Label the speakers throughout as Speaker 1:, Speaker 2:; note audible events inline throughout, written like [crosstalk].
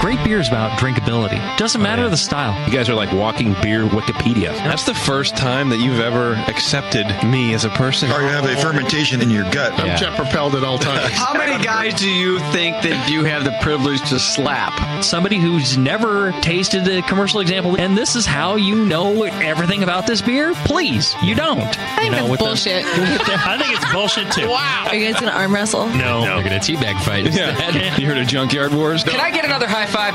Speaker 1: Great beer is about drinkability. Doesn't matter the style.
Speaker 2: You guys are like walking beer Wikipedia.
Speaker 3: That's the first time that you've ever accepted me as a person.
Speaker 4: Or you have a fermentation in your gut.
Speaker 5: I'm jet propelled
Speaker 4: [laughs]
Speaker 5: at all times.
Speaker 6: How many guys do you think that you have the privilege to slap?
Speaker 1: Somebody who's never tasted a commercial example, and this is how you know everything about this beer? Please, you don't.
Speaker 7: I think that's
Speaker 1: [laughs]
Speaker 7: bullshit.
Speaker 8: I think it's bullshit too.
Speaker 7: wow. Are you guys gonna arm wrestle?
Speaker 8: No.
Speaker 1: We're gonna teabag fight. instead.
Speaker 3: Yeah. [laughs] You heard of Junkyard Wars?
Speaker 6: Can I get another high five,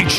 Speaker 9: It's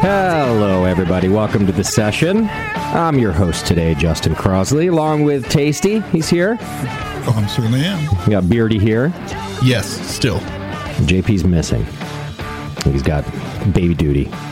Speaker 10: Hello, everybody. Welcome to the session. I'm your host today, Justin Crosley, along with Tasty. He's here.
Speaker 11: Oh, I'm certainly am.
Speaker 10: We got Beardy here.
Speaker 11: Yes, still.
Speaker 10: JP's missing. He's got baby duty. [laughs]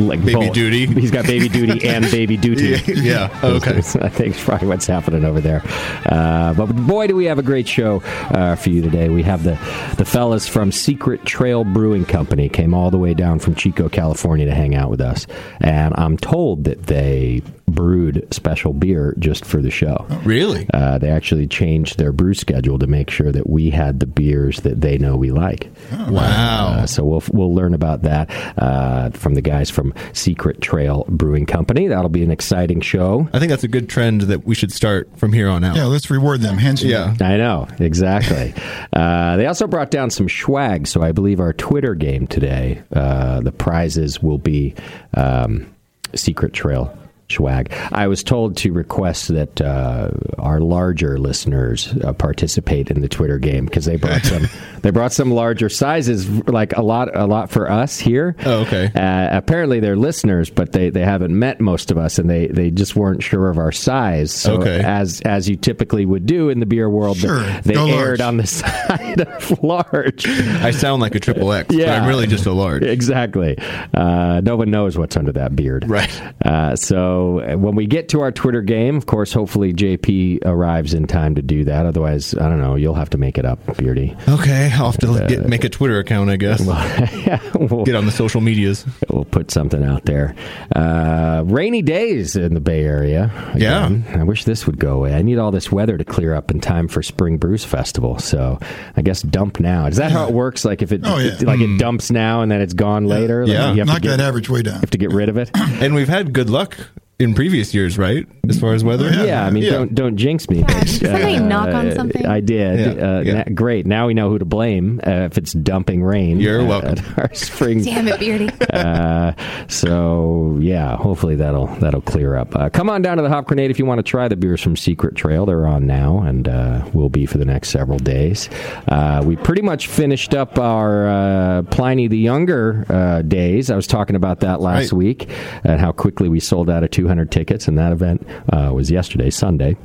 Speaker 10: Like
Speaker 11: Baby duty?
Speaker 10: He's got baby
Speaker 12: [laughs]
Speaker 10: duty and baby duty.
Speaker 11: Yeah,
Speaker 10: [laughs]
Speaker 11: yeah. Okay.
Speaker 10: I think it's probably what's happening over there. Uh, but boy, do we have a great show uh, for you today. We have the the fellas from Secret Trail Brewing Company came all the way down from Chico, California, to hang out with us, and I'm told that they brewed special beer just for the show.
Speaker 11: Really?
Speaker 10: Uh, they actually changed their brew schedule to make sure that we had the beers that they know we like.
Speaker 11: Oh, Wow.
Speaker 10: Uh, so we'll we'll learn about that uh, from the guys from Secret Trail Brewing Company. That'll be an exciting show.
Speaker 12: I think that's a good trend that we should start from here on out.
Speaker 11: Yeah, let's reward them. Hence,
Speaker 12: Yeah.
Speaker 10: I know exactly. uh, they also brought down some swag, so I believe our Twitter game today, uh, the prizes will be um, Secret Trail. Swag. I was told to request that uh, our larger listeners uh, participate in the Twitter game because they brought some. [laughs] they brought some larger sizes, like a lot, a lot for us here.
Speaker 12: Oh, okay.
Speaker 10: Uh, apparently, they're listeners, but they, they haven't met most of us, and they, they just weren't sure of our size. So
Speaker 12: Okay.
Speaker 10: as as you typically would do in the beer world,
Speaker 11: Sure,
Speaker 10: they
Speaker 11: go large.
Speaker 10: aired on the [laughs] side of large.
Speaker 12: I sound like
Speaker 10: [laughs]
Speaker 12: a triple X, but
Speaker 10: Yeah.
Speaker 12: I'm really just a large.
Speaker 10: Exactly. Uh, no one knows what's under that beard.
Speaker 12: Right.
Speaker 10: Uh, so uh, when we get to our Twitter game, of course, hopefully JP arrives in time to do that. Otherwise, I don't know. You'll have to make it up, Beardy.
Speaker 12: Okay, I'll have
Speaker 10: Uh,
Speaker 12: to get, make a Twitter account, I guess.
Speaker 10: We'll- [laughs]
Speaker 12: Get on the social medias.
Speaker 10: we'll put something out there. Uh, rainy days in the Bay Area. again. I wish this would go away. I need all this weather to clear up in time for Spring Brews Festival. So I guess dump now. Is that how it works? Like if it,
Speaker 11: Oh, yeah.
Speaker 10: it- like it dumps now and then it's gone later. Like
Speaker 12: Hmm. Yeah.
Speaker 10: you have
Speaker 11: Knock
Speaker 10: to get,
Speaker 11: that average way down.
Speaker 10: have to get rid
Speaker 11: [laughs]
Speaker 10: of it.
Speaker 12: And we've had good luck in previous years, right? As far as
Speaker 11: Oh,
Speaker 12: weather.
Speaker 10: Yeah, I mean, don't don't jinx me.
Speaker 7: Gosh, did somebody
Speaker 10: Uh,
Speaker 7: knock on something?
Speaker 10: I did.
Speaker 12: Yeah,
Speaker 10: Uh,
Speaker 12: yeah.
Speaker 10: na- great. Now we know who to blame uh, if it's dumping rain.
Speaker 12: You're
Speaker 10: at-
Speaker 12: welcome.
Speaker 10: at [laughs] our spring
Speaker 7: Damn it, Beardy.
Speaker 10: uh, so yeah, hopefully that'll that'll clear up. Uh, come on down to the Hop Grenade if you want to try the beers from Secret Trail. They're on now and uh, will be for the next several days. Uh, we pretty much finished up our uh, Pliny the Younger uh, days. I was talking about that last
Speaker 12: Right.
Speaker 10: week and how quickly we sold out of 200 tickets, and that event uh, was yesterday, Sunday.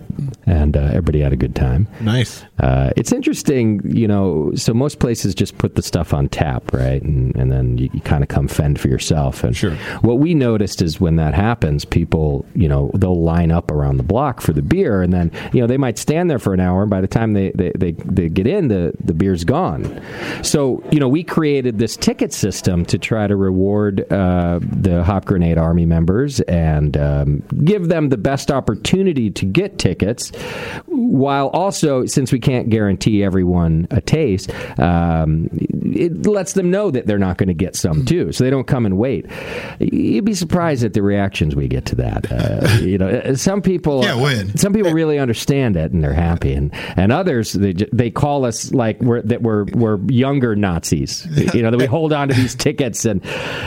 Speaker 10: and uh, everybody had a good time.
Speaker 12: Nice.
Speaker 10: Uh, it's interesting, you know. So most places just put the stuff on tap, right, and, and then you, you kind of come fend for yourself. And sure. what we noticed is when that happens, people, you know, they'll line up around the block for the beer, and then you know they might stand there for an hour, and by the time they they, they, they get in, the the beer's gone. So you know we created this ticket system to try to reward uh, the Hop Grenade Army members and um, give them the best opportunity to get tickets, while also since we can't guarantee everyone a taste, um, it lets them know that they're not going to get some too, so they don't come and wait. You'd be surprised at the reactions we get to that. Uh, you know, some people
Speaker 11: Yeah, when?
Speaker 10: some people really understand it and they're happy, and, and others they ju- they call us like we're that we're we're younger Nazis. You know that we hold on to these tickets and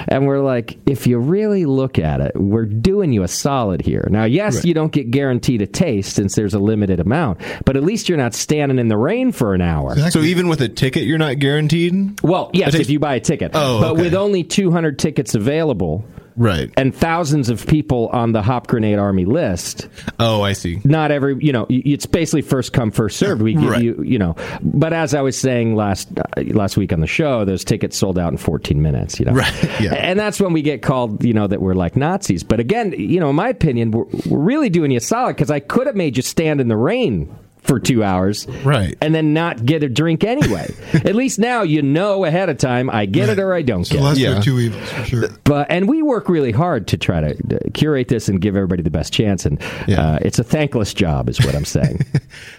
Speaker 10: and we're like, if you really look at it, we're doing you a solid here. Now, yes, you don't get guaranteed a taste since there's a limited amount, but at least you're not standing in the rain for an hour.
Speaker 12: So even with a ticket, you're not guaranteed.
Speaker 10: Well, yes, if you buy a ticket.
Speaker 12: Oh,
Speaker 10: but
Speaker 12: okay.
Speaker 10: with only 200 tickets available,
Speaker 12: right,
Speaker 10: and thousands of people on the Hop Grenade Army list.
Speaker 12: Oh, I see.
Speaker 10: Not every, you know, y- it's basically first come first served. We give
Speaker 12: Right.
Speaker 10: you, you know, but as I was saying last uh, last week on the show, those tickets sold out in 14 minutes. You know,
Speaker 12: [laughs]
Speaker 10: right? Yeah. And that's when we get called, you know, that we're like Nazis. But again, you know, in my opinion, we're, we're really doing you a solid because I could have made you stand in the rain. For two hours, right, and then not get a drink
Speaker 12: [laughs]
Speaker 10: anyway. At least now you know ahead of time. I get it or I don't get
Speaker 11: The
Speaker 10: it.
Speaker 11: lesser of two evils, for sure.
Speaker 10: But and we work really hard to try to uh, curate this and give everybody the best chance. And uh, it's a thankless job, is what I'm saying.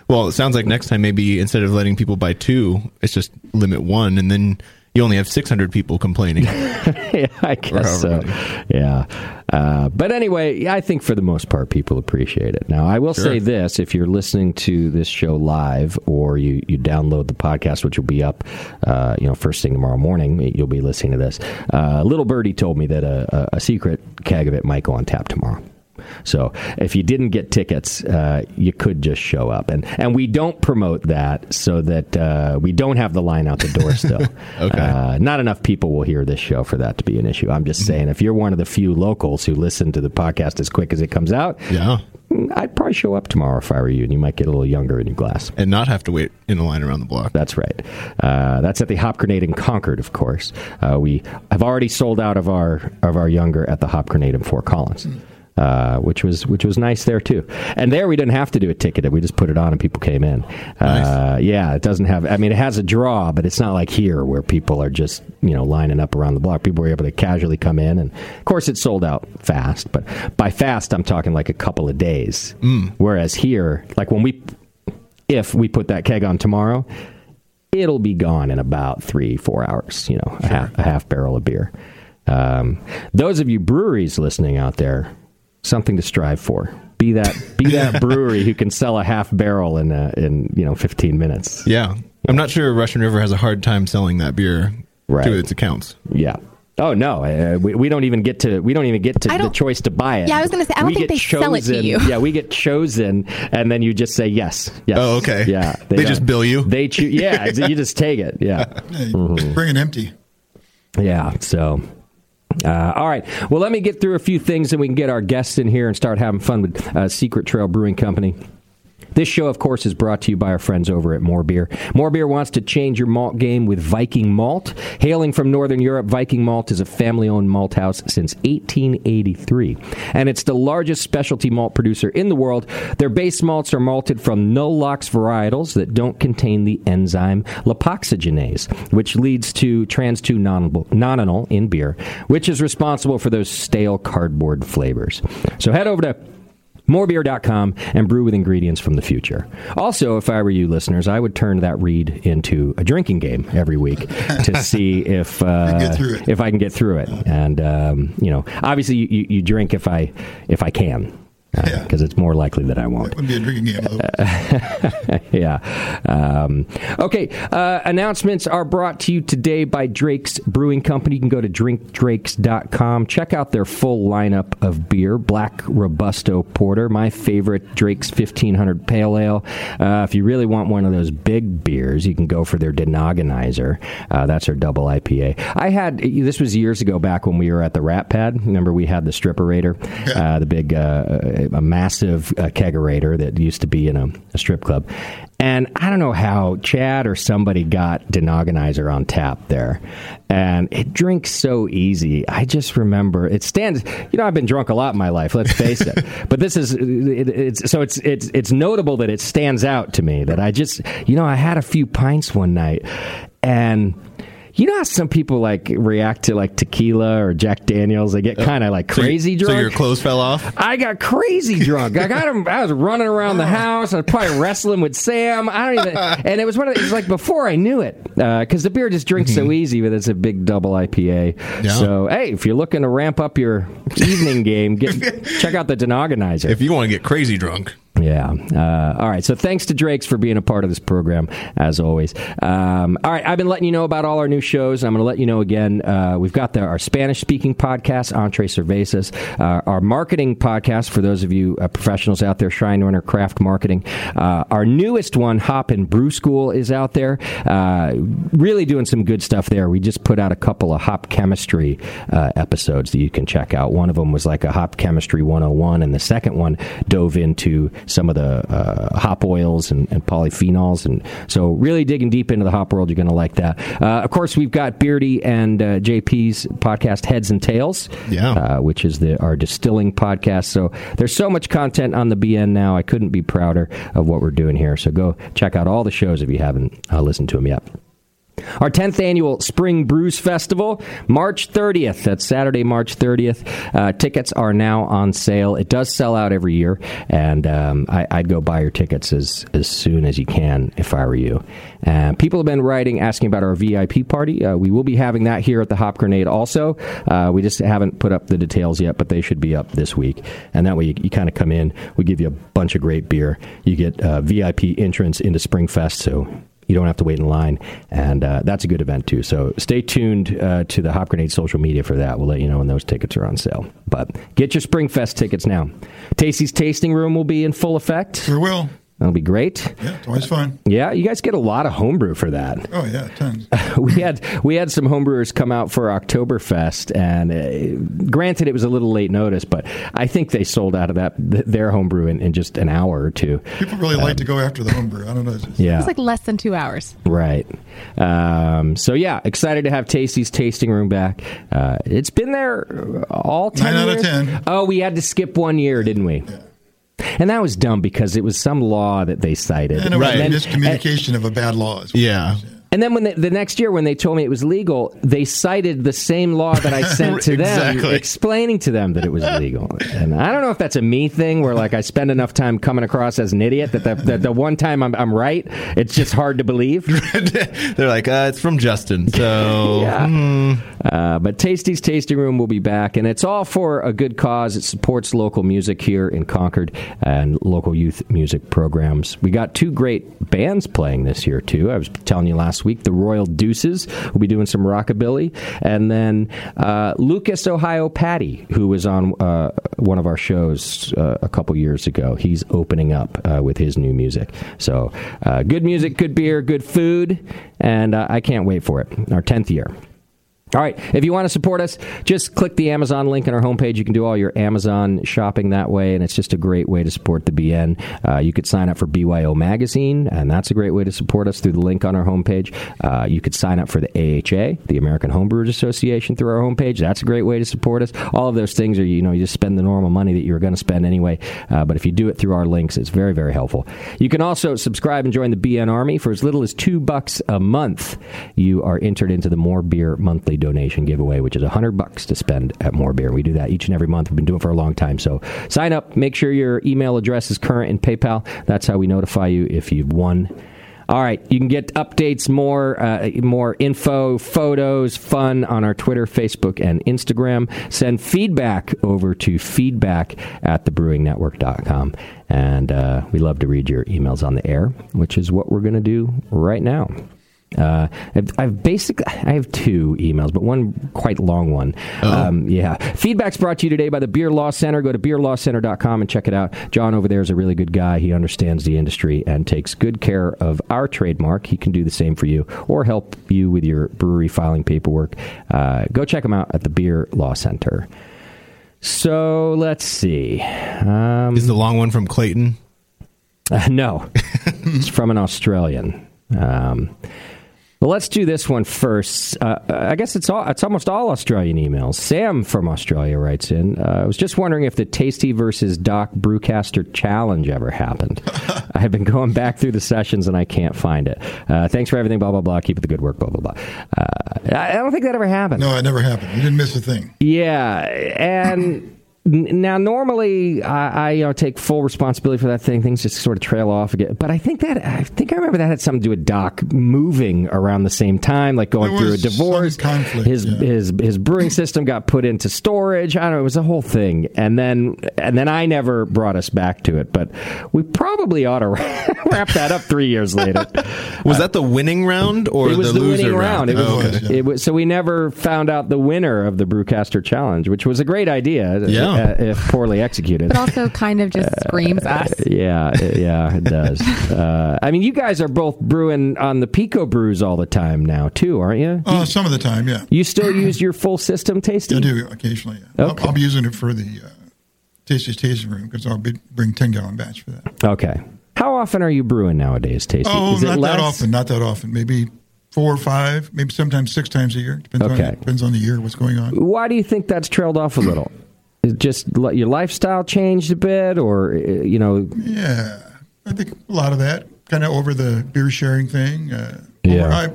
Speaker 12: Well, it sounds like next time maybe instead of letting people buy two, it's just limit one, and then you only have 600 people
Speaker 10: [laughs]
Speaker 12: complaining.
Speaker 10: yeah, I guess so. Yeah. Uh, but anyway, I think for the most part, people appreciate it. Now, I will
Speaker 12: Sure.
Speaker 10: say this if you're listening to this show live or you, you download the podcast, which will be up, uh, you know, first thing tomorrow morning, you'll be listening to this. Uh, Little Birdie told me that a, a, a secret keg of it might go on tap tomorrow. So if you didn't get tickets, uh, you could just show up, and and we don't promote that so that uh, we don't have the line out the door still. okay. Uh, not enough people will hear this show for that to be an issue. I'm just saying, if you're one of the few locals who listen to the podcast as quick as it comes out,
Speaker 12: yeah,
Speaker 10: I'd probably show up tomorrow if I were you, and you might get a little younger in your glass
Speaker 12: and not have to wait in a line around the block.
Speaker 10: That's right. Uh, that's at the Hop Grenade in Concord, of course. Uh, we have already sold out of our of our younger at the Hop Grenade in Fort Collins,
Speaker 12: Hmm.
Speaker 10: uh, which was which was nice there too. And there we didn't have to do a ticket; we just put it on and people came in. Uh, yeah, it doesn't have. I mean, it has a draw, but it's not like here where people are just you know lining up around the block. People were able to casually come in, and of course, it sold out fast. But by fast, I'm talking like a couple of days.
Speaker 12: Hmm.
Speaker 10: Whereas here, like when we if we put that keg on tomorrow, it'll be gone in about three, four hours, you know, a, half, a half barrel of beer. Um, those of you breweries listening out there, something to strive for. Be that
Speaker 12: [laughs]
Speaker 10: be that brewery who can sell a half barrel in uh, in you know fifteen minutes.
Speaker 12: Yeah. I'm not sure Russian River has a hard time selling that beer
Speaker 10: Right.
Speaker 12: to its accounts.
Speaker 10: Yeah. Oh no, uh, we, we don't even get to we don't even get to
Speaker 7: I
Speaker 10: the
Speaker 7: don't-
Speaker 10: choice to buy it.
Speaker 7: Yeah, I was gonna say, I don't
Speaker 10: We
Speaker 7: think
Speaker 10: get
Speaker 7: they sell it to
Speaker 10: chosen-
Speaker 7: you.
Speaker 10: Yeah, we get chosen, and then you just say yes. yes.
Speaker 12: Oh, okay.
Speaker 10: Yeah,
Speaker 12: They
Speaker 10: don't-
Speaker 12: just bill you?
Speaker 10: They choose. Yeah, you just take it.
Speaker 12: [laughs]
Speaker 10: Yeah, Mhm.
Speaker 11: Bring it empty.
Speaker 10: yeah. So, uh, all right. Well, let me get through a few things, and we can get our guests in here and start having fun with uh, Secret Trail Brewing Company. This show, of course, is brought to you by our friends over at More Beer. More Beer wants to change your malt game with Viking Malt. Hailing from Northern Europe, Viking Malt is a family owned malt house since 1883, and it's the largest specialty malt producer in the world. Their base malts are malted from Nulox varietals that don't contain the enzyme lipoxygenase, which leads to trans 2 nonanol in beer, which is responsible for those stale cardboard flavors. So head over to Morebeer.com and brew with ingredients from the future. Also, if I were you listeners, I would turn that read into a drinking game every week
Speaker 11: [laughs]
Speaker 10: to see if uh,
Speaker 11: Get through it.
Speaker 10: if I can get through it. And um, you know, obviously, you, you, you drink if I if I can, because it's more likely that I won't.
Speaker 11: Would be a drinking game. though.
Speaker 10: [laughs] yeah. Um, okay. Uh, announcements are brought to you today by Drake's Brewing Company. You can go to drinkdrakes.com. Check out their full lineup of beer Black Robusto Porter, my favorite Drake's 1500 Pale Ale. Uh, if you really want one of those big beers, you can go for their Denogonizer. Uh, that's their double IPA. I had, this was years ago back when we were at the Rat Pad. Remember, we had the stripperator, uh, the big, uh, a massive uh, kegerator that used to be in a, a strip club. And I don't know how Chad or somebody got Denogonizer on tap there. And it drinks so easy. I just remember it stands, you know, I've been drunk a lot in my life, let's face
Speaker 12: [laughs]
Speaker 10: it. but this is, it, it's, so it's, it's, it's notable that it stands out to me that I just, you know, I had a few pints one night and you know how some people like react to like tequila or Jack Daniels? They get kind of like
Speaker 12: So you-
Speaker 10: crazy
Speaker 12: so
Speaker 10: drunk.
Speaker 12: your clothes fell off?
Speaker 10: I got crazy drunk. I got him. I was running around the house. I was probably wrestling with Sam. I don't even. And it was one of the, it was like before I knew it because uh, the beer just drinks
Speaker 1: Mm-hmm.
Speaker 10: so easy, but it's a big double IPA. So hey, if you're looking to ramp up your evening game, get, check out the Denogonizer. If
Speaker 12: you want to get crazy drunk.
Speaker 10: Yeah. Uh, all right. So thanks to Drake's for being a part of this program, as always. Um, all right. I've been letting you know about all our new shows. I'm going to let you know again. Uh, we've got the, our Spanish speaking podcast, Entre Cervezas, uh, our marketing podcast for those of you uh, professionals out there, Shrine Runner Craft Marketing. Uh, our newest one, Hop and Brew School, is out there. Uh, really doing some good stuff there. We just put out a couple of hop chemistry uh, episodes that you can check out. One of them was like a hop chemistry 101, and the second one dove into some of the uh, hop oils and, and polyphenols. And so, really digging deep into the hop world, you're going to like that. Uh, of course, we've got Beardy and uh, JP's podcast, Heads and Tails, yeah, uh, which is the our distilling podcast. So there's so much content on the BN now. I couldn't be prouder of what we're doing here. So go check out all the shows if you haven't uh, listened to them yet. Our 10th annual Spring Brews Festival, March 30th. That's Saturday, March 30th. Uh, tickets are now on sale. It does sell out every year, and um, I, I'd go buy your tickets as, as soon as you can if I were you. Uh, people have been writing, asking about our VIP party. Uh, we will be having that here at the Hop Grenade also. Uh, we just haven't put up the details yet, but they should be up this week. And that way you, you kind of come in, we give you a bunch of great beer. You get uh, VIP entrance into Springfest, so you don't have to wait in line, and uh, that's a good event too. So stay tuned uh, to the Hop Grenade social media for that. We'll let you know when those tickets are on sale. But get your Springfest tickets now. Tasty's tasting room will be in full effect. Sure
Speaker 11: will.
Speaker 10: That'll be great. Yeah,
Speaker 11: always fun.
Speaker 10: Yeah, you guys get a lot of homebrew for that.
Speaker 11: Oh yeah, tons.
Speaker 10: [laughs] we had we had some homebrewers come out for Oktoberfest, and uh, granted, it was a little late notice, but I think they sold out of that th- their homebrew in, in just an hour or two.
Speaker 11: People really like to go after the homebrew. I don't know. It's just-
Speaker 10: Yeah,
Speaker 7: It's like less than two hours.
Speaker 10: [laughs] Right. Um, so yeah, excited to have Tasty's tasting room back. Uh, it's been there all ten
Speaker 11: Nine out of
Speaker 10: years.
Speaker 11: 10.
Speaker 10: Oh, we had to skip one year, didn't we? And that was dumb because it was some law that they cited.
Speaker 11: and it was
Speaker 10: And
Speaker 11: a
Speaker 10: then-
Speaker 11: miscommunication of a bad law. as well.
Speaker 12: Yeah.
Speaker 10: and then when they, the next year, when they told me it was legal, they cited the same law that I
Speaker 12: [laughs]
Speaker 10: sent to them,
Speaker 12: Exactly.
Speaker 10: explaining to them that it was illegal. And I don't know if that's a me thing, where like I spend enough time coming across as an idiot that the, that the one time I'm, I'm right, it's just hard to believe.
Speaker 12: [laughs] They're like, uh, it's from Justin. So
Speaker 10: [laughs]
Speaker 12: hmm.
Speaker 10: Yeah. Uh, but Tasty's Tasting Room will be back, and it's all for a good cause. It supports local music here in Concord and local youth music programs. We got two great bands playing this year, too. I was telling you last week, the Royal Deuces will be doing some rockabilly, and then uh, Lucas, Ohio Patty, who was on uh, one of our shows uh, a couple years ago, he's opening up uh, with his new music. So uh, good music, good beer, good food, and uh, I can't wait for it. Our 10th year. All right. If you want to support us, just click the Amazon link on our homepage. You can do all your Amazon shopping that way, and it's just a great way to support the BN. Uh, you could sign up for BYO Magazine, and that's a great way to support us through the link on our homepage. Uh, you could sign up for the AHA, the American Homebrewers Association, through our homepage. That's a great way to support us. All of those things are, you know, you just spend the normal money that you were going to spend anyway. Uh, but if you do it through our links, it's very, very helpful. You can also subscribe and join the BN Army for as little as two bucks a month. You are entered into the More Beer monthly donation giveaway, which is a hundred bucks to spend at More Beer. We do that each and every month. We've been doing it for a long time. So sign up. Make sure your email address is current in PayPal. That's how we notify you if you've won. All right, you can get updates, more uh, more info, photos, fun on our Twitter, Facebook, and Instagram. Send feedback over to feedback at thebrewingnetwork.com. And uh, we love to read your emails on the air, which is what we're going to do right now. Uh, I've, I've basically I have two emails, but one quite long one. Um, yeah, feedback's brought to you today by the Beer Law Center. Go to beerlawcenter.com and check it out. John over there is a really good guy. He understands the industry and takes good care of our trademark. He can do the same for you or help you with your brewery filing paperwork. Uh, go check him out at the Beer Law Center. So let's see. Um,
Speaker 12: Is the long one from Clayton?
Speaker 10: Uh, no, it's from an Australian. Um, well, let's do this one first. Uh, I guess it's all, it's almost all Australian emails. Sam from Australia writes in. Uh, I was just wondering if the Tasty versus Doc Brewcaster challenge ever happened. I have been going back through the sessions and I can't find it. Uh, thanks for everything. Blah blah blah. Keep up the good work. Blah blah blah. Uh, I I don't think that ever happened.
Speaker 11: No, it never happened. You didn't miss a thing.
Speaker 10: Yeah, and n- now normally I, I you know, take full responsibility for that thing. Things just sort of trail off again. But I think that I think I remember that had something to do with Doc moving around the same time, like going
Speaker 11: There
Speaker 10: through a
Speaker 11: was some
Speaker 10: divorce.
Speaker 11: conflict,
Speaker 10: his his his brewing system got put into storage. I don't know. It was a whole thing, and then and then I never brought us back to it. But we probably ought to [laughs] wrap that up three years later.
Speaker 12: Was that the winning round or
Speaker 10: it was
Speaker 12: the,
Speaker 10: the,
Speaker 12: loser
Speaker 10: winning round. It
Speaker 11: Oh,
Speaker 10: was, it was so we never found out the winner of the Brewcaster challenge, which was a great idea, uh,
Speaker 12: Yeah.
Speaker 10: uh, if poorly executed. Uh,
Speaker 7: It also kind of just screams us.
Speaker 10: Yeah, it- yeah, it does. Uh, I mean, you guys are both brewing on the Pico brews all the time now, too, aren't you?
Speaker 11: Uh, some of the time, yeah.
Speaker 10: You still use your full system tasting?
Speaker 11: I do occasionally. Yeah. I'll-
Speaker 10: Okay.
Speaker 11: I'll, be using it for the uh, Tasty's tasting room because I'll be, bring ten gallon batch for that.
Speaker 10: Okay. How often are you brewing nowadays, Tasty?
Speaker 11: oh,
Speaker 10: Is it
Speaker 11: not
Speaker 10: less?
Speaker 11: that often. Not that often. Maybe four or five. Maybe sometimes six times a year. Depends
Speaker 10: Okay.
Speaker 11: on depends on the year. What's going on?
Speaker 10: Why do you think that's trailed off a little? Is it Just li- your lifestyle changed a bit, or uh, you know,
Speaker 11: Yeah, I think a lot of that kind of over the beer sharing thing. Uh,
Speaker 10: Yeah.
Speaker 11: over- I,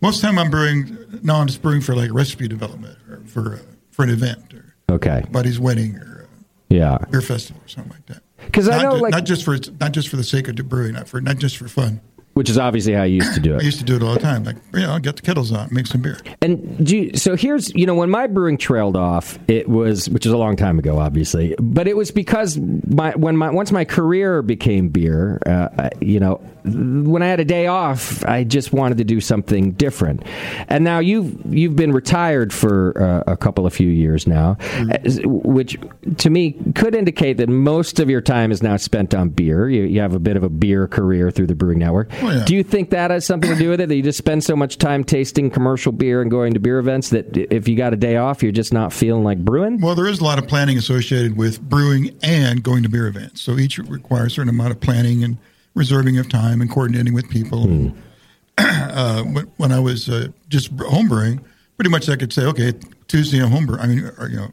Speaker 11: most of the time I'm brewing. Now I'm just brewing for like recipe development or for uh, for an event, or
Speaker 10: okay,
Speaker 11: buddy's wedding, or
Speaker 10: yeah.
Speaker 11: beer festival, or something like that.
Speaker 10: 'Cause I
Speaker 11: Not
Speaker 10: know,
Speaker 11: ju-
Speaker 10: like-
Speaker 11: not just for not just for the sake of the brewing, not for not just for fun.
Speaker 10: Which is obviously how you used to do it.
Speaker 11: I used to do it all the time. Like, you know, I'll get the kettles on, make some beer.
Speaker 10: And do you, so here's you know when my brewing trailed off, it was which is a long time ago, obviously, but it was because my when my once my career became beer, uh, I- you know, when I had a day off, I just wanted to do something different. And now you've you've been retired for uh, a couple of few years now, as- which to me could indicate that most of your time is now spent on beer. You, you have a bit of a beer career through the Brewing Network. Do you think that has something to do with it? That you just spend so much time tasting commercial beer and going to beer events that if you got a day off, you're just not feeling like brewing?
Speaker 11: Well, there is a lot of planning associated with brewing and going to beer events. So each requires a certain amount of planning and reserving of time and coordinating with people.
Speaker 10: Hmm.
Speaker 11: [clears throat] uh, when, when I was uh, just homebrewing, pretty much I could say, okay, Tuesday I'm homebrewing. I mean, or, you know,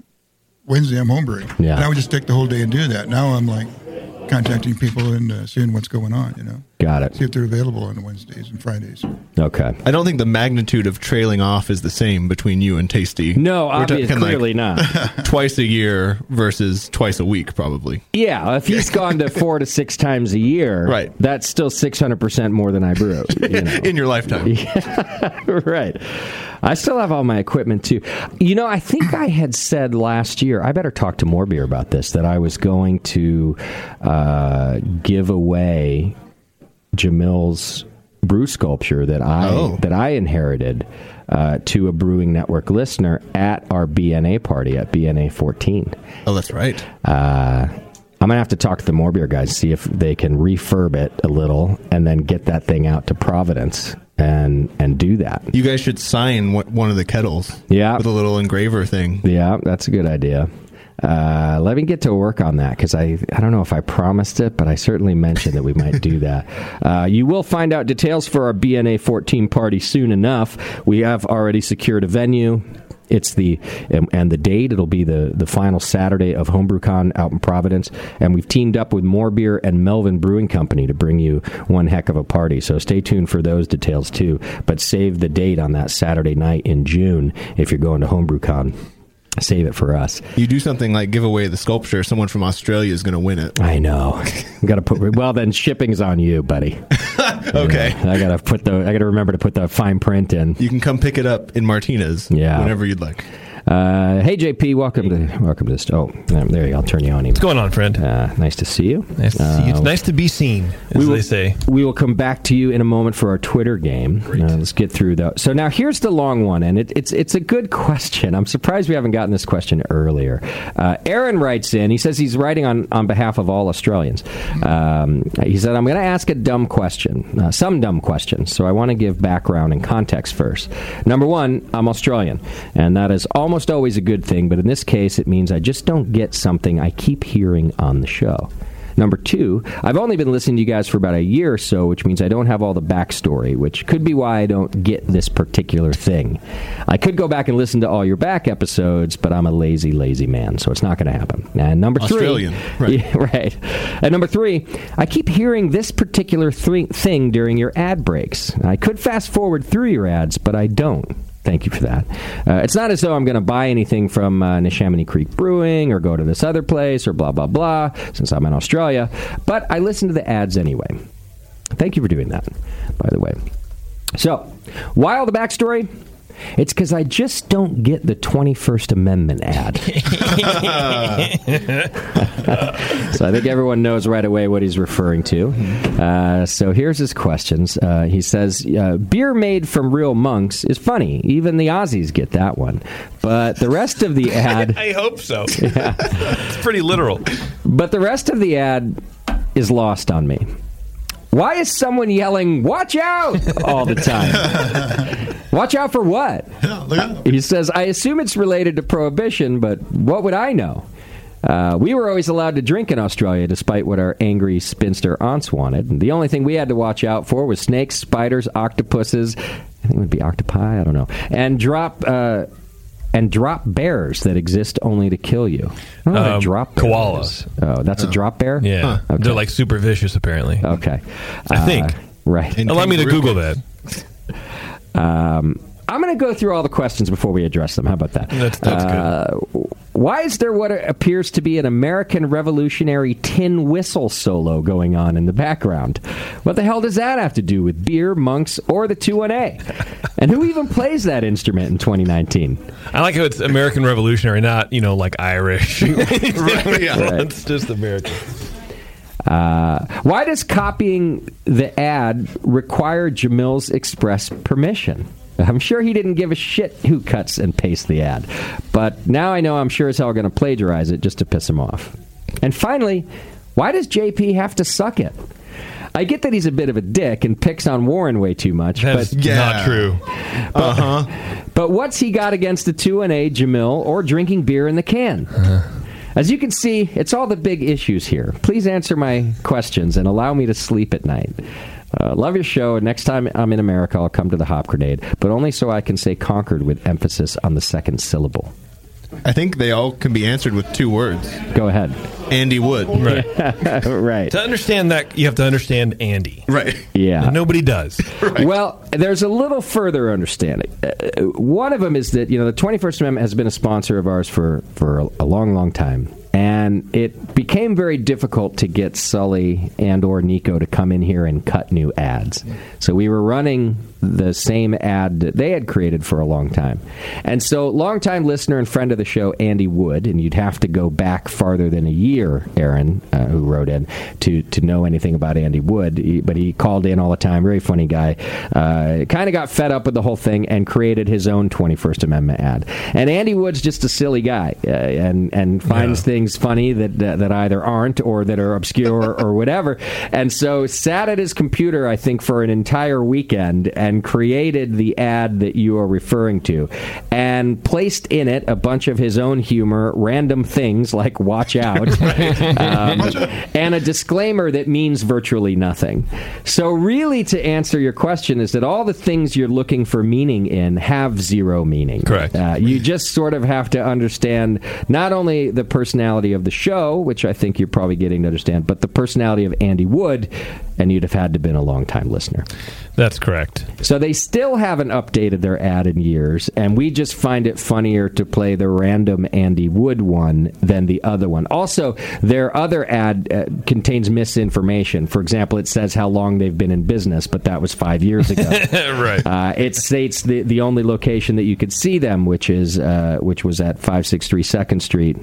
Speaker 11: Wednesday I'm homebrewing.
Speaker 10: Yeah.
Speaker 11: And I would just take the whole day and do that. Now I'm like contacting people and uh, seeing what's going on, you know.
Speaker 10: Got it.
Speaker 11: See if they're available on Wednesdays and Fridays. [laughs]
Speaker 10: Okay.
Speaker 12: I don't think the magnitude of trailing off is the same between you and Tasty.
Speaker 10: No,
Speaker 12: obviously
Speaker 10: obvious- clearly not.
Speaker 12: [laughs] twice a year versus twice a week, probably.
Speaker 10: Yeah, if he's gone to four to six times a year, right. that's still 600% more than I brew. you know.
Speaker 12: [laughs] In your lifetime.
Speaker 10: [laughs] right. I still have all my equipment too. You know, I think I had said last year, I better talk to Morbier about this, that I was going to uh, give away Jamil's brew sculpture that I that I inherited uh, to a Brewing Network listener at our BNA party at BNA 14.
Speaker 12: Oh, that's right.
Speaker 10: Uh, I'm gonna have to talk to the Morbier guys see if they can refurb it a little and then get that thing out to Providence and and do that.
Speaker 12: You guys should sign what, one of the kettles.
Speaker 10: Yeah.
Speaker 12: With a little engraver thing.
Speaker 10: Yeah, that's a good idea. Uh, let me get to work on that because I, I don't know if I promised it, but I certainly mentioned that we might do that. Uh, you will find out details for our BNA 14 party soon enough. We have already secured a venue. It's the and, and the date. It'll be the the final Saturday of HomebrewCon out in Providence, and we've teamed up with More Beer and Melvin Brewing Company to bring you one heck of a party. So stay tuned for those details too. But save the date on that Saturday night in June if you're going to HomebrewCon save it for us.
Speaker 12: You do something like give away the sculpture, someone from Australia is going to win it.
Speaker 10: I know. Got to put well then shipping's on you, buddy.
Speaker 12: okay.
Speaker 10: I gotta put the. I gotta remember to put the fine print in.
Speaker 12: You can come pick it up in Martinez.
Speaker 10: Yeah.
Speaker 12: Whenever you'd like.
Speaker 10: Uh, hey JP, welcome to welcome to the st- oh um, there you go. I'll turn you on. What's
Speaker 13: going on, friend?
Speaker 10: Uh, nice to see you. Uh,
Speaker 13: Nice to see you. It's nice to be seen, as
Speaker 10: we will,
Speaker 13: they say.
Speaker 10: We will come back to you in a moment for our Twitter game. Uh, let's get through though. So now here's the long one, and it, it's it's a good question. I'm surprised we haven't gotten this question earlier. Uh, Aaron writes in. He says he's writing on on behalf of all Australians. Um, he said I'm going to ask a dumb question, uh, some dumb questions. So I want to give background and context first. Number one, I'm Australian, and that is almost always a good thing. But in this case, it means I just don't get something I keep hearing on the show. Number two, I've only been listening to you guys for about a year or so, which means I don't have all the backstory, which could be why I don't get this particular thing. I could go back and listen to all your back episodes, but I'm a lazy, lazy man, so it's not going to happen. And number
Speaker 12: Australian,
Speaker 10: three, [laughs] Yeah, right. And number three, I keep hearing this particular thr- thing during your ad breaks. I could fast forward through your ads, but I don't. Thank you for that. Uh, it's not as though I'm going to buy anything from uh, Neshaminy Creek Brewing or go to this other place or blah, blah, blah, since I'm in Australia, but I listen to the ads anyway. Thank you for doing that, by the way. So, why all the backstory? It's because I just don't get the 21st Amendment ad. Uh, [laughs] so I think everyone knows right away what he's referring to.
Speaker 13: Mm-hmm.
Speaker 10: Uh, so here's his questions. Uh, he says, uh, "Beer made from real monks is funny. Even the Aussies get that one, but the rest
Speaker 13: [laughs]
Speaker 10: of the ad,
Speaker 13: I hope
Speaker 10: [laughs]
Speaker 13: so. It's pretty literal.
Speaker 10: but the rest of the ad is lost on me." Why is someone yelling "Watch out" all
Speaker 13: [laughs]
Speaker 10: the time? [laughs] Watch out for what? He says, "I assume it's related to prohibition, but what would I know?" Uh, we were always allowed to drink in Australia, despite what our angry spinster aunts wanted. And the only thing we had to watch out for was snakes, spiders, octopuses. I think it would be octopi. I don't know. And drop. Uh, and drop bears that exist only to kill you. I don't know what a
Speaker 13: Um,
Speaker 10: drop bear
Speaker 13: koalas.
Speaker 10: is. Oh, that's a drop bear.
Speaker 13: Yeah, they're like super vicious, apparently.
Speaker 10: Okay,
Speaker 13: I think.
Speaker 10: Uh, right.
Speaker 13: Allow me to Google that.
Speaker 10: Um, I'm going to go through all the questions before we address them. How about that? That's, good. Why is there what appears to be an American Revolutionary tin whistle solo going on in the background? What the hell does that have to do with beer, monks, or the 2-1-A? and who even plays that instrument in 2019?
Speaker 13: I like how it's American Revolutionary, not you know like
Speaker 4: [laughs]
Speaker 13: Irish. [laughs]
Speaker 10: Right.
Speaker 13: It's just American.
Speaker 10: Uh, why does copying the ad require Jamil's express permission? I'm sure he didn't give a shit who cuts and pastes the ad, but now I know I'm sure as hell going to plagiarize it just to piss him off. And finally, why does JP have to suck it? I get that he's a bit of a dick and picks on Warren way too much.
Speaker 13: That's
Speaker 10: but
Speaker 13: not true.
Speaker 10: Uh huh. But what's he got against the 2 and A Jamil or drinking beer in the can? As you can see, it's all the big issues here. Please answer my questions and allow me to sleep at night. Uh, love your show. and Next time I'm in America, I'll come to the Hop Grenade, but only so I can say conquered with emphasis on the second syllable.
Speaker 12: [laughs] I think they all can be answered with two words.
Speaker 10: Go ahead.
Speaker 12: Andy Wood.
Speaker 13: Right.
Speaker 10: [laughs] right.
Speaker 13: To understand that, you have to understand Andy.
Speaker 12: Right.
Speaker 10: Yeah.
Speaker 13: And nobody does.
Speaker 10: Well, there's a little further understanding. Uh, one of them is that you know the 21st Amendment has been a sponsor of ours for for a, a long, long time, and it became very difficult to get Sully and or Nico to come in here and cut new ads. So we were running the same ad that they had created for a long time, and so longtime listener and friend of the show Andy Wood, and you'd have to go back farther than a year, Aaron, uh, who wrote in to to know anything about Andy Wood, he- but he called in all the time. Very funny guy. Uh, kind of got fed up with the whole thing and created his own 21st Amendment ad. And Andy Wood's just a silly guy uh, and and finds things funny that, that that either aren't or that are obscure or whatever. And so sat at his computer, I think, for an entire weekend and created the ad that you are referring to, and placed in it a bunch of his own humor, random things like "Watch out." Um, and a disclaimer that means virtually nothing. So, really, to answer your question, is that all the things you're looking for meaning in have zero meaning. Correct. Uh, you just sort of have to understand not only the personality personality of the show, which I think you're probably getting to understand, but the personality of Andy Wood, and you'd have had to been a long time listener.
Speaker 14: That's correct.
Speaker 10: So they still haven't updated their ad in years, and we just find it funnier to play the random Andy Wood one than the other one. Also, their other ad uh, contains misinformation. For example, it says how long they've been in business, but that was five years ago.
Speaker 14: [laughs] right.
Speaker 10: Uh, it states the the only location that you could see them, which is uh, which was at five six three Second Street,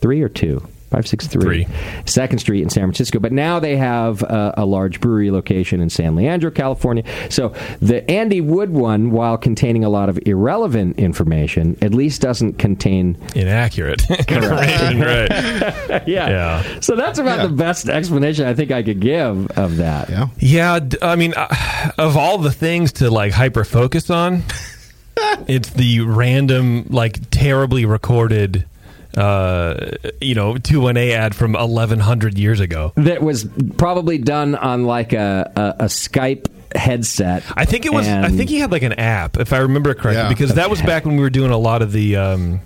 Speaker 10: three or two. 563 Second Street in San Francisco. But now they have uh, a large brewery location in San Leandro, California. So the Andy Wood one, while containing a lot of irrelevant information, at least doesn't contain
Speaker 14: Inaccurate.
Speaker 13: [laughs]
Speaker 14: [laughs]
Speaker 2: [laughs]
Speaker 14: Information, right.
Speaker 10: yeah. So that's about the best explanation I think I could give of that. Yeah.
Speaker 14: Yeah, d- I mean, uh, of all the things to like hyper focus
Speaker 10: [laughs]
Speaker 14: on, it's the random, like terribly recorded, uh, you know, two one a ad from eleven hundred years ago.
Speaker 10: That was probably done on like a, a, a Skype headset.
Speaker 14: I think it was. I think he had like an app, if I remember correctly,
Speaker 10: Yeah.
Speaker 14: because that was back when we were doing a lot of the um,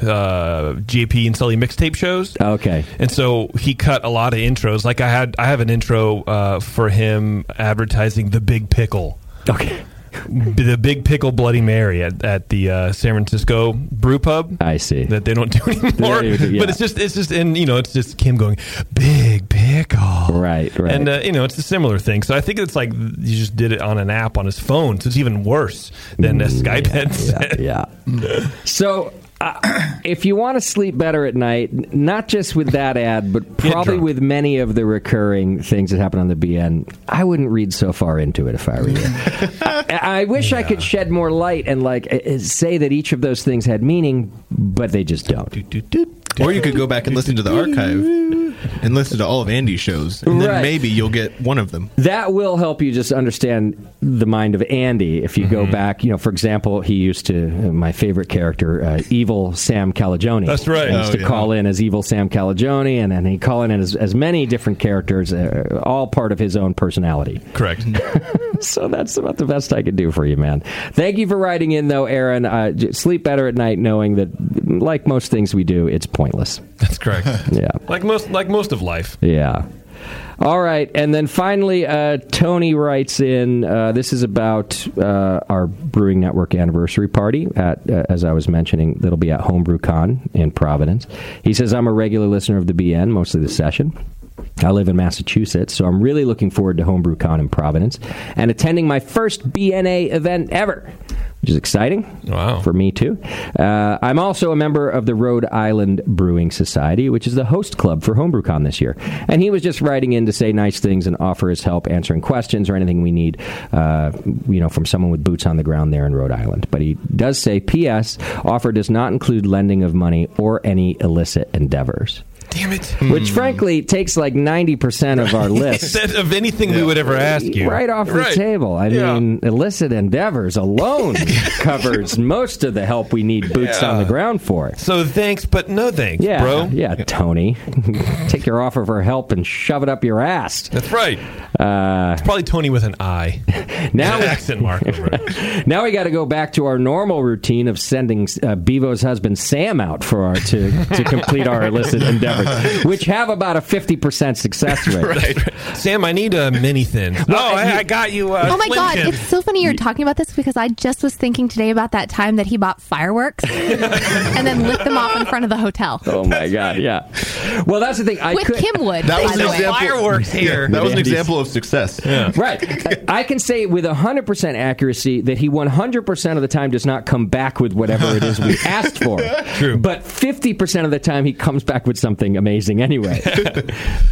Speaker 14: uh, JP and Sully mixtape shows.
Speaker 10: Okay,
Speaker 14: and so he cut a lot of intros. Like I had, I have an intro uh, for him advertising the Big Pickle.
Speaker 10: Okay.
Speaker 14: The Big Pickle Bloody Mary at, at the uh, San Francisco Brew Pub.
Speaker 10: I see
Speaker 14: that they don't do [laughs] anymore.
Speaker 10: even do- yeah.
Speaker 14: But it's just it's just and you know it's just Kim going big pickle.
Speaker 10: Right, right.
Speaker 14: And uh, you know it's a similar thing. So I think it's like you just did it on an app on his phone. So it's even worse than a Skype headset.
Speaker 10: Mm, Yeah. So, uh, if you want to sleep better at night, n- not just with that ad, but probably with many of the recurring things that happen on the BN, I wouldn't read so far into it if I
Speaker 14: [laughs]
Speaker 10: were you. I, I wish I could shed more light and like uh, uh, say that each of those things had meaning, but they just don't.
Speaker 12: Or you could go back and listen to the archive and listen to all of Andy's shows, and then
Speaker 10: Right.
Speaker 12: maybe you'll get one of them.
Speaker 10: That will help you just understand the mind of Andy. If you
Speaker 14: Mm-hmm.
Speaker 10: go back, you know, for example, he used to uh, my favorite character, uh, Evil Sam Calagione.
Speaker 14: That's right.
Speaker 10: He used
Speaker 14: Oh,
Speaker 10: to
Speaker 14: yeah.
Speaker 10: call in as Evil Sam Calagione, and then he call in as, as many different characters, uh, all part of his own personality.
Speaker 14: Correct.
Speaker 10: [laughs] so that's about the best I could do for you, man. Thank you for writing in, though, Aaron. Uh, j- sleep better at night, knowing that, like most things we do, it's pointless.
Speaker 14: That's correct.
Speaker 10: [laughs] Yeah.
Speaker 14: [laughs] Like most like most of life.
Speaker 10: Yeah. All right. And then finally, uh, Tony writes in uh, this is about uh, our Brewing Network anniversary party, at, uh, as I was mentioning, that'll be at HomebrewCon in Providence. He says, I'm a regular listener of the BN, mostly the session. I live in Massachusetts, so I'm really looking forward to HomebrewCon in Providence and attending my first BNA event ever, which is exciting. Wow. For me, too. Uh, I'm also a member of the Rhode Island Brewing Society, which is the host club for HomebrewCon this year. And he was just writing in to say nice things and offer his help answering questions or anything we need, uh, you know, from someone with boots on the ground there in Rhode Island. But he does say, P.S. offer does not include lending of money or any illicit endeavors.
Speaker 14: Damn it.
Speaker 10: Which frankly takes like
Speaker 14: [laughs]
Speaker 10: 90% of our list.
Speaker 14: Instead of anything we would ever ask you.
Speaker 10: Right off the
Speaker 14: Right.
Speaker 10: table. I
Speaker 14: Yeah.
Speaker 10: mean, illicit
Speaker 14: [laughs]
Speaker 10: endeavors alone covers most of the help we need boots
Speaker 14: Yeah.
Speaker 10: on the ground for.
Speaker 14: So thanks, but no thanks,
Speaker 10: yeah,
Speaker 14: bro.
Speaker 10: Yeah, Tony. [laughs] Take your offer for help and shove it up your ass.
Speaker 14: That's right.
Speaker 10: Uh,
Speaker 14: it's probably Tony with an I.
Speaker 10: [laughs]
Speaker 14: [laughs]
Speaker 10: Now we-
Speaker 14: accent mark.
Speaker 10: [laughs]
Speaker 14: over it.
Speaker 10: now we got to go back to our normal routine of sending uh, Bevo's husband Sam out for our to, to complete our illicit endeavors, which have about a fifty percent success rate.
Speaker 14: [laughs] Sam, I need a mini [laughs] thin. oh, I, I got you. Uh,
Speaker 7: oh my
Speaker 14: Slim
Speaker 7: god,
Speaker 14: Jim.
Speaker 7: it's so funny you're talking about this because I just was thinking today about that time that he bought fireworks and then lit them off in front of the hotel.
Speaker 10: Oh my god, yeah. Well, that's the thing. I
Speaker 7: With
Speaker 10: could,
Speaker 7: Kim Wood, by the way.
Speaker 14: Fireworks here.
Speaker 12: that was an
Speaker 10: Andy's-
Speaker 12: example of success.
Speaker 10: Right. I I can say with 100% accuracy that he 100% of the time does not come back with whatever it is we asked for. True. But 50% of the time he comes back with something amazing anyway,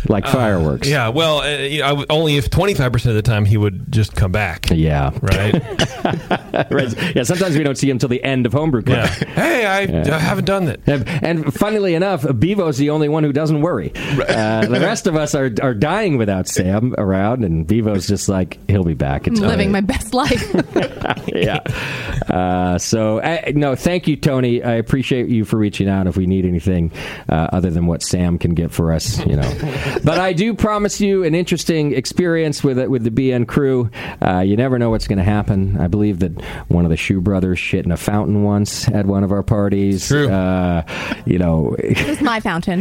Speaker 10: like fireworks.
Speaker 14: Yeah, well, uh, you know, I w- only if 25% of the time he would just come back.
Speaker 10: Yeah.
Speaker 14: Right?
Speaker 10: [laughs] right. Yeah, sometimes we don't see him till the end of Homebrew [laughs] Club.
Speaker 14: Hey, I, I haven't done that.
Speaker 10: And, and funnily enough, Bevo's the only one who doesn't worry. Uh, the rest of us are, are dying without Sam around, and Bevo's just like, he'll be back.
Speaker 7: I'm
Speaker 10: It's all
Speaker 7: living my
Speaker 10: right.
Speaker 7: best
Speaker 10: [laughs]
Speaker 7: life.
Speaker 10: yeah. [laughs] Uh, so, uh, no, thank you, Tony. I appreciate you for reaching out. If we need anything uh, other than what Sam can get for us, you [laughs] know. but I do promise you an interesting experience with it with the BN crew. Uh, you never know what's going to happen. I believe that one of the Shoe Brothers shit in a fountain once at one of our parties. True. Uh, you know.
Speaker 7: It was my fountain.
Speaker 10: [laughs]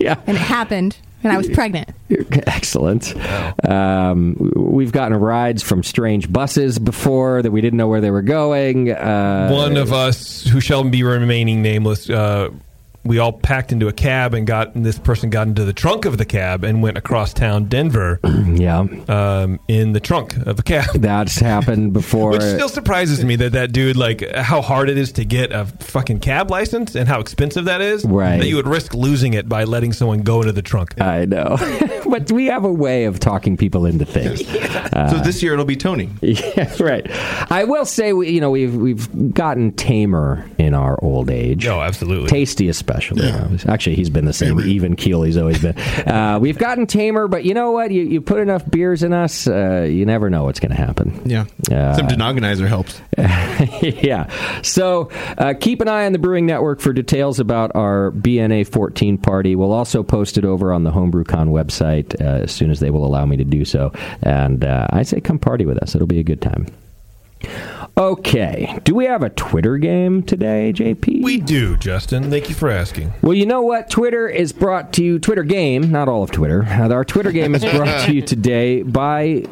Speaker 10: yeah.
Speaker 7: And it happened, and I was pregnant.
Speaker 10: [laughs] Excellent. Um, we've gotten rides from strange buses before that we didn't know where they were going. Uh,
Speaker 14: One of us who shall be remaining nameless, uh, we all packed into a cab and got and this person got into the trunk of the cab and went across town, Denver.
Speaker 10: [clears throat] yeah,
Speaker 14: um, in the trunk of a cab.
Speaker 10: That's happened
Speaker 14: [laughs]
Speaker 10: before.
Speaker 14: Which still surprises me that that dude like how hard it is to get a fucking cab license and how expensive that is.
Speaker 10: Right.
Speaker 14: That you would risk losing it by letting someone go into the trunk.
Speaker 10: I know. [laughs] but we have a way of talking people into things.
Speaker 12: so this year it'll be
Speaker 10: [laughs]
Speaker 12: Tony.
Speaker 10: Yeah, right. I will say, we, you know, we've we've gotten tamer in our old age.
Speaker 14: Oh, absolutely.
Speaker 10: Tasty, especially. Actually, he's been the same even keel he's always
Speaker 12: [laughs]
Speaker 10: been. Uh, we've gotten tamer, but you know what? You, you put enough beers in us, uh, you never know what's going to happen.
Speaker 12: Yeah.
Speaker 10: Uh,
Speaker 12: Some
Speaker 10: [laughs]
Speaker 12: denogonizer helps.
Speaker 10: yeah. So uh, keep an eye on the Brewing Network for details about our BNA 14 party. We'll also post it over on the HomebrewCon website uh, as soon as they will allow me to do so. And uh, I say come party with us, it'll be a good time. Okay. Do we have a Twitter game today, JP?
Speaker 14: We do, Justin. Thank you for asking.
Speaker 10: Well, you know what? Twitter is brought to you, Twitter game, not all of Twitter. Uh, our Twitter game is brought to you today by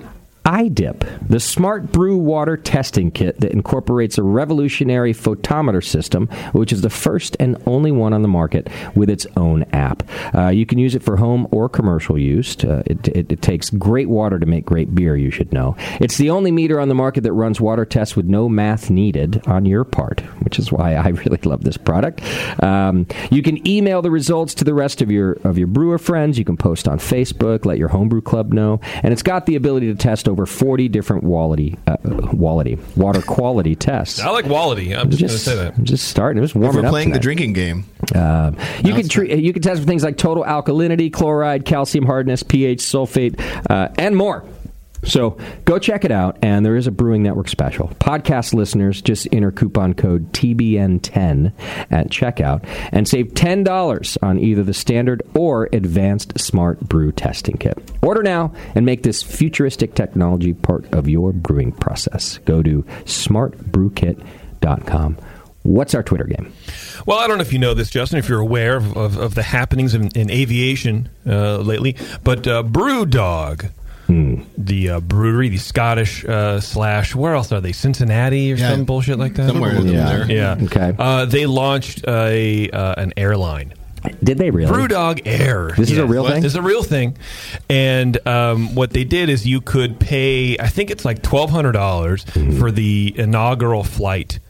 Speaker 10: iDip, the smart brew water testing kit that incorporates a revolutionary photometer system, which is the first and only one on the market with its own app. Uh, you can use it for home or commercial use. Uh, it, it, it takes great water to make great beer, you should know. It's the only meter on the market that runs water tests with no math needed on your part, which is why I [laughs] really love this product. Um, you can email the results to the rest of your of your brewer friends. You can post on Facebook, let your homebrew club know, and it's got the ability to test over forty different quality uh, quality water quality tests.
Speaker 14: I like quality. I'm just,
Speaker 10: Just-
Speaker 14: going to say that.
Speaker 10: I'm just starting. Just warming
Speaker 12: We're
Speaker 10: up
Speaker 12: playing the
Speaker 10: tonight.
Speaker 12: drinking game.
Speaker 10: Um, you can treat, you can test for things like total alkalinity, chloride, calcium hardness, pH, sulfate, uh, and more. So go check it out, and there is a Brewing Network special. Podcast listeners just enter coupon code TBN10 at checkout and save ten dollars on either the standard or advanced smart brew testing kit. Order now and make this futuristic technology part of your brewing process. Go to smartbrewkit.com. What's our Twitter game?
Speaker 14: Well, I don't know if you know this, Justin, if you're aware of, of, of the happenings in, in aviation uh, lately, but uh, Brewdog,
Speaker 10: Hmm.
Speaker 14: the uh, brewery, the Scottish uh, slash, where else are they? Cincinnati or
Speaker 12: Yeah.
Speaker 14: some bullshit like that?
Speaker 12: Somewhere in Yeah. there.
Speaker 14: Yeah.
Speaker 10: Okay.
Speaker 14: Uh, they launched a uh, an airline.
Speaker 10: Did they really?
Speaker 14: Brewdog Air.
Speaker 10: This is a real thing?
Speaker 14: This is a real thing. And um, what they did is you could pay, I think it's like twelve hundred dollars
Speaker 10: Mm-hmm.
Speaker 14: for the inaugural flight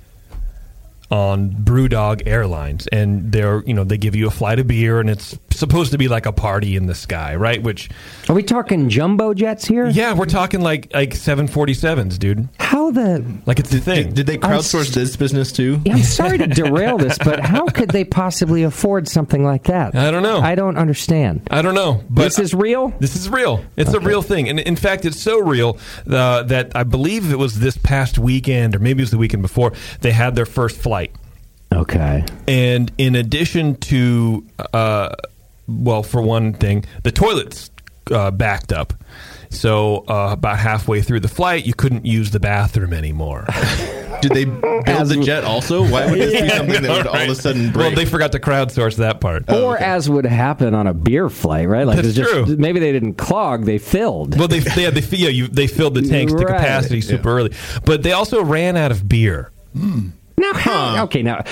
Speaker 14: on Brewdog Airlines, and they're you know they give you a flight of beer, and it's supposed to be like a party in the sky, right? Which
Speaker 10: Are we talking jumbo jets here?
Speaker 14: yeah, we're talking like like seven forty sevens, dude.
Speaker 10: How the
Speaker 14: Like it's the thing.
Speaker 12: Did, did they crowdsource this business too?
Speaker 14: [laughs]
Speaker 10: Yeah, I'm sorry to derail this, but how could they possibly afford something like that?
Speaker 14: I don't know.
Speaker 10: I don't understand.
Speaker 14: I don't know, but
Speaker 10: this is real.
Speaker 14: This is real. It's a real thing, and in fact, it's so real uh, that I believe it was this past weekend, or maybe it was the weekend before, they had their first flight.
Speaker 10: Okay.
Speaker 14: And in addition to, uh, well, for one thing, the toilets uh, backed up. So uh, about halfway through the flight, you couldn't use the bathroom anymore.
Speaker 12: [laughs] Did they build the jet also? Why would
Speaker 14: [laughs]
Speaker 12: this be something that would all of a sudden
Speaker 14: Well,
Speaker 12: break? Oh,
Speaker 14: they forgot to crowdsource that part.
Speaker 10: or as would happen on a beer flight, right? Like
Speaker 14: Oh, That's
Speaker 10: it's just
Speaker 14: true.
Speaker 10: maybe they didn't clog, they filled.
Speaker 14: Well, they they, they, yeah, you, they filled the tanks to
Speaker 10: Right.
Speaker 14: capacity super early, but they also ran out of beer.
Speaker 10: Now, how- Hmm. okay, now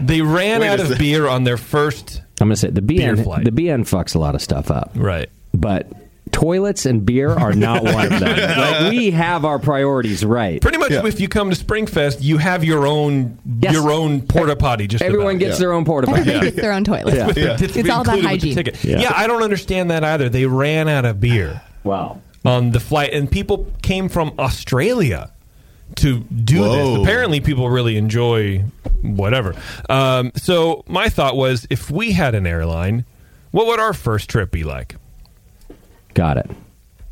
Speaker 14: They ran
Speaker 12: Wait a
Speaker 14: out of
Speaker 12: sec.
Speaker 14: beer on their first
Speaker 10: I'm gonna say the
Speaker 14: Beer
Speaker 10: BN
Speaker 14: flight.
Speaker 10: the BN fucks a lot of stuff up,
Speaker 14: right.
Speaker 10: but toilets and beer are
Speaker 14: [laughs]
Speaker 10: not one of them. Like, we have our priorities right.
Speaker 14: Pretty much, if you come to Springfest, you have your own
Speaker 10: Yes.
Speaker 14: your own porta potty. Just
Speaker 10: Everyone
Speaker 14: about.
Speaker 10: gets their own porta potty.
Speaker 7: Everybody gets their own toilet.
Speaker 10: Yeah.
Speaker 7: It's all
Speaker 14: included
Speaker 7: about
Speaker 14: with the
Speaker 7: hygiene.
Speaker 14: ticket.
Speaker 10: Yeah.
Speaker 14: Yeah. I don't understand that either. They ran out of beer
Speaker 10: Wow.
Speaker 14: on the flight, and people came from Australia to do
Speaker 12: Whoa.
Speaker 14: this. Apparently, people really enjoy whatever. Um, so my thought was, if we had an airline, what would our first trip be like?
Speaker 10: Got it.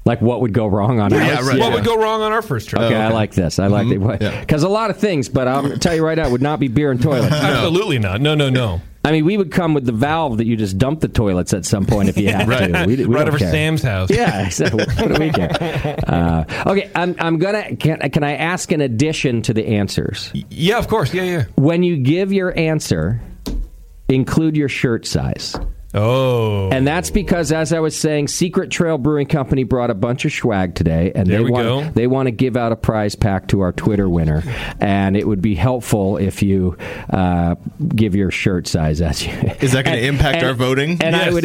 Speaker 10: Like what would go wrong on
Speaker 12: Yeah,
Speaker 10: ours?
Speaker 12: right.
Speaker 14: What would go wrong on our first trip?
Speaker 10: Oh, Okay, I like this. I like it [laughs]
Speaker 14: [laughs]
Speaker 12: Yeah.
Speaker 10: because a lot of things, but I'll tell you right now, it would not be beer and toilet.
Speaker 14: Absolutely not. No, no, no.
Speaker 10: I mean, we would come with the valve that you just dump the toilets at some point if you
Speaker 14: [laughs]
Speaker 10: had to.
Speaker 14: Right.
Speaker 10: We, d- we
Speaker 14: Right
Speaker 10: don't
Speaker 14: over
Speaker 10: care.
Speaker 14: Sam's house. [laughs]
Speaker 10: Yeah, exactly. What do we care? Uh, okay, I'm, I'm gonna. Can, can I ask an addition to the answers?
Speaker 14: Yeah, of course. Yeah, yeah.
Speaker 10: When you give your answer, include your shirt size.
Speaker 14: Oh.
Speaker 10: And that's because, as I was saying, Secret Trail Brewing Company brought a bunch of swag today, and
Speaker 14: There
Speaker 10: they
Speaker 14: we
Speaker 10: want
Speaker 14: go.
Speaker 10: they want to give out a prize pack to our Twitter winner. And it would be helpful if you uh, give your shirt size as you. [laughs]
Speaker 12: Is that going to
Speaker 10: And-
Speaker 12: impact
Speaker 10: and-
Speaker 12: our voting?
Speaker 10: And I
Speaker 12: [laughs]
Speaker 10: would,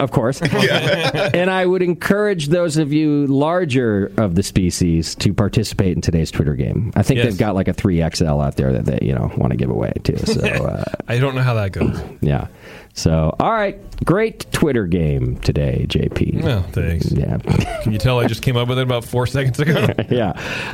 Speaker 10: of course, and I would encourage those of you larger of the species to participate in today's Twitter game. I think
Speaker 14: Yes.
Speaker 10: they've got like a three XL out there that they you know want to give away too. [laughs]
Speaker 14: [laughs]
Speaker 10: So uh,
Speaker 14: I don't know how that goes.
Speaker 10: yeah. So, all right, great Twitter game today, JP.
Speaker 14: Well, thanks.
Speaker 10: Yeah, [laughs]
Speaker 14: Can you tell I just came up with it about four [laughs] seconds ago?
Speaker 10: yeah,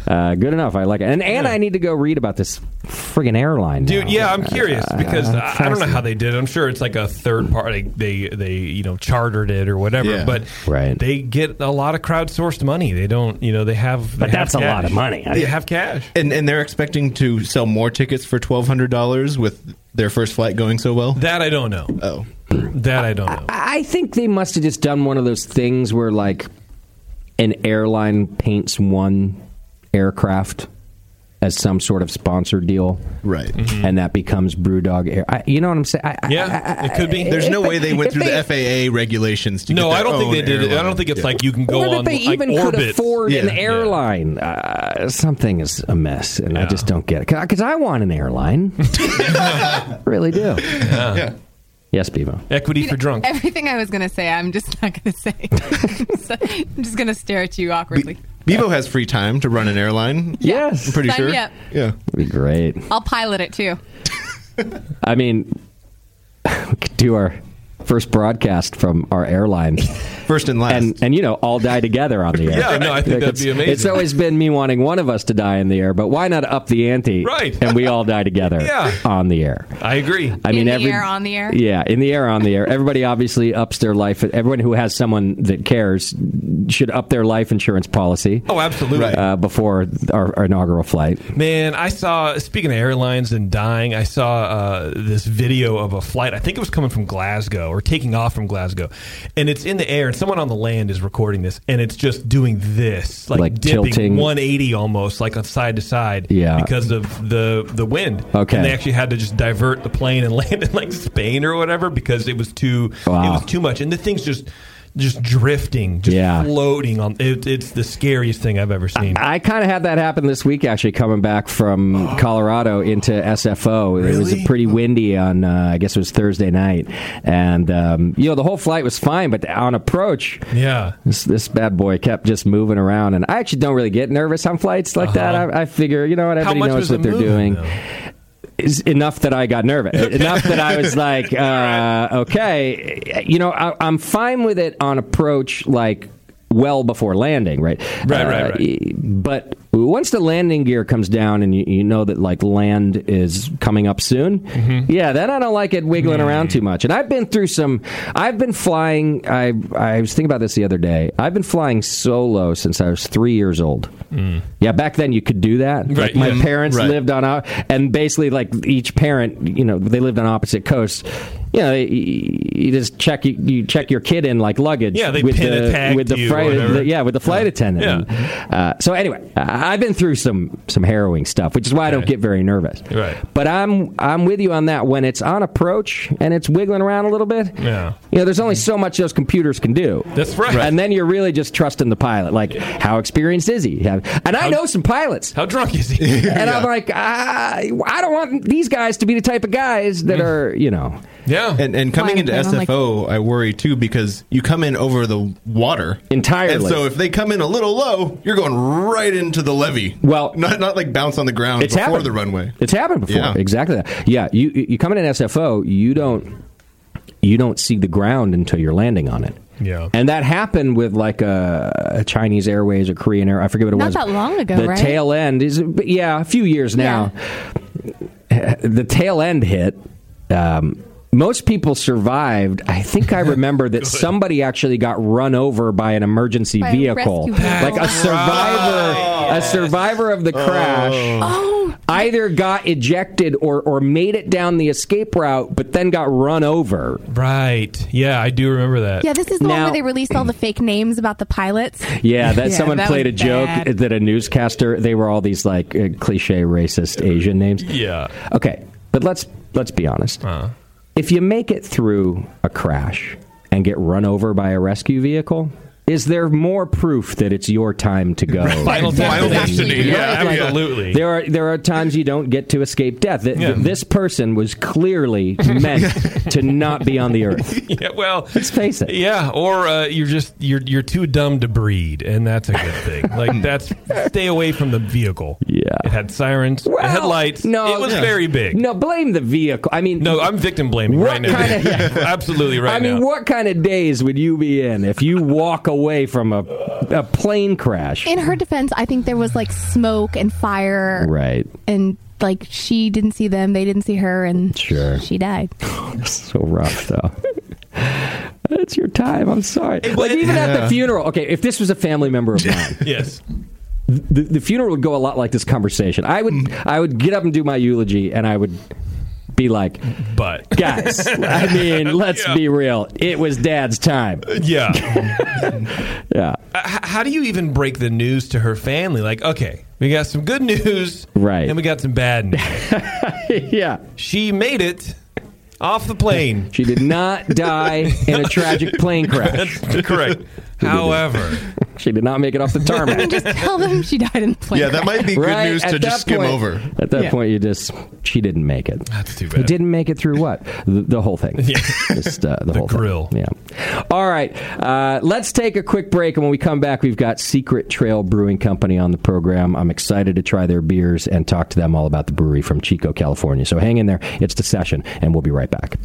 Speaker 10: uh, good enough. I like it, and and I need to go read about this friggin' airline,
Speaker 14: Dude,
Speaker 10: now.
Speaker 14: yeah, I'm curious
Speaker 10: Uh,
Speaker 14: because I, I don't know
Speaker 10: fascinating.
Speaker 14: how they did. it. I'm sure it's like a third party. They they you know chartered it or whatever.
Speaker 10: Yeah.
Speaker 14: But
Speaker 10: Right.
Speaker 14: they get a lot of crowdsourced money. They don't you know they have. They
Speaker 12: But
Speaker 14: have
Speaker 12: that's a lot
Speaker 14: cash.
Speaker 12: of money. I
Speaker 14: They
Speaker 12: mean-
Speaker 14: have cash.
Speaker 12: And and they're expecting to sell more tickets for twelve hundred dollars with their first flight going so well.
Speaker 14: That I don't know.
Speaker 12: Oh,
Speaker 14: that I don't know.
Speaker 10: I think they must have just done one of those things where like an airline paints one aircraft as some sort of sponsor deal,
Speaker 12: right?
Speaker 14: Mm-hmm.
Speaker 10: And that becomes BrewDog Air. I, you know what I'm saying? I,
Speaker 14: Yeah,
Speaker 10: I-
Speaker 14: it could be.
Speaker 12: There's no
Speaker 10: If
Speaker 12: way they went
Speaker 10: if
Speaker 12: through the FAA regulations to.
Speaker 14: No,
Speaker 12: get
Speaker 14: I
Speaker 12: their
Speaker 14: don't think
Speaker 12: own
Speaker 14: they did it. I
Speaker 12: airline.
Speaker 14: don't think it's like you can go
Speaker 10: or that
Speaker 14: on
Speaker 10: they
Speaker 14: like
Speaker 10: even could
Speaker 14: orbit.
Speaker 10: afford an
Speaker 14: Yeah.
Speaker 10: airline. Uh, something is amiss, and I just don't get it. Because I want
Speaker 14: [laughs]
Speaker 10: an airline. really do.
Speaker 14: Yeah.
Speaker 10: Yes, Bevo.
Speaker 14: Equity for drunk.
Speaker 15: Everything I was going to say, I'm just not going to
Speaker 7: [laughs]
Speaker 15: say. So, I'm just going to stare at you awkwardly.
Speaker 12: Bevo has free time to run an airline.
Speaker 10: Yes,
Speaker 12: I'm pretty
Speaker 15: Sign
Speaker 12: sure.
Speaker 15: me up.
Speaker 12: Yeah,
Speaker 10: That'd be great.
Speaker 15: I'll pilot it too.
Speaker 10: I mean, [laughs] we could do our first broadcast from our airline.
Speaker 12: [laughs] First and last.
Speaker 10: And, you know, all die together on the
Speaker 14: [laughs]
Speaker 10: air.
Speaker 14: Yeah, no, I think that'd
Speaker 10: Like,
Speaker 14: be
Speaker 10: it's-
Speaker 14: amazing.
Speaker 10: It's always been me wanting one of us to die in the air, but why not up the ante?
Speaker 14: Right.
Speaker 10: And we all die together
Speaker 14: [laughs] Yeah.
Speaker 10: on the air.
Speaker 14: I agree.
Speaker 10: I mean,
Speaker 15: in the
Speaker 10: every,
Speaker 15: air, on the air.
Speaker 10: Yeah, in the air, on the air. Everybody obviously ups their life. Everyone who has someone that cares should up their life insurance policy.
Speaker 14: Oh, absolutely.
Speaker 10: Uh, before our, our inaugural flight.
Speaker 14: Man, I saw. Speaking of airlines and dying, I saw uh, this video of a flight. I think it was coming from Glasgow or taking off from Glasgow, and it's in the air, and someone on the land is recording this, and it's just doing this, like,
Speaker 10: Like
Speaker 14: dipping
Speaker 10: tilting.
Speaker 14: 180 almost, like on side to side,
Speaker 10: Yeah.
Speaker 14: because of the the wind.
Speaker 10: Okay.
Speaker 14: and they actually had to just divert the plane and [laughs] land in like Spain or whatever because it was too
Speaker 10: Wow.
Speaker 14: it was too much, and the thing's just just drifting, just
Speaker 10: Yeah.
Speaker 14: floating on. It, it's the scariest thing I've ever seen.
Speaker 10: I kind of had that happen this week, actually, coming back from Colorado into SFO. It was pretty windy on, uh, I guess it was Thursday night. And, um, you know, the whole flight was fine, but on approach,
Speaker 14: yeah.
Speaker 10: this, this bad boy kept just moving around. And I actually don't really get nervous on flights like that. I, I figure, you know what,
Speaker 14: Uh-huh. How
Speaker 10: everybody
Speaker 14: much was
Speaker 10: knows what
Speaker 14: it
Speaker 10: they're
Speaker 14: moving,
Speaker 10: doing. Is enough that I got nervous. enough that I was
Speaker 14: [laughs]
Speaker 10: like, uh, okay, you know, I, I'm fine with it on approach, like well before landing, right?
Speaker 14: Right, right, right.
Speaker 10: e- But once the landing gear comes down and you, you know that like land is coming up soon,
Speaker 14: Mm-hmm.
Speaker 10: yeah, then I don't like it wiggling around too much. And I've been through some. I've been flying. I I was thinking about this the other day. I've been flying solo since I was three years old. Yeah, back then you could do that. Like,
Speaker 14: Mm. Right,
Speaker 10: my
Speaker 14: yeah.
Speaker 10: parents
Speaker 14: Right.
Speaker 10: lived on, op- and basically like each parent, you know, they lived on opposite coasts. You know, you, you just check you, you check your kid in like luggage.
Speaker 14: Yeah, they
Speaker 10: with
Speaker 14: pin
Speaker 10: the
Speaker 14: a tag
Speaker 10: with the
Speaker 14: to you or
Speaker 10: flight,
Speaker 14: whatever.
Speaker 10: the- yeah, with the flight attendant.
Speaker 14: Yeah.
Speaker 10: And, uh, so anyway, I- I've been through some some harrowing stuff, which is why I don't
Speaker 14: Okay.
Speaker 10: get very nervous.
Speaker 14: Right.
Speaker 10: But I'm I'm with you on that. When it's on approach and it's wiggling around a little bit,
Speaker 14: Yeah.
Speaker 10: you know, there's only so much those computers can do.
Speaker 14: That's right.
Speaker 10: And then you're really just trusting the pilot. Like, how experienced is he? Have- And I know some pilots.
Speaker 14: How drunk is he?
Speaker 10: [laughs] And I'm like, I, I don't want these guys to be the type of guys
Speaker 14: Mm.
Speaker 10: that are, you know.
Speaker 14: Yeah,
Speaker 12: and and coming
Speaker 10: Flying
Speaker 12: into
Speaker 10: around like-
Speaker 12: SFO, I worry too because you come in over the water
Speaker 10: Entirely.
Speaker 12: And so if they come in a little low, you're going right into the levee.
Speaker 10: Well,
Speaker 12: not not like bounce on the ground
Speaker 10: It's
Speaker 12: before
Speaker 10: happened.
Speaker 12: the runway.
Speaker 10: It's happened before.
Speaker 12: Yeah.
Speaker 10: Exactly that. Yeah, you you come in an SFO, you don't you don't see the ground until you're landing on it.
Speaker 14: Yeah.
Speaker 10: And that happened with like a, a Chinese Airways or Korean Air. I forget what it
Speaker 15: Not
Speaker 10: was.
Speaker 15: that long ago,
Speaker 10: The
Speaker 15: right?
Speaker 10: tail end is but yeah, a few years now. The tail end hit. Um, most people survived. I
Speaker 14: [laughs]
Speaker 10: think I remember that somebody actually got run over by an emergency
Speaker 15: By a
Speaker 10: vehicle,
Speaker 15: rescue vehicle.
Speaker 14: Oh.
Speaker 10: like a survivor, a survivor of the crash.
Speaker 15: Oh,
Speaker 10: either got ejected or, or made it down the escape route, but then got run over.
Speaker 14: Right. Yeah, I do remember that.
Speaker 16: Uh,
Speaker 7: Yeah, this is the one
Speaker 10: Now-
Speaker 7: where they released
Speaker 10: [clears throat]
Speaker 7: all the fake names about the pilots.
Speaker 10: Yeah, that
Speaker 7: Yeah,
Speaker 10: someone
Speaker 7: that
Speaker 10: played a
Speaker 7: was
Speaker 10: joke
Speaker 7: bad.
Speaker 10: that a newscaster. They were all these like uh, cliche racist Asian names.
Speaker 14: Yeah. Uh-huh.
Speaker 10: Okay, but let's let's be honest. If you make it through a crash and get run over by a rescue vehicle. Is there more proof that it's your time to go?
Speaker 14: [laughs] Final Final destination. destination. Yeah,
Speaker 10: Right? Like,
Speaker 14: absolutely.
Speaker 10: There are there are times you don't get to escape death. Th- th-
Speaker 14: Yeah.
Speaker 10: This person was clearly
Speaker 14: [laughs]
Speaker 10: meant to not be on the earth.
Speaker 14: Yeah, well,
Speaker 10: let's face it.
Speaker 14: Yeah, or uh, you're just you're you're too dumb to breed, and that's a good
Speaker 10: [laughs]
Speaker 14: thing. like that's stay away from the vehicle.
Speaker 10: Yeah,
Speaker 14: it had sirens, it had lights.
Speaker 10: no,
Speaker 14: it was
Speaker 10: yeah.
Speaker 14: very big.
Speaker 10: No, blame the vehicle. I mean,
Speaker 14: no, I'm victim blaming right now.
Speaker 10: kind
Speaker 14: [laughs]
Speaker 10: of-
Speaker 14: Absolutely right
Speaker 10: I mean,
Speaker 14: now.
Speaker 10: what kind of days would you be in if you walk away from a, a plane crash?
Speaker 7: In her defense, I think there was like smoke and fire,
Speaker 10: Right.
Speaker 7: and like she didn't see them, they didn't see her, and
Speaker 10: Sure.
Speaker 7: she died.
Speaker 10: so rough, though.
Speaker 16: [laughs]
Speaker 10: It's your time. I'm sorry. Like even at
Speaker 14: Yeah.
Speaker 10: the funeral. Okay, if this was a family member of
Speaker 14: [laughs]
Speaker 10: mine,
Speaker 14: yes.
Speaker 10: the, the funeral would go a lot like this conversation. I would I would get up and do my eulogy, and I would be like,
Speaker 14: "But
Speaker 10: [laughs] guys,
Speaker 14: [laughs]
Speaker 10: I mean, let's be real. It was Dad's time.
Speaker 14: Yeah.
Speaker 10: [laughs] yeah.
Speaker 14: H- how do you even break the news to her family? Like, okay, we got some good news,
Speaker 10: Right.
Speaker 14: And we got some bad news.
Speaker 10: [laughs] yeah,
Speaker 14: she made it off the plane.
Speaker 10: She did not die in a tragic plane crash.
Speaker 14: [laughs] That's correct. However,
Speaker 10: she did not make it off the
Speaker 14: [laughs]
Speaker 10: tarmac.
Speaker 7: just tell them she died in a plane. crash.
Speaker 10: Right, at that point- At that
Speaker 7: Yeah.
Speaker 10: point, you just she didn't make it.
Speaker 14: That's too
Speaker 10: It didn't make it through what
Speaker 1: [laughs]
Speaker 10: the, the whole thing. Yeah, just uh, the, whole grill. Thing. Yeah. All right, uh, let's take a quick break, and when we come back, we've got Secret Trail Brewing Company on the program. I'm excited to try their beers and talk to them all about the brewery from Chico, California. So hang in there. It's the session, and we'll be right back.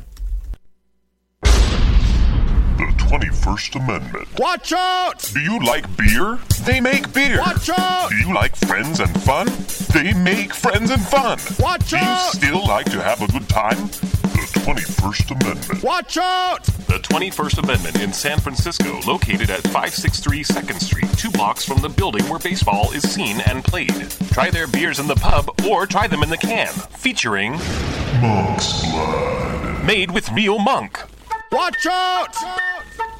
Speaker 17: The 21st Amendment. Watch out! Do you like beer? They make beer. Watch out! Do you like friends and fun? They make friends and fun. Watch out! Do you still like to have a good time? The 21st Amendment. Watch out!
Speaker 18: The 21st Amendment in San Francisco, located at 563 2nd Street, two blocks from the building where baseball is seen and played. Try their beers in the pub or try them in the can, featuring
Speaker 17: Monk's Blood.
Speaker 18: Made with Real Monk.
Speaker 17: Watch out!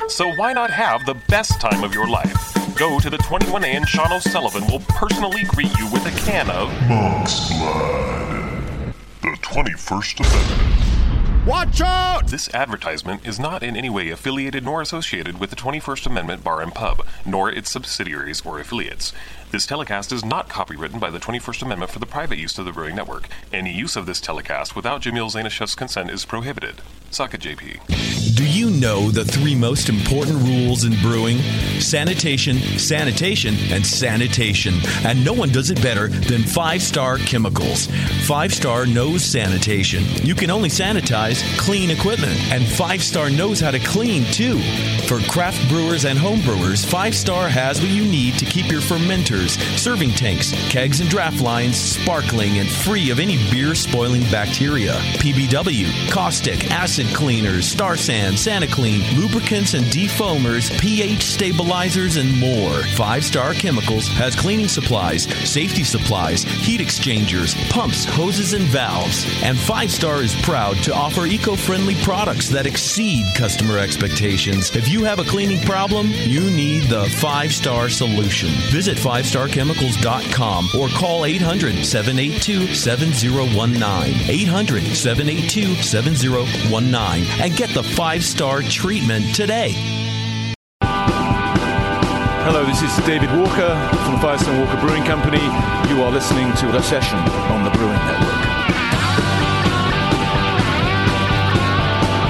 Speaker 18: So why not have the best time of your life? Go to the 21A and Sean O'Sullivan will personally greet you with a can of
Speaker 17: Monk's Blood. The 21st Amendment.
Speaker 18: Watch out! This advertisement is not in any way affiliated nor associated with the 21st Amendment Bar and Pub, nor its subsidiaries or affiliates. This telecast is not copywritten by the 21st Amendment for the private use of the Brewing Network. Any use of this telecast without Jamil Zainashev's consent is prohibited. Suck it, JP.
Speaker 19: Do you know the three most important rules in brewing? Sanitation, sanitation, and sanitation. And no one does it better than Five Star Chemicals. Five Star knows sanitation. You can only sanitize clean equipment, and Five Star knows how to clean too. For craft brewers and home brewers, Five Star has what you need to keep your fermenters, serving tanks, kegs, and draft lines sparkling and free of any beer spoiling bacteria. PBW, caustic, acid cleaners, star sand, SanaClean, lubricants and defoamers, pH stabilizers, and more. Five Star Chemicals has cleaning supplies, safety supplies, heat exchangers, pumps, hoses, and valves. And Five Star is proud to offer eco friendly products that exceed customer expectations. If you have a cleaning problem, you need the Five Star Solution. Visit 5starchemicals.com or call 800 782 7019. 800 782 7019 and get the Five Star treatment today.
Speaker 20: Hello, this is David Walker from the Firestone Walker Brewing Company. You are listening to The Session on the Brewing Network.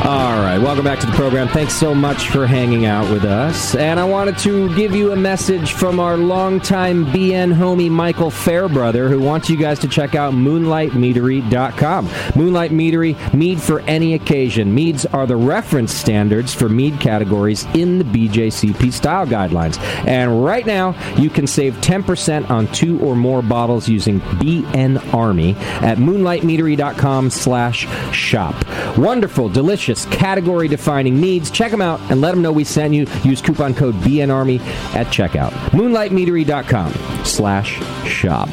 Speaker 10: All right, welcome back to the program. Thanks so much for hanging out with us. And I wanted to give you a message from our longtime BN homie Michael Fairbrother, who wants you guys to check out moonlightmeadery.com. Moonlight Meadery, mead for any occasion. Meads are the reference standards for mead categories in the BJCP style guidelines. And right now, you can save 10% on two or more bottles using BN Army at moonlightmeadery.com slash shop. Wonderful, delicious, category-defining meads. Check them out and let them know we sent you. Use coupon code BNARMY at checkout. Moonlightmeadery.com slash shop.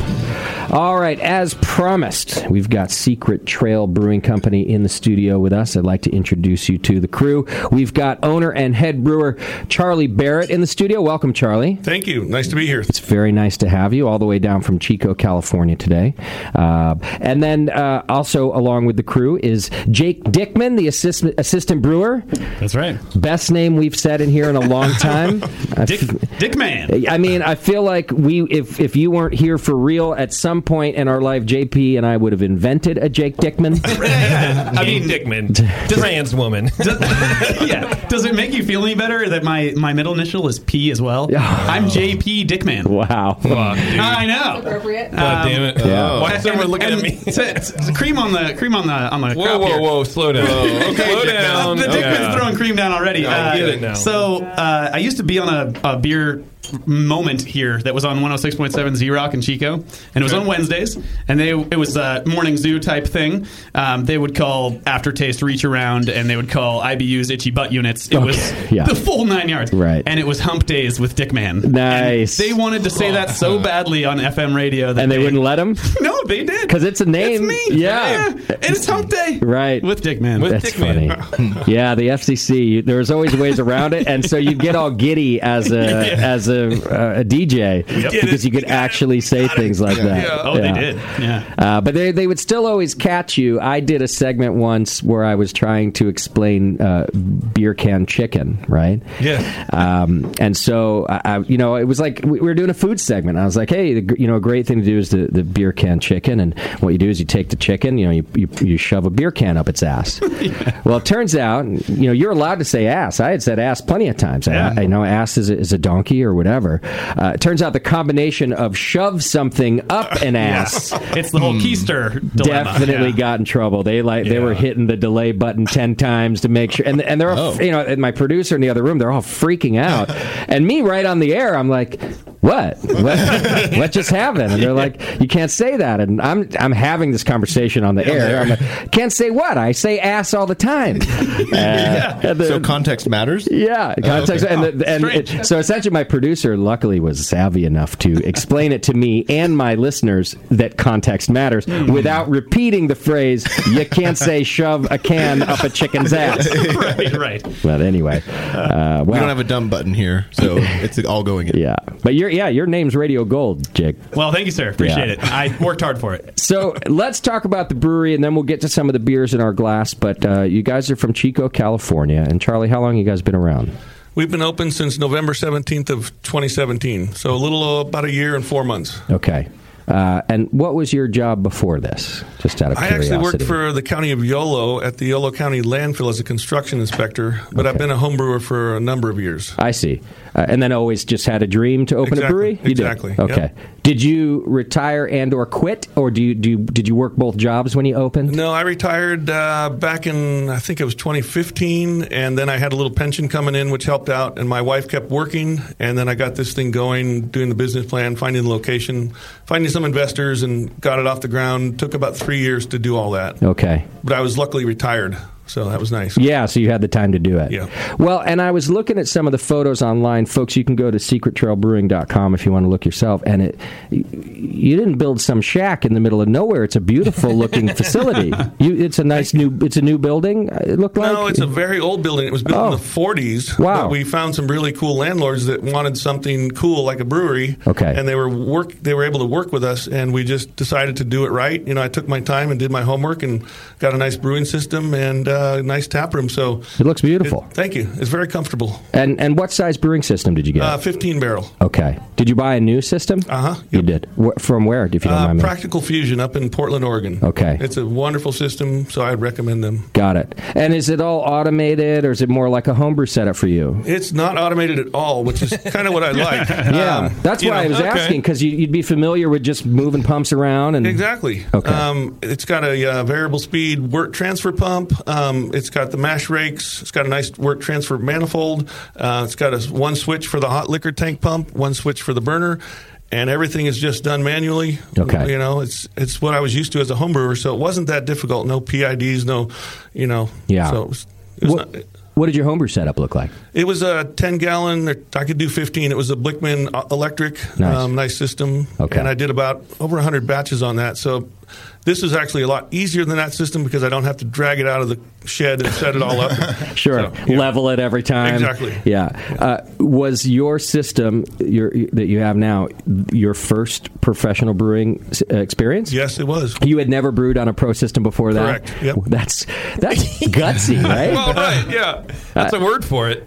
Speaker 10: All right, as promised, we've got Secret Trail Brewing Company in the studio with us. I'd like to introduce you to the crew. We've got owner and head brewer Charlie Barrett in the studio. Welcome, Charlie.
Speaker 21: Thank you. Nice to be here.
Speaker 10: It's very nice to have you all the way down from Chico, California today. Uh, and then uh, also along with the crew is Jake Dickman, the assistant assistant brewer.
Speaker 16: That's right.
Speaker 10: Best name we've said in here in a
Speaker 16: [laughs]
Speaker 10: long time.
Speaker 16: Dick, Dickman.
Speaker 10: I mean, I feel like we if if you weren't here for real at some point in our life, JP and I would have invented a
Speaker 16: [laughs]
Speaker 10: Jake Dickman.
Speaker 14: I mean, Dickman, trans woman. [laughs]
Speaker 16: yeah. Does it make you feel any better that my, my middle initial is P as well? I'm JP Dickman. um,
Speaker 10: Wow.
Speaker 16: I know.
Speaker 15: Appropriate.
Speaker 14: God damn it. Oh.
Speaker 10: Yeah.
Speaker 14: Why is everyone
Speaker 16: [laughs]
Speaker 14: looking at me?
Speaker 16: cream on the cream on the on the.
Speaker 14: Whoa, whoa, whoa!
Speaker 16: [laughs]
Speaker 14: Slow down. slow down.
Speaker 16: The Dickman's throwing cream down already.
Speaker 14: I get it now.
Speaker 10: Oh,
Speaker 16: So uh, I used to be on a, a beer moment here that was on 106.7 Z Rock in Chico, and it was on Wednesdays, and they it was a morning zoo type thing. Um, they would call aftertaste reach around, and they would call IBUs itchy butt units. It was
Speaker 10: yeah.
Speaker 16: the full nine yards,
Speaker 10: Right.
Speaker 16: And it was hump days with Dickman.
Speaker 10: Nice.
Speaker 16: They wanted to say that
Speaker 10: [laughs]
Speaker 16: so badly on FM radio that
Speaker 10: and they wouldn't
Speaker 16: [laughs]
Speaker 10: let him
Speaker 16: no, they did
Speaker 10: because it's a name. Yeah.
Speaker 16: And it's hump day.
Speaker 10: Right.
Speaker 16: With Dickman.
Speaker 10: That's funny.
Speaker 16: [laughs]
Speaker 10: yeah, the FCC. There's always ways around it, and so you'd get all giddy as
Speaker 16: [laughs]
Speaker 10: a as a, uh, a DJ
Speaker 16: did
Speaker 10: because you could actually say things like that.
Speaker 16: Oh,
Speaker 10: Yeah.
Speaker 16: they did. Yeah.
Speaker 10: Uh, but they, they would still always catch you. I did a segment once where I was trying to explain uh, beer can chicken, right?
Speaker 14: Yeah.
Speaker 10: Um, and so, I, I, you know, it was like we we were doing a food segment. I was like, hey, the, gr- you know, a great thing to do is the, the beer can chicken. And what you do is you take the chicken, you know, you, you, you shove a beer can up its ass. Well, it turns out, you know, you're allowed to say ass. I had said ass plenty of times. I, I know ass is a, is a donkey or whatever. Uh, it turns out the combination of shove something up an ass Hmm.
Speaker 16: It's the whole keister dilemma.
Speaker 10: definitely got in trouble. They like they were hitting the delay button ten times to make sure, and and they're all, you know, and my producer in the other room, they're all freaking out, and me right on the air, I'm like. What? what? What just happened? And they're like, you can't say that. And I'm I'm having this conversation on the air. I'm like, can't say what? I say ass all the time. Uh, [laughs] so
Speaker 12: context matters. Oh,
Speaker 10: Yeah, context.
Speaker 12: okay.
Speaker 10: And, the, and it, so essentially, my producer luckily was savvy enough
Speaker 12: [laughs]
Speaker 10: to explain it to me and my listeners that context matters
Speaker 12: Hmm.
Speaker 10: without repeating the phrase. You can't say shove a can up a
Speaker 12: [laughs]
Speaker 10: chicken's ass.
Speaker 16: [laughs] right, right.
Speaker 10: But anyway, uh,
Speaker 12: We don't
Speaker 10: wow.
Speaker 12: have a dumb button here,
Speaker 10: [laughs]
Speaker 12: so it's all going in.
Speaker 10: Yeah, but your yeah your name's Radio Gold, Jake.
Speaker 16: Well, thank you, sir. Appreciate
Speaker 10: Yeah.
Speaker 16: it. I worked hard for it.
Speaker 10: So let's talk about the brewery, and then we'll get to some of the beers in our glass. But uh, you guys are from Chico, California, and Charlie, how long you guys been around?
Speaker 21: We've been open since November 17th of 2017, so a little uh, about a year and four months.
Speaker 10: Okay. Uh, and what was your job before this? Just out of
Speaker 21: I
Speaker 10: curiosity.
Speaker 21: actually worked for the county of Yolo at the Yolo County landfill as a construction inspector, but I've been a home brewer for a number of years.
Speaker 10: I see. Uh, and then always just had a dream to open
Speaker 21: Exactly.
Speaker 10: a brewery. You did?
Speaker 21: Exactly. Yep.
Speaker 10: Okay. Did you retire and or quit, or do you do you- did you work both jobs when you opened?
Speaker 21: No, I retired uh, back in I think it was 2015, and then I had a little pension coming in, which helped out. And my wife kept working, and then I got this thing going, doing the business plan, finding the location, finding some investors, and got it off the ground. Took about three years to do all that,
Speaker 10: Okay.
Speaker 21: but I was luckily retired, so that was nice.
Speaker 10: Yeah, so you had the time to do it.
Speaker 21: Yeah.
Speaker 10: Well, and I was looking at some of the photos online. Folks, you can go to secrettrailbrewing.com if you want to look yourself. And it, y- you didn't build some shack in the middle of nowhere. It's a beautiful
Speaker 21: [laughs]
Speaker 10: looking facility. You, it's a nice new, it's a new building, uh, it looked like.
Speaker 21: No, it's a very old building. It was built in the 40s.
Speaker 10: Oh. Wow.
Speaker 21: But we found some really cool landlords that wanted something cool like a brewery.
Speaker 10: Okay.
Speaker 21: And they were work they were able to work with us and we just decided to do it right. You know, I took my time and did my homework and got a nice brewing system and uh, a nice tap room. So
Speaker 10: It looks beautiful.
Speaker 21: Thank you. It's very comfortable.
Speaker 10: and and what size brewing system did you get?
Speaker 21: Uh, 15 barrel.
Speaker 10: Okay. Did you buy a new system?
Speaker 21: Uh huh.
Speaker 10: You did. Wh- from where, if you don't
Speaker 21: Uh,
Speaker 10: mind me?
Speaker 21: Practical Fusion up in Portland, Oregon.
Speaker 10: Okay.
Speaker 21: It's a wonderful system, so I'd recommend them.
Speaker 10: Got it. And is it all automated, or is it more like a homebrew setup for you?
Speaker 21: It's not automated at all, which is kind of what I like.
Speaker 10: [laughs] Yeah,
Speaker 21: Um,
Speaker 10: that's
Speaker 21: you
Speaker 10: why
Speaker 21: know,
Speaker 10: I was
Speaker 21: okay.
Speaker 10: asking because you, you'd be familiar with just moving pumps around and
Speaker 21: Exactly.
Speaker 10: Okay.
Speaker 21: Um, it's got a uh, variable speed work transfer pump. Um, it's got the mash rakes. It's got a nice work transfer manifold. Uh, it's got a s- one switch for the hot liquor tank pump, one switch for the burner, and everything is just done manually.
Speaker 10: Okay.
Speaker 21: You know, it's it's what I was used to as a home brewer, so it wasn't that difficult. No PIDs, no, you know.
Speaker 10: Yeah.
Speaker 21: So it was, it was not,
Speaker 10: What did your homebrew setup look like?
Speaker 21: It was a 10 gallon, or I could do 15. It was a Blickman uh, electric,
Speaker 10: Nice.
Speaker 21: um, nice system.
Speaker 10: Okay.
Speaker 21: And I did about over 100 batches on that. So this is actually a lot easier than that system because I don't have to drag it out of the shed and set it all up.
Speaker 10: [laughs] Sure, level it every time.
Speaker 21: Exactly.
Speaker 10: Yeah. Uh, was your system your that you have now your first professional brewing s- uh, experience?
Speaker 21: Yes, it was.
Speaker 10: You had never brewed on a pro system before that.
Speaker 21: Correct. Yep.
Speaker 10: That's that's
Speaker 21: [laughs]
Speaker 14: [laughs]
Speaker 10: gutsy, right? Uh,
Speaker 14: well, right, yeah. That's a word for
Speaker 10: [laughs]
Speaker 14: it.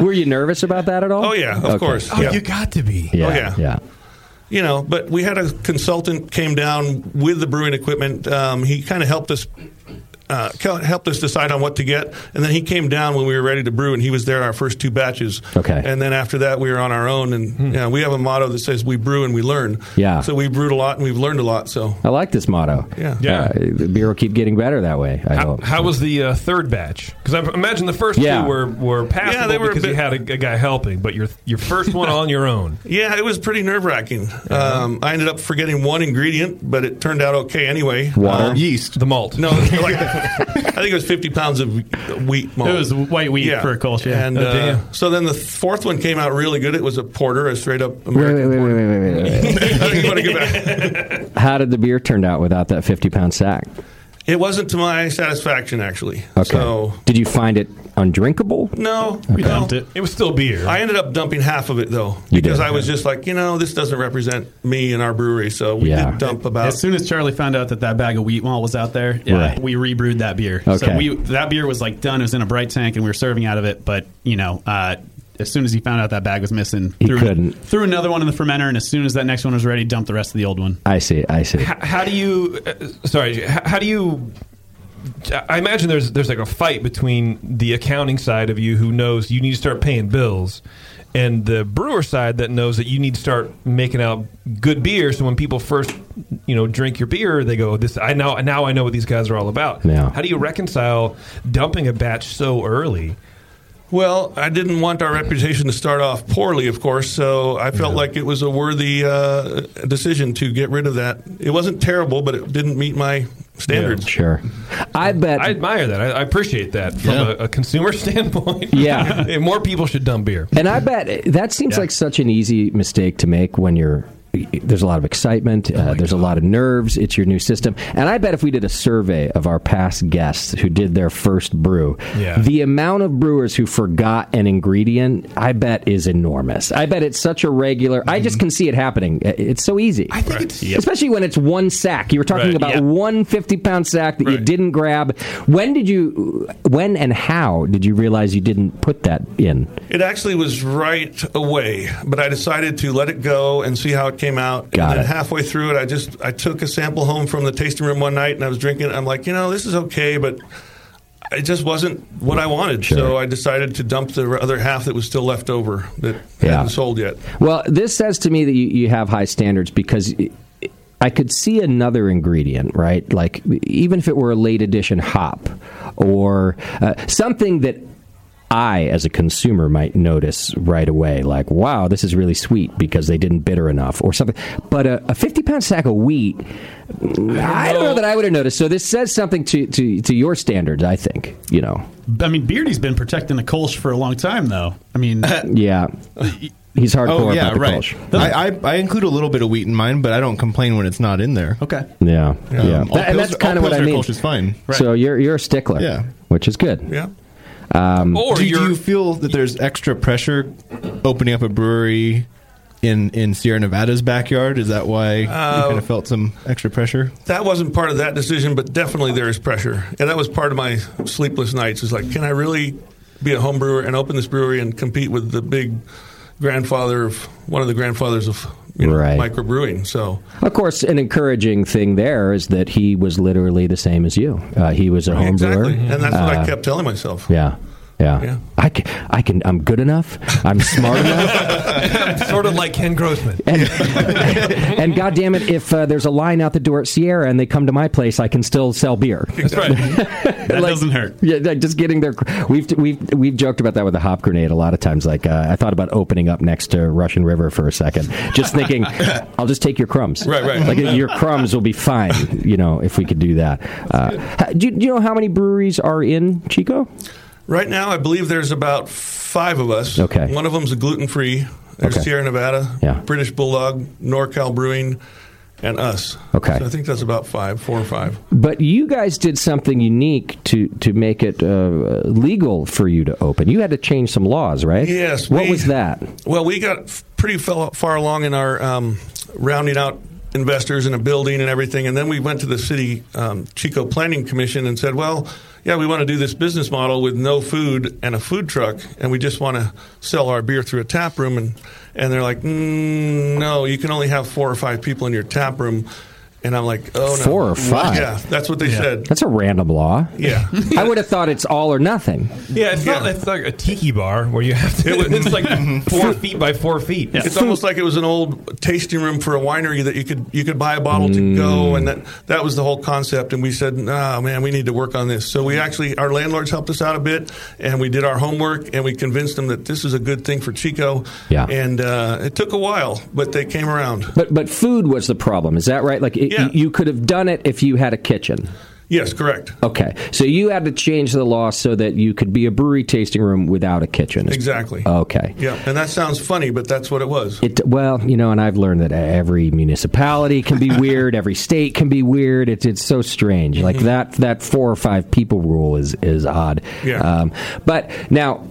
Speaker 10: Were you nervous about that at all?
Speaker 21: Oh, yeah, of course. Oh, Yeah. you
Speaker 14: got to be.
Speaker 10: Yeah,
Speaker 21: Oh, yeah.
Speaker 10: yeah.
Speaker 21: you know, but we had a consultant came down with the brewing equipment. Um, he kind of helped us. Uh, cal- helped us decide on what to get, and then he came down when we were ready to brew, and he was there our first two batches.
Speaker 10: Okay. Hmm.
Speaker 21: and then after that we were on our own, and you know, we have a motto that says we brew and we learn.
Speaker 10: Yeah.
Speaker 21: so we brewed a lot and we've learned a lot. So
Speaker 10: I like this motto.
Speaker 21: Yeah.
Speaker 14: Yeah.
Speaker 10: Uh, the beer will keep getting better that way. I
Speaker 14: [laughs]
Speaker 10: hope.
Speaker 14: How was the uh, third batch? Because I imagine the first
Speaker 10: Yeah.
Speaker 14: two were were passable
Speaker 21: Yeah, they were a
Speaker 14: because you
Speaker 21: bit-
Speaker 14: had a, a guy helping, but your your first one on your own.
Speaker 21: [laughs] yeah, it was pretty nerve wracking. Um, I ended up forgetting one ingredient, but it turned out okay anyway.
Speaker 10: Water?
Speaker 21: Um,
Speaker 14: yeast, the malt.
Speaker 21: No, [laughs] like, I think it was 50 pounds of wheat malt.
Speaker 16: It was white wheat for a culture, yeah.
Speaker 21: And
Speaker 16: Oh,
Speaker 21: uh,
Speaker 16: damn.
Speaker 21: so then the fourth one came out really good. It was a porter, a straight up. [laughs]
Speaker 10: Wait, wait, wait, wait, wait, wait, wait, wait. How did the beer turned out without that fifty pound sack?
Speaker 21: It wasn't to my satisfaction, actually.
Speaker 10: Okay.
Speaker 21: So
Speaker 10: Did you find it undrinkable?
Speaker 21: no,
Speaker 10: We dumped
Speaker 21: it.
Speaker 14: It was still beer.
Speaker 21: I ended up dumping half of it though,
Speaker 10: You
Speaker 21: because
Speaker 10: did.
Speaker 21: I was just like, you know, this doesn't represent me and our brewery. So we
Speaker 10: Yeah.
Speaker 21: did dump about.
Speaker 16: As soon as Charlie found out that that bag of wheat malt was out there, yeah,
Speaker 10: Right.
Speaker 16: we rebrewed that beer.
Speaker 10: Okay.
Speaker 16: So we that beer was like done. It was in a bright tank, and we were serving out of it. But you know, uh, as soon as he found out that bag was missing,
Speaker 10: He
Speaker 16: threw,
Speaker 10: couldn't.
Speaker 16: threw another one in the fermenter, and as soon as that next one was ready, dumped the rest of the old one.
Speaker 10: I see. I see.
Speaker 14: How, how do you? Uh, sorry. How, how do you? I imagine there's there's like a fight between the accounting side of you who knows you need to start paying bills, and the brewer side that knows that you need to start making out good beer. So when people first you know drink your beer, they go this I now now I know what these guys are all about.
Speaker 10: Yeah.
Speaker 14: How do you reconcile dumping a batch so early?
Speaker 21: Well, I didn't want our reputation to start off poorly, of course, so I felt like it was a worthy uh, decision to get rid of that. It wasn't terrible, but it didn't meet my standards.
Speaker 10: Sure. I bet.
Speaker 14: I admire that. I, I appreciate that from
Speaker 10: Yeah.
Speaker 14: a, a consumer [laughs] standpoint.
Speaker 10: Yeah.
Speaker 14: And [laughs] more people should dump beer. [laughs]
Speaker 10: And I bet that seems like such an easy mistake to make when you're. There's a lot of excitement. Uh, there's a lot of nerves. It's your new system, and I bet if we did a survey of our past guests who did their first brew,
Speaker 14: Yeah.
Speaker 10: the amount of brewers who forgot an ingredient, I bet, is enormous. I bet it's such a regular. I just can see it happening. I- It's so easy. I think it's especially when it's one sack. You were talking
Speaker 14: Right,
Speaker 10: about
Speaker 14: yeah.
Speaker 10: one 50 pound sack that you didn't grab. When did you? When and how did you realize you didn't put that in?
Speaker 21: It actually was right away, but I decided to let it go and see how it came out.
Speaker 10: Got
Speaker 21: and then
Speaker 10: it.
Speaker 21: halfway through it, I just I took a sample home from the tasting room one night and I was drinking. it. I'm like, you know, this is okay, but it just wasn't what I wanted. So I decided to dump the other half that was still left over that
Speaker 10: Yeah.
Speaker 21: hadn't sold yet.
Speaker 10: Well, this says to me that you, you have high standards because i- I could see another ingredient, right? Like even if it were a late edition hop or uh, something that I, as a consumer, might notice right away, like, wow, this is really sweet because they didn't bitter enough or something. But a, a 50 pound sack of wheat, I don't know that I would have noticed. So this says something to, to, to your standards, I think, you know.
Speaker 16: I mean, Beardy's been protecting the Kolsch for a long time, though. I
Speaker 21: [laughs]
Speaker 16: mean,
Speaker 10: Yeah. He's
Speaker 12: oh yeah, right. I, I I include a little bit of wheat in mine, but I don't complain when it's not in there.
Speaker 16: Okay.
Speaker 10: Yeah, yeah,
Speaker 12: Um, all
Speaker 10: That- and
Speaker 12: Pils-
Speaker 10: that's
Speaker 12: all
Speaker 10: kind of what I
Speaker 12: Pilsner
Speaker 10: mean.
Speaker 12: Kolsch is fine. Right.
Speaker 10: So you're you're a stickler,
Speaker 12: Yeah.
Speaker 10: which is good.
Speaker 21: Yeah. Oh.
Speaker 10: Um,
Speaker 12: do, do you feel that there's extra pressure opening up a brewery in in Sierra Nevada's backyard? Is that why you
Speaker 21: Uh,
Speaker 12: kind of felt some extra pressure?
Speaker 21: That wasn't part of that decision, but definitely there is pressure, and that was part of my sleepless nights. Is like, can I really be a home brewer and open this brewery and compete with the big grandfather of one of the grandfathers of you know,
Speaker 10: Right.
Speaker 21: microbrewing? So
Speaker 10: Of course, an encouraging thing there is that he was literally the same as you. Uh, he was a home
Speaker 21: exactly,
Speaker 10: brewer,
Speaker 21: and that's what
Speaker 10: Uh,
Speaker 21: I kept telling myself.
Speaker 10: Yeah, yeah.
Speaker 21: Yeah.
Speaker 10: I can, I can, I'm good enough. I'm
Speaker 21: [laughs]
Speaker 10: smart enough.
Speaker 14: sort of like Ken Grossman.
Speaker 10: And goddamn it, if uh, there's a line out the door at Sierra and they come to my place, I can still sell beer.
Speaker 14: That's
Speaker 10: [laughs]
Speaker 14: right.
Speaker 16: that doesn't hurt.
Speaker 10: Yeah, like just getting their. We've we've we've joked about that with the hop grenade a lot of times. Like uh, I thought about opening up next to Russian River for a second, just thinking, I'll just take your crumbs.
Speaker 21: Right, right.
Speaker 10: Like your crumbs will be fine. You know, if we could do that. Uh, ha- do, you, do you know how many breweries are in Chico?
Speaker 21: Right now, I believe there's about five of us.
Speaker 10: Okay.
Speaker 21: One of them's a gluten free. There's
Speaker 10: Okay.
Speaker 21: Sierra Nevada,
Speaker 10: Yeah.
Speaker 21: British Bulldog, NorCal Brewing, and us.
Speaker 10: Okay.
Speaker 21: So I think that's about five, four or five.
Speaker 10: But you guys did something unique to to make it uh, legal for you to open. You had to change some laws, right?
Speaker 21: Yes,
Speaker 10: What
Speaker 21: we-
Speaker 10: was that?
Speaker 21: Well, we got f- pretty fel- far along in our um, rounding out investors in a building and everything, and then we went to the city um, Chico Planning Commission and said, "Well, yeah, we want to do this business model with no food and a food truck, and we just want to sell our beer through a tap room." And and they're like, mm, "No, you can only have four or five people in your tap room." And I'm like, "Oh no,
Speaker 10: Four or five?
Speaker 21: Yeah, that's what they said.
Speaker 10: That's a random law.
Speaker 21: Yeah.
Speaker 10: I would have thought it's all or nothing.
Speaker 14: [laughs] Yeah, it's not. It's like a tiki bar where you have to. it's like
Speaker 10: Mm-hmm.
Speaker 14: four feet by four feet.
Speaker 21: It's almost like it was an old tasting room for a winery that you could you could buy a bottle to go, and that that was the whole concept. And we said, "Ah, man, we need to work on this." So we actually our landlords helped us out a bit, and we did our homework, and we convinced them that this is a good thing for Chico.
Speaker 10: Yeah.
Speaker 21: And uh, it took a while, but they came around.
Speaker 10: But but food was the problem. Is that right? Like it,
Speaker 21: Yeah.
Speaker 10: you could have done it if you had a kitchen.
Speaker 21: Yes, correct.
Speaker 10: Okay, so you had to change the law so that you could be a brewery tasting room without a kitchen.
Speaker 21: Exactly.
Speaker 10: Okay.
Speaker 21: Yeah, and that sounds funny, but that's what it was.
Speaker 10: It, well, you know, and I've learned that every municipality can
Speaker 21: [laughs]
Speaker 10: be weird, every state can be weird. It's it's so strange. Like
Speaker 21: Mm-hmm.
Speaker 10: that that four or five people rule is is odd.
Speaker 21: Yeah.
Speaker 10: Um, but now,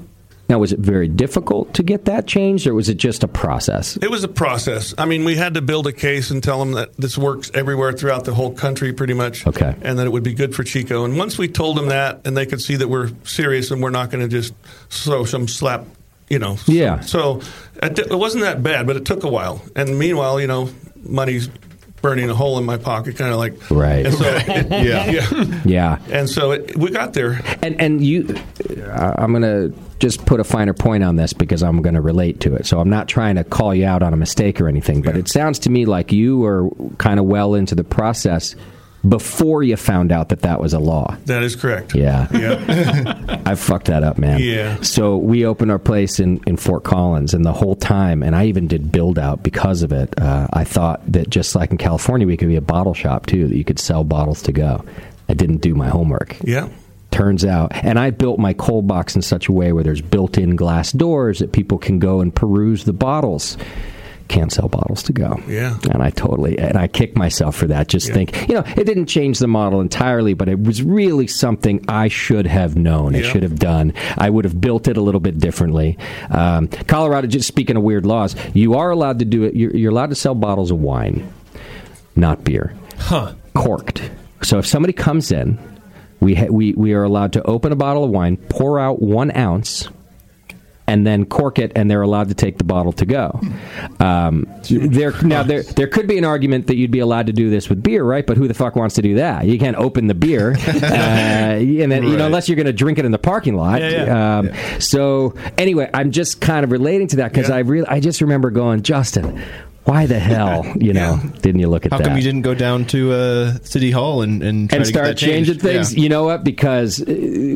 Speaker 10: now was it very difficult to get that changed, or was it just a process?
Speaker 21: It was a process. I mean, we had to build a case and tell them that this works everywhere throughout the whole country, pretty much.
Speaker 10: Okay.
Speaker 21: And that it would be good for Chico. And once we told them that, and they could see that we're serious and we're not going to just throw some slap, you know.
Speaker 10: Yeah.
Speaker 21: So it it wasn't that bad, but it took a while. And meanwhile, you know, money's burning a hole in my pocket, kind of like.
Speaker 10: Right.
Speaker 21: [laughs] And so,
Speaker 10: [laughs] Yeah.
Speaker 21: [laughs] yeah.
Speaker 10: Yeah.
Speaker 21: And so it, we got there.
Speaker 10: And and you, I- I'm gonna just put a finer point on this because I'm gonna relate to it. So I'm not trying to call you out on a mistake or anything, but it sounds to me like you were kind of well into the process before you found out that that was a law.
Speaker 21: That is correct.
Speaker 10: Yeah.
Speaker 21: Yeah. [laughs]
Speaker 10: I fucked that up, man.
Speaker 21: Yeah.
Speaker 10: So we opened our place in, in Fort Collins, and the whole time, and I even did build out because of it. Uh, I thought that just like in California, we could be a bottle shop too, that you could sell bottles to go. I didn't do my homework.
Speaker 21: yeah.
Speaker 10: Turns out, and I built my cold box in such a way where there's built in glass doors that people can go and peruse the bottles. Can't sell bottles to go.
Speaker 21: Yeah.
Speaker 10: And I totally, and I kick myself for that. Just think, you know, it didn't change the model entirely, but it was really something I should have known. I
Speaker 22: Yeah.
Speaker 10: should have done. I would have built it a little bit differently. Um, Colorado, just speaking of weird laws, you are allowed to do it, you're, you're allowed to sell bottles of wine, not beer.
Speaker 14: Huh.
Speaker 10: Corked. So if somebody comes in, we, ha- we, we are allowed to open a bottle of wine, pour out one ounce, and then cork it, and they're allowed to take the bottle to go. Um, there now, there there could be an argument that you'd be allowed to do this with beer, right? But who the fuck wants to do that? You can't open the beer, uh, and then, you know, unless you're going to drink it in the parking lot.
Speaker 22: Yeah, yeah.
Speaker 10: Um, So anyway, I'm just kind of relating to that because I really I just remember going, Justin, why the hell, you know, didn't you look at
Speaker 12: How
Speaker 10: that?
Speaker 12: come you didn't go down to uh, City Hall and and, try
Speaker 10: and
Speaker 12: to get
Speaker 10: start
Speaker 12: that changed?
Speaker 10: changing things.
Speaker 12: Yeah.
Speaker 10: You know what? Because uh,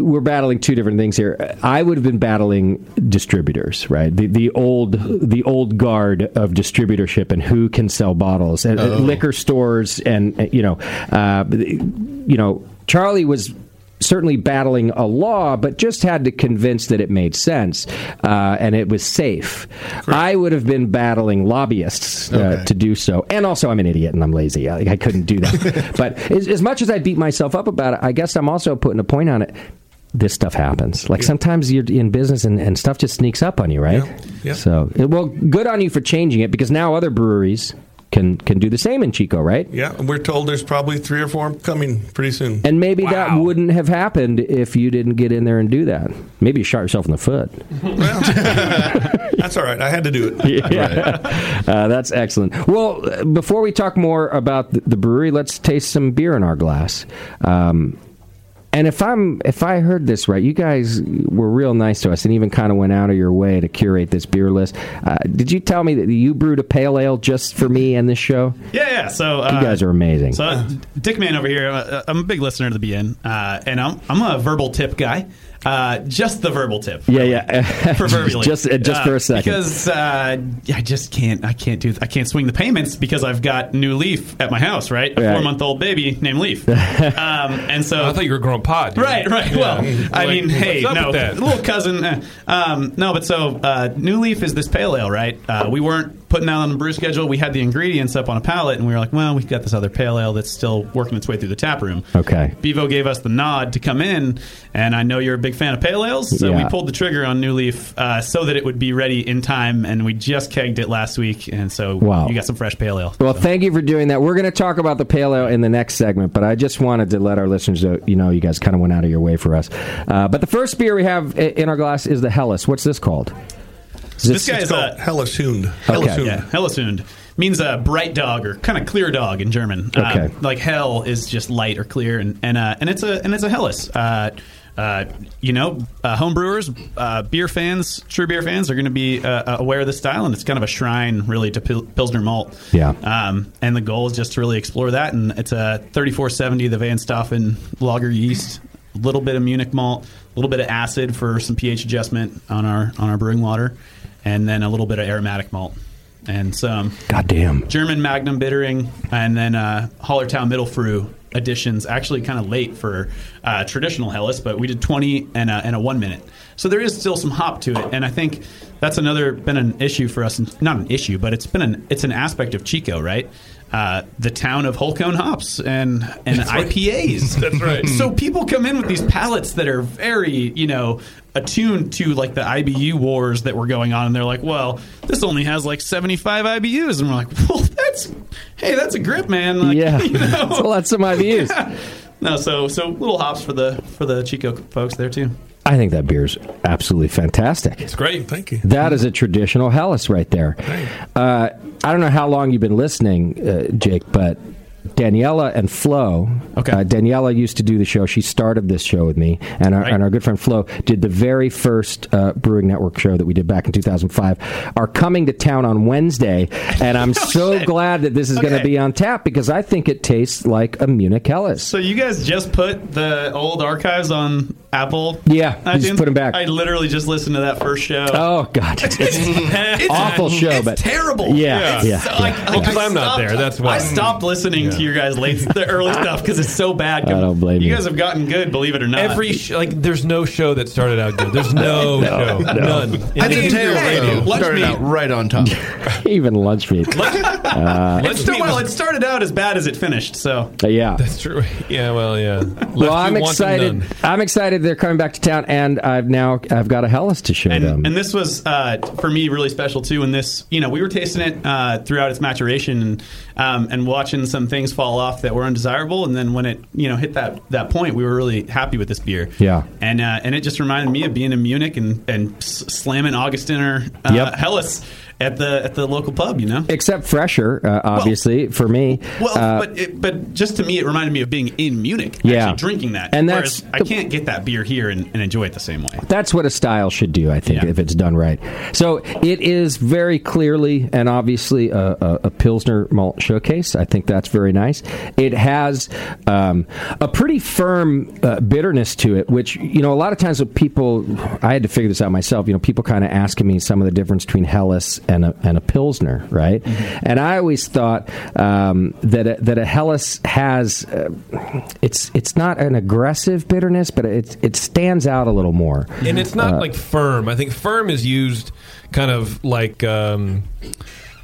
Speaker 10: we're battling two different things here. I would have been battling distributors, right? The the old the old guard of distributorship and who can sell bottles and
Speaker 22: Oh.
Speaker 10: Uh, liquor stores and uh, you know, uh, you know, Charlie was. Certainly battling a law, but just had to convince that it made sense uh, and it was safe. I would have been battling lobbyists uh, to do so, and also I'm an idiot and I'm lazy. I, I couldn't do that. but as, as much as I beat myself up about it, I guess I'm also putting a point on it. This stuff happens. Like sometimes you're in business and, and stuff just sneaks up on you, right?
Speaker 21: Yeah.
Speaker 10: So, well, good on you for changing it because now other breweries can can do the same in Chico, right?
Speaker 21: Yeah. And we're told there's probably three or four coming pretty soon.
Speaker 10: And maybe that wouldn't have happened if you didn't get in there and do that. Maybe you shot yourself in the foot.
Speaker 21: That's all right. I had to do it.
Speaker 10: [laughs] Yeah. uh, that's excellent. Well, uh, before we talk more about th- the brewery, let's taste some beer in our glass. Um, and if I'm if I heard this right, you guys were real nice to us, and even kind of went out of your way to curate this beer list. Uh, did you tell me that you brewed a pale ale just for me and this show?
Speaker 16: Yeah, yeah. So uh,
Speaker 10: you guys are amazing.
Speaker 16: uh, So, uh, Dick Man over here, I'm a, I'm a big listener to the BN, uh, and I'm, I'm a verbal tip guy. Uh, just the verbal tip.
Speaker 10: Yeah, [laughs] yeah.
Speaker 16: Proverbially.
Speaker 10: just uh, just
Speaker 16: Uh,
Speaker 10: for a second.
Speaker 16: Because uh, I just can't. I can't do. I can't swing the payments because I've got new Leaf at my house. Right, a
Speaker 10: Right.
Speaker 16: four-month-old baby named Leaf.
Speaker 10: [laughs]
Speaker 16: um, and so I thought you were growing pod.
Speaker 14: dude.
Speaker 16: Right, right.
Speaker 14: Yeah.
Speaker 16: Well, I
Speaker 14: Like,
Speaker 16: mean, hey,
Speaker 14: what's up
Speaker 16: no,
Speaker 14: with that?
Speaker 16: [laughs] little cousin. eh. Um, no, but so uh, New Leaf is this pale ale, right? Uh, we weren't putting out on the brew schedule. We had the ingredients up on a pallet, and we were like, well, we've got this other pale ale that's still working its way through the tap room.
Speaker 10: Okay.
Speaker 16: Bevo gave us the nod to come in, and I know you're a big fan of pale ales, so
Speaker 10: Yeah.
Speaker 16: we pulled the trigger on New Leaf uh, so that it would be ready in time, and we just kegged it last week, and so
Speaker 10: Wow.
Speaker 16: you got some fresh pale ale.
Speaker 10: Well, thank you for doing that. We're going to talk about the pale ale in the next segment, but I just wanted to let our listeners know, you know, you guys kind of went out of your way for us. Uh, but the first beer we have i- in our glass is the Hellas. What's this called? Is
Speaker 16: This guy is
Speaker 21: called
Speaker 16: a
Speaker 21: Hellasund.
Speaker 10: Okay.
Speaker 16: Yeah, Hellesund means a bright dog or kind of clear dog in German. Uh,
Speaker 10: Okay.
Speaker 16: like hell is just light or clear, and and uh, and it's a and it's a Helles. Uh, uh, you know, uh, home brewers, uh, beer fans, true beer fans are going to be uh, uh, aware of this style, and it's kind of a shrine, really, to Pil- Pilsner malt.
Speaker 10: Yeah.
Speaker 16: Um, and the goal is just to really explore that, and it's a 3470, the Van Stoffen lager yeast, a little bit of Munich malt, a little bit of acid for some pH adjustment on our on our brewing water, and then a little bit of aromatic malt, and some
Speaker 10: goddamn
Speaker 16: German Magnum bittering, and then uh, Hallertau Mittelfrew additions. Actually, kind of late for uh, traditional Hellas, but we did 20 and a, and a one minute. So there is still some hop to it, and I think that's another been an issue for us. Not an issue, but it's been an it's an aspect of Chico, right? Uh, the town of Holcone hops and and IPAs. That's [laughs] right. so people come in with these palettes that are very you know attuned to like the IBU wars that were going on, and they're like, well, this only has like seventy five IBUs, and we're like, well, that's hey, that's a grip, man. Like, [laughs]
Speaker 10: yeah.
Speaker 16: you know?
Speaker 10: That's a lot some IBUs.
Speaker 16: [laughs] No, so so little hops for the for the Chico folks there too.
Speaker 10: I think that beer's absolutely fantastic. It's
Speaker 16: great. Thank you.
Speaker 10: That is a traditional Hellas right there. Uh, I don't know how long you've been listening, uh, Jake, but Daniela and Flo. Okay. Uh, Daniela used to do the show. She started this show with me, and our, and our good friend Flo did the very first uh, Brewing Network show that we did back in 2005. Are coming to town on Wednesday, and [laughs] I'm so glad that this is going to
Speaker 16: Okay.
Speaker 10: be on tap because I think it tastes like a Munich Hellas.
Speaker 16: So you guys just put the old archives on Apple?
Speaker 10: Yeah, you just
Speaker 16: iTunes?
Speaker 10: put 'em back.
Speaker 16: I literally just listened to that first show.
Speaker 10: Oh
Speaker 16: [laughs]
Speaker 10: God, [laughs] it's, awful show,
Speaker 16: it's
Speaker 10: but-
Speaker 16: terrible.
Speaker 10: Yeah, yeah,
Speaker 16: It's so- like-
Speaker 10: yeah.
Speaker 16: like,
Speaker 10: Well, 'cause
Speaker 16: I
Speaker 10: I'm not
Speaker 16: stopped-
Speaker 10: there, that's why.
Speaker 16: I stopped listening to your guys' late the
Speaker 10: [laughs]
Speaker 16: early stuff because it's so bad.
Speaker 10: I don't blame
Speaker 16: you
Speaker 10: you.
Speaker 16: guys have gotten good, believe it or not.
Speaker 14: Every sh- like, there's no show that started out good. There's
Speaker 12: [laughs]
Speaker 14: no,
Speaker 10: No,
Speaker 14: show,
Speaker 10: no.
Speaker 14: none.
Speaker 10: I think
Speaker 14: It's
Speaker 10: Taylor
Speaker 14: terrible.
Speaker 16: Lunch Started meat. out
Speaker 14: right on
Speaker 10: [laughs]
Speaker 14: top.
Speaker 10: Even lunch meat. Uh,
Speaker 16: [laughs] It's still, well, it started out as bad as it finished. So
Speaker 10: yeah.
Speaker 14: That's true. [laughs] Yeah, well, yeah. Left
Speaker 10: Well,
Speaker 14: you
Speaker 10: I'm
Speaker 14: wanting
Speaker 10: excited.
Speaker 14: none.
Speaker 10: I'm excited they're coming back to town, and I've now I've got a Hellas to show them.
Speaker 16: And this was uh, for me really special too. And this, you know, we were tasting it uh, throughout its maturation and um, and watching some things fall off that were undesirable. And then when it, you know, hit that that point, we were really happy with this beer.
Speaker 10: Yeah.
Speaker 16: And uh, and it just reminded me of being in Munich and and s- slamming Augustiner uh,
Speaker 10: Yep.
Speaker 16: Hellas at the at the local pub. You know.
Speaker 10: Except fresher, uh, obviously for me.
Speaker 16: Well,
Speaker 10: Uh,
Speaker 16: but it, but just to me, it reminded me of being in Munich, actually
Speaker 10: Yeah.
Speaker 16: drinking that.
Speaker 10: And
Speaker 16: Whereas
Speaker 10: that's-
Speaker 16: I can't get that beer here and, and enjoy it the same way.
Speaker 10: That's what a style should do, I think, if it's done right. So it is very clearly and obviously a, a, a Pilsner malt showcase. I think that's very nice. It has um, a pretty firm uh, bitterness to it, which, you know, a lot of times with people, I had to figure this out myself, you know, people kind of asking me some of the difference between Hellas and a, and a Pilsner, right? And I always thought um, that, a, that a Hellas has, uh, it's, it's not an aggressive bitterness, but it, it stands out a little more.
Speaker 14: And it's not
Speaker 10: Uh,
Speaker 14: like firm. I think firm is used kind of like um,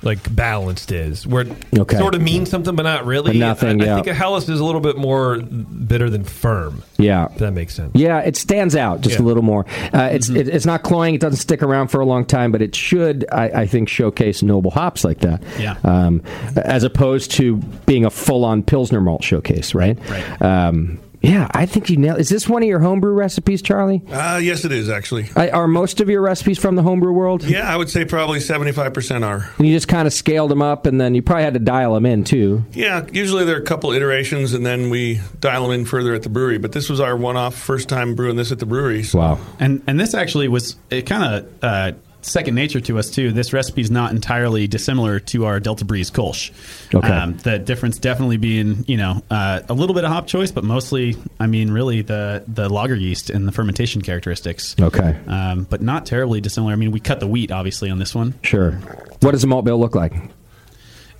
Speaker 14: like balanced is, where it
Speaker 10: Okay.
Speaker 14: sort of means something but not really.
Speaker 10: But nothing,
Speaker 14: I, I
Speaker 10: yeah.
Speaker 14: think a Hellas is a little bit more bitter than firm.
Speaker 10: Yeah,
Speaker 14: If that makes sense.
Speaker 10: Yeah, it stands out just a
Speaker 14: Yeah. Mm-hmm.
Speaker 10: little more. Uh, it's it, it's not cloying. It doesn't stick around for a long time, but it should, I, I think, showcase noble hops like that.
Speaker 16: Yeah.
Speaker 10: Um, as opposed to being a full-on pilsner malt showcase, right? Right. Um, yeah, I think you nailed. Is this one of your homebrew recipes, Charlie?
Speaker 21: Uh, yes, it is actually.
Speaker 10: I, are most of your recipes from the homebrew world?
Speaker 21: Yeah, I would say probably 75% are.
Speaker 10: And you just kind of scaled them up, and then you probably had to dial them in too.
Speaker 21: Yeah, usually there are a couple iterations, and then we dial them in further at the brewery. But this was our one-off, first time brewing this at the brewery. So
Speaker 10: Wow.
Speaker 16: And and this actually was it kind of uh, second nature to us too. This recipe is not entirely dissimilar to our Delta Breeze Kolsch. Um,
Speaker 10: Okay.
Speaker 16: the difference definitely being, you know, uh, a little bit of hop choice, but mostly, I mean, really the the lager yeast and the fermentation characteristics.
Speaker 10: Okay.
Speaker 16: Um, but not terribly dissimilar. I mean, we cut the wheat obviously on this one.
Speaker 10: Sure. What does a malt bill look like?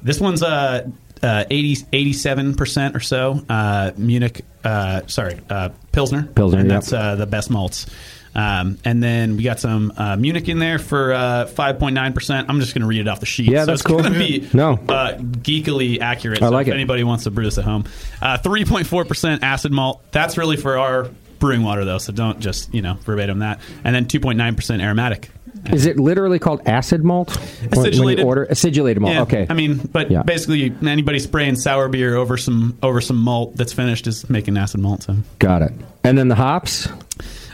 Speaker 16: This one's uh, uh, 80, 87% or so. Uh, Munich, uh, sorry, uh, Pilsner.
Speaker 10: Pilsner,
Speaker 16: And
Speaker 10: yep.
Speaker 16: that's uh, the best malts. Um, and then we got some uh, Munich in there for uh, 5.9%. I'm just going to read it off the sheet.
Speaker 10: Yeah,
Speaker 16: so
Speaker 10: that's
Speaker 16: it's
Speaker 10: cool.
Speaker 16: going to be
Speaker 10: No.
Speaker 16: uh, geekily accurate.
Speaker 10: I
Speaker 16: so
Speaker 10: like
Speaker 16: if
Speaker 10: it.
Speaker 16: anybody wants to brew this at home. Uh, 3.4% acid malt. That's really for our brewing water, though, so don't just, you know, verbatim that. And then 2.9% aromatic.
Speaker 10: Is it literally called acid malt? When- When you
Speaker 16: Acidulated.
Speaker 10: order acidulated malt.
Speaker 16: Yeah,
Speaker 10: okay.
Speaker 16: I mean, but
Speaker 10: Yeah.
Speaker 16: basically, anybody spraying sour beer over some over some malt that's finished is making acid malt. So,
Speaker 10: Got it. And then the hops,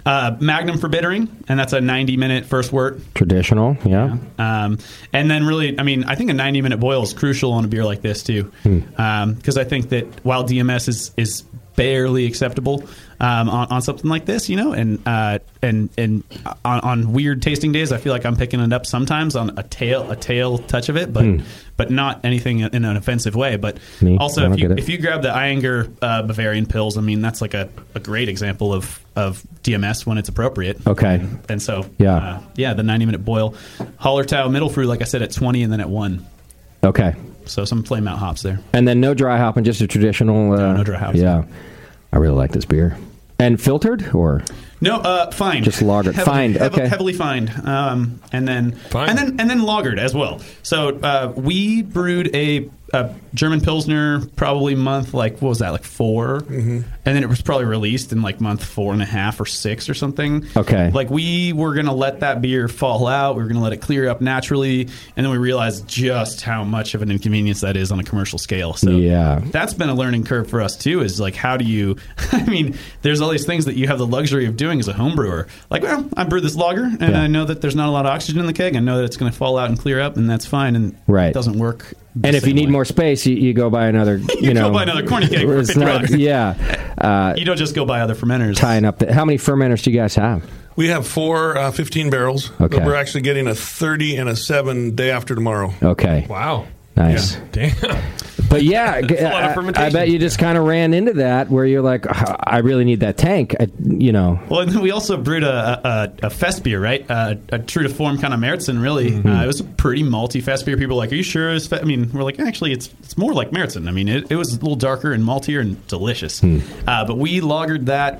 Speaker 16: uh, Magnum for bittering, and that's a 90 minute first wort.
Speaker 10: traditional. Yeah.
Speaker 16: Um, and then, really, I mean, I think a 90 minute boil is crucial on a beer like this too,
Speaker 10: Hmm.
Speaker 16: because I think that while DMS is is barely acceptable um, on, on something like this, you know, and uh, and and on, on weird tasting days, I feel like I'm picking it up sometimes on a tail a tail touch of it, but
Speaker 10: Hmm.
Speaker 16: but not anything in an offensive way. But
Speaker 10: Me? I
Speaker 16: also,
Speaker 10: don't
Speaker 16: if you
Speaker 10: get it.
Speaker 16: if you grab the Iyengar uh, Bavarian pills, I mean, that's like a, a great example of of DMS when it's appropriate.
Speaker 10: Okay.
Speaker 16: And so,
Speaker 10: Yeah.
Speaker 16: uh, yeah, the 90 minute boil. Hallertau middle fruit, like I said, at 20 and then at 1.
Speaker 10: Okay.
Speaker 16: So some flame out hops there.
Speaker 10: And then no dry hop and just a traditional. Uh, no,
Speaker 16: no dry hops.
Speaker 10: Yeah. I really like this beer. And filtered or
Speaker 16: No, uh, fine.
Speaker 10: Just lagered. Fined,
Speaker 16: heav-
Speaker 10: okay.
Speaker 16: Heavily fined. Um, and then and then and then lagered as well. So uh, we brewed a, a German Pilsner probably month like what was that like 4
Speaker 21: Mm-hmm.
Speaker 16: and then it was probably released in like month four and a half or six or something.
Speaker 10: Okay.
Speaker 16: Like we were gonna let that beer fall out. We were gonna let it clear up naturally, and then we realized just how much of an inconvenience that is on a commercial scale. So
Speaker 10: yeah.
Speaker 16: that's been a learning curve for us too is like how do you [laughs] i mean there's all these things that you have the luxury of doing as a home brewer like well i brewed this lager and
Speaker 10: Yeah.
Speaker 16: i know that there's not a lot of oxygen in the keg i know that it's going to fall out and clear up and that's fine and
Speaker 10: Right.
Speaker 16: it doesn't work
Speaker 10: And if you need more space, you, you go buy another. You,
Speaker 16: [laughs] You go
Speaker 10: know,
Speaker 16: buy another corny cake for
Speaker 10: it's
Speaker 16: 50
Speaker 10: not-
Speaker 16: bucks.
Speaker 10: Yeah. Uh,
Speaker 16: you don't just go buy other fermenters
Speaker 10: tying up. The, how many fermenters do you guys have?
Speaker 21: We have four uh, 15 barrels. but
Speaker 10: Okay.
Speaker 21: We're actually getting a 30 and a 7 day after tomorrow.
Speaker 10: Okay.
Speaker 21: Wow.
Speaker 10: Nice. But
Speaker 21: [laughs]
Speaker 10: yeah, g-
Speaker 21: lot of
Speaker 10: I, I
Speaker 21: fermentation.
Speaker 10: bet you just kind of ran into that where you're like, "Ah, I really need that tank. I, you know,
Speaker 16: well, [laughs] and then we also brewed a, a, a fest beer, right? Uh, a true to form kind of Meritzen, really. Uh, it was a pretty malty fest beer. People were like, "Are you sure?" It's fe-? I mean, we're like, actually, it's it's more like Meritzen. I mean, it, it was a little darker and maltier and delicious. Uh, but we lagered that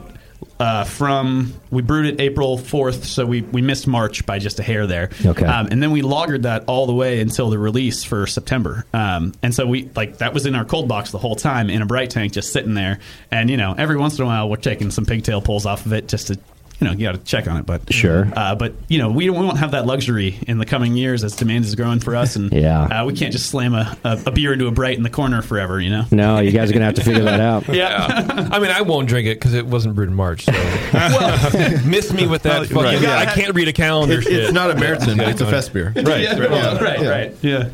Speaker 16: uh, from we brewed it April fourth, so we we missed March by just a hair there.
Speaker 10: Okay.
Speaker 16: Um, and then we lagered that all the way until the release for September. Um, and so we like that was in our cold box the whole time in a bright tank, just sitting there. And you know, every once in a while we're taking some pigtail pulls off of it just to. You know, you got to check on it, but
Speaker 10: Sure.
Speaker 16: Uh, but you know, we, don't- we won't have that luxury in the coming years as demand is growing for us, and
Speaker 10: [laughs] Yeah.
Speaker 16: uh, we can't just slam a, a, a beer into a bright in the corner forever. You know,
Speaker 10: no, you guys are going to have to figure that
Speaker 21: [laughs]
Speaker 10: out.
Speaker 14: Yeah. [laughs] I mean, I won't drink it because it wasn't brewed in March. So. [laughs] miss me with that. fucking,
Speaker 12: right.
Speaker 14: I can't read a calendar.
Speaker 12: It's-
Speaker 14: shit.
Speaker 12: it's not a Meritzen, but it's a fest beer.
Speaker 14: Right.
Speaker 16: Yeah,
Speaker 14: right.
Speaker 16: well, [laughs] right, right, yeah.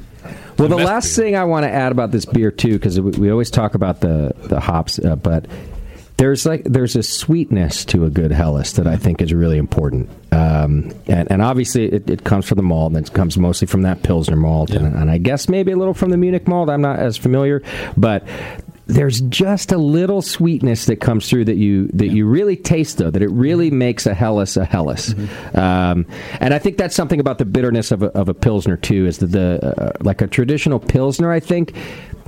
Speaker 10: Well, the last thing I want to add about this beer too, because we, we always talk about the the hops, uh, but there's like there's a sweetness to a good Hellas that I think is really important, um, and, and obviously it, it comes from the malt, and it comes mostly from that Pilsner malt, and, and I guess maybe a little from the Munich malt. I'm not as familiar, but. There's just a little sweetness that comes through that you that you really taste though that it really makes a Hellas a Hellas, um, and I think that's something about the bitterness of a, of a pilsner too is that the uh, like a traditional pilsner I think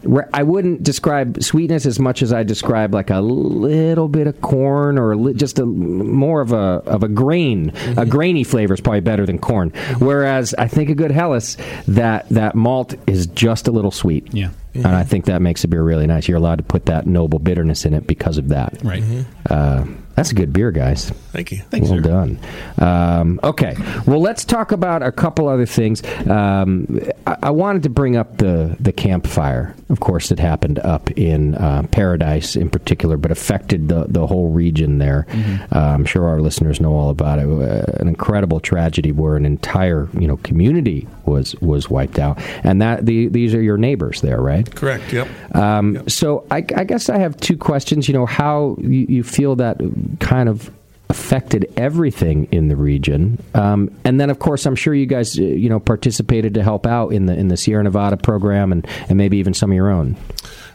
Speaker 10: where I wouldn't describe sweetness as much as I describe like a little bit of corn or a li- just a more of a of a grain. A grainy flavor is probably better than corn. Whereas I think a good Hellas that that malt is just a little sweet.
Speaker 16: Yeah.
Speaker 10: And I think that makes a beer really nice. You're allowed to put that noble bitterness in it because of that.
Speaker 16: Right.
Speaker 12: Mm-hmm.
Speaker 16: Mhm.
Speaker 10: Uh, that's a good beer, guys.
Speaker 21: Thank you.
Speaker 10: well done. Um, okay. Well, let's talk about a couple other things. Um, I, I wanted to bring up the, the campfire, of course, that happened up in uh, Paradise in particular, but affected the, the whole region there. Uh, I'm sure our listeners know all about it. Uh, an incredible tragedy where an entire you know community was was wiped out, and that the, these are your neighbors there, right?
Speaker 21: Correct. Yep.
Speaker 10: Um, So I, I guess I have two questions. You know, how you, you feel that kind of affected everything in the region. Um, and then, of course, I'm sure you guys, uh, you know, participated to help out in the in the Sierra Nevada program and, and maybe even some of your own.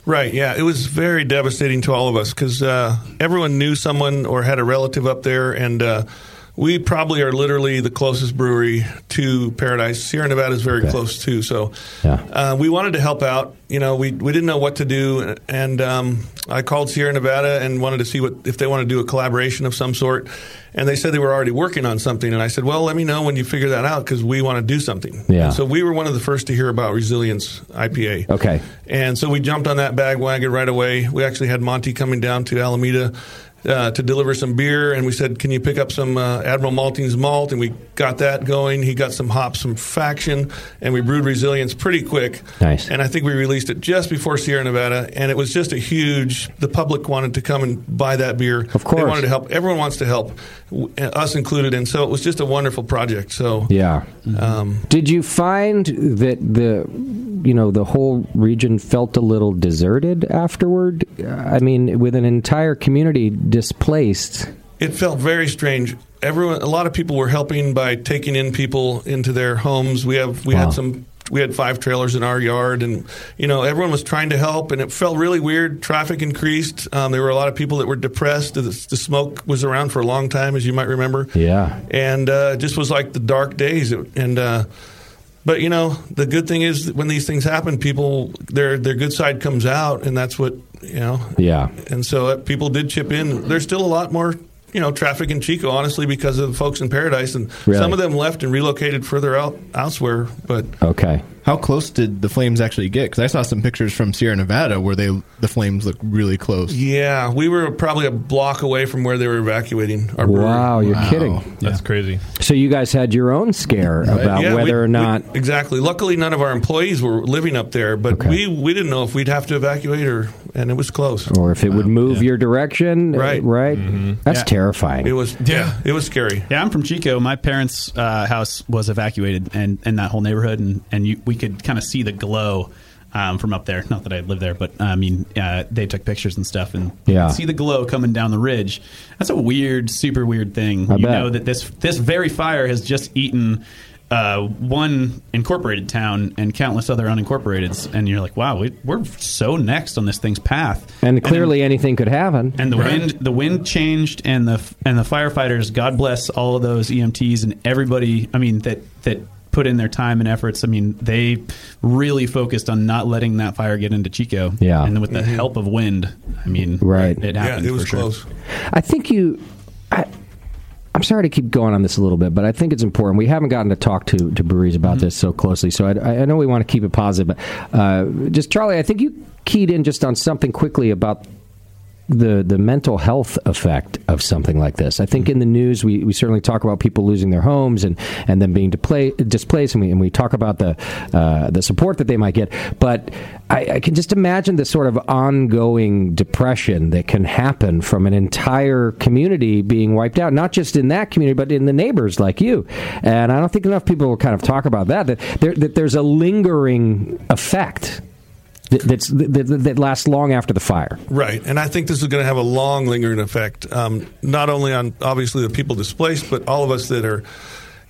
Speaker 21: Right. Yeah. It was very devastating to all of us because uh, everyone knew someone or had a relative up there, and uh, we probably are literally the closest brewery to Paradise. Sierra Nevada is very close too, so uh, we wanted to help out. You know, we we didn't know what to do, and um, I called Sierra Nevada and wanted to see what if they want to do a collaboration of some sort, and they said they were already working on something, and I said, well, let me know when you figure that out because we want to do something.
Speaker 10: Yeah.
Speaker 21: And so we were one of the first to hear about Resilience IPA.
Speaker 10: Okay.
Speaker 21: And so we jumped on that bagwagon right away. We actually had Monty coming down to Alameda uh, to deliver some beer, and we said, "Can you pick up some uh, Admiral Malting's malt?" And we got that going. He got some hops, some faction, and we brewed Resilience pretty quick.
Speaker 10: Nice.
Speaker 21: And I think we released it just before Sierra Nevada, and it was just a huge. The public wanted to come and buy that beer. Of
Speaker 10: course.
Speaker 21: they wanted to help. Everyone wants to help, w- us included. And so it was just a wonderful project. So
Speaker 10: Yeah.
Speaker 21: Um,
Speaker 10: Did you find that the you know the whole region felt a little deserted afterward? Uh, I mean, with an entire community displaced.
Speaker 21: It felt very strange. Everyone, a lot of people were helping by taking in people into their homes. We have we
Speaker 10: Wow.
Speaker 21: had some. We had five trailers in our yard, and you know everyone was trying to help, and it felt really weird. Traffic increased. Um, there were a lot of people that were depressed. The, the smoke was around for a long time, as you might remember
Speaker 10: Yeah.
Speaker 21: and uh, it just was like the dark days. It- And uh, but you know, the good thing is that when these things happen, people their their good side comes out, and that's what you know.
Speaker 10: Yeah.
Speaker 21: And so uh, people did chip in. There's still a lot more. You know, traffic in Chico, honestly, because of the folks in Paradise, and
Speaker 10: Really?
Speaker 21: some of them left and relocated further out elsewhere. But
Speaker 10: Okay.
Speaker 12: How close did the flames actually get? Because I saw some pictures from Sierra Nevada where they the flames look really close.
Speaker 21: yeah, we were probably a block away from where they were evacuating our brewery.
Speaker 10: Wow, you're kidding.
Speaker 14: That's crazy.
Speaker 10: So you guys had your own scare
Speaker 21: [laughs]
Speaker 10: about
Speaker 21: Oh, Yeah, we-
Speaker 10: whether or
Speaker 21: we-
Speaker 10: not
Speaker 21: exactly. Luckily, none of our employees were living up there, but we, we didn't know if we'd have to evacuate or, and it was close.
Speaker 10: or if it would move your direction. uh,
Speaker 21: Right.
Speaker 10: Right. That's
Speaker 16: Mm-hmm. Yeah.
Speaker 10: terrifying.
Speaker 21: It was yeah, it was scary.
Speaker 16: Yeah, I'm from Chico. My parents' uh, house was evacuated, and and that whole neighborhood, and and you, we could kind of see the glow. Um, from up there, not that I lived there, but I mean, uh, they took pictures and stuff, and you
Speaker 10: Yeah.
Speaker 16: could see the glow coming down the ridge. That's a weird, super weird thing.
Speaker 10: I
Speaker 16: you
Speaker 10: bet.
Speaker 16: know that this this very fire has just eaten uh, one incorporated town and countless other unincorporateds, and you're like, wow, we, we're so next on this thing's path.
Speaker 10: and clearly, anything could happen.
Speaker 16: And the wind, the wind changed, and the and the firefighters. God bless all of those EMTs and everybody. I mean that that put in their time and efforts. I mean they really focused on not letting that fire get into Chico.
Speaker 10: Yeah.
Speaker 16: and with the help of wind, I mean,
Speaker 10: Right.
Speaker 16: it happened.
Speaker 21: Mm-hmm. it was
Speaker 16: for sure.
Speaker 21: close.
Speaker 10: I think you. I, I'm sorry to keep going on this a little bit, but I think it's important. We haven't gotten to talk to, to breweries about
Speaker 16: Mm-hmm.
Speaker 10: this so closely, so I, I know we want to keep it positive. But uh, just Charlie, I think you keyed in just on something quickly about the the mental health effect of something like this. I think in the news we, we certainly talk about people losing their homes and and then being depla- displaced, and we and we talk about the uh, the support that they might get. But I, I can just imagine the sort of ongoing depression that can happen from an entire community being wiped out, not just in that community, but in the neighbors like you. And I don't think enough people will kind of talk about that. That there, that there's a lingering effect. that- That's, that, that- that lasts long after the fire.
Speaker 21: Right, and I think this is going to have a long lingering effect, um, not only on obviously the people displaced, but all of us that are.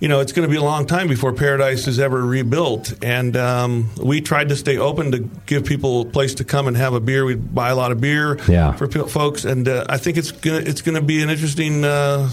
Speaker 21: You know, it's going to be a long time before paradise is ever rebuilt. And um, we tried to stay open to give people a place to come and have a beer. We buy a lot of beer
Speaker 10: Yeah.
Speaker 21: for pe- folks, and uh, I think it's gonna, it's going to be an interesting uh,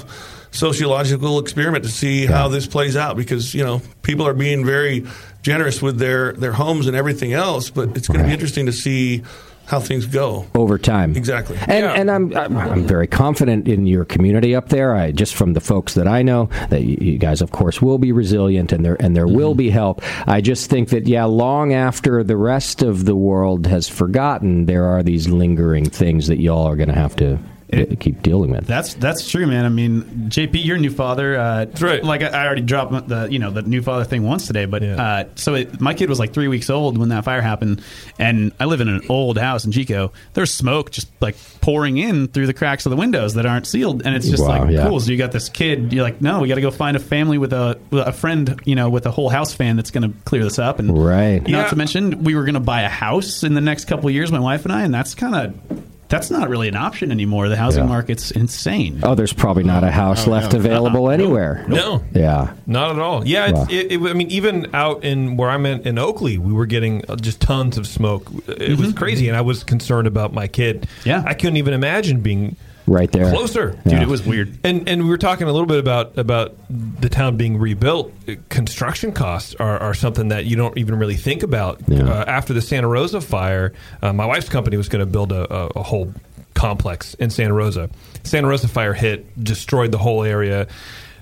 Speaker 21: sociological experiment to see how this plays out because you know people are being very generous with their their homes and everything else, but it's going to be interesting to see how things go.
Speaker 10: over time.
Speaker 21: Exactly.
Speaker 10: And, and I'm, I'm I'm very confident in your community up there. I just from the folks that I know that you, you guys, of course, will be resilient and there and there will be help. I just think that yeah, long after the rest of the world has forgotten, there are these lingering things that y'all are going to have to uh, keep dealing with.
Speaker 16: That's that's true, man. I mean, JP, you're a new father. Uh, that's right. Like I, I already dropped the you know the new father thing once today, but uh, so it, my kid was like three weeks old when that fire happened, and I live in an old house in Chico. There's smoke just like pouring in through the cracks of the windows that aren't sealed, and it's just
Speaker 10: Wow,
Speaker 16: like
Speaker 10: yeah.
Speaker 16: cool. So you got this kid. You're like, no, we got to go find a family with a with a friend, you know, with a whole house fan that's going to clear this up. And
Speaker 10: Right.
Speaker 16: not to mention we were going to buy a house in the next couple of years, my wife and I, and that's kind of that's not really an option anymore. The housing market's insane.
Speaker 10: Oh, there's probably not a house
Speaker 16: Oh,
Speaker 10: left
Speaker 16: no.
Speaker 10: available anywhere.
Speaker 14: No.
Speaker 10: Yeah.
Speaker 14: Not at all. Yeah,
Speaker 10: Wow.
Speaker 14: it's, it, it, I mean, even out in where I'm in, in Oakley, we were getting uh, just tons of smoke. It was crazy, and I was concerned about my kid. Yeah, I couldn't even imagine being
Speaker 10: Right there.
Speaker 14: closer,
Speaker 10: Yeah.
Speaker 14: weird. And and we were talking a little bit about about the town being rebuilt. Construction costs are, are something that you don't even really think about. Uh, after the Santa Rosa fire, uh, my wife's company was going to build a, a, a whole complex in Santa Rosa. Santa Rosa fire hit, destroyed the whole area.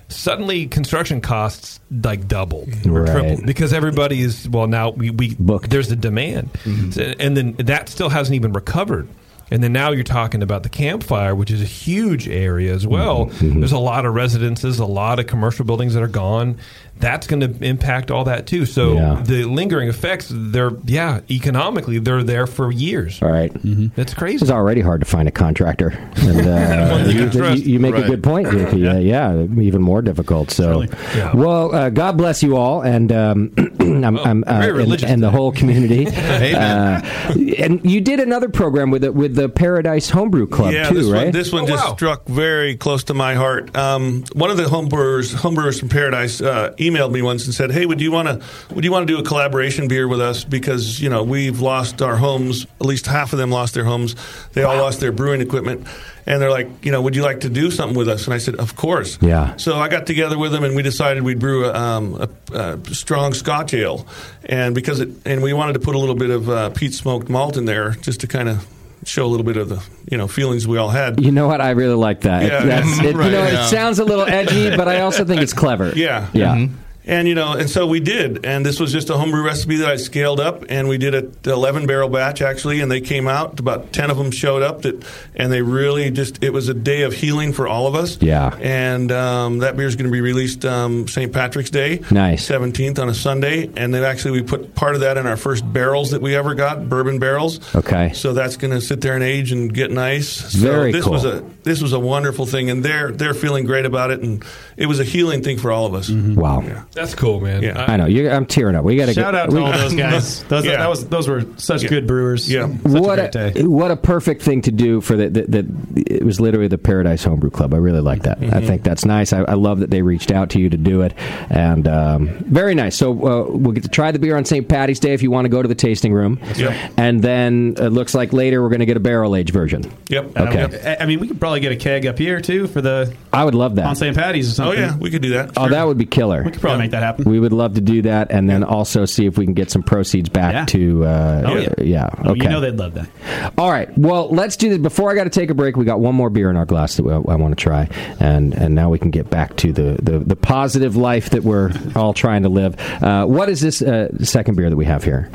Speaker 14: Suddenly, construction costs like doubled or
Speaker 10: Right.
Speaker 14: tripled because everybody is well now we, we book there's a demand
Speaker 10: Mm-hmm.
Speaker 14: So- and then that still hasn't even recovered and then now you're talking about the campfire which is a huge area as well
Speaker 10: Mm-hmm.
Speaker 14: there's a lot of residences a lot of commercial buildings that are gone that's going to impact all that too so the lingering effects they're yeah economically they're there for years
Speaker 10: All right.
Speaker 14: Mm-hmm. That's crazy.
Speaker 10: It's already hard to find a contractor. And, uh,
Speaker 14: [laughs] One you
Speaker 10: you,
Speaker 14: can trust.
Speaker 10: you- you make a
Speaker 14: Right.
Speaker 10: good point, JP. Yeah. yeah, even more difficult. So,
Speaker 14: Yeah. Oh,
Speaker 10: well, uh, God bless you all, and um, [clears throat] I'm, I'm, uh,
Speaker 14: very
Speaker 10: and,
Speaker 14: religious
Speaker 10: and the
Speaker 14: [laughs]
Speaker 10: whole community.
Speaker 21: Amen.
Speaker 10: Uh, and you did another program with the, with the Paradise Homebrew Club
Speaker 21: yeah,
Speaker 10: too,
Speaker 21: this
Speaker 10: right?
Speaker 21: One, this one just struck very close to my heart. Um, one of the homebrewers, homebrewers from Paradise, uh, emailed me once and said, "Hey, would you want to would you want to do a collaboration beer with us? Because you know we've lost our homes. At least half of them lost their homes. They all lost their brewing equipment." And they're like, you know, would you like to do something with us? And I said, of course.
Speaker 10: Yeah.
Speaker 21: So I got together with them, and we decided we'd brew a, um, a, a strong Scotch ale, and because it, and we wanted to put a little bit of uh, peat smoked malt in there, just to kind of show a little bit of the you know feelings we all had.
Speaker 10: You know what? I really like that.
Speaker 21: Yeah. [laughs]
Speaker 10: That's, it,
Speaker 21: Right,
Speaker 10: you know,
Speaker 21: yeah.
Speaker 10: it sounds a little
Speaker 21: [laughs]
Speaker 10: edgy, but I also think it's clever.
Speaker 21: Yeah.
Speaker 10: Yeah.
Speaker 14: Mm-hmm.
Speaker 21: And you know, and so we did, and this was just a homebrew recipe that I scaled up, and we did a eleven barrel batch actually, and they came out. About ten of them showed up, that, and they really just it was a day of healing for all of us.
Speaker 10: Yeah.
Speaker 21: And um, that beer is going to be released um, St. Patrick's Day,
Speaker 10: Nice.
Speaker 21: seventeenth on a Sunday, and then actually we put part of that in our first barrels that we ever got, bourbon barrels.
Speaker 10: Okay.
Speaker 21: So that's going to sit there and age and get nice. So
Speaker 10: Very
Speaker 21: this
Speaker 10: cool.
Speaker 21: was a this was a wonderful thing, and they're they're feeling great about it, and it was a healing thing for all of us.
Speaker 10: Mm-hmm. Wow.
Speaker 14: that's cool man
Speaker 21: Yeah.
Speaker 10: I know. You're, I'm tearing up. We got to
Speaker 21: Shout
Speaker 10: get,
Speaker 21: out to
Speaker 10: we-
Speaker 21: all those
Speaker 10: [laughs]
Speaker 16: guys. Those,
Speaker 21: Yeah.
Speaker 16: that was, those were such
Speaker 21: Yeah.
Speaker 16: good brewers. Yeah.
Speaker 10: what a, what a perfect thing to do for the, the, the it was literally the Paradise Homebrew Club. I really like that. I
Speaker 16: Mhm.
Speaker 10: think that's nice. I, I love that they reached out to you to do it, and um, very nice. So uh, we'll get to try the beer on St. Patty's Day if you want to go to the tasting room,
Speaker 16: Yep.
Speaker 10: and then it looks like later we're going to get a barrel aged version.
Speaker 21: Yep.
Speaker 10: Okay.
Speaker 16: I, I mean, we could probably get a keg up here too for the
Speaker 10: I would love that
Speaker 16: on St. Patty's or something.
Speaker 21: we could do that.
Speaker 10: Oh, that would be killer. We
Speaker 16: could probably make that happen.
Speaker 10: We would love to do that, and then also see if we can get some proceeds back
Speaker 16: Yeah.
Speaker 10: to. Uh,
Speaker 16: Oh, yeah.
Speaker 10: yeah.
Speaker 16: Oh,
Speaker 10: Okay.
Speaker 16: You know they'd love that.
Speaker 10: All right. Well, let's do this. Before I got to take a break, we got one more beer in our glass that we, I want to try, and and now we can get back to the the, the positive life that we're all trying to live. Uh, what is this uh, second beer that we have here?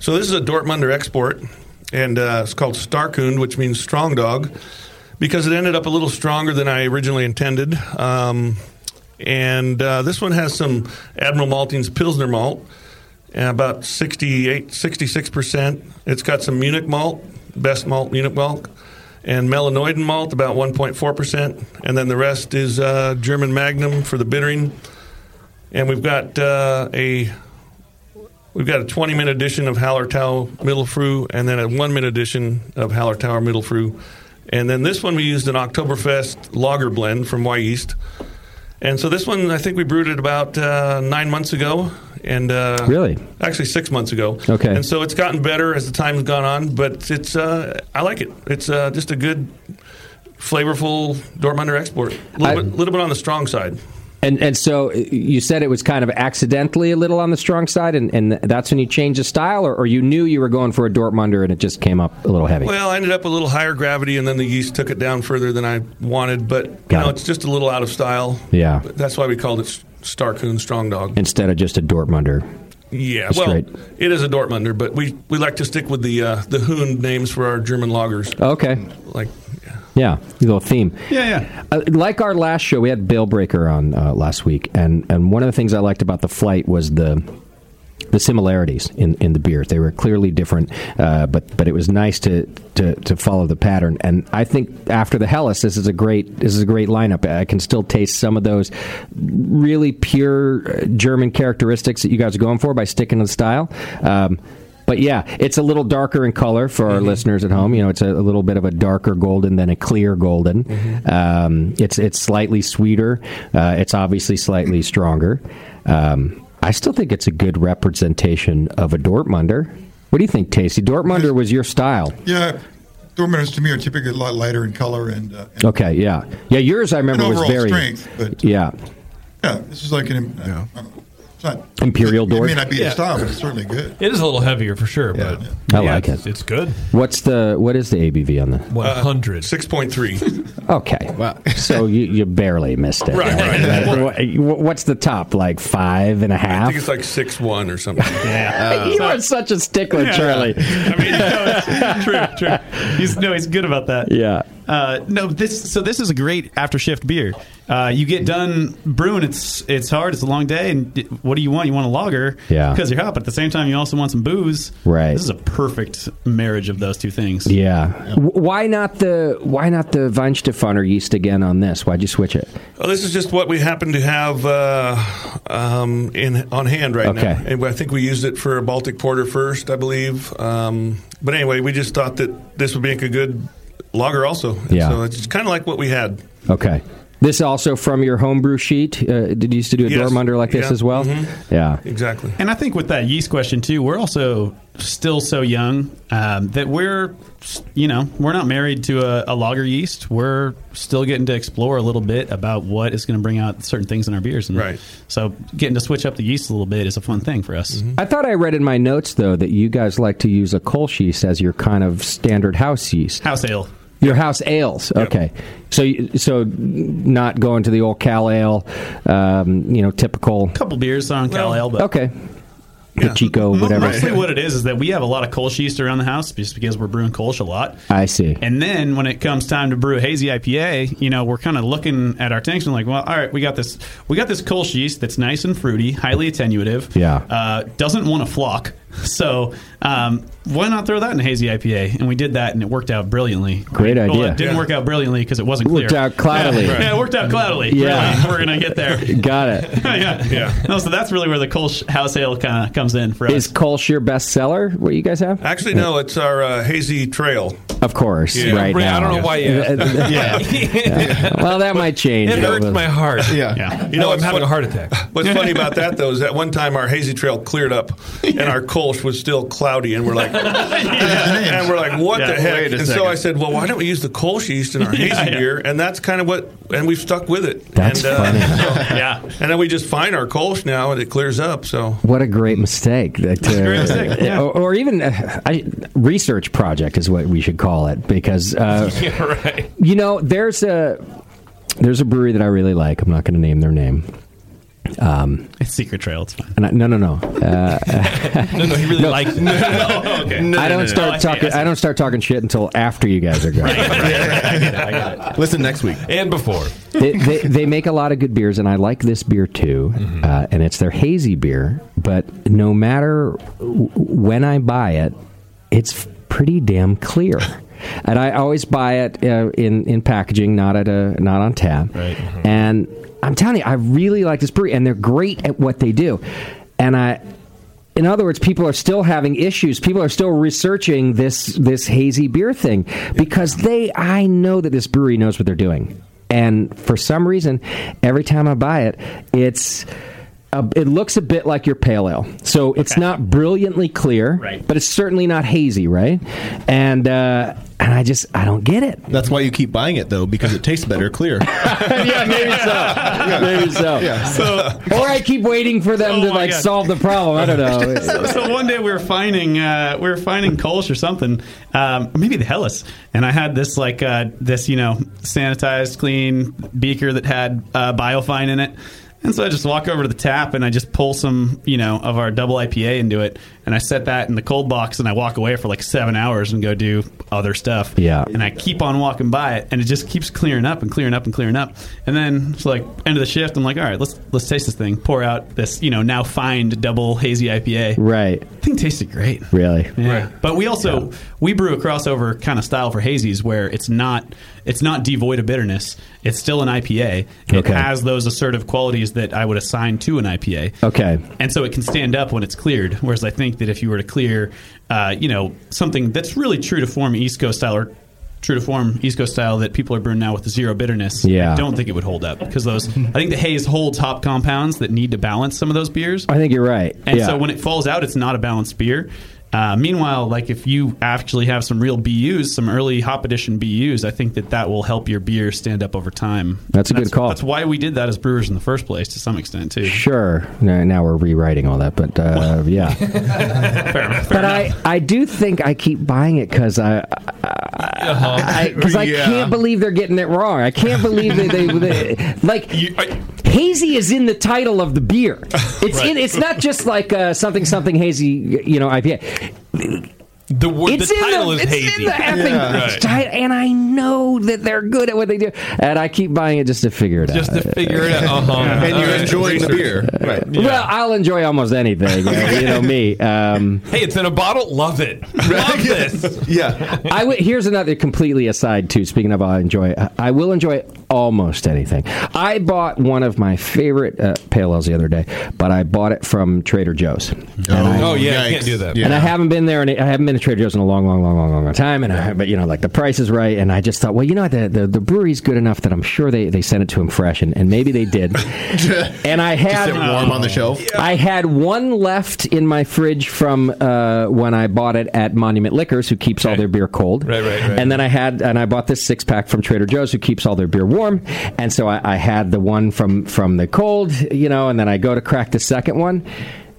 Speaker 21: So this is a Dortmunder export, and uh, it's called Starkund, which means strong dog, because it ended up a little stronger than I originally intended. Um, and uh, this one has some Admiral Malting's Pilsner malt, and about 68, 66%. It's got some Munich malt, best malt, Munich malt, and melanoidin malt, about 1.4%. And then the rest is uh, German Magnum for the bittering. And we've got uh, a We've got a 20 minute edition of Hallertau Middle Fruit and then a one minute edition of Hallertau Middle Fruit. And then this one we used an Oktoberfest lager blend from Y East. And so this one I think we brewed it about uh, nine months ago. And uh,
Speaker 10: Really?
Speaker 21: actually six months ago.
Speaker 10: Okay.
Speaker 21: And so it's gotten better as the time's gone on, but it's uh, I like it. It's uh, just a good, flavorful Dortmunder export. A little,
Speaker 10: I-
Speaker 21: bit, little bit on the strong side.
Speaker 10: And and so uh, you said it was kind of accidentally a little on the strong side, and, and that's when you changed the style, or, or you knew you were going for a Dortmunder and it just came up a little heavy.
Speaker 21: Well, I ended up a little higher gravity, and then the yeast took it down further than I wanted. But you know, it's just a little out of style.
Speaker 10: Yeah.
Speaker 21: But that's why we called it S- Starcoon Strong Dog.
Speaker 10: Instead of just a Dortmunder.
Speaker 21: Yeah,
Speaker 10: That's
Speaker 21: well,
Speaker 10: great.
Speaker 21: it is a Dortmunder, but we, we like to stick with the uh, the Hoon names for our German lagers.
Speaker 10: Okay.
Speaker 21: Like,
Speaker 10: Yeah, little theme.
Speaker 21: yeah, yeah.
Speaker 10: Uh, like our last show, we had Bill Breaker on uh, last week, and and one of the things I liked about the flight was the the similarities in, in the beers. They were clearly different, uh, but but it was nice to, to to follow the pattern. And I think after the Hellas, this is a great this is a great lineup. I can still taste some of those really pure uh, German characteristics that you guys are going for by sticking to the style. Um, But yeah, it's a little darker in color for our listeners at home. You know, it's a, a little bit of a darker golden than a clear golden. Um, it's it's slightly sweeter. Uh, it's obviously slightly stronger. Um, I still think it's a good representation of a Dortmunder. What do you think, Tasty? Dortmunder was your style.
Speaker 11: Yeah, Dortmunders to me are typically a lot lighter in color, and, uh,
Speaker 10: Okay, yeah, yeah. Yours I remember
Speaker 11: And
Speaker 10: was
Speaker 11: overall
Speaker 10: very
Speaker 11: strength, but-
Speaker 10: yeah,
Speaker 11: yeah, this is like an. Yeah. It's not,
Speaker 10: imperial
Speaker 11: it
Speaker 10: Dort.
Speaker 11: may not be
Speaker 14: Yeah.
Speaker 11: the style, but it's certainly good.
Speaker 14: It is a little heavier for sure, but
Speaker 10: I like
Speaker 14: it's-
Speaker 10: it.
Speaker 14: It's good.
Speaker 10: What's the what is the ABV on the?
Speaker 14: One hundred.
Speaker 21: Six point three.
Speaker 10: Okay, [laughs] so you, you barely missed it.
Speaker 21: Right, right.
Speaker 10: What- what- What's the top? Like five and a
Speaker 21: I think
Speaker 10: half.
Speaker 21: it's like six one or something.
Speaker 10: Yeah. You are such a stickler, Charlie.
Speaker 16: true, true. He's, no, he's good about that.
Speaker 10: Yeah.
Speaker 16: Uh, no, this so this is a great after shift beer. Uh, you get done brewing. It's it's hard. It's a long day. And d- what do you want? You want a lager,
Speaker 10: Yeah.
Speaker 16: because you're hot. But at the same time, you also want some booze.
Speaker 10: Right.
Speaker 16: This is a perfect marriage of those two things.
Speaker 10: Yeah. W- Why not the Why not the Weinstefaner yeast again on this? Why'd you switch it?
Speaker 21: Well, this is just what we happen to have uh, um, in on hand right
Speaker 10: Okay.
Speaker 21: now, and I think we used it for a Baltic Porter first, I believe. Um, but anyway, we just thought that this would make a good lager, also. And
Speaker 10: Yeah.
Speaker 21: So it's kind of like what we had.
Speaker 10: Okay. This also from your homebrew sheet. Uh, did you used to do a
Speaker 16: Yes.
Speaker 10: Dortmunder like this
Speaker 16: Yeah.
Speaker 10: as well?
Speaker 16: Mhm.
Speaker 21: Mm-hmm.
Speaker 10: Yeah.
Speaker 21: Exactly.
Speaker 16: And I think with that yeast question too, we're also still so young um, that we're, you know, we're not married to a, a lager yeast. We're still getting to explore a little bit about what is going to bring out certain things in our beers. And right. So getting to switch up the yeast a little bit is a fun thing for us.
Speaker 10: I thought I read in my notes though that you guys like to use a Kolsch yeast as your kind of standard house yeast.
Speaker 16: House ale.
Speaker 10: Your house ales. Okay. So you- so not going to the old Cal ale, um, you know, typical
Speaker 16: couple beers on Cal Ale, but
Speaker 10: okay. The
Speaker 21: Mm-hmm.
Speaker 10: Chico, whatever.
Speaker 16: Mostly what it is is that we have a lot of Kolsch yeast around the house just because we're brewing Kolsch a lot.
Speaker 10: I see.
Speaker 16: And then when it comes time to brew a hazy IPA, you know, we're kind of looking at our tanks and like, well, all right, we got this, we got this Kolsch yeast that's nice and fruity, highly attenuative,
Speaker 10: Yeah.
Speaker 16: uh, doesn't want to flock. [laughs] So um, why not throw that in a hazy IPA? And we did that, and it worked out brilliantly.
Speaker 10: Great
Speaker 16: Well,
Speaker 10: idea.
Speaker 16: it didn't
Speaker 10: Yeah.
Speaker 16: work out brilliantly because it wasn't
Speaker 10: It
Speaker 16: clear.
Speaker 10: worked out cloudily.
Speaker 16: Yeah, [laughs] yeah, it worked out cloudily.
Speaker 10: Yeah.
Speaker 16: Really, we're gonna get there.
Speaker 10: [laughs] Got it.
Speaker 16: yeah, [laughs] yeah. No, so that's really where the Kolsch house ale kind of comes in for us.
Speaker 10: Is Kolsch your best seller? What you guys have?
Speaker 21: Actually, no, it's our uh, hazy trail.
Speaker 10: Of course,
Speaker 21: Yeah.
Speaker 10: right
Speaker 21: Right,
Speaker 10: now.
Speaker 21: I don't know why
Speaker 10: [laughs]
Speaker 21: you asked that.
Speaker 10: Yeah. Well, that might change.
Speaker 21: It hurts
Speaker 10: [laughs]
Speaker 21: my
Speaker 14: heart.
Speaker 21: Yeah.
Speaker 14: You know, I'm
Speaker 21: what's
Speaker 14: having
Speaker 21: fun-
Speaker 14: a heart attack.
Speaker 21: [laughs] What's funny about that though is that one time our hazy trail cleared up and our Kolsch was still cloudy and we're like and we're like what
Speaker 3: Yeah,
Speaker 21: the heck
Speaker 3: wait a
Speaker 21: and so
Speaker 3: second.
Speaker 21: I said well why don't we use the Kolsch
Speaker 3: [laughs]
Speaker 21: yeast in our hazy beer and that's kind of what and we've stuck with it
Speaker 10: That's
Speaker 21: and, uh, [laughs]
Speaker 10: funny.
Speaker 16: yeah
Speaker 21: and then we just find our Kolsch now and it clears
Speaker 3: [laughs]
Speaker 21: up so
Speaker 10: What a great mistake! That, uh,
Speaker 21: great mistake, yeah.
Speaker 10: or, or even uh, I, research project is what we should call it because uh,
Speaker 21: [laughs]
Speaker 14: yeah, right.
Speaker 10: you know there's a there's a brewery that I really like. I'm not going to name their name. Um,
Speaker 16: it's Secret Trail. It's fine.
Speaker 10: And I, no, no, no.
Speaker 14: [laughs]
Speaker 10: Uh,
Speaker 16: no, no, he really likes. [laughs] No, no, okay.
Speaker 10: I don't start talking. I, don't start talking shit until after you guys are gone.
Speaker 12: Listen next week
Speaker 14: and before.
Speaker 10: they, they, they make a lot of good beers, and I like this beer too. Uh, and it's their hazy beer, but no matter w- when I buy it, it's pretty damn clear. and I always buy it uh, in in packaging, not at a not on tap. Right. And I'm telling you, I really like this brewery, and they're great at what they do. And I in other words, people are still having issues. People are still researching this this hazy beer thing because they I know that this brewery knows what they're doing. And for some reason, every time I buy it, it's a, it looks a bit like your pale ale. So it's not brilliantly clear, right. but it's certainly not hazy, right? And uh, and I just I don't get it.
Speaker 12: That's why you keep buying it though, because it tastes better clear.
Speaker 10: [laughs] yeah, maybe [laughs] so. Maybe so. oh
Speaker 12: Yeah.
Speaker 10: or I keep waiting for them to
Speaker 16: my
Speaker 10: like
Speaker 16: God.
Speaker 10: solve the problem. I don't [laughs]
Speaker 16: [laughs]
Speaker 10: know.
Speaker 16: so, so one day we were finding uh, we were finding Kolsch or something, um, or maybe the Hellas, and I had this like uh, this you know sanitized, clean beaker that had uh, biofine in it. And so I just walk over to the tap and I just pull some, you know, of our double IPA into it, and I set that in the cold box, and I walk away for like seven hours and go do other stuff.
Speaker 10: Yeah.
Speaker 16: And I keep on walking by it, and it just keeps clearing up and clearing up and clearing up. And then it's like end of the shift. I'm like, all right, let's let's taste this thing. Pour out this, you know, now find double hazy IPA.
Speaker 10: Right.
Speaker 16: Thing tasted great.
Speaker 10: Really?
Speaker 16: Yeah. But we also we brew a crossover kind of style for hazies where it's not it's not devoid of bitterness. It's still an IPA. It
Speaker 10: Okay.
Speaker 16: has those assertive qualities properties that I would assign to an IPA.
Speaker 10: Okay.
Speaker 16: And so it can stand up when it's cleared. Whereas I think that if you were to clear, uh, you know, something that's really true to form East Coast style or true to form East Coast style that people are brewing now with the zero bitterness,
Speaker 10: Yeah.
Speaker 16: I don't think it would hold up because those. I think the haze holds hop compounds that need to balance some of those beers.
Speaker 10: I think you're right.
Speaker 16: And
Speaker 10: yeah.
Speaker 16: so when it falls out, it's not a balanced beer. Uh, meanwhile, like if you actually have some real BUs, some early hop edition BUs, I think that that will help your beer stand up over time.
Speaker 10: That's a
Speaker 16: And
Speaker 10: good call.
Speaker 16: That's why we did that as brewers in the first place, to some extent too.
Speaker 10: Sure. Now now we're rewriting all that, but uh, yeah. but I, I do think I keep buying it because I, because I,
Speaker 22: Yeah.
Speaker 10: can't believe they're getting it wrong. I can't believe that they, they like hazy is in the title of
Speaker 14: [laughs]
Speaker 10: the beer. It's in, it's not just like uh, something something hazy, you know, IPA.
Speaker 14: The word,
Speaker 10: It's
Speaker 14: the
Speaker 10: in the-
Speaker 14: title is
Speaker 10: it's in
Speaker 14: hazy.
Speaker 10: the effing title, and I know that they're good at what they do, and I keep buying it just to figure it
Speaker 14: Just
Speaker 10: out.
Speaker 14: to figure it out. Uh-huh.
Speaker 12: And you're
Speaker 14: All right.
Speaker 12: enjoying the beer. Right.
Speaker 10: [laughs] Well, I'll enjoy almost anything. uh,
Speaker 14: [laughs]
Speaker 10: you know me. Um,
Speaker 14: Hey, it's in a bottle. Love it. Love this.
Speaker 12: yeah.
Speaker 10: I w- here's another completely aside too. Speaking of, I enjoy. I will enjoy almost anything. I bought one of my favorite uh, pale ales the other day, but I bought it from Trader Joe's. And I-
Speaker 14: Oh, yeah, you can't do that.
Speaker 10: And I haven't been there, and I haven't been to Trader Joe's in a long, long, long, long, long, long time. And I, but you know, like the price is right, and I just thought, well, you know, what, the the, the brewery's good enough that I'm sure they, they sent it to him fresh, and, and maybe
Speaker 14: [laughs]
Speaker 10: they did. and I had
Speaker 12: it warm on the shelf?
Speaker 10: I had one left in my fridge from uh, when I bought it at Monument Liquors, who keeps all their beer cold.
Speaker 14: Right, right, right.
Speaker 10: And then I had, and I bought this six pack from Trader Joe's, who keeps all their beer warm. And so I, I had the one from from the cold, you know, and then I go to crack the second one.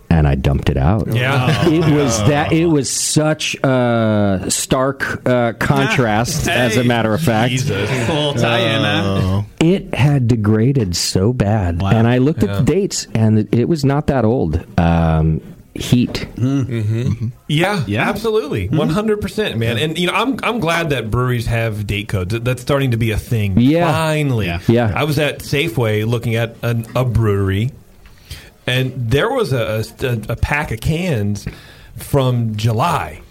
Speaker 10: And I dumped it out.
Speaker 14: Yeah. Oh.
Speaker 10: it was that. It was such a stark uh, contrast, as a matter of fact. uh,
Speaker 16: Full tie-in, huh?
Speaker 1: Oh.
Speaker 10: It had degraded so bad, and I looked at the dates, and it, it was not that old. Um, heat.
Speaker 14: Yeah, absolutely, one hundred percent, man. And you know, I'm I'm glad that breweries have date codes. That- That's starting to be a thing.
Speaker 10: Yeah.
Speaker 14: finally. Yeah. I was at Safeway looking at an, a brewery, and there was a, a, a pack of cans from July,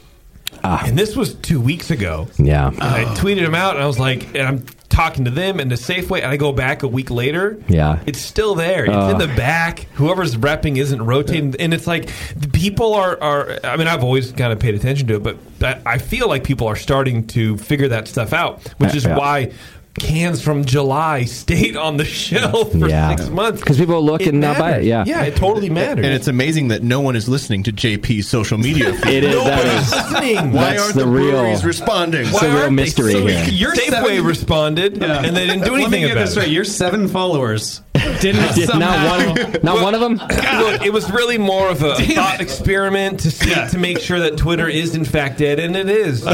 Speaker 16: Ah.
Speaker 14: and this was two weeks ago.
Speaker 10: Yeah.
Speaker 14: And I tweeted them out, and I was like, and I'm talking to them and the Safeway, and I go back a week later.
Speaker 10: Yeah.
Speaker 14: It's still there. It's in
Speaker 10: Ugh.
Speaker 14: the back. Whoever's repping isn't rotating, and it's like the people are, are. I mean, I've always kind of paid attention to it, but I I feel like people are starting to figure that stuff out, which
Speaker 10: Yeah,
Speaker 14: is
Speaker 10: yeah.
Speaker 14: why cans from July [laughs] stayed on the shelf for
Speaker 10: Yeah.
Speaker 14: six months
Speaker 10: 'Cause people look and not buy it,
Speaker 14: matters.
Speaker 10: yeah.
Speaker 14: yeah, it totally matters.
Speaker 12: And it's amazing that no one is listening to JP's social media. Feed.
Speaker 10: It is- that
Speaker 12: Nobody's
Speaker 10: is-
Speaker 14: listening.
Speaker 12: Why
Speaker 10: that's
Speaker 12: aren't
Speaker 10: the
Speaker 12: the,
Speaker 10: real-
Speaker 12: breweries responding?
Speaker 10: it's the real mystery here.
Speaker 14: Your Safeway responded, and they didn't do
Speaker 16: Let me
Speaker 14: anything
Speaker 16: get
Speaker 14: about
Speaker 16: this
Speaker 14: it.
Speaker 16: right. Your seven
Speaker 10: [laughs]
Speaker 16: followers didn't
Speaker 10: Did
Speaker 16: somehow-
Speaker 10: not
Speaker 16: [laughs]
Speaker 10: one, of- not one of them.
Speaker 14: Look, it was really more of a thought experiment to see, to make sure that Twitter is in fact dead, and it is. no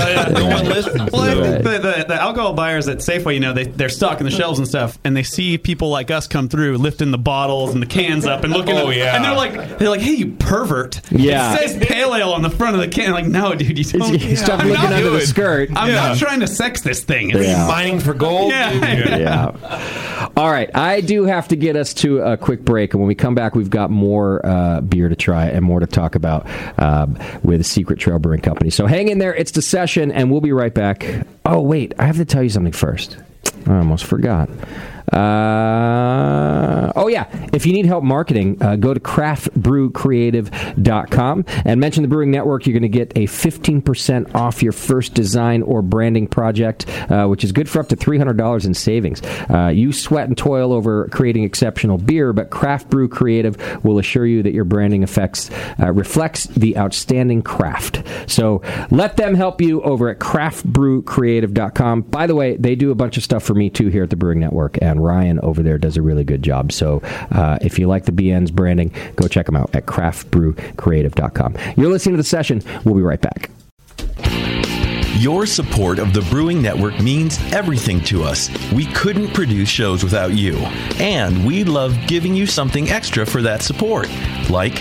Speaker 14: one listens.
Speaker 16: Oh, [laughs] Well, I
Speaker 14: So-
Speaker 16: think the, the, the alcohol buyers at Safeway, you know, they, they're stocking the shelves and stuff, and they see people like us come through lifting the bottles and the cans up and looking.
Speaker 14: Oh,
Speaker 16: at,
Speaker 14: yeah.
Speaker 16: And they're like, they're like, hey, you pervert.
Speaker 10: Yeah.
Speaker 16: It says pale ale on the front of the can. Like, no, dude, you don't.
Speaker 10: you stop
Speaker 16: I'm
Speaker 10: looking
Speaker 16: not
Speaker 10: under the
Speaker 16: doing-
Speaker 10: skirt.
Speaker 16: I'm
Speaker 10: Yeah.
Speaker 16: not trying to sex this thing.
Speaker 10: Are you Yeah.
Speaker 14: mining for
Speaker 16: [laughs]
Speaker 14: gold?
Speaker 16: Yeah.
Speaker 10: yeah. All right. I do have to get us to a quick break. And when we come back, we've got more uh, beer to try and more to talk about um, with Secret Trail Brewing Company. So hang in there. It's the session, and we'll be right back. Oh, wait. I have to tell you something first. I almost forgot. Uh, oh, yeah. If you need help marketing, uh, go to craftbrewcreative.com and mention the Brewing Network. You're going to get a 15% off your first design or branding project, uh, which is good for up to $300 in savings. Uh, you sweat and toil over creating exceptional beer, but Craft Brew Creative will assure you that your branding effects uh, reflects the outstanding craft. So let them help you over at craftbrewcreative.com. By the way, they do a bunch of stuff for me too here at the Brewing Network, and Ryan over there does a really good job. So uh, if you like the BN's branding, go check them out at craftbrewcreative.com. You're listening to the session. We'll be right back.
Speaker 19: Your support of the Brewing Network means everything to us. We couldn't produce shows without you. And we love giving you something extra for that support, like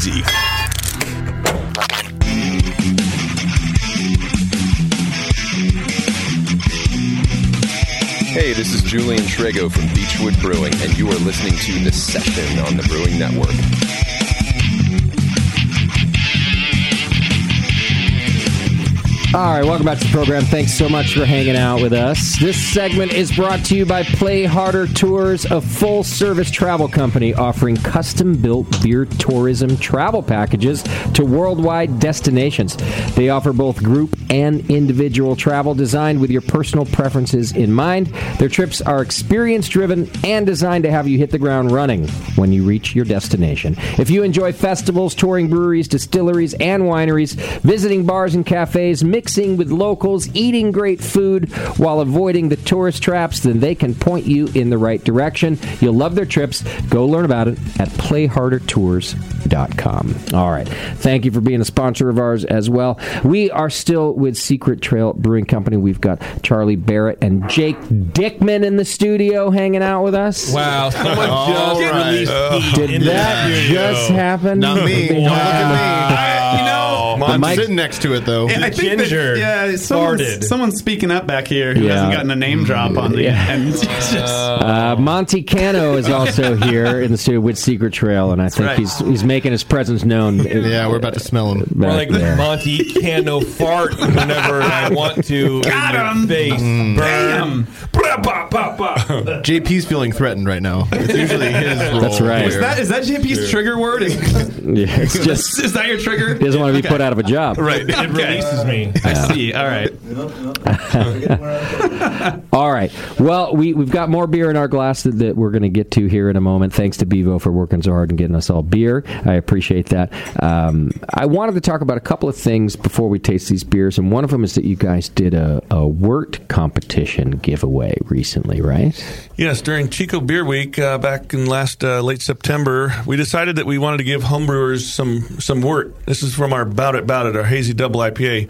Speaker 14: Hey, this is Julian Trego from Beechwood Brewing, and you are listening to this session on the Brewing Network.
Speaker 10: All right, welcome back to the program. Thanks so much for hanging out with us. This segment is brought to you by Play Harder Tours, a full service travel company offering custom built beer tourism travel packages to worldwide destinations. They offer both group and individual travel designed with your personal preferences in mind. Their trips are experience driven and designed to have you hit the ground running when you reach your destination. If you enjoy festivals, touring breweries, distilleries, and wineries, visiting bars and cafes, mixing with locals, eating great food while avoiding the tourist traps, then they can point you in the right direction. You'll love their trips. Go learn about it at playhardertours.com. All right. Thank you for being a sponsor of ours as well. We are still with Secret Trail Brewing Company. We've got Charlie Barrett and Jake Dickman in the studio hanging out with us.
Speaker 23: Wow, someone just released the
Speaker 10: Did that just happen?
Speaker 12: Not me. Don't look
Speaker 10: at
Speaker 12: me. you know,
Speaker 10: The
Speaker 12: Oh, I'm
Speaker 10: mic-
Speaker 12: sitting next to it though.
Speaker 16: I think that- yeah, someone's, someone's speaking up back here who
Speaker 10: Yeah.
Speaker 16: hasn't gotten a name drop on the
Speaker 10: Yeah.
Speaker 16: end. [laughs] It's just-
Speaker 10: Uh, Monty Cano [laughs] is also here in the studio with Secret Trail, and I think
Speaker 16: right.
Speaker 10: he's he's making his presence known. yeah, we're about to smell him.
Speaker 23: Or like Monty can no fart whenever
Speaker 16: [laughs]
Speaker 23: I want to. Got him. Face.
Speaker 16: Mm.
Speaker 23: Burn.
Speaker 12: [laughs] JP's feeling threatened right now. It's usually his role.
Speaker 10: That's right.
Speaker 16: Is that is that JP's
Speaker 12: Yeah.
Speaker 16: trigger word? Is,
Speaker 10: yeah, it's
Speaker 12: [laughs]
Speaker 10: just
Speaker 16: is that your trigger?
Speaker 10: he doesn't want to be put out of a job.
Speaker 16: Right. It releases me. I
Speaker 10: Yeah.
Speaker 16: see. All right.
Speaker 10: [laughs] All right. Well, we, we've got more beer in our glass that, that we're going to get to here in a moment. Thanks to Bevo for working so hard and getting us all beer. I appreciate that. Um, I wanted to talk about a couple of things before we taste these beers, and one of them is that you guys did a, a wort competition giveaway recently, right?
Speaker 21: Yes, during Chico Beer Week uh, back in last uh, late September, we decided that we wanted to give homebrewers some some wort. This is from our Bout It Bout It, our hazy double IPA.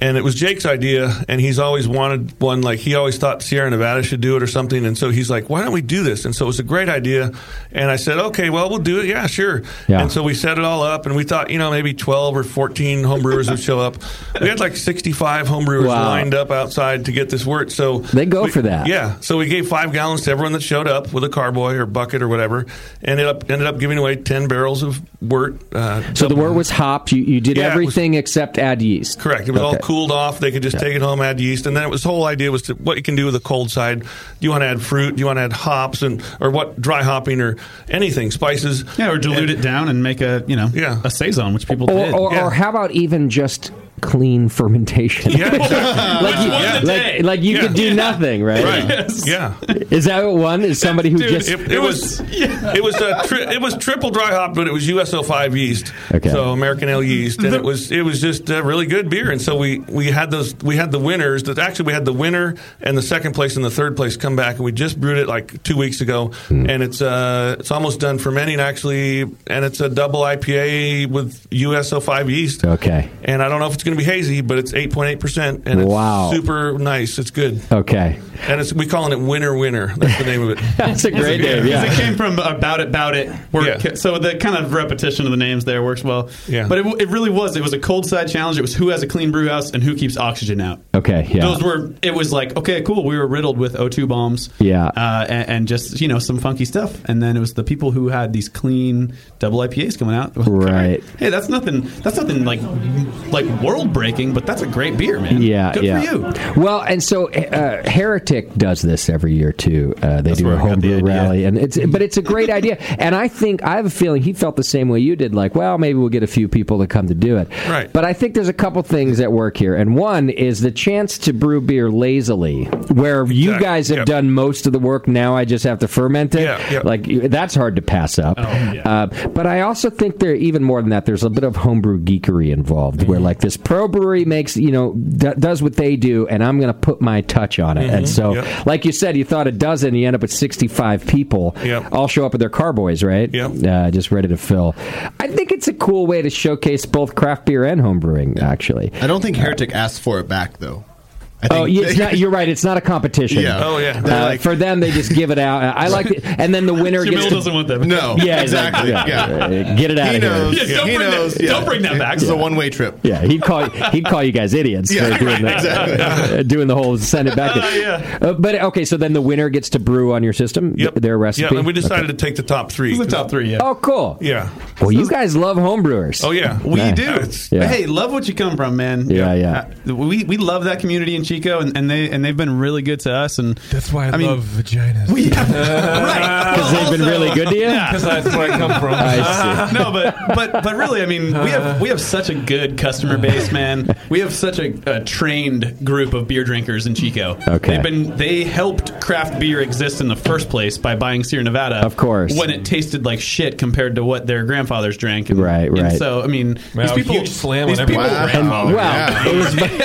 Speaker 21: And it was Jake's idea, and he's always wanted one. Like he always thought Sierra Nevada should do it or something, and so he's like, "Why don't we do this?" And so it was a great idea, and I said, "Okay, well, we'll do it. Yeah, sure."
Speaker 10: Yeah.
Speaker 21: And so we set it all up, and we thought, you know, maybe twelve or fourteen homebrewers would show up. We had like sixty-five homebrewers
Speaker 10: Wow.
Speaker 21: lined up outside to get this wort. So
Speaker 10: They go for that.
Speaker 21: yeah, so we gave five gallons to everyone that showed up with a carboy or bucket or whatever. Ended up ended up giving away ten barrels of wort. Uh,
Speaker 10: So the wort was hopped. You, you did
Speaker 21: Yeah, it was-
Speaker 10: everything except add yeast.
Speaker 21: correct. It was all
Speaker 10: Okay.
Speaker 21: cooled off. They could just take it home, add yeast, and then it was the whole idea was to, what you can do with the cold side. Do you want to add fruit? Do you want to add hops and or what dry hopping or anything spices?
Speaker 16: Yeah, or dilute it down and make a you know
Speaker 21: yeah.
Speaker 16: a saison, which people
Speaker 10: Or,
Speaker 16: did.
Speaker 10: or, or how about even just clean fermentation. [laughs]
Speaker 9: Yeah.
Speaker 10: like,
Speaker 9: Which
Speaker 10: you,
Speaker 9: won the day.
Speaker 10: like, like you
Speaker 9: Yeah.
Speaker 10: could do nothing, right?
Speaker 21: Right. Yes. Yeah.
Speaker 10: Is that what one? Is somebody who just
Speaker 21: it, it was it was a tri- it was triple dry hop, but it was USO five yeast,
Speaker 10: Okay.
Speaker 21: so American ale yeast, and it was it was just a really good beer. And so we we had those we had the winners. That actually we had the winner and the second place and the third place come back, and we just brewed it like two weeks ago,
Speaker 10: Hmm.
Speaker 21: and it's uh it's almost done fermenting actually, and it's a double IPA with USO five yeast.
Speaker 10: okay.
Speaker 21: And I don't know if it's going to be hazy, but it's eight point eight percent, and it's
Speaker 10: Wow.
Speaker 21: super nice. It's good.
Speaker 10: Okay.
Speaker 21: And it's, we calling it Winner Winner. That's the name of it.
Speaker 10: [laughs] That's a great
Speaker 16: Yeah,
Speaker 10: name.
Speaker 16: because It
Speaker 10: Yeah.
Speaker 16: came from about it, about it. Work. So the kind of repetition of the names there works well.
Speaker 21: Yeah.
Speaker 16: But it, w- it really was. It was a cold side challenge. It was who has a clean brew house and who keeps oxygen out.
Speaker 10: Okay. Yeah.
Speaker 16: Those were. It was like okay, cool. We were riddled with O2 bombs.
Speaker 10: Yeah.
Speaker 16: Uh, and, and just you know some funky stuff. And then it was the people who had these clean double IPAs coming out. [laughs]
Speaker 10: Right.
Speaker 16: Hey, that's nothing. That's nothing like like world breaking, but that's a great beer, man.
Speaker 10: Yeah,
Speaker 16: Good
Speaker 10: yeah.
Speaker 16: for you.
Speaker 10: Well, and so uh, Heretic does this every year too. Uh, they do a
Speaker 22: where I got the
Speaker 10: homebrew
Speaker 22: idea.
Speaker 10: rally, and it's but it's a great idea.
Speaker 22: [laughs]
Speaker 10: And I think I have a feeling he felt the same way you did. Like, well, maybe we'll get a few people to come to do it. Right. But I think there's a couple things at work here, and one is the chance to brew beer lazily, where you guys have done most of the work. Now I just have to ferment it. Like you- that's hard to pass up. Uh, but I also think there, even more than that, there's a bit of homebrew geekery involved, where like this pro brewery makes you know d- does what they do, and I'm going to put my touch on it. And
Speaker 22: Mhm.
Speaker 10: so,
Speaker 22: Yep.
Speaker 10: like you said, you thought a dozen, you end up with 65 people,
Speaker 22: Yep.
Speaker 10: all show up with their carboys, right? Uh, just ready to fill. I think it's a cool way to showcase both craft beer and home brewing. Actually,
Speaker 12: I don't think Heretic asked for it back though.
Speaker 10: oh, yeah,
Speaker 12: [laughs]
Speaker 10: it's not, you're right. It's not a competition.
Speaker 12: Yeah. Oh, yeah.
Speaker 10: Uh,
Speaker 12: They're like-
Speaker 10: for them, they just give it out. I like it, and then the winner
Speaker 16: Jim
Speaker 10: gets
Speaker 16: Hill
Speaker 10: to-
Speaker 16: doesn't want that.
Speaker 12: No,
Speaker 10: Yeah,
Speaker 12: exactly.
Speaker 10: yeah,
Speaker 12: Yeah.
Speaker 10: yeah. Get it out
Speaker 12: He
Speaker 10: of
Speaker 12: knows.
Speaker 10: here.
Speaker 12: Yeah, don't He bring that- knows, yeah. don't bring that back. This is a one-way trip.
Speaker 10: Yeah, he'd call he'd call you guys idiots
Speaker 12: Yeah,
Speaker 10: for doing
Speaker 12: right,
Speaker 10: that,
Speaker 12: exactly.
Speaker 10: uh, [laughs] doing the whole send it back. Uh, but okay, so then the winner gets to brew on your system th- their recipe.
Speaker 21: Yeah, and we decided to take the top three.
Speaker 16: The top three. Yeah.
Speaker 10: Oh, cool.
Speaker 21: Yeah.
Speaker 10: Well, you guys love homebrewers.
Speaker 21: Oh, yeah.
Speaker 16: We
Speaker 10: Nice.
Speaker 16: do.
Speaker 10: Yeah.
Speaker 16: Hey, love what you come from, man.
Speaker 10: Yeah, yeah.
Speaker 16: Uh, we we love that community in Chico, and, and they and they've been really good to us. And that's why
Speaker 14: I, love vaginas. [laughs]
Speaker 16: We [laughs] have, right?
Speaker 10: Because they've been really good to you.
Speaker 14: Because that's where I come
Speaker 10: [laughs]
Speaker 14: from.
Speaker 16: I see. [laughs] no, but but but really, I mean, we have we have such a good customer base, man. We have such a, a trained group of beer drinkers in Chico.
Speaker 10: Okay.
Speaker 16: they've been they helped craft beer exist in the first place by buying Sierra Nevada, of
Speaker 10: course,
Speaker 16: when it tasted like shit compared to what their grandfathers drank. And,
Speaker 10: Right,
Speaker 16: and
Speaker 10: right.
Speaker 16: so I mean,
Speaker 14: Wow,
Speaker 16: these people
Speaker 14: huge slam
Speaker 16: these
Speaker 14: on everyone.
Speaker 16: people-
Speaker 14: Wow. Wow.
Speaker 10: Wow. It was-
Speaker 14: Everybody's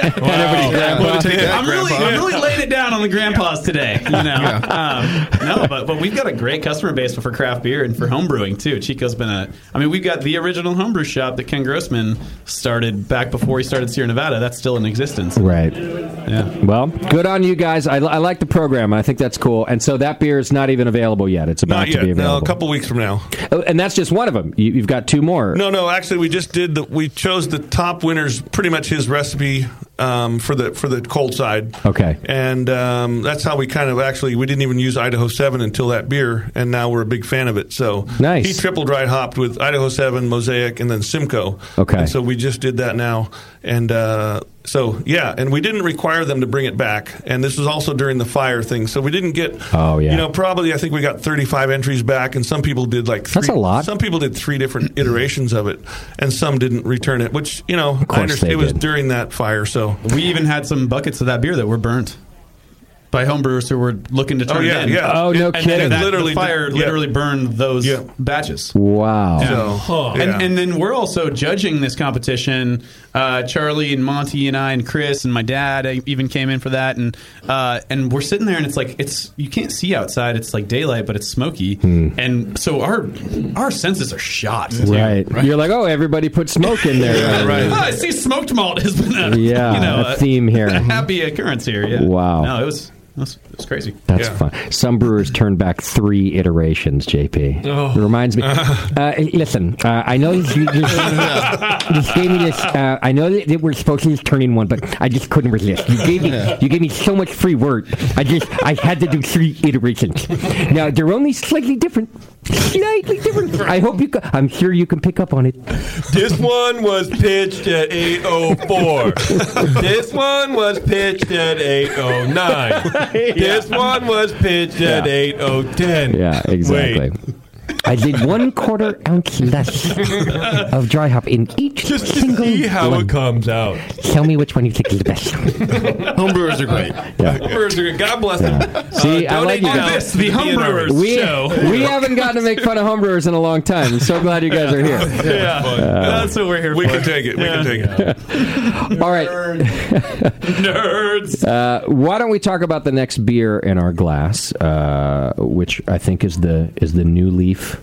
Speaker 14: grandpa.
Speaker 16: Well,
Speaker 14: Take that,
Speaker 16: I'm really,
Speaker 14: grandpa.
Speaker 16: I'm really laying it down on the grandpas today. You know, um, no, but but we've got a great customer base for craft beer and for homebrewing too. Chico's been a, I mean, we've got the original homebrew shop that Ken Grossman started back before he started Sierra Nevada. That's still in existence.
Speaker 10: Right.
Speaker 16: Yeah.
Speaker 10: Well, good on you guys. I, I like the program. I think that's cool. And so that beer is not even available yet. It's about
Speaker 21: Not
Speaker 10: to be
Speaker 21: yet. No,
Speaker 10: available.
Speaker 21: a couple weeks from now.
Speaker 10: Oh, and that's just one of them. You, you've got two more.
Speaker 21: No, no. Actually, we just did. The, we chose the top winners. Pretty much his recipe um, for the for the cold side.
Speaker 10: Okay.
Speaker 21: And um, that's how we kind of actually we didn't even use Idaho Seven until that beer, and now we're a big fan of it. So
Speaker 10: Nice.
Speaker 21: He triple dry hopped with Idaho Seven, Mosaic, and then Simcoe.
Speaker 10: Okay.
Speaker 21: And so we just did that now, and uh, so yeah, and we didn't require them to bring it back. And this was also during the fire thing, so we didn't get.
Speaker 10: Oh, yeah.
Speaker 21: You know, probably I think we got thirty five entries back, and some people did like three,
Speaker 10: That's a lot.
Speaker 21: Some people did
Speaker 10: [clears throat]
Speaker 21: three different iterations of it, and some didn't return it, which you know I
Speaker 10: course
Speaker 21: understand.
Speaker 10: they
Speaker 21: It was
Speaker 10: did.
Speaker 21: during that fire, so
Speaker 10: [laughs]
Speaker 16: We even had some buckets of that beer that were burnt. By homebrewers who were looking to turn
Speaker 21: Oh, yeah,
Speaker 16: it in.
Speaker 21: yeah. Oh, no
Speaker 16: And then
Speaker 21: kidding.
Speaker 16: that- the
Speaker 21: Literally-
Speaker 16: fire
Speaker 21: yeah.
Speaker 16: literally burned those batches.
Speaker 10: Wow.
Speaker 16: So, and, [laughs] and then we're also judging this competition. Uh, Charlie and Monty and I and Chris and my dad uh, even came in for that, and uh, and we're sitting there and it's like it's you can't see outside. It's like daylight, but it's smoky, and so our our senses are shot. dude.
Speaker 10: Hmm. Right. You're like, oh, everybody put smoke in
Speaker 16: [laughs]
Speaker 10: there.
Speaker 16: Oh, I see smoked malt has been a, [laughs]
Speaker 10: Yeah,
Speaker 16: you know, uh,
Speaker 10: a
Speaker 16: [laughs]
Speaker 10: theme here. Mm-hmm.
Speaker 16: a happy occurrence here. Yeah.
Speaker 10: Wow.
Speaker 16: No, it was it was, it was crazy.
Speaker 10: That's
Speaker 16: yeah.
Speaker 10: fun. Some brewers turn back three iterations, JP.
Speaker 16: Oh.
Speaker 10: It reminds
Speaker 16: [laughs]
Speaker 10: me. Uh, listen, uh, I know you you just, you just gave me this. Uh, I know that we're supposed to just turn in one, but I just couldn't resist. You gave me, you gave me so much free word. I just, I had to do three iterations. Now they're only slightly different. Slightly different. I hope you. ca- I'm sure you can pick up on it.
Speaker 24: This one was pitched at
Speaker 16: [laughs]
Speaker 24: 804. this one was pitched at 809.
Speaker 16: [laughs]
Speaker 24: This one was pitched at
Speaker 10: Yeah.
Speaker 24: 8010.
Speaker 10: Yeah, exactly. I did one quarter ounce less of dry hop in each single
Speaker 24: See how
Speaker 10: one.
Speaker 24: it comes out.
Speaker 10: Tell me which one you think is the [laughs] best.
Speaker 24: Homebrewers are great.
Speaker 10: Yeah.
Speaker 24: Homebrewers are great. God bless them. Uh,
Speaker 10: See, I like
Speaker 24: donate
Speaker 10: you
Speaker 24: to this,
Speaker 10: guys.
Speaker 24: the Homebrewers
Speaker 10: we,
Speaker 24: show.
Speaker 10: We haven't gotten to make fun of homebrewers in a long time. I'm so glad you guys
Speaker 21: [laughs]
Speaker 10: are here.
Speaker 16: [laughs] Yeah.
Speaker 10: Uh,
Speaker 16: That's what we're here
Speaker 21: we
Speaker 16: for.
Speaker 21: can take it. We can take
Speaker 10: [laughs]
Speaker 21: it.
Speaker 10: All right. Nerds. [laughs] Uh, why don't we talk about the next beer in our glass, uh, which I think is the is the New Leaf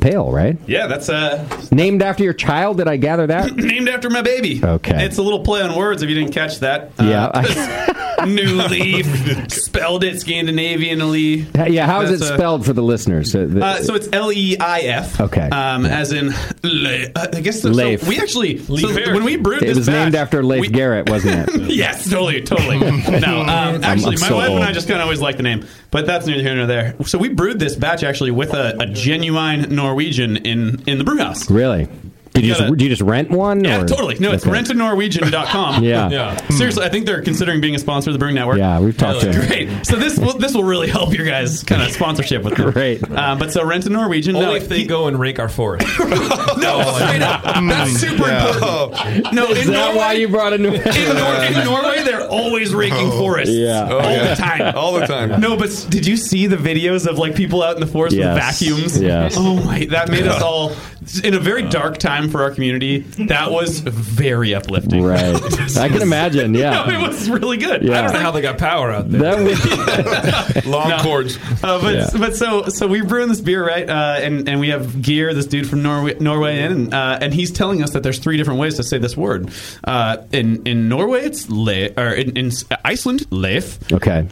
Speaker 10: Pale, right?
Speaker 16: Yeah, that's uh,
Speaker 10: Named after your child. Did I gather that?
Speaker 16: named after my baby.
Speaker 10: Okay.
Speaker 16: It's a little play on words if you didn't catch that. Uh,
Speaker 10: yeah. I-
Speaker 16: New leaf spelled it Scandinavianly.
Speaker 10: yeah. How is it
Speaker 16: That's, uh,
Speaker 10: spelled for the listeners? Uh, the-
Speaker 16: Uh, so it's L E I F.
Speaker 10: Okay.
Speaker 16: Um, as in, le- uh, I guess the, so
Speaker 10: Leif.
Speaker 16: we actually so when we brewed
Speaker 10: it
Speaker 16: this
Speaker 10: was named
Speaker 16: batch-
Speaker 10: after Leif Garrett,
Speaker 16: [laughs]
Speaker 10: wasn't it?
Speaker 16: yes, totally, totally. No,
Speaker 10: I'm-
Speaker 16: um, actually,
Speaker 10: I'm
Speaker 16: my
Speaker 10: so
Speaker 16: wife and I
Speaker 10: old.
Speaker 16: just kind of always like the name, but that's neither here nor there. So we brewed this batch actually with a, a genuine Norwegian in in the brewhouse.
Speaker 10: Really? Did you, just,
Speaker 16: gotta-
Speaker 10: do you just rent one?
Speaker 16: Yeah,
Speaker 10: or-
Speaker 16: totally. No, it's
Speaker 10: Okay.
Speaker 16: rentednorwegian.com.
Speaker 10: [laughs] Yeah.
Speaker 24: Hmm.
Speaker 16: Seriously, I think they're considering being a sponsor of the Brewing Network.
Speaker 10: Yeah, we've talked to them.
Speaker 16: Great. So this will, this will really help your guys kind of sponsorship with them. Great. Um, but so rent a Norwegian.
Speaker 24: Only
Speaker 16: no,
Speaker 24: if they go and rake our forest. no,
Speaker 16: straight up. [laughs]
Speaker 10: Mm,
Speaker 16: That's super
Speaker 10: [laughs]
Speaker 16: important. No,
Speaker 24: Is
Speaker 16: in
Speaker 24: that
Speaker 16: Norway,
Speaker 24: why
Speaker 10: you brought a new?
Speaker 16: Nor-
Speaker 10: In, [laughs]
Speaker 16: in Norway, they're always raking forests.
Speaker 10: yeah. Oh,
Speaker 16: all
Speaker 10: yeah.
Speaker 16: the
Speaker 10: [laughs]
Speaker 16: time.
Speaker 21: All the time.
Speaker 16: No, but s- did you see the videos of like people out in the forest
Speaker 10: Yes.
Speaker 16: with vacuums?
Speaker 10: Yes.
Speaker 16: Oh my! That made
Speaker 10: [laughs]
Speaker 16: us all in a very dark time for our community. That was very uplifting. [laughs]
Speaker 10: Right. I can imagine. Yeah.
Speaker 16: No, it was really good.
Speaker 10: Yeah.
Speaker 16: I don't know how
Speaker 24: they got power out
Speaker 10: there. That
Speaker 16: [laughs]
Speaker 10: [laughs]
Speaker 21: Long cords.
Speaker 16: Uh, but
Speaker 21: Yeah.
Speaker 16: but so so we're brewing this beer right, uh, and and we have Gear, this dude from Norway, Norway in, and uh, and he's telling us that there's three different ways to say this word. Uh, in in Norway, it's le, or in, in Iceland, leif.
Speaker 10: Okay.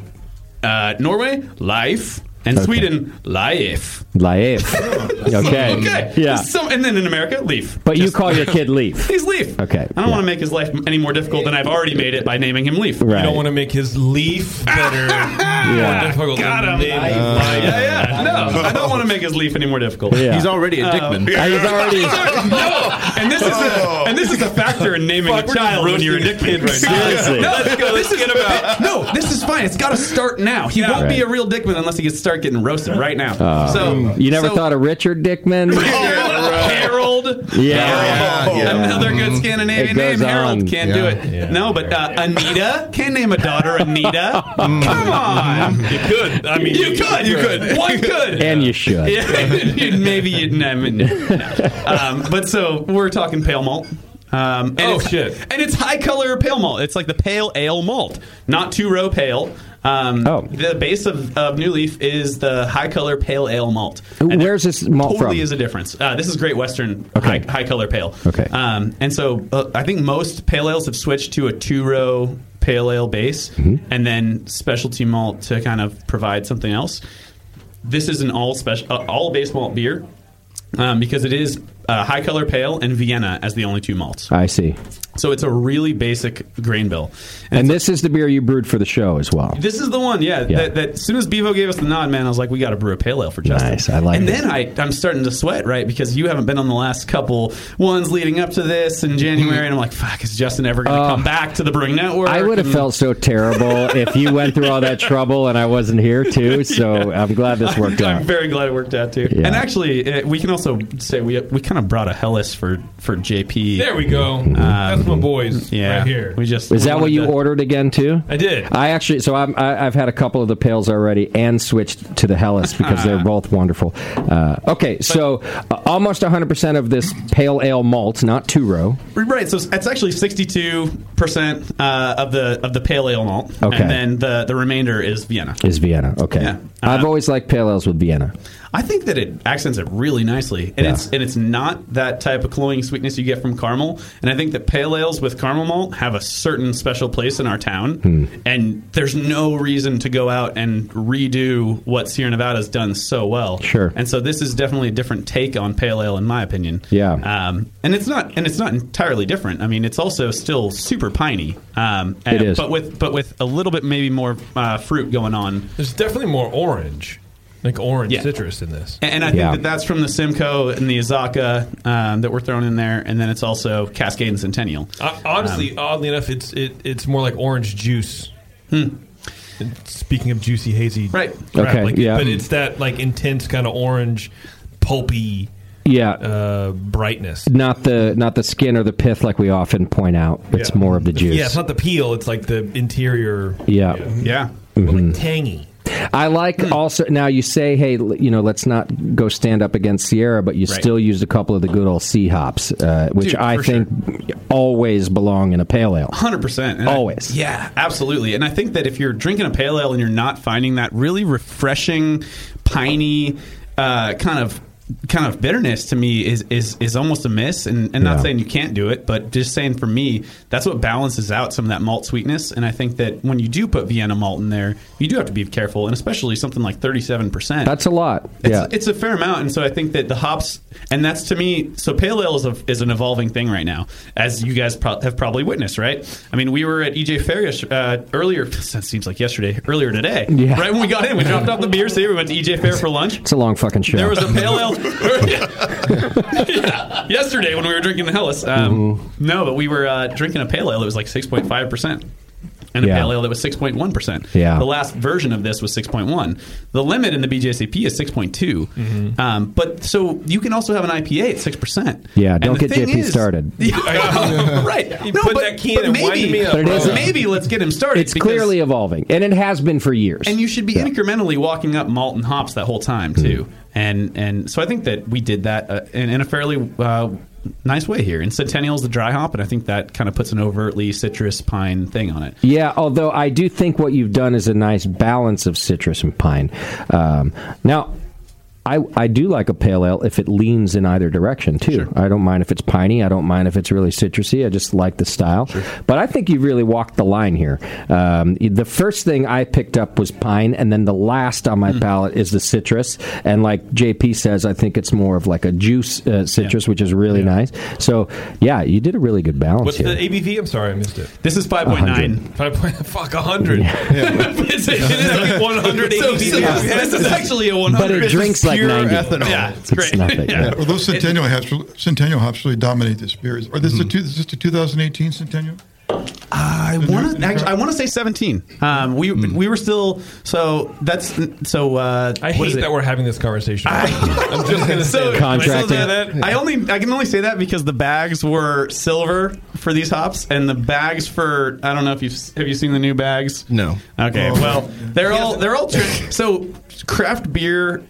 Speaker 16: Uh, Norway, life. And
Speaker 10: Okay.
Speaker 16: Sweden, life. [laughs]
Speaker 10: Laif. Okay.
Speaker 16: Oh, Okay.
Speaker 10: Yeah.
Speaker 16: So- and then in America, leaf.
Speaker 10: But you
Speaker 16: Just- [laughs]
Speaker 10: call your kid Leaf.
Speaker 16: He's Leaf.
Speaker 10: Okay.
Speaker 16: I don't want to make his life any more difficult than I've already made it by naming him Leaf.
Speaker 10: Right.
Speaker 16: don't want
Speaker 24: to make his leaf better.
Speaker 16: [laughs] yeah.
Speaker 24: difficult
Speaker 16: Got
Speaker 24: than
Speaker 16: him.
Speaker 24: Leaf.
Speaker 16: yeah, yeah. No, I don't want to make his leaf any more difficult.
Speaker 24: Yeah.
Speaker 12: He's already a
Speaker 16: Um, [laughs]
Speaker 12: dickman. Oh.
Speaker 16: he's already. no, and this is a, and this is a factor in naming
Speaker 24: Fuck,
Speaker 16: a
Speaker 24: we're
Speaker 16: child
Speaker 24: just
Speaker 16: when you're a
Speaker 24: roasting
Speaker 16: dickman right
Speaker 24: kids
Speaker 16: now.
Speaker 24: right now. Seriously.
Speaker 16: No,
Speaker 24: Let's go,
Speaker 16: this
Speaker 24: let's
Speaker 16: is
Speaker 24: get him out.
Speaker 16: no, this is fine. It's got to start now. He
Speaker 24: Yeah.
Speaker 16: won't be
Speaker 10: Right.
Speaker 16: a real dickman unless he gets start getting roasted right now.
Speaker 10: Uh,
Speaker 16: so
Speaker 10: you never
Speaker 16: so Oh,
Speaker 10: thought of
Speaker 16: [laughs]
Speaker 10: Richard Dickman?
Speaker 16: Harold.
Speaker 10: Yeah.
Speaker 16: Harold.
Speaker 10: Yeah. Mm-hmm.
Speaker 16: Another good
Speaker 10: It
Speaker 16: Scandinavian
Speaker 10: goes
Speaker 16: name. Harold
Speaker 10: on.
Speaker 16: can't
Speaker 10: Yeah.
Speaker 16: do it. No, but uh, Anita can name a daughter [laughs] Anita. Come on, Mm. [laughs] you could. I mean, you could. You could. One could.
Speaker 10: [laughs] And you
Speaker 16: [laughs]
Speaker 10: should.
Speaker 16: Yeah, maybe [laughs] you'd never. Um, but so we're talking pale malt. Um, and oh shit! And it's high color pale malt. It's like the pale ale malt, not two row pale. Um, oh. The base of, of New Leaf is the high color pale ale malt.
Speaker 10: Where's this malt
Speaker 16: totally
Speaker 10: from?
Speaker 16: is a difference. Uh, this is Great Western
Speaker 10: Okay.
Speaker 16: high, high color pale.
Speaker 10: Okay.
Speaker 16: Um, and so uh, I think most pale ales have switched to a two row pale ale base
Speaker 10: Mm-hmm.
Speaker 16: and then specialty malt to kind of provide something else. This is an all special uh, all base malt beer um, because it is uh, high color pale and Vienna as the only two malts.
Speaker 10: I see.
Speaker 16: So it's a really basic grain bill.
Speaker 10: And, this is the beer you brewed for the show as well.
Speaker 16: This is the one, yeah.
Speaker 10: Yeah.
Speaker 16: That, that as soon as Bevo gave us the nod, man, I was like, we got to brew a pale ale for Justin.
Speaker 10: Nice, I like
Speaker 16: And
Speaker 10: it.
Speaker 16: then I, I'm starting to sweat, right? Because you haven't been on the last couple ones leading up to this in January, and I'm like, fuck, is Justin ever going to come back to the Brewing Network?
Speaker 10: Oh. I would have
Speaker 16: And-
Speaker 10: felt so terrible if you went through all that trouble and I wasn't here too. So I'm glad this worked
Speaker 16: I'm
Speaker 10: out.
Speaker 16: very glad it worked out too.
Speaker 10: Yeah.
Speaker 16: And actually, uh, we can also say we we kind of brought a Hellas for for JP.
Speaker 24: There we go. That's my boys
Speaker 16: yeah.
Speaker 24: right here.
Speaker 16: We just
Speaker 10: Um, Is
Speaker 16: we
Speaker 10: that what
Speaker 16: wanted
Speaker 10: you
Speaker 16: to-
Speaker 10: ordered again too?
Speaker 24: I did.
Speaker 10: I actually, so I'm, I, I've had a couple of the pails already and switched to the Hellas because they're both wonderful. Uh, okay, so uh, almost 100% of this pale ale malt, not two row.
Speaker 16: Right, so it's actually sixty-two percent uh, of the of the pale ale malt,
Speaker 10: Okay.
Speaker 16: and then the the remainder is Vienna.
Speaker 10: Is Vienna okay?
Speaker 16: Yeah.
Speaker 10: I've always liked pale ales with Vienna.
Speaker 16: I think that it accents it really nicely, and it's and it's not that type of cloying sweetness you get from caramel. And I think that pale ales with caramel malt have a certain special place in our town,
Speaker 10: Hmm.
Speaker 16: and there's no reason to go out and redo what Sierra Nevada's done so well.
Speaker 10: Sure.
Speaker 16: And so this is definitely a different take on pale ale, in my opinion.
Speaker 10: Yeah.
Speaker 16: Um, and it's not and it's not entirely different. I mean, it's also still super piney. Um, and-
Speaker 10: It is.
Speaker 16: but with but with a little bit maybe more uh, fruit going on.
Speaker 24: There's definitely more orange, like orange
Speaker 16: Yeah.
Speaker 24: citrus in this.
Speaker 16: And, and I think
Speaker 24: Yeah.
Speaker 16: that that's from the Simcoe and the Azaka um, that were thrown in there, and then it's also Cascade and Centennial. Um,
Speaker 24: Uh, honestly, oddly enough, it's it, it's more like orange juice. And Speaking of juicy hazy,
Speaker 16: Hmm. right?
Speaker 10: Okay,
Speaker 24: Like,
Speaker 10: yeah.
Speaker 24: But it's that like intense kind of orange
Speaker 14: pulpy
Speaker 10: yeah
Speaker 14: uh, brightness.
Speaker 10: not the not the skin or the pith like we often point out. It's
Speaker 14: Yeah.
Speaker 10: more of the juice.
Speaker 14: Yeah, it's not the peel. It's like the interior.
Speaker 10: Yeah.
Speaker 14: Yeah.
Speaker 10: Mhm.
Speaker 14: Tangy.
Speaker 10: I like
Speaker 16: Hmm.
Speaker 10: also now you say, hey, l- you know, let's not go stand up against Sierra, but you
Speaker 14: Right.
Speaker 10: still used a couple of the good old sea hops, uh, which
Speaker 16: Dude,
Speaker 10: I
Speaker 16: for
Speaker 10: think always belong in a pale ale.
Speaker 16: Hundred percent.
Speaker 10: Always.
Speaker 16: yeah, absolutely. And I think that if you're drinking a pale ale and you're not finding that really refreshing, piney uh, kind of kind of bitterness to me is is is almost a miss. And, and not
Speaker 22: Yeah.
Speaker 16: saying you can't do it, but just saying for me, that's what balances out some of that malt sweetness. And I think that when you do put Vienna malt in there, you do have to be careful, and especially something like thirty-seven percent.
Speaker 10: That's a lot.
Speaker 16: It's,
Speaker 10: yeah.
Speaker 16: it's a fair amount, and so I think that the hops, and that's to me. So pale ale is, a, is an evolving thing right now, as you guys pro- have probably witnessed, right? I mean, we were at E EJ Fair yes- uh, earlier. [laughs] It seems like yesterday, earlier today,
Speaker 10: Yeah.
Speaker 16: right when we got in, we dropped off the beers here. We went to EJ Fair for lunch.
Speaker 10: It's a long fucking show.
Speaker 16: There was a pale
Speaker 10: [laughs]
Speaker 16: ale Yeah. yesterday when we were drinking the Hellas. Um,
Speaker 10: Mm-hmm.
Speaker 16: No, but we were uh, drinking a pale ale that was like six point five percent. And a
Speaker 10: Yeah.
Speaker 16: pale ale that was 6.1%.
Speaker 10: Yeah.
Speaker 16: The last version of this was 6.1. The limit in the BJCP is 6.2. Um, but so you can also have an IPA at 6%.
Speaker 10: Yeah,
Speaker 16: And
Speaker 10: don't
Speaker 16: the
Speaker 10: get
Speaker 16: thing [laughs]
Speaker 10: JP started.
Speaker 16: right. No,
Speaker 24: put
Speaker 16: but,
Speaker 24: that key
Speaker 16: but
Speaker 24: in and wind
Speaker 16: maybe,
Speaker 24: me up, But it bro. isn't.
Speaker 16: maybe let's get him started.
Speaker 10: It's clearly evolving, and it has been for years.
Speaker 16: And you should be
Speaker 10: Yeah.
Speaker 16: incrementally walking up malt and hops that whole time too. And and so I think that we did that uh, in, in a fairly uh, nice way here. And Centennial's the dry hop, and I think that kind of puts an overtly citrus pine thing on it.
Speaker 10: Yeah, although I do think what you've done is a nice balance of citrus and pine. Um, now, I I do like a pale ale if it leans in either direction too. I don't mind if it's piney. I don't mind if it's really citrusy. I just like the style. But I think you've really walked the line here. Um, the first thing I picked up was pine, and then the last on my palate is the citrus. And like JP says, I think it's more of like a juice uh, citrus, which is really nice. So yeah, you did a really good balance
Speaker 14: What's
Speaker 10: here.
Speaker 14: the ABV? I'm sorry, I missed it.
Speaker 16: This is
Speaker 10: 5.9.
Speaker 14: Five point [laughs] fuck hundred. [laughs]
Speaker 16: It's- it is like 100
Speaker 14: So-
Speaker 16: ABV.
Speaker 14: so-
Speaker 16: Yeah, this is actually a 100.
Speaker 10: But it
Speaker 16: This
Speaker 10: drinks
Speaker 16: is
Speaker 10: like
Speaker 16: pure
Speaker 10: 90.
Speaker 16: ethanol. [laughs] Yeah, it's great.
Speaker 11: Yeah. Well, those centennial hops, centennial hops really dominate this beer. Or this is the
Speaker 12: Mm-hmm.
Speaker 11: two, is this the 2018 centennial?
Speaker 16: I want to. Mm-hmm. I want to say seventeen. Um, we we were still so that's so. Uh,
Speaker 14: I hate that we're having this conversation. I,
Speaker 16: [laughs]
Speaker 14: am just gonna say that.
Speaker 16: So that- I only I can only say that because the bags were silver for these hops, and the bags for I don't know if you have have you seen the new bags.
Speaker 12: No.
Speaker 16: Okay,
Speaker 12: Oh.
Speaker 16: well they're all they're all tri- so craft beer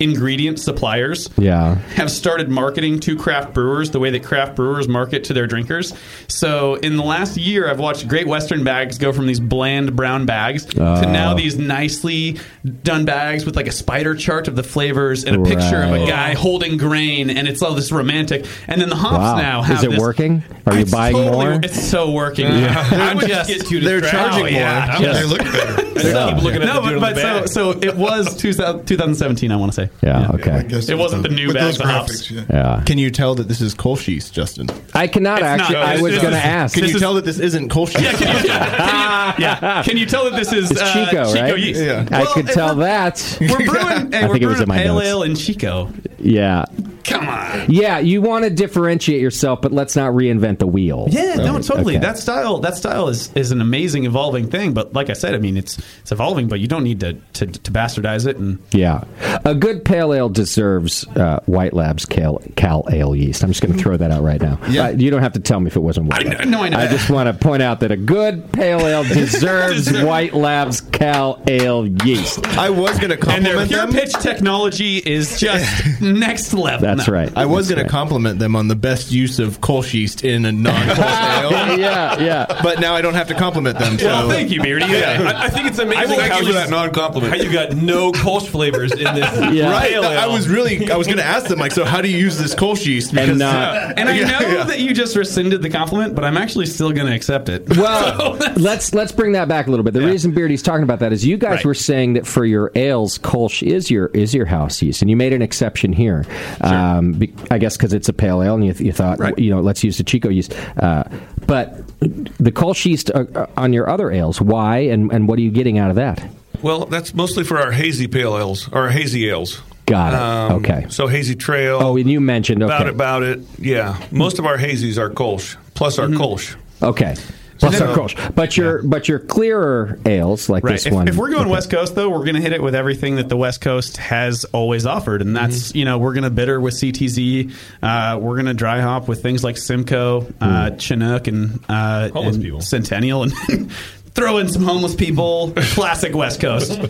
Speaker 16: ingredient suppliers
Speaker 10: yeah.
Speaker 16: have started marketing to craft brewers the way that craft brewers market to their drinkers. So in the last year, I've watched Great Western bags go from these bland brown bags
Speaker 22: Oh.
Speaker 10: Ah.
Speaker 16: to now these nicely done bags with like a spider chart of the flavors and a picture of a
Speaker 10: Right.
Speaker 16: guy holding grain, and it's all this romantic. And then the hops
Speaker 10: wow.
Speaker 16: now have
Speaker 10: is it
Speaker 16: this.
Speaker 10: working? Are you buying
Speaker 16: Totally,
Speaker 10: more?
Speaker 16: it's so working.
Speaker 10: Yeah.
Speaker 16: I'm
Speaker 14: They
Speaker 16: just
Speaker 14: get too They're distracted. charging
Speaker 16: Oh,
Speaker 14: more.
Speaker 16: yeah.
Speaker 14: They look
Speaker 16: better.
Speaker 14: Yeah. keep looking at the
Speaker 16: no,
Speaker 14: dude
Speaker 16: but,
Speaker 14: on
Speaker 16: but
Speaker 14: the
Speaker 16: so
Speaker 14: back.
Speaker 16: so it was 2000 2017. I want to say.
Speaker 10: Yeah, okay.
Speaker 16: it wasn't the new bags of hops.
Speaker 10: Yeah.
Speaker 12: Can you tell that this is Kolsch's, Justin?
Speaker 10: I cannot
Speaker 16: It's
Speaker 10: actually.
Speaker 16: not.
Speaker 10: I
Speaker 16: This
Speaker 10: was
Speaker 16: is-
Speaker 10: going to ask.
Speaker 12: Can you tell that this isn't Kolsch's? Yeah,
Speaker 16: can you, yeah. [laughs] Can you tell that this is
Speaker 10: [laughs] It's
Speaker 16: uh,
Speaker 10: Chico, right?
Speaker 16: yeast?
Speaker 10: Yeah. I
Speaker 16: Well,
Speaker 10: could
Speaker 16: if
Speaker 10: tell
Speaker 16: we're-
Speaker 10: that.
Speaker 16: We're
Speaker 10: [laughs]
Speaker 16: brewing,
Speaker 10: I
Speaker 16: hey, we're
Speaker 10: think it was
Speaker 16: brewing
Speaker 10: in my
Speaker 16: pale
Speaker 10: notes.
Speaker 16: ale in Chico.
Speaker 10: Yeah.
Speaker 16: Come on.
Speaker 10: Yeah, you want to differentiate yourself, but let's not reinvent the wheel.
Speaker 16: Yeah, no,
Speaker 10: Right,
Speaker 16: totally.
Speaker 10: okay.
Speaker 16: That style, that style is, is an amazing evolving thing. But like I said, I mean, it's it's evolving, but you don't need to to, to bastardize it. And
Speaker 10: Yeah, a good pale ale deserves uh, White Labs Cal, Cal Ale yeast. I'm just going to throw that out right now.
Speaker 16: Yeah.
Speaker 10: Uh, you don't have to tell me if it wasn't White. Lab.
Speaker 16: no, I know.
Speaker 10: just want to point out that a good pale ale deserves White Labs Cal Ale yeast.
Speaker 12: I was going to
Speaker 16: and their
Speaker 12: compliment
Speaker 16: pure
Speaker 12: them.
Speaker 16: pitch technology is
Speaker 12: [laughs]
Speaker 16: just next level. No.
Speaker 12: I was
Speaker 16: That's
Speaker 12: going
Speaker 16: right.
Speaker 12: to compliment them on the best use of Kolsch yeast in a non
Speaker 10: [laughs]
Speaker 12: ale.
Speaker 10: yeah, yeah.
Speaker 12: But now I don't have to compliment them. So.
Speaker 14: Well, thank you, Beardy.
Speaker 12: Yeah.
Speaker 14: I, I think it's amazing
Speaker 12: will
Speaker 14: how
Speaker 12: actually-
Speaker 14: you- How you got no Kolsch flavors in this.
Speaker 10: [laughs]
Speaker 14: [laughs]
Speaker 12: Right.
Speaker 14: pale ale.
Speaker 12: I was really. I was going to ask them like, so how do you use this Kolsch yeast?
Speaker 16: And,
Speaker 12: Because-
Speaker 16: uh, and I
Speaker 12: [laughs] Yeah,
Speaker 16: know
Speaker 12: yeah.
Speaker 16: that you just rescinded the compliment, but I'm actually still going to accept it. [laughs]
Speaker 10: Well, let's let's bring that back a little bit. The reason Beardy's talking about that is you guys were saying that for your ales, Kolsch is your is your house yeast, and you made an exception here. Um, be, I guess because it's a pale ale, and you, you thought you know let's use the Chico yeast. Uh, but the Kolsch yeast uh, uh, on your other ales, why and and what are you getting out of that?
Speaker 21: Well, that's mostly for our hazy pale ales, our hazy ales. Um,
Speaker 10: Got it. Okay.
Speaker 21: So hazy trail.
Speaker 10: Oh, and you mentioned okay, Mm-hmm.
Speaker 21: About it, about it. Yeah. Most of our hazies are Kolsch, plus our Kolsch.
Speaker 10: okay. Plus
Speaker 16: So-
Speaker 10: our Kolsch. But your but your clearer ales like
Speaker 16: Right.
Speaker 10: this
Speaker 16: If,
Speaker 10: one.
Speaker 16: if we're going West Coast, though, we're going to hit it with everything that the West Coast has always offered, and that's
Speaker 10: Mm-hmm.
Speaker 16: you know we're going to bitter with CTZ, uh, we're going to dry hop with things like Simcoe, uh,
Speaker 10: Hmm.
Speaker 16: Chinook, and, uh, and Centennial, and [laughs] throw in some homeless
Speaker 10: [laughs]
Speaker 16: people. Classic West Coast.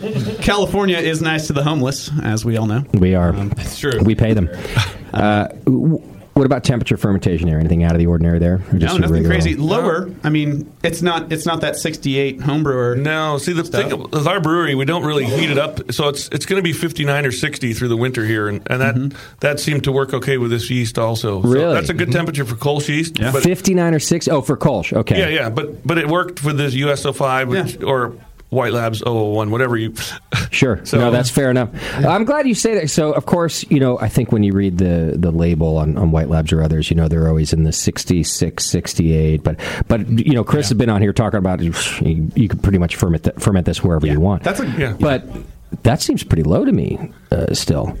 Speaker 16: California is nice to the homeless, as we all know. Um,
Speaker 10: we are.
Speaker 16: That's true.
Speaker 10: We pay [laughs] them. Uh, w- what about temperature fermentation or anything out of the ordinary there?
Speaker 16: No,
Speaker 10: Or your
Speaker 16: nothing
Speaker 10: regular
Speaker 16: crazy.
Speaker 10: old-
Speaker 16: Lower. I mean, it's not. It's not that sixty-eight homebrewer.
Speaker 21: No, see the thing with our brewery, we don't really heat it up, so it's it's going to be 59 or 60 through the winter here, and, and that that seemed to work okay with this yeast also. So
Speaker 10: Mm-hmm. Really? Mm-hmm.
Speaker 21: that's a good temperature for Kolsch yeast. But,
Speaker 10: 59 or 6? Oh, for Kolsch. Okay.
Speaker 21: Yeah, yeah, but but it worked for this USO5 which, or White Labs 001, whatever you.
Speaker 10: Sure.
Speaker 21: So-
Speaker 10: no, that's fair enough. I'm glad you say that. So, of course, you know, I think when you read the the label on, on White Labs or others, you know, they're always in the 66, 68. But, but you know, Chris has been on here talking about you, you could pretty much ferment, th- ferment this wherever you want.
Speaker 16: That's a yeah.
Speaker 10: But that seems pretty low to me uh, still.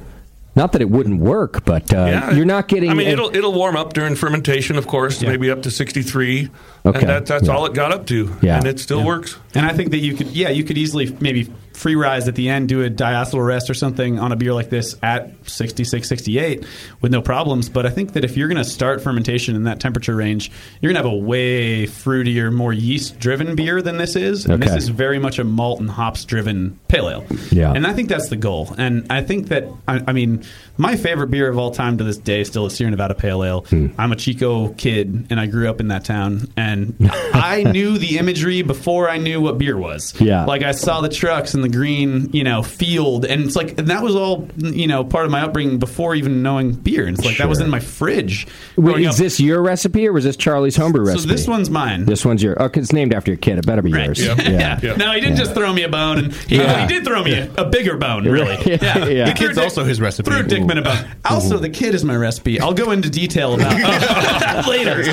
Speaker 10: Not that it wouldn't work, but uh,
Speaker 21: Yeah.
Speaker 10: you're not getting.
Speaker 21: I mean,
Speaker 10: a-
Speaker 21: it'll it'll warm up during fermentation, of course, maybe up to 63,
Speaker 10: Okay.
Speaker 21: and that, that's
Speaker 10: Yeah.
Speaker 21: all it got up to,
Speaker 10: Yeah.
Speaker 21: and it still works.
Speaker 16: And I think that you could, yeah, you could easily maybe free rise at the end, do a diacetyl rest or something on a beer like this at 66, 68 with no problems. But I think that if you're going to start fermentation in that temperature range, you're going to have a way fruitier, more yeast driven beer than this is. And this
Speaker 10: Okay.
Speaker 16: is very much a malt and hops driven pale ale.
Speaker 10: Yeah.
Speaker 16: And I think that's the goal. And I think that, I, I mean, my favorite beer of all time to this day still is Sierra Nevada Pale Ale.
Speaker 10: Hmm.
Speaker 16: I'm a Chico kid, and I grew up in that town.
Speaker 10: [laughs]
Speaker 16: And I knew the imagery before I knew what beer was.
Speaker 10: Yeah.
Speaker 16: Like I saw the trucks and the green, you know, field. And it's like, and that was all, you know, part of my upbringing before even knowing beer. And it's like, that was
Speaker 10: Sure.
Speaker 16: in my fridge.
Speaker 10: Wait,
Speaker 16: growing
Speaker 10: is
Speaker 16: up.
Speaker 10: this your recipe or was this Charlie's homebrew
Speaker 16: So
Speaker 10: recipe?
Speaker 16: this one's mine.
Speaker 10: This one's your. Oh, 'cause it's named after your kid. It better be yours.
Speaker 16: Yeah. No, he didn't just throw me a bone, and he, he
Speaker 10: Yeah.
Speaker 16: did throw me a, a bigger bone. Really,
Speaker 10: Yeah. Yeah. The kid's
Speaker 16: also his recipe. Threw Dickman a bone. Also, the kid is my recipe. I'll go into detail
Speaker 10: [laughs]
Speaker 16: about that later.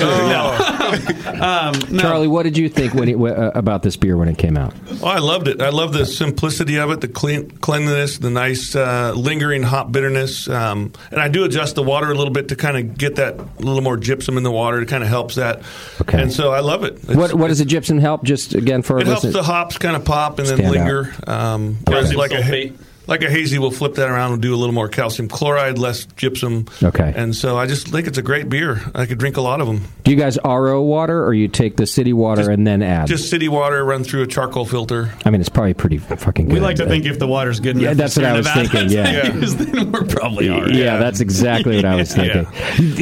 Speaker 16: No. Um,
Speaker 10: Charlie, what did you think when it, w- uh, about this beer when it came out?
Speaker 21: Oh, I loved it. I love the simplicity of it, the clean, cleanliness, the nice uh, lingering hop bitterness. Um, and I do adjust the water a little bit to kind of get that little more gypsum in the water. It kind of helps that. Okay. And so I love it. It's-
Speaker 10: What what does a gypsum help? Just again for
Speaker 21: it helps
Speaker 10: listeners-
Speaker 21: the hops kind of pop and then
Speaker 10: Stand
Speaker 21: linger. Um, whereas like a ha- like a hazy, will flip that around and do a little more calcium chloride, less gypsum.
Speaker 10: Okay.
Speaker 21: And so I just think it's a great beer. I could drink a lot of them.
Speaker 10: Do you guys RO water or you take the city water and then add?
Speaker 21: Just city water run through a charcoal filter.
Speaker 10: I mean, it's probably
Speaker 16: [laughs]
Speaker 10: pretty fucking good.
Speaker 16: we like to think if the water's good enough,
Speaker 10: Yeah, that's what I was
Speaker 16: [laughs]
Speaker 10: thinking. Yeah.
Speaker 16: then we're probably all right.
Speaker 10: yeah, that's exactly what
Speaker 16: [laughs]
Speaker 10: I was thinking.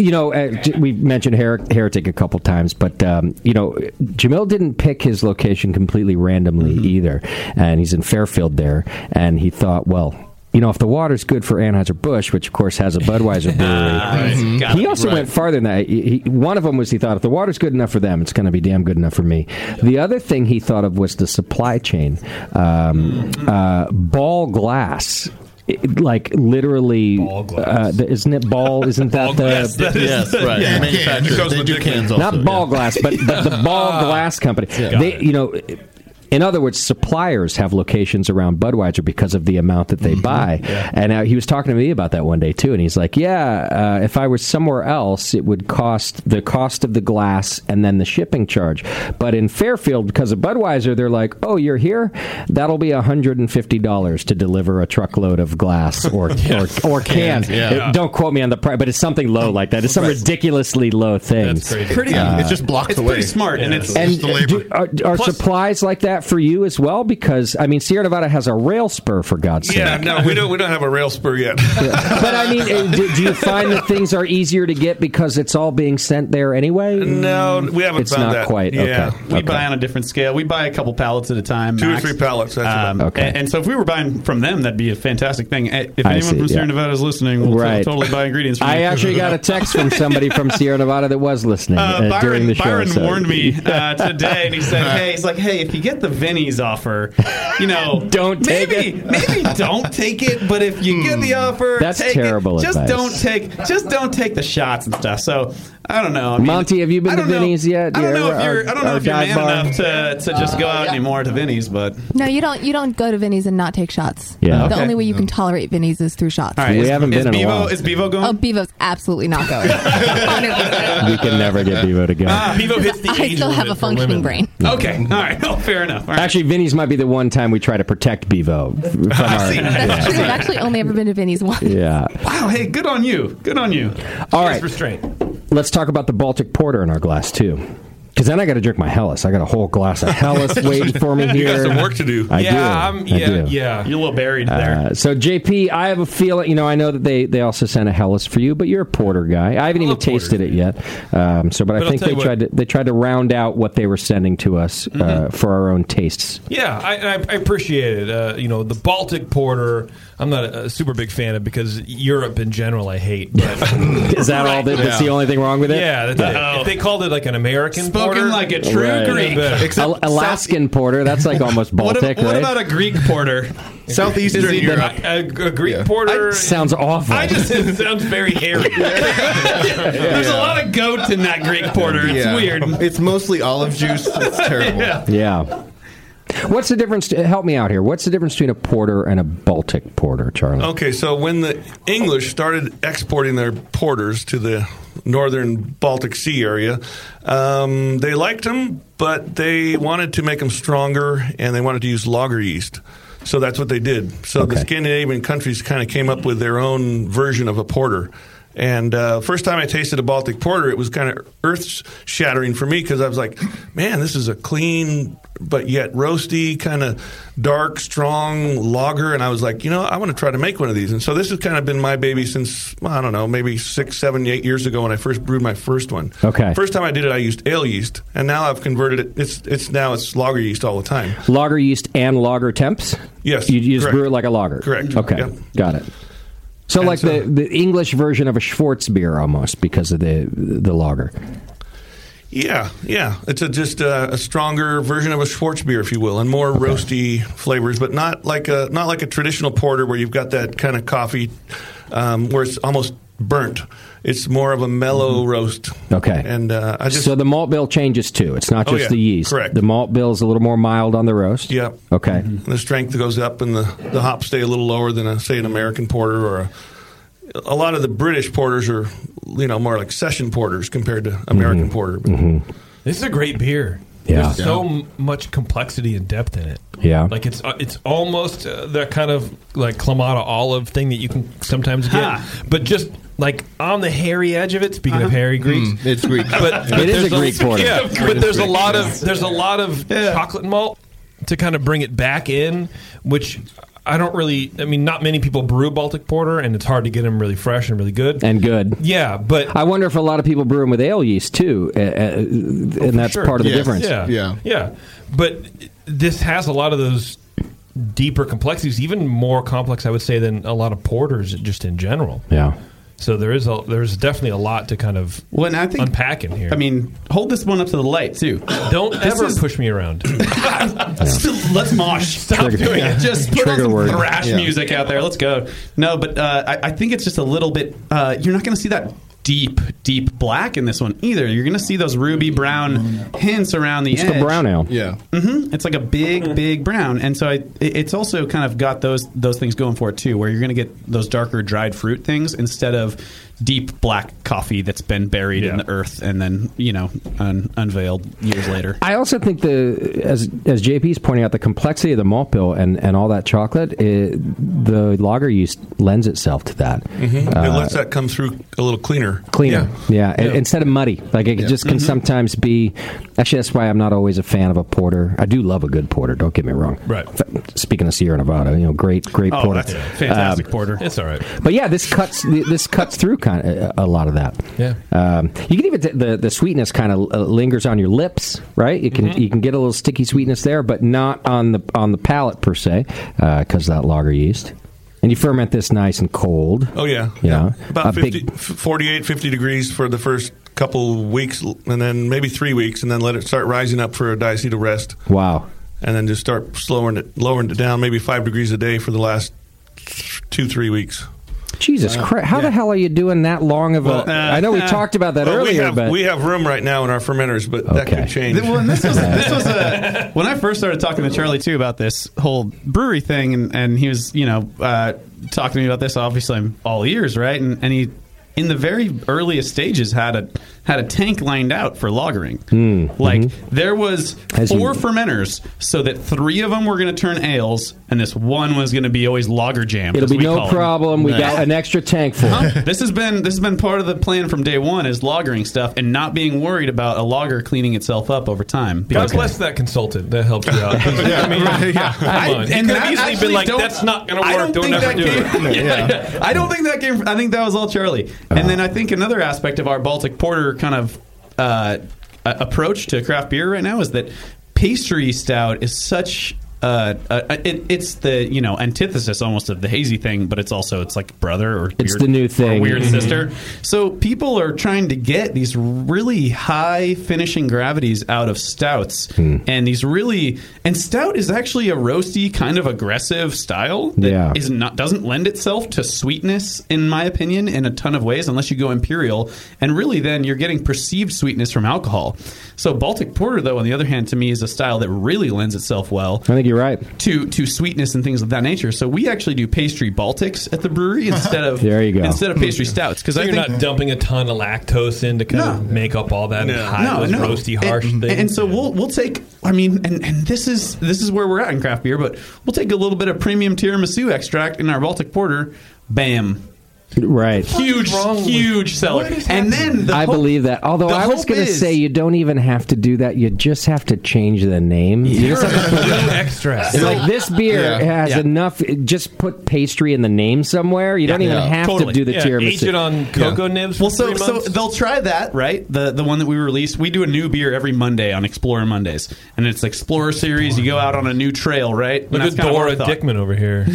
Speaker 10: You know, uh, j- we mentioned Her- Heretic a couple times, but um, you know, Jamil didn't pick his location completely randomly
Speaker 21: Mm-hmm.
Speaker 10: either, and he's in Fairfield there, and he thought, well. You know, if the water's good for Anheuser Busch, which of course has a Budweiser brewery,
Speaker 16: Ah, [laughs] right. Mhm. Got
Speaker 10: he
Speaker 16: it.
Speaker 10: also
Speaker 16: Right.
Speaker 10: went farther than that. He, he- one of them was he thought if the water's good enough for them, it's going to be damn good enough for me. The other thing he thought of was the supply chain, um, uh, ball glass. It- like literally, Uh, the, isn't it ball? Isn't that the [laughs]
Speaker 12: glass, that is [laughs] Yes, the- right. yeah, The manufacturer, cans. they do cans also,
Speaker 10: not ball glass, but but the [laughs]
Speaker 12: Ah.
Speaker 10: ball glass company. They, you know. In other words, suppliers have locations around Budweiser because of the amount that they buy. And uh, he was talking to me about that one day too, and he's like, "Yeah, uh, if I was somewhere else, it would cost the cost of the glass and then the shipping charge. But in Fairfield, because of Budweiser, they're like, "Oh, you're here? That'll be hundred and fifty dollars to deliver a truckload of glass or or, or cans."
Speaker 12: Cans, yeah.
Speaker 10: It- don't quote me on the price, but it's something low like that. It's some ridiculously low Uh, thing. That's
Speaker 12: crazy. Pretty- it's just blocked
Speaker 16: It's
Speaker 12: the
Speaker 16: pretty
Speaker 12: way.
Speaker 16: smart, and
Speaker 12: Yeah.
Speaker 16: it's
Speaker 10: and do- are, are supplies like that for you as well? Because I mean, Sierra Nevada has a rail spur for God's
Speaker 21: Yeah,
Speaker 10: sake.
Speaker 21: no, we don't we don't have a rail spur yet.
Speaker 10: but I mean, eh, do, do you find that things are easier to get because it's all being sent there anyway?
Speaker 16: Oh,
Speaker 21: No, we haven't
Speaker 10: It's not
Speaker 21: found that.
Speaker 10: quite.
Speaker 16: Yeah,
Speaker 10: Okay.
Speaker 16: we buy on a different scale. We buy a couple pallets at a time,
Speaker 21: Two or
Speaker 16: max.
Speaker 21: three pallets, that's about-
Speaker 16: Um,
Speaker 21: Okay.
Speaker 16: And, and so if we were buying from them, that'd be a fantastic thing. Eh, If
Speaker 10: I
Speaker 16: anyone
Speaker 10: see,
Speaker 16: from Sierra
Speaker 10: yeah.
Speaker 16: Nevada is listening, we'll t-
Speaker 10: Right.
Speaker 16: totally buy ingredients. From
Speaker 10: I
Speaker 16: you.
Speaker 10: actually got a text from somebody from Sierra Nevada that was listening uh,
Speaker 16: Byron,
Speaker 10: during the show.
Speaker 16: Byron
Speaker 10: so-
Speaker 16: warned
Speaker 10: [laughs]
Speaker 16: me uh, today, and he said, "Hey, he's like, hey, if you get the Vinny's offer, you know,
Speaker 10: [laughs] don't
Speaker 16: take maybe, it. maybe don't take it. But
Speaker 21: Hmm.
Speaker 16: if you get the offer,
Speaker 10: That's
Speaker 16: take
Speaker 10: terrible
Speaker 16: It. Just
Speaker 10: advice.
Speaker 16: don't take, just don't take the shots and stuff." So I don't know. I mean,
Speaker 10: Monty, have you been to Vinny's yet?
Speaker 16: I don't know
Speaker 10: Yeah,
Speaker 16: if you're. I don't
Speaker 10: our
Speaker 16: know if you're
Speaker 10: dive
Speaker 16: man
Speaker 10: bar.
Speaker 16: enough to, to just go
Speaker 21: Uh,
Speaker 16: out anymore to Vinny's, but
Speaker 7: No, you don't. You don't go to Vinny's and not take shots.
Speaker 16: Yeah.
Speaker 7: The
Speaker 16: Okay.
Speaker 7: only way you can tolerate Vinny's is through shots.
Speaker 16: All right, We is- haven't is been in a Bevo- while.
Speaker 7: Is
Speaker 16: Bevo going?
Speaker 7: Oh, Bevo's absolutely not going.
Speaker 10: we can never get Bevo to go.
Speaker 16: [laughs] Bevo hits the
Speaker 7: I still have a functioning brain.
Speaker 16: Okay. All right. [laughs] Oh, fair enough.
Speaker 10: Actually, Vinny's might be the one time we try to protect Bevo. From our,
Speaker 7: That's [laughs] true. I've actually only ever been to Vinny's once.
Speaker 10: yeah.
Speaker 16: Wow. Hey, good on you. Good on you.
Speaker 10: All right.
Speaker 16: Restraint.
Speaker 10: Let's talk about the Baltic Porter in our glass too, because then I got to drink my Hellas. I got a whole glass of
Speaker 21: [laughs]
Speaker 10: Hellas waiting for me
Speaker 21: You
Speaker 10: here.
Speaker 21: got some work to do.
Speaker 10: I do. I do.
Speaker 16: yeah. You're a little buried there.
Speaker 10: Uh, so JP, I have a feeling. You know, I know that they, they also sent a Hellas for you, but you're a porter guy. I haven't even tasted it yet. Um, so, but,
Speaker 14: But
Speaker 10: I
Speaker 14: I'll
Speaker 10: think
Speaker 14: tell
Speaker 10: they
Speaker 14: you what-
Speaker 10: tried to they tried to round out what they were sending to us uh, for our own tastes.
Speaker 14: Yeah, I, I, I appreciate it. Uh, you know, the Baltic Porter, I'm not a, a super big fan of because Europe in general I hate. But
Speaker 10: Is that all? [laughs] That, That's the only thing wrong with it.
Speaker 14: Yeah, that's it. if they called it like an American
Speaker 16: Spoken
Speaker 14: porter,
Speaker 16: like a
Speaker 10: Right.
Speaker 14: Better.
Speaker 10: Al- Alaskan porter. That's like almost
Speaker 16: what, ab-
Speaker 10: Baltic,
Speaker 16: what
Speaker 10: right?
Speaker 16: about a Greek porter?
Speaker 12: Southeastern
Speaker 16: Is it-
Speaker 12: Europe.
Speaker 14: A, a Greek porter.
Speaker 10: Sounds awful.
Speaker 14: I just it sounds very hairy.
Speaker 16: There's a lot of goat in that Greek porter. It's
Speaker 12: Yeah.
Speaker 16: weird.
Speaker 12: It's mostly olive juice. It's
Speaker 21: [laughs]
Speaker 16: [laughs]
Speaker 12: terrible.
Speaker 16: Yeah.
Speaker 10: Yeah. What's the difference? Help me out here. What's the difference between a porter and a Baltic porter, Charlie?
Speaker 21: Okay, so when the English started exporting their porters to the northern Baltic Sea area, um, they liked them, but they wanted to make them stronger and they wanted to use lager yeast. So that's what they did. So the Scandinavian countries kind of came up with their own version of a porter. And uh, first time I tasted a Baltic porter, it was kind of earth shattering for me because I was like, man, this is a clean but yet roasty, kind of dark, strong lager. And I was like, you know, I want to try to make one of these. And so this has kind of been my baby since, well, I don't know, maybe six, seven, eight years ago when I first brewed my first one.
Speaker 10: Okay.
Speaker 21: First time I did it, I used ale yeast. And now I've converted it. It's, it's now it's lager yeast all the time.
Speaker 10: Lager yeast and lager temps.
Speaker 21: Yes,
Speaker 10: you just
Speaker 21: correct.
Speaker 10: brew it like a lager.
Speaker 21: Correct.
Speaker 10: Okay,
Speaker 21: Yep.
Speaker 10: got it. So, like the, the English version of a Schwartz beer, almost because of the the lager.
Speaker 21: Yeah, yeah. It's a, just a, a stronger version of a Schwartz beer, if you will, and more roasty flavors, but not like a not like a traditional porter where you've got that kind of coffee, um, where it's almost burnt. It's more of a mellow
Speaker 10: Mm-hmm.
Speaker 21: roast.
Speaker 10: Okay.
Speaker 21: And uh, I just
Speaker 10: so the malt bill changes too. It's not
Speaker 21: Oh,
Speaker 10: just
Speaker 21: yeah.
Speaker 10: the yeast.
Speaker 21: Correct.
Speaker 10: The malt bill is a little more mild on the roast.
Speaker 21: Yeah. Mm-hmm.
Speaker 10: Okay.
Speaker 21: the strength goes up, and the the hops stay a little lower than a, say an American porter or a. A lot of the British porters are, you know, more like session porters compared to American
Speaker 10: Mm-hmm.
Speaker 21: porter. But
Speaker 14: This is a great beer.
Speaker 21: Yeah.
Speaker 14: There's
Speaker 21: Yeah.
Speaker 14: so m- much complexity and depth in it.
Speaker 10: Yeah.
Speaker 14: Like it's uh, it's almost uh, that kind of like Clamato olive thing that you can sometimes get, but just like on the hairy edge of it. Speaking of hairy Greeks,
Speaker 12: Uh-huh. Mm, it's Greek.
Speaker 14: [laughs] But,
Speaker 12: It
Speaker 14: but
Speaker 12: is a
Speaker 14: there's
Speaker 12: Greek porter.
Speaker 14: Yeah,
Speaker 12: It
Speaker 14: but
Speaker 12: is
Speaker 14: there's a
Speaker 12: Greek,
Speaker 14: lot
Speaker 12: yeah.
Speaker 14: of there's a lot of chocolate malt to kind of bring it back in, which. I don't really. I mean, not many people brew Baltic Porter, and it's hard to get them really fresh and really good.
Speaker 10: And good.
Speaker 14: Yeah, but
Speaker 10: I wonder if a lot of people brew them with ale yeast too, uh, uh,
Speaker 21: Oh,
Speaker 10: and that's
Speaker 14: Sure.
Speaker 10: part of the
Speaker 14: Yes.
Speaker 10: difference.
Speaker 14: Yeah. yeah, But this has a lot of those deeper complexities, even more complex, I would say, than a lot of porters just in general.
Speaker 10: Yeah.
Speaker 14: So there is a there's definitely a lot to kind of
Speaker 16: Well, and I think
Speaker 14: unpack in here.
Speaker 16: I mean, hold this one up to the light too.
Speaker 14: don't
Speaker 16: This
Speaker 14: ever
Speaker 16: is-
Speaker 14: push me around.
Speaker 16: Still- let's mosh. Stop
Speaker 14: Trigger-
Speaker 16: doing it. Just put
Speaker 14: Trigger
Speaker 16: on some
Speaker 14: word.
Speaker 16: thrash
Speaker 14: Yeah.
Speaker 16: music out there. Let's go. No, but uh, I, I think it's just a little bit. Uh, you're not going to see that deep, deep black in this one either. You're going to see those ruby brown hints around the
Speaker 10: It's
Speaker 16: edge.
Speaker 10: the brown ale. Yeah.
Speaker 16: hmm It's like a big, big brown, and so I, it- it's also kind of got those those things going for it too, where you're going to get those darker dried fruit things instead of deep black coffee that's been buried in the earth and then you know un, unveiled years later.
Speaker 10: I also think the as as JP's pointing out the complexity of the malt bill and, and all that chocolate, it, the lager yeast lends itself to that.
Speaker 21: Mhm. it
Speaker 10: Uh,
Speaker 21: lets that come through a little cleaner.
Speaker 10: cleaner, yeah, and
Speaker 21: Yeah.
Speaker 10: instead of muddy. Like it
Speaker 21: Yeah.
Speaker 10: just can
Speaker 14: Mm-hmm.
Speaker 21: Mhm.
Speaker 10: sometimes be. Actually, that's why I'm not always a fan of a porter. I do love a good porter. Don't get me wrong.
Speaker 14: Right.
Speaker 10: Speaking of Sierra Nevada, you know, great, great
Speaker 14: Oh,
Speaker 10: porter,
Speaker 14: that's a fantastic
Speaker 10: Um,
Speaker 14: porter. It's all right.
Speaker 10: But yeah, this cuts this cuts through kind of uh, a lot of that.
Speaker 14: Yeah.
Speaker 10: Um, you can even t- the the sweetness kind of uh, lingers on your lips, right? You
Speaker 21: Mm-hmm.
Speaker 10: can you can get a little sticky sweetness there, but not on the on the palate per se, because that lager yeast. And you ferment this nice and cold.
Speaker 21: Oh, yeah.
Speaker 10: you know,
Speaker 21: About
Speaker 10: a
Speaker 21: 50,
Speaker 10: big
Speaker 21: f- 48, 50 degrees for the first couple weeks, l- and then maybe three weeks, and then let it start rising up for a diacetyl rest,
Speaker 10: wow.
Speaker 21: and then just start slowing it, lowering it down, maybe five degrees a day for the last th- two, three weeks.
Speaker 10: Jesus Christ! How the hell are you doing that long of a?
Speaker 21: uh, Well, uh,
Speaker 10: I know we
Speaker 21: uh,
Speaker 10: talked about that
Speaker 21: [laughs] well,
Speaker 10: earlier,
Speaker 21: we have,
Speaker 10: but
Speaker 21: we have room right now in our fermenters, but that could change.
Speaker 16: Well, and this was this was a when I first started talking to Charlie too about this whole brewery thing, and, and he was you know uh, talking to me about this. Obviously, I'm all ears, right? And, and he in the very earliest stages had a had a tank lined out for lagering.
Speaker 10: Hmm,
Speaker 16: Like
Speaker 10: mm-hmm.
Speaker 16: there was
Speaker 10: As you-
Speaker 16: four fermenters, so that three of them were going to turn ales, and this one was going to be always lager jam.
Speaker 10: it'll
Speaker 16: as
Speaker 10: be
Speaker 16: we
Speaker 10: no
Speaker 16: call it.
Speaker 10: problem. We got an extra tank for it.
Speaker 16: Huh? this has been this has been part of the plan from day one is lagering stuff and not being worried about a lager cleaning itself up over time.
Speaker 14: God bless that consultant that helped
Speaker 16: [laughs]
Speaker 14: you out. I mean, yeah. Come
Speaker 16: I-
Speaker 14: on. You
Speaker 16: and
Speaker 14: could
Speaker 16: I
Speaker 14: have easily
Speaker 16: actually
Speaker 14: been like,
Speaker 16: don't-
Speaker 14: "That's not going to
Speaker 16: I
Speaker 14: work. Don't,
Speaker 16: think
Speaker 14: ever
Speaker 16: that
Speaker 14: do
Speaker 16: came-
Speaker 14: [laughs]
Speaker 16: [laughs]
Speaker 14: it."
Speaker 16: Yeah. I don't think that came. From, I think that was all Charlie.
Speaker 14: Uh-huh.
Speaker 16: And then I think another aspect of our Baltic Porter kind of uh, a- approach to craft beer right now is that pastry stout is such. Uh, uh, it, it's the you know antithesis almost of the hazy thing, but it's also it's like brother or
Speaker 10: It's
Speaker 16: weird-
Speaker 10: the new
Speaker 16: or
Speaker 10: thing.
Speaker 16: weird
Speaker 10: Mhm.
Speaker 16: sister. So people are trying to get these really high finishing gravities out of stouts,
Speaker 10: Hmm.
Speaker 16: and these really and stout is actually a roasty kind of aggressive style that
Speaker 10: Yeah.
Speaker 16: is not doesn't lend itself to sweetness in my opinion in a ton of ways unless you go imperial, and really then you're getting perceived sweetness from alcohol. So Baltic Porter though on the other hand to me is a style that really lends itself well
Speaker 10: I think you're right.
Speaker 16: to to sweetness and things of that nature. So we actually do pastry Baltics at the
Speaker 10: [laughs]
Speaker 16: brewery instead of
Speaker 10: There you go.
Speaker 16: instead of pastry stouts because
Speaker 14: Mm. So
Speaker 16: I
Speaker 14: you're
Speaker 16: think
Speaker 14: not dumping a ton of lactose in to kind of make up all that high, those roasty, harsh
Speaker 16: and,
Speaker 14: things.
Speaker 16: And so we'll we'll take. I mean, and, and this is this is where we're at in craft beer, but we'll take a little bit of premium tiramisu extract in our Baltic porter. Bam.
Speaker 10: Right.
Speaker 16: Huge, huge seller. And then the
Speaker 10: I
Speaker 16: hope-
Speaker 10: believe that. Although
Speaker 16: the
Speaker 10: I was
Speaker 16: hope
Speaker 10: going to
Speaker 16: is-
Speaker 10: say, you don't even have to do that. You just have to change the name. You
Speaker 16: [laughs]
Speaker 10: just have to put-
Speaker 21: [laughs]
Speaker 14: extra.
Speaker 10: It's like this beer
Speaker 14: Yeah.
Speaker 10: has
Speaker 14: Yeah.
Speaker 10: enough. it- Just put pastry in the name somewhere. [laughs] You don't even have to do the tiramisu.
Speaker 14: nibs.
Speaker 16: Well,
Speaker 14: for
Speaker 16: so
Speaker 14: three
Speaker 16: so
Speaker 14: months?
Speaker 16: they'll try that, right? The the one that we release. We do a new beer every Monday on Explorer Mondays, and it's Explorer series. You go out on a new trail, right? And
Speaker 14: Look
Speaker 16: that's
Speaker 14: at
Speaker 16: kinda what I
Speaker 14: Dora
Speaker 16: thought.
Speaker 14: Dickman
Speaker 16: [laughs]
Speaker 14: over here.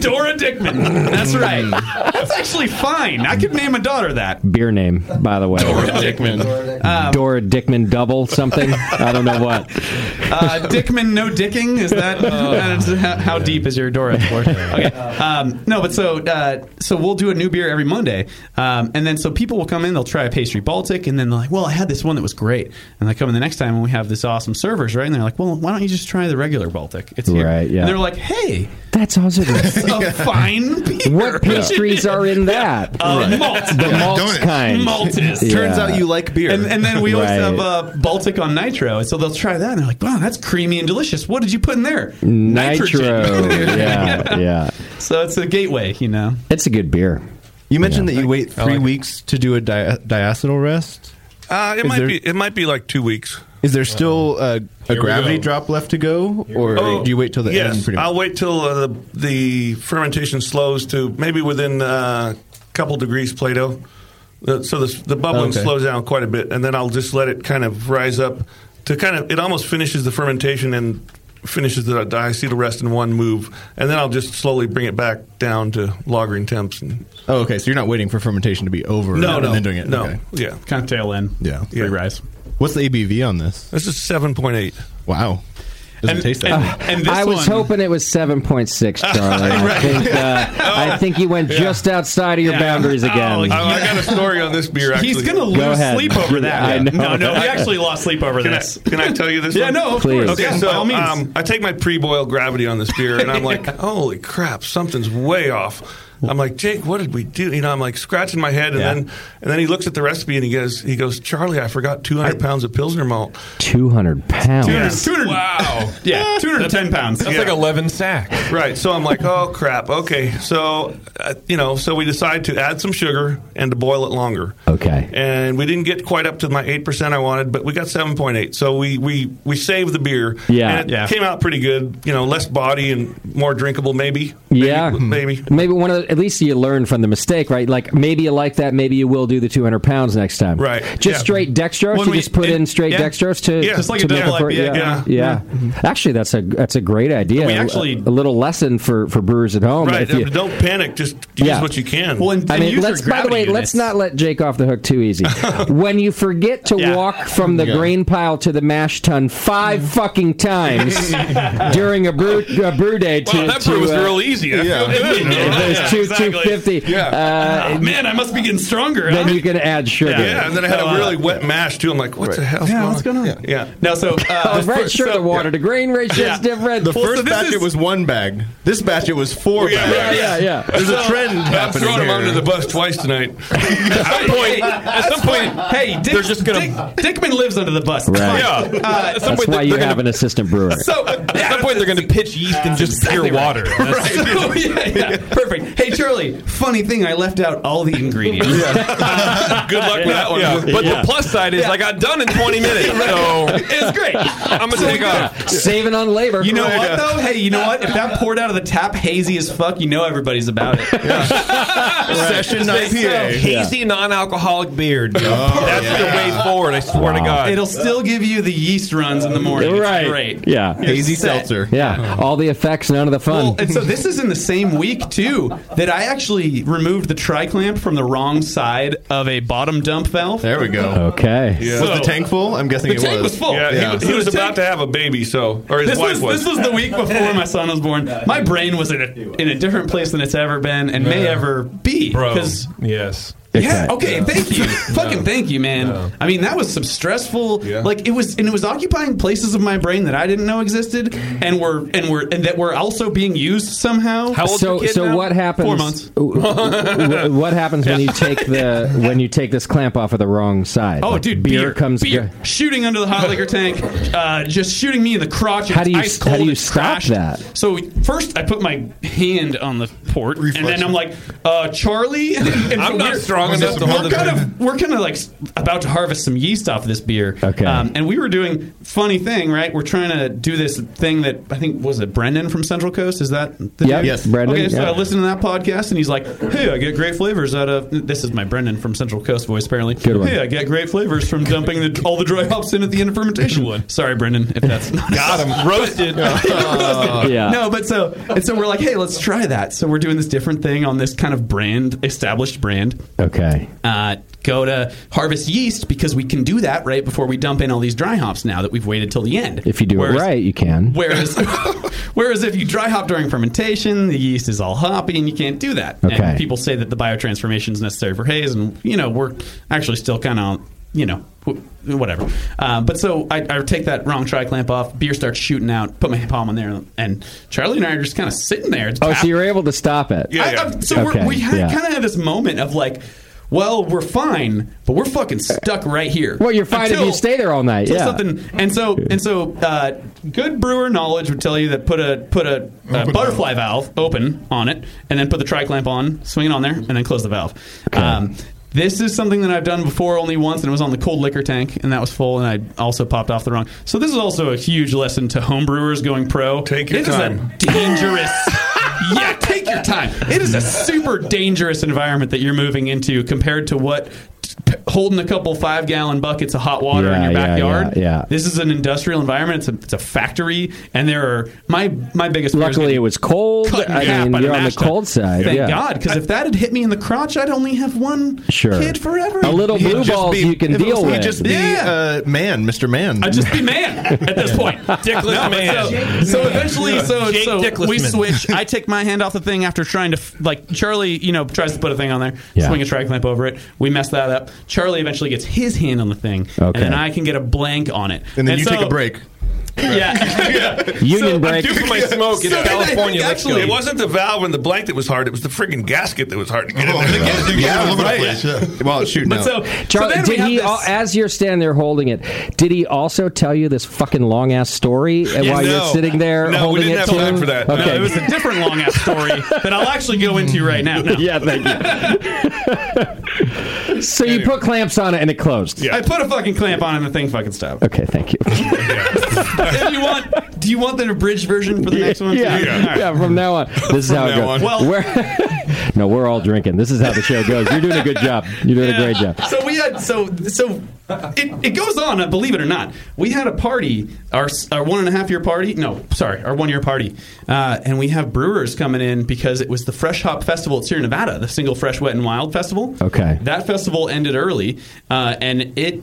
Speaker 16: Dora Dickman. That's right. That's actually fine. I could name a daughter that.
Speaker 10: Beer name, by the way. Dora
Speaker 16: Dickman. Um,
Speaker 10: Dora Dickman double something. I don't know what. [laughs]
Speaker 16: uh, Dickman, no dicking. Is that that's how, how deep is your Dora for? Okay. Um, no, but so uh, so we'll do a new beer every Monday, um, and then so people will come in. They'll try a pastry Baltic, and then they're like, "Well, I had this one that was great." And they come in the next time, and we have this awesome servers, right? And they're like, "Well, why don't you just try the regular Baltic? It's here."
Speaker 10: Right, yeah.
Speaker 16: And they're like, "Hey,
Speaker 10: That's
Speaker 16: [laughs]
Speaker 10: also
Speaker 16: that's
Speaker 10: [laughs]
Speaker 16: a fine beer."
Speaker 10: What pastries are
Speaker 21: [laughs]
Speaker 10: in that?
Speaker 16: Uh, malt.
Speaker 10: The malt kind.
Speaker 16: Malted.
Speaker 10: Yeah.
Speaker 16: And, and then we always
Speaker 10: Right.
Speaker 16: have uh, Baltic on nitro. And so they'll try that and they're like, wow, that's creamy and delicious. What did you put in there?
Speaker 10: Nitro.
Speaker 16: [laughs] Nitrogen.
Speaker 10: yeah, yeah.
Speaker 16: So it's a gateway, you know.
Speaker 10: It's a good beer.
Speaker 12: You mentioned that you wait
Speaker 16: I
Speaker 12: three
Speaker 16: like it.
Speaker 12: weeks to do a di- diacetyl rest.
Speaker 21: Uh, it
Speaker 12: Is
Speaker 21: might
Speaker 12: there-
Speaker 21: be it might be like two weeks.
Speaker 12: Is there still uh, a
Speaker 21: we
Speaker 12: gravity
Speaker 21: go.
Speaker 12: drop left to go, or do you wait till the
Speaker 21: yes,
Speaker 12: end? Pretty much?
Speaker 21: I'll wait till uh, the, the fermentation slows to maybe within a couple degrees Plato. Uh, so the, the bubbling
Speaker 12: Okay.
Speaker 21: slows down quite a bit, and then I'll just let it kind of rise up to kind of it almost finishes the fermentation and finishes the diacetyl rest in one move, and then I'll just slowly bring it back down to lagering temps. And,
Speaker 12: Oh, okay. So you're not waiting for fermentation to be over.
Speaker 21: No,
Speaker 12: and
Speaker 21: no,
Speaker 12: then doing it.
Speaker 21: no.
Speaker 12: Okay.
Speaker 21: Yeah.
Speaker 16: Kind of tail end.
Speaker 12: Yeah.
Speaker 21: Free
Speaker 16: rise.
Speaker 12: What's the ABV on this?
Speaker 21: This is seven point eight.
Speaker 12: Wow. Doesn't taste that.
Speaker 16: and-
Speaker 12: good.
Speaker 16: and this
Speaker 10: I was
Speaker 16: one-
Speaker 10: hoping it
Speaker 16: [laughs]
Speaker 10: was 7.6, Charlie. I,
Speaker 21: Right.
Speaker 10: think, uh,
Speaker 16: Oh.
Speaker 10: I think you went just outside of your
Speaker 21: Yeah.
Speaker 10: boundaries again.
Speaker 21: Oh, I, I got a story on this beer. Actually,
Speaker 16: He's going to lose
Speaker 10: Go ahead.
Speaker 16: sleep over that.
Speaker 10: I know.
Speaker 16: No, [laughs] no, we actually lost sleep over
Speaker 21: Can I-
Speaker 16: this.
Speaker 21: can I tell you this?
Speaker 16: Yeah,
Speaker 21: one?
Speaker 16: no, of course.
Speaker 21: Okay,
Speaker 16: Yeah,
Speaker 21: so
Speaker 16: by all means.
Speaker 21: um, I take my pre-boil gravity on this beer,
Speaker 16: [laughs]
Speaker 21: and I'm like, holy crap, something's way off. I'm like, Jake, what did we do? You know, I'm like scratching my head, and
Speaker 10: Yeah.
Speaker 21: then and then he looks at the recipe and he goes, he goes, Charlie, I forgot 200 pounds of pilsner malt.
Speaker 10: 200 pounds.
Speaker 21: Wow.
Speaker 16: yeah, 210 pounds.
Speaker 21: That's like
Speaker 14: 11 sacks.
Speaker 21: Right. So I'm like, oh crap. Okay. So uh, you know, so we decide to add some sugar and to boil it longer.
Speaker 10: Okay.
Speaker 21: And we didn't get quite up to my eight percent I wanted, but we got seven point eight. So we we we saved the beer.
Speaker 10: Yeah.
Speaker 21: And it
Speaker 10: Yeah.
Speaker 21: came out pretty good. You know, less body and more drinkable, maybe.
Speaker 10: Yeah, Hmm.
Speaker 21: maybe.
Speaker 10: Maybe one of the, at least you learn from the mistake, right? Like maybe you like that. Maybe you will do the 200 pounds next time.
Speaker 21: Right.
Speaker 10: Just
Speaker 21: Yeah.
Speaker 10: straight dextrose.
Speaker 21: When
Speaker 10: you
Speaker 21: we-
Speaker 10: just put
Speaker 21: it-
Speaker 10: in straight
Speaker 21: yeah.
Speaker 10: dextrose to
Speaker 21: Yeah. Just like
Speaker 10: to
Speaker 21: a double
Speaker 10: for-
Speaker 21: IPA.
Speaker 10: yeah,
Speaker 21: Yeah. Mm-hmm.
Speaker 10: yeah. Actually, that's a that's a great idea.
Speaker 21: We
Speaker 10: A-
Speaker 21: actually-
Speaker 10: a, little lesson for for brewers at home.
Speaker 21: right.
Speaker 10: Oh, If you-
Speaker 21: Don't panic. Just use
Speaker 10: Yeah.
Speaker 21: what you can.
Speaker 10: I mean, let's. By the way, let's not let Jake off the hook too
Speaker 21: [laughs]
Speaker 10: easy. when you forget to walk from the
Speaker 21: Yeah.
Speaker 10: grain pile to the mash tun five fucking
Speaker 21: [laughs]
Speaker 10: times during a brew, a brew day, to,
Speaker 24: Wow, that
Speaker 10: to,
Speaker 24: brew was
Speaker 10: uh,
Speaker 21: [laughs]
Speaker 24: real easy. I feel good.
Speaker 10: There's two fifty.
Speaker 21: Yeah.
Speaker 10: Uh,
Speaker 16: Ah, man, I must be getting stronger.
Speaker 10: Then
Speaker 16: huh?
Speaker 10: you can add sugar.
Speaker 21: Yeah. and then I had
Speaker 16: So, uh,
Speaker 21: a really wet mash too. I'm like, what the hell?
Speaker 16: Yeah, what's going on?
Speaker 21: Yeah.
Speaker 16: No,
Speaker 10: [laughs]
Speaker 16: so uh,
Speaker 10: the red shirt, the water to grain ratio
Speaker 16: Yeah.
Speaker 10: is different.
Speaker 12: The first batch it was one bag. This batch it was four
Speaker 21: Yeah,
Speaker 12: bags.
Speaker 21: yeah,
Speaker 10: yeah.
Speaker 12: There's a trend
Speaker 21: I'm
Speaker 12: happening
Speaker 21: throwing him
Speaker 12: here.
Speaker 21: under the bus twice [laughs] tonight.
Speaker 16: at some point, at some point, hey, Dick,
Speaker 21: They're just gonna-
Speaker 16: Dick, Dickman lives under the bus.
Speaker 10: Right.
Speaker 16: Yeah. Uh,
Speaker 10: That's why you have an assistant brewer.
Speaker 16: [laughs] so at some point they're going to pitch yeast and just
Speaker 14: pure water. That's-
Speaker 16: [laughs] So, Oh, yeah, yeah. Perfect. Hey Charlie, funny thing, I left out all the ingredients. [laughs]
Speaker 24: Good luck with that one. But the plus side is I got done in 20
Speaker 16: [laughs]
Speaker 24: minutes, so
Speaker 16: it's great. [laughs] I'm
Speaker 24: gonna take off.
Speaker 10: Saving on labor.
Speaker 16: You know
Speaker 10: Right.
Speaker 16: what though?
Speaker 14: [laughs]
Speaker 16: Hey, you know what? If that poured out of the tap hazy as fuck, you know everybody's
Speaker 24: [laughs]
Speaker 16: about it.
Speaker 24: Session IPA. Hazy non-alcoholic beer. dude. That's the way forward. I swear to
Speaker 10: Wow.
Speaker 24: God.
Speaker 16: Oh, It'll still give you the yeast runs in the morning. It's
Speaker 10: Right.
Speaker 16: great.
Speaker 10: Yeah.
Speaker 16: You're set.
Speaker 10: Yeah. All the effects, none of the fun.
Speaker 16: Well, [laughs] and so this is in the same week too that I actually removed the tri clamp from the wrong side of a bottom dump valve. There
Speaker 12: we go.
Speaker 10: Okay.
Speaker 12: Was the tank full? I'm guessing
Speaker 16: the
Speaker 12: it
Speaker 16: tank was full.
Speaker 21: Yeah, he was- he,
Speaker 16: So
Speaker 21: was
Speaker 16: the
Speaker 21: about
Speaker 16: tank-
Speaker 21: to have a baby, so or his
Speaker 16: this
Speaker 21: wife
Speaker 16: was,
Speaker 21: was.
Speaker 16: This was the
Speaker 21: [laughs]
Speaker 16: week before my son was born. My brain was in a, in a different place than it's ever been and may
Speaker 24: No.
Speaker 16: ever be.
Speaker 24: Bro.
Speaker 16: 'cause-
Speaker 24: Yes.
Speaker 16: Yeah. Okay. Thank you. Fucking thank you, man. I mean, that was some stressful. Like it was, and it was occupying places of my brain that I didn't know existed, and were and were and that were also being used somehow.
Speaker 10: so so what happens?
Speaker 16: Four months.
Speaker 10: [laughs] w- w- [laughs] what happens when you take the when you take this clamp off of the wrong side?
Speaker 16: Oh,
Speaker 10: Like,
Speaker 16: dude,
Speaker 10: beer,
Speaker 16: beer,
Speaker 10: comes.
Speaker 16: beer. shooting under the hot liquor
Speaker 10: [laughs]
Speaker 16: tank, uh, just shooting me in the crotch.
Speaker 10: How do you-
Speaker 16: It's ice
Speaker 10: how do
Speaker 16: cold,
Speaker 10: you
Speaker 16: it's
Speaker 10: stop
Speaker 16: crashed.
Speaker 10: that?
Speaker 16: So first, I put my hand on the port, and then I'm like, uh, Charlie, [laughs] and, and
Speaker 24: [laughs] I'm
Speaker 16: so
Speaker 24: not
Speaker 16: we're-
Speaker 24: strong
Speaker 16: we're-
Speaker 24: enough to hold
Speaker 16: We're
Speaker 24: it
Speaker 16: kind
Speaker 24: in.
Speaker 16: of we're kind of like s- about to harvest some yeast off of this beer. Okay, um, and we were doing funny thing, right? We're trying to do this thing that I think was it Brendan from Central Coast. Is that the
Speaker 10: Yep.
Speaker 16: dude?
Speaker 10: Yes, Brendan,
Speaker 16: Okay, so
Speaker 10: yeah.
Speaker 16: I listened to that podcast, and he's like, Hey, I get great flavors out of this. Is my Brendan from Central Coast voice apparently? Good
Speaker 10: one.
Speaker 16: Hey, I get great flavors from dumping the, all the dry hops in at the end of fermentation.
Speaker 10: [laughs]
Speaker 16: one. Sorry, Brendan, if that's not
Speaker 24: Got
Speaker 16: [laughs]
Speaker 24: him roasted.
Speaker 10: yeah.
Speaker 16: Uh, no, but so and so we're like, hey, let's try that. So we're doing this different thing on this kind of brand, established brand.
Speaker 10: Okay.
Speaker 16: Uh, go to harvest yeast because we can do that right before we dump in all these dry hops now that we've waited till the end.
Speaker 10: If you do
Speaker 16: Whereas-
Speaker 10: it right, you can.
Speaker 16: Whereas, [laughs] whereas if you dry hop during fermentation, the yeast is all hoppy, and you can't do that.
Speaker 10: Okay.
Speaker 16: And people say that the biotransformation is necessary for haze, and you know we're actually still kind of you know wh- whatever. Uh, but so I, I take that wrong tri clamp off. Beer starts shooting out. Put my palm on there, and Charlie and I are just kind of sitting there.
Speaker 10: Oh, so you were able to stop it.
Speaker 16: I- I- so we're, we had,
Speaker 10: yeah.
Speaker 16: kind of had this moment of like. Well, we're fine, but we're fucking stuck right here.
Speaker 10: Well, you're fine if you
Speaker 16: Until-
Speaker 10: stay there all night.
Speaker 16: so
Speaker 10: Uh, Yeah.
Speaker 16: something, and so and so, uh, good brewer knowledge would tell you that put a put a, uh butterfly valve open on it, and then put the tri clamp on, swing it on there, and then close the valve. Um, this is something that I've done before only once, and it was on the cold liquor tank, and that was full, and I also popped off the wrong. So this is also a huge lesson to homebrewers going pro. Take
Speaker 21: your time.
Speaker 16: a dangerous. yeah, take your time. It is a super dangerous environment that you're moving into compared to what p- holding a couple five gallon buckets of hot water in
Speaker 10: Yeah,
Speaker 16: your
Speaker 10: yeah,
Speaker 16: backyard.
Speaker 10: yeah, yeah.
Speaker 16: This is an industrial environment. It's a, it's a factory, and there are my my biggest. fear is
Speaker 10: Luckily, it was cold.
Speaker 16: cut in
Speaker 10: I
Speaker 16: half
Speaker 10: mean,
Speaker 16: by
Speaker 10: you're on the
Speaker 16: mash tun.
Speaker 10: cold side.
Speaker 16: Thank
Speaker 10: yeah.
Speaker 16: God, because if that had hit me in the crotch, I'd only have one
Speaker 10: Sure.
Speaker 16: kid forever.
Speaker 10: A little
Speaker 12: He'd
Speaker 10: blue
Speaker 12: just
Speaker 10: balls
Speaker 12: be-
Speaker 10: you can
Speaker 12: if it was-
Speaker 10: deal
Speaker 12: he'd
Speaker 10: with.
Speaker 12: just be
Speaker 16: Yeah.
Speaker 12: uh, man, Mr. Man.
Speaker 16: I'd just be man at
Speaker 12: [laughs]
Speaker 16: this point. Dickless
Speaker 24: man.
Speaker 16: So, so eventually, so,
Speaker 24: Jake
Speaker 16: so
Speaker 24: Dickless
Speaker 16: we
Speaker 24: man.
Speaker 16: switch. I take my hand off the thing after trying to f- like Charlie. You know, tries to put a thing on there,
Speaker 10: Yeah.
Speaker 16: swing a tri clamp over it. We mess that up. Charlie eventually gets his hand on the thing,
Speaker 10: Okay.
Speaker 16: and then I can get a blank on it.
Speaker 12: And then you take
Speaker 16: so-
Speaker 12: a break.
Speaker 16: Yeah.
Speaker 10: Union
Speaker 16: break.
Speaker 24: due for my smoke in California. Let's go.
Speaker 21: Actually, it wasn't the valve and the blank that was hard. It was the friggin' gasket that was hard to get
Speaker 12: Oh,
Speaker 21: in there.
Speaker 12: Well, it's shooting
Speaker 16: But
Speaker 12: out.
Speaker 16: so, so
Speaker 10: Charlie,
Speaker 16: then we
Speaker 10: did
Speaker 16: have
Speaker 10: he,
Speaker 16: this-
Speaker 10: al- as you're standing there holding it, did he also tell you this fucking long ass story uh, while you're
Speaker 21: no.
Speaker 10: sitting there
Speaker 21: No, we
Speaker 10: holding
Speaker 21: didn't
Speaker 10: it?
Speaker 21: have
Speaker 10: too?
Speaker 21: time for that. No,
Speaker 10: Okay.
Speaker 16: No, it was a
Speaker 10: [laughs]
Speaker 16: different long ass story that I'll actually go into right now. No.
Speaker 10: yeah, thank you. so you put clamps on it and it closed.
Speaker 16: I put a fucking clamp on and the thing fucking stopped.
Speaker 10: Okay, thank you.
Speaker 16: if you want, [laughs] do you want the abridged version for the next one?
Speaker 10: yeah,
Speaker 16: All right.
Speaker 10: yeah, [laughs] From
Speaker 16: [laughs]
Speaker 10: now on, this is how it
Speaker 16: now
Speaker 10: goes.
Speaker 16: on. Well-
Speaker 10: We're- [laughs] no, we're all drinking. This is how the show goes. You're doing a good job. You're doing a great job.
Speaker 16: So we had so so it, it goes on. uh, Believe it or not, we had a party our s- our one and a half year party. No, sorry, our one year party, uh, and we have brewers coming in because it was the Fresh Hop Festival at Sierra Nevada, the Single Fresh Wet and Wild Festival.
Speaker 10: Okay.
Speaker 16: that festival ended early, uh, and it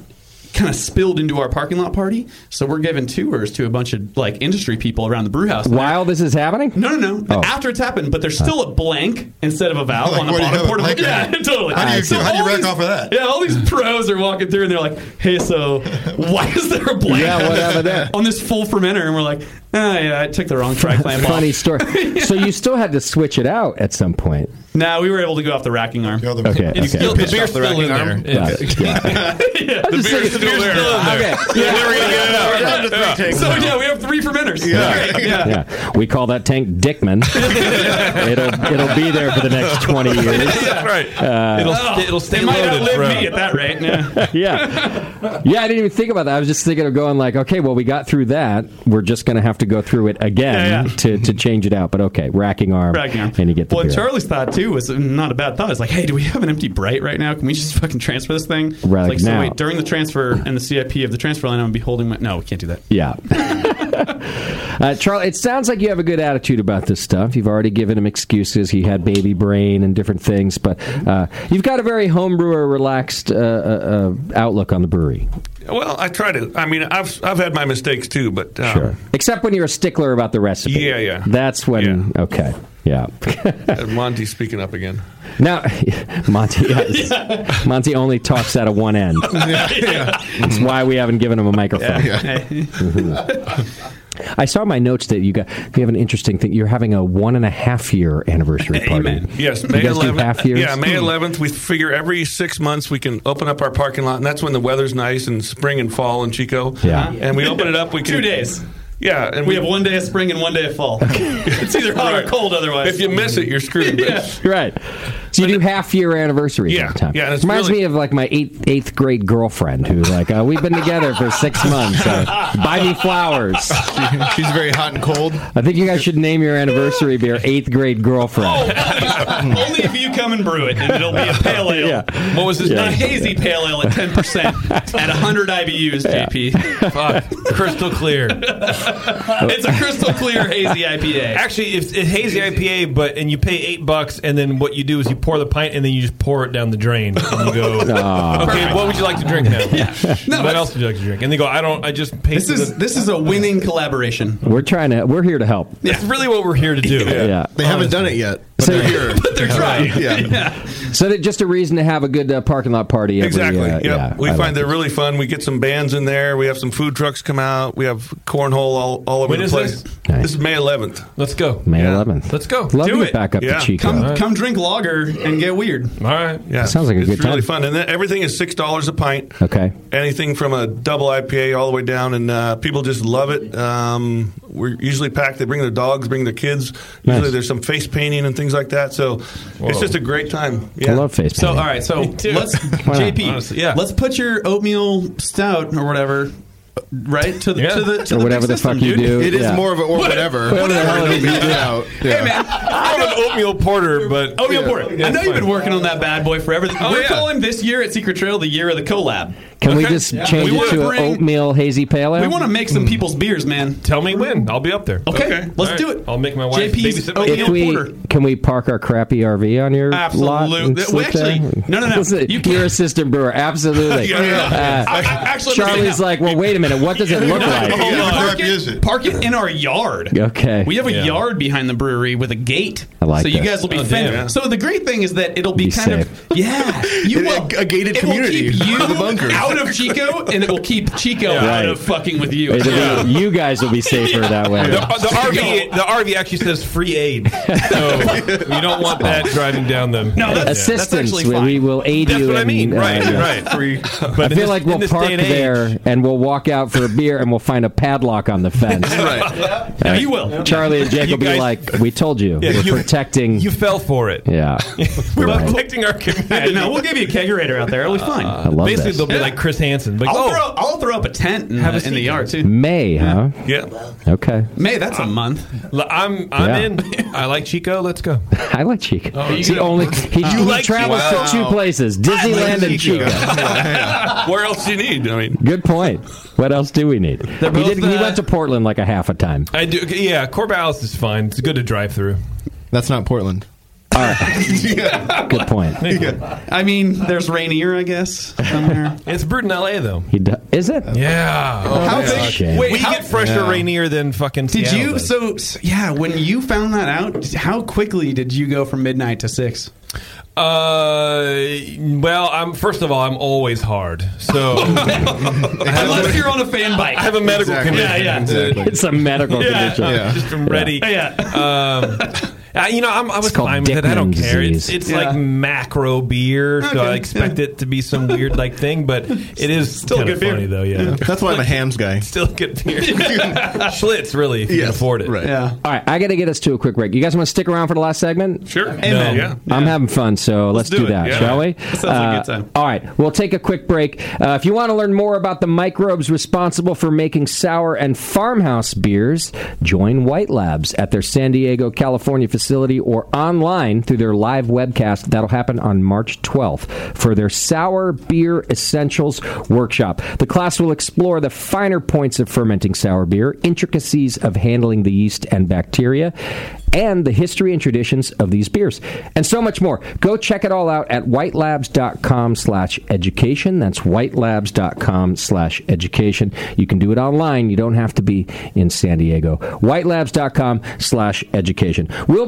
Speaker 16: kind of spilled into our parking lot party. So we're giving tours to a bunch of like industry people around the brew house.
Speaker 10: While this is happening?
Speaker 16: No, no, no.
Speaker 10: Oh.
Speaker 16: After it's happened, but there's still a blank instead of a valve
Speaker 10: [laughs] Like,
Speaker 16: on the
Speaker 10: what do you
Speaker 16: bottom
Speaker 10: have a
Speaker 16: port of
Speaker 10: blank
Speaker 16: it. Yeah, [laughs]
Speaker 10: on?
Speaker 16: totally.
Speaker 10: How do you- how do you
Speaker 16: all
Speaker 10: rack
Speaker 16: these-
Speaker 10: off of that?
Speaker 16: Yeah, all these pros are walking through and they're like, "Hey, so why is there a blank
Speaker 10: Yeah, what happened
Speaker 16: [laughs] on this full fermenter?" And we're like, "Ah, yeah, I took the wrong tri clamp off." [laughs]
Speaker 10: Funny story. So you still had to switch it out at some point.
Speaker 16: No, we were able to go off the racking arm.
Speaker 10: Okay, okay.
Speaker 16: Still, the beer's still in there.
Speaker 10: Got it.
Speaker 16: [laughs] Yeah, the beer's still there. Okay. Yeah, we're gonna get it out. So yeah, we have three fermenters. Yeah. [laughs] yeah.
Speaker 10: Yeah. We call that tank
Speaker 16: [laughs]
Speaker 10: Dickman. it'll it'll be there for the next twenty years.
Speaker 16: That's right.
Speaker 10: Uh,
Speaker 16: it'll, st- it'll stay it might
Speaker 10: loaded,
Speaker 16: outlive
Speaker 10: bro.
Speaker 16: me at that rate. Yeah.
Speaker 10: [laughs] yeah. Yeah, I didn't even think about that. I was just thinking of going like, okay, well, we got through that. We're just going to have to go through it again
Speaker 16: Yeah, yeah.
Speaker 10: To, to change it out. But okay, racking arm,
Speaker 16: Racking arm.
Speaker 10: and you get the
Speaker 16: Well,
Speaker 10: beer.
Speaker 16: Charlie's thought too was not a bad thought. It's like, hey, do we have an empty bright right now? Can we just fucking transfer this thing? It's
Speaker 10: Right
Speaker 16: like, so
Speaker 10: now.
Speaker 16: wait, during the transfer and the CIP of the transfer line, I'm gonna be holding my. No, we can't do that.
Speaker 10: Yeah. [laughs] uh, Charlie, it sounds like you have a good attitude about this stuff. You've already given him excuses. He had baby brain and different things, but uh, you've got a very homebrewer, relaxed uh, uh, uh, outlook on the brewery.
Speaker 21: Well, I try to. I mean, I've I've had my mistakes too, but uh,
Speaker 10: Sure. Um, Except when you're a stickler about the recipe.
Speaker 21: Yeah, yeah.
Speaker 10: That's when, okay. Yeah. [laughs]
Speaker 21: Monty's speaking up again.
Speaker 10: Now, [laughs]
Speaker 21: [laughs]
Speaker 10: Monty, yes. Monty only talks out of one end. That's why we haven't given him a microphone.
Speaker 16: Yeah.
Speaker 12: [laughs]
Speaker 10: Mhm. I saw my notes that you got. You have an interesting thing. You're having a one and a half year anniversary party.
Speaker 21: Yes,
Speaker 10: You
Speaker 21: May
Speaker 10: guys do
Speaker 21: 11th.
Speaker 10: half years?
Speaker 21: Yeah, May
Speaker 10: Hmm.
Speaker 21: 11th. We figure every six months we can open up our parking lot, and that's when the weather's nice and spring and fall in Chico.
Speaker 10: Yeah.
Speaker 21: and we open it up. We can,
Speaker 16: Two days.
Speaker 21: Yeah, and
Speaker 16: we have one day of spring and one day of
Speaker 10: [laughs]
Speaker 16: fall. it's either hot or cold. Otherwise,
Speaker 21: If you miss it, you're screwed. but-
Speaker 16: [laughs] Yeah.
Speaker 10: [laughs] Right. So you do half year anniversaries
Speaker 21: Yeah,
Speaker 10: all the time.
Speaker 21: yeah, and it's
Speaker 10: Reminds
Speaker 21: really-
Speaker 10: me of like my eighth eighth grade girlfriend who like uh, we've been together for six months. Uh, buy me flowers. She's very hot and cold. I think you guys should name your anniversary beer eighth grade girlfriend.
Speaker 16: Only if you come and brew it, and it'll be a pale ale. What was this?
Speaker 10: Yeah.
Speaker 16: A hazy pale ale at ten
Speaker 10: [laughs]
Speaker 16: percent at hundred IBUs. JP,
Speaker 24: Fuck. crystal
Speaker 16: [laughs]
Speaker 24: clear.
Speaker 10: Oh.
Speaker 24: it's
Speaker 16: a crystal
Speaker 10: [laughs]
Speaker 16: clear hazy IPA.
Speaker 24: Actually, it's, it's hazy IPA, but and you pay eight bucks, and then what you do is you pour the pint, and then you just pour it down the drain, and you go,
Speaker 14: Oh.
Speaker 10: [laughs] Aw.
Speaker 24: "Okay, what would you like to drink now? [laughs] what else would you like to drink?" And they go, "I don't. I just pay."
Speaker 16: This is this is a winning collaboration.
Speaker 10: We're trying to. We're here to help.
Speaker 24: That's really what we're here to do.
Speaker 10: Yeah. Yeah. They
Speaker 12: haven't done it yet.
Speaker 10: [laughs] But So- they're
Speaker 12: here.
Speaker 16: but they're trying. Yeah.
Speaker 10: So that just a reason to have a good uh, parking lot party. Every,
Speaker 21: Exactly.
Speaker 10: Uh,
Speaker 21: yep.
Speaker 10: yeah,
Speaker 21: we
Speaker 10: I like
Speaker 21: find they're really fun. We get some bands in there. We have some food trucks come out. We have cornhole all, all over
Speaker 24: When
Speaker 21: the
Speaker 24: is
Speaker 21: place.
Speaker 24: this?
Speaker 21: This is May 11th.
Speaker 24: Let's go.
Speaker 10: May 11th.
Speaker 24: Let's go.
Speaker 10: Love to get back up
Speaker 21: Yeah.
Speaker 10: to Chico.
Speaker 16: Come, come drink lager and get weird.
Speaker 24: All right.
Speaker 21: Yeah.
Speaker 10: Sounds like a
Speaker 21: it's
Speaker 10: good
Speaker 21: really
Speaker 10: time.
Speaker 21: fun. And then everything is $6 a pint.
Speaker 10: Okay.
Speaker 21: Anything from a double IPA all the way down, and uh, people just love it. Um, we're usually packed. They bring their dogs, bring their kids. Usually
Speaker 10: Nice.
Speaker 21: there's some face painting and things like that. So it's just a great time.
Speaker 10: I love face
Speaker 16: So all
Speaker 10: painting.
Speaker 16: right,
Speaker 21: [laughs]
Speaker 16: so let's
Speaker 10: [laughs] Why not?
Speaker 16: JP, yeah. let's put your oatmeal stout or whatever. Right to the
Speaker 12: Yeah.
Speaker 16: to the to
Speaker 12: Or
Speaker 16: big
Speaker 12: whatever the
Speaker 16: system,
Speaker 12: fuck you
Speaker 16: dude.
Speaker 12: do, It is yeah. more of a or whatever. Whatever the hell it is you do.
Speaker 16: Hey man, I'm an
Speaker 24: oatmeal porter, but
Speaker 16: oatmeal porter. I know you've been working on that bad boy forever. We're
Speaker 24: yeah.
Speaker 16: calling this year at Secret Trail the year of the collab.
Speaker 10: Can we
Speaker 16: Okay?
Speaker 10: just
Speaker 16: Yeah.
Speaker 10: change
Speaker 16: We
Speaker 10: it
Speaker 16: wanna
Speaker 10: to an
Speaker 16: bring-
Speaker 10: oatmeal hazy pale ale?
Speaker 16: We want to make some people's beers, man.
Speaker 24: Tell me when. I'll be up there.
Speaker 16: Okay,
Speaker 24: All
Speaker 16: let's
Speaker 24: right.
Speaker 16: do it.
Speaker 24: I'll make my wife
Speaker 16: JP's
Speaker 24: babysit.
Speaker 16: oatmeal
Speaker 10: If we
Speaker 16: porter.
Speaker 10: can we park our crappy RV on your lot
Speaker 16: Absolute-
Speaker 10: and
Speaker 16: Well,
Speaker 10: sleep
Speaker 16: actually-
Speaker 10: there?
Speaker 16: no, no, no.
Speaker 10: Listen,
Speaker 16: You
Speaker 10: you're a system brewer,
Speaker 24: [laughs]
Speaker 10: absolutely.
Speaker 16: Yeah, yeah, yeah.
Speaker 10: Uh,
Speaker 16: Ac- actually,
Speaker 10: Charlie's
Speaker 16: no.
Speaker 10: like, well, wait a minute, what does it look
Speaker 16: No, hold on.
Speaker 10: like?
Speaker 16: Park it, park it in our yard.
Speaker 10: Okay.
Speaker 16: We have a
Speaker 10: Yeah.
Speaker 16: yard behind the brewery with a gate.
Speaker 10: I like
Speaker 16: so you
Speaker 10: that.
Speaker 16: guys will be
Speaker 10: Oh,
Speaker 16: fed.
Speaker 10: damn.
Speaker 16: So the great thing is that it'll be,
Speaker 10: Be
Speaker 16: kind of [laughs] yeah, you will, a gated
Speaker 12: community.
Speaker 24: [laughs]
Speaker 16: Will keep you
Speaker 12: The bunkers.
Speaker 16: out of Chico, and it will keep Chico
Speaker 10: Yeah.
Speaker 16: out
Speaker 10: Right.
Speaker 16: of fucking with you.
Speaker 10: It'll be- You guys will be safer that way.
Speaker 24: The, the RV the RV actually says free
Speaker 10: [laughs]
Speaker 24: aid, so you don't want that driving down the
Speaker 16: No,
Speaker 10: Assistance, we, we will aid
Speaker 24: That's
Speaker 10: you.
Speaker 24: what I
Speaker 10: in,
Speaker 24: mean,
Speaker 10: uh,
Speaker 24: right?
Speaker 10: yeah.
Speaker 24: Right. Free. But
Speaker 10: I
Speaker 24: in
Speaker 10: feel
Speaker 24: this-
Speaker 10: like
Speaker 24: in
Speaker 10: we'll
Speaker 24: this
Speaker 10: park
Speaker 24: day and age-
Speaker 10: there and we'll walk out for a beer and we'll find a
Speaker 24: [laughs]
Speaker 10: padlock on the fence.
Speaker 24: right.
Speaker 10: Uh,
Speaker 24: you will.
Speaker 10: Charlie and Jake
Speaker 24: You
Speaker 10: will be
Speaker 24: guys-
Speaker 10: like, we told you.
Speaker 24: Yeah,
Speaker 10: we're
Speaker 24: you-
Speaker 10: protecting.
Speaker 24: You fell for it.
Speaker 10: yeah.
Speaker 24: We're
Speaker 10: Right.
Speaker 24: protecting our community.
Speaker 16: no, we'll give you a kegerator out there. It'll be fine.
Speaker 10: Uh, I love
Speaker 24: Basically,
Speaker 10: this.
Speaker 24: they'll be like Chris Hansen. Like,
Speaker 16: I'll,
Speaker 24: oh,
Speaker 16: throw, I'll throw up a tent in,
Speaker 24: [laughs] Have a
Speaker 16: the, in the
Speaker 24: seat.
Speaker 16: yard too.
Speaker 10: May, huh?
Speaker 24: Yeah.
Speaker 10: Okay.
Speaker 16: May that's a month.
Speaker 24: L- I'm I'm
Speaker 10: Yeah.
Speaker 24: in. I like Chico. Let's
Speaker 10: [laughs]
Speaker 24: go.
Speaker 10: I like Chico.
Speaker 24: Oh,
Speaker 10: It's
Speaker 24: you
Speaker 10: the
Speaker 24: go-
Speaker 10: only he,
Speaker 24: You
Speaker 10: he
Speaker 24: like
Speaker 10: travels
Speaker 24: Chico.
Speaker 10: to two
Speaker 24: Wow.
Speaker 10: places: Disneyland
Speaker 16: [laughs]
Speaker 10: and Chico.
Speaker 14: [laughs]
Speaker 21: Where else do you need? I mean,
Speaker 10: Good point. What else do we need? He,
Speaker 24: both,
Speaker 10: did, he
Speaker 24: uh,
Speaker 10: went to Portland like a half a time.
Speaker 24: I do. Yeah, Corvallis is fine. It's good to drive through.
Speaker 12: That's not Portland.
Speaker 10: All
Speaker 12: [laughs]
Speaker 10: right. Good point.
Speaker 16: I mean, there's Rainier, I guess, somewhere.
Speaker 14: it's brewed in LA, though.
Speaker 10: He do- is it?
Speaker 14: Yeah.
Speaker 16: Oh,
Speaker 14: how
Speaker 16: yeah.
Speaker 14: big?
Speaker 16: Shit.
Speaker 14: Wait,
Speaker 16: We
Speaker 14: we
Speaker 16: get
Speaker 14: get fresher
Speaker 16: Yeah.
Speaker 14: Rainier than fucking.
Speaker 16: Did
Speaker 14: Seattle
Speaker 16: you?
Speaker 14: does.
Speaker 16: So, s- yeah, when you found that out, how quickly did you go from midnight to six?
Speaker 14: Uh, well, I'm first of all, I'm always hard. So
Speaker 12: [laughs]
Speaker 16: Unless you're on a fan bike.
Speaker 14: I have a medical condition.
Speaker 10: It's a medical
Speaker 14: yeah,
Speaker 10: condition.
Speaker 14: I'm just I'm ready. Yeah. Um, I- you know, I'm, I was fine with it. I don't
Speaker 10: Dickman's
Speaker 14: care. It's,
Speaker 10: disease.
Speaker 14: it's like macro beer, so I expect it to be some weird like thing, but it is
Speaker 12: Still
Speaker 14: kinda
Speaker 12: good beer.
Speaker 14: funny though. Yeah,
Speaker 12: Yeah. That's why I'm a hams guy.
Speaker 14: Still good beer. Schlitz, really, if you can afford it. Right.
Speaker 16: Yeah.
Speaker 10: All right, I got to get us to a quick break. You guys want to stick around for the last segment?
Speaker 16: Sure.
Speaker 14: Amen. Yeah.
Speaker 10: I'm having fun, so let's,
Speaker 16: do
Speaker 10: do,
Speaker 16: it.
Speaker 10: that,
Speaker 16: Yeah.
Speaker 10: shall we? Uh,
Speaker 16: That sounds like a good time.
Speaker 10: All right, we'll take a quick break. Uh, if you want to learn more about the microbes responsible for making sour and farmhouse beers, join White Labs at their San Diego, California facility or online through their live webcast. That'll happen on March 12th for their Sour Beer Essentials Workshop. The class will explore the finer points of fermenting sour beer, intricacies of handling the yeast and bacteria, and the history and traditions of these beers, and so much more. Go check it all out at whitelabs.com slash education. That's whitelabs.com slash education. You can do it online. You don't have to be in San Diego. whitelabs.com slash education. We'll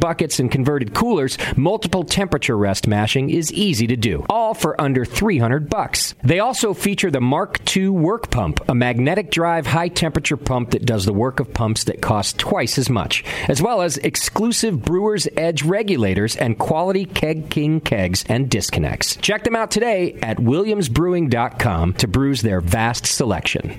Speaker 10: buckets and converted coolers, multiple temperature rest mashing is easy to do, all for under 300 bucks. They also feature the Mark II work pump, a magnetic drive high temperature pump that does the work of pumps that cost twice as much, as well as exclusive Brewer's Edge regulators and quality Keg King kegs and disconnects. Check them out today at williamsbrewing.com to brews their vast selection.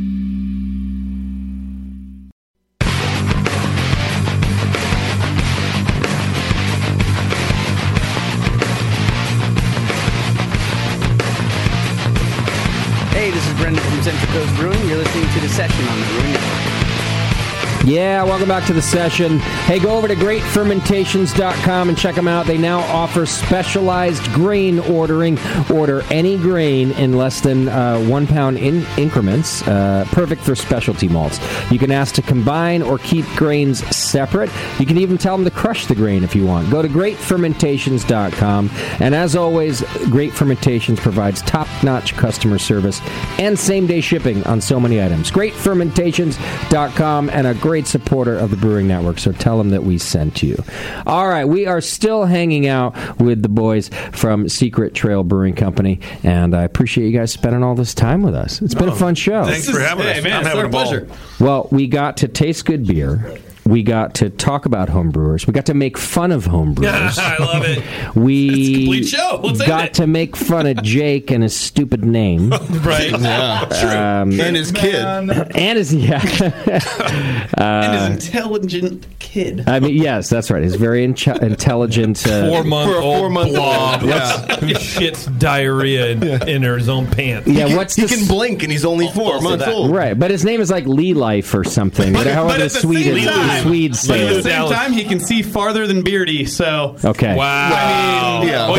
Speaker 2: Hey, this is Brendan from Central Coast Brewing. You're listening to The Session on the Brewing Network.
Speaker 10: Yeah, welcome back to the session. Hey, go over to greatfermentations.com and check them out. They now offer specialized grain ordering. Order any grain in less than uh, one pound in increments, uh, perfect for specialty malts. You can ask to combine or keep grains separate. You can even tell them to crush the grain if you want. Go to greatfermentations.com. And as always, Great Fermentations provides top notch customer service and same day shipping on so many items. Greatfermentations.com and a great supporter of the Brewing Network. So tell them that we sent you. All right, we are still hanging out with the boys from Secret Trail Brewing Company. And I appreciate you guys spending all this time with us. It's been a fun show.
Speaker 21: Oh, Thanks for having us. I'm having a ball.
Speaker 10: Well, we got to taste good beer. We got to talk about homebrewers. We got to make fun of homebrewers.
Speaker 24: I love it.
Speaker 10: We
Speaker 24: complete show. Let's end
Speaker 10: got
Speaker 24: it.
Speaker 10: to make fun of Jake and his stupid name.
Speaker 16: [laughs]
Speaker 24: Right. Yeah.
Speaker 10: Um,
Speaker 16: True. And his kid.
Speaker 10: And his, yeah. [laughs]
Speaker 16: An
Speaker 10: Uh,
Speaker 16: intelligent kid.
Speaker 10: I mean, yes, that's right. He's very inche- intelligent. Uh,
Speaker 14: Four month old
Speaker 16: four-month-old.
Speaker 14: blob
Speaker 16: Yeah.
Speaker 14: who shits diarrhea in, in his own pants.
Speaker 10: Yeah, He can- what's he this- can
Speaker 14: blink and he's only four
Speaker 10: Right, but his name is like Lee Life or something.
Speaker 14: But-
Speaker 10: however
Speaker 14: but at the
Speaker 10: sweet
Speaker 14: same
Speaker 10: it-
Speaker 14: time-
Speaker 16: time.
Speaker 10: Swede
Speaker 16: But at the
Speaker 10: said.
Speaker 16: same time, he can see farther than Beardy. So
Speaker 10: Okay.
Speaker 16: I mean,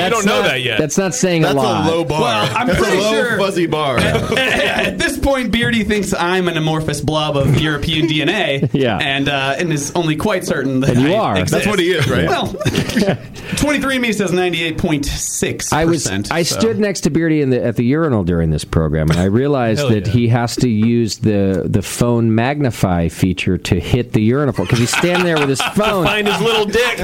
Speaker 10: That's not- That's not saying a lot.
Speaker 16: Well, I'm pretty sure
Speaker 12: fuzzy bar.
Speaker 16: at this point, Beardy thinks I'm an amorphous blob
Speaker 10: [laughs]
Speaker 16: of European DNA.
Speaker 10: Yeah.
Speaker 16: and uh, and is only quite certain that
Speaker 10: And you
Speaker 16: I
Speaker 10: are.
Speaker 16: exist.
Speaker 10: That's what he is, right?
Speaker 16: Well, [laughs] 23andMe says 98.6.
Speaker 10: I was I
Speaker 16: so. [laughs]
Speaker 10: stood next to Beardy in the, at the urinal during this program, and I realized
Speaker 16: Hell
Speaker 10: that
Speaker 16: yeah.
Speaker 10: he has to use the the phone magnify feature to hit the urinal because he's standing there with
Speaker 16: [laughs]
Speaker 10: his phone.
Speaker 14: Find his little
Speaker 10: [laughs]
Speaker 14: dick.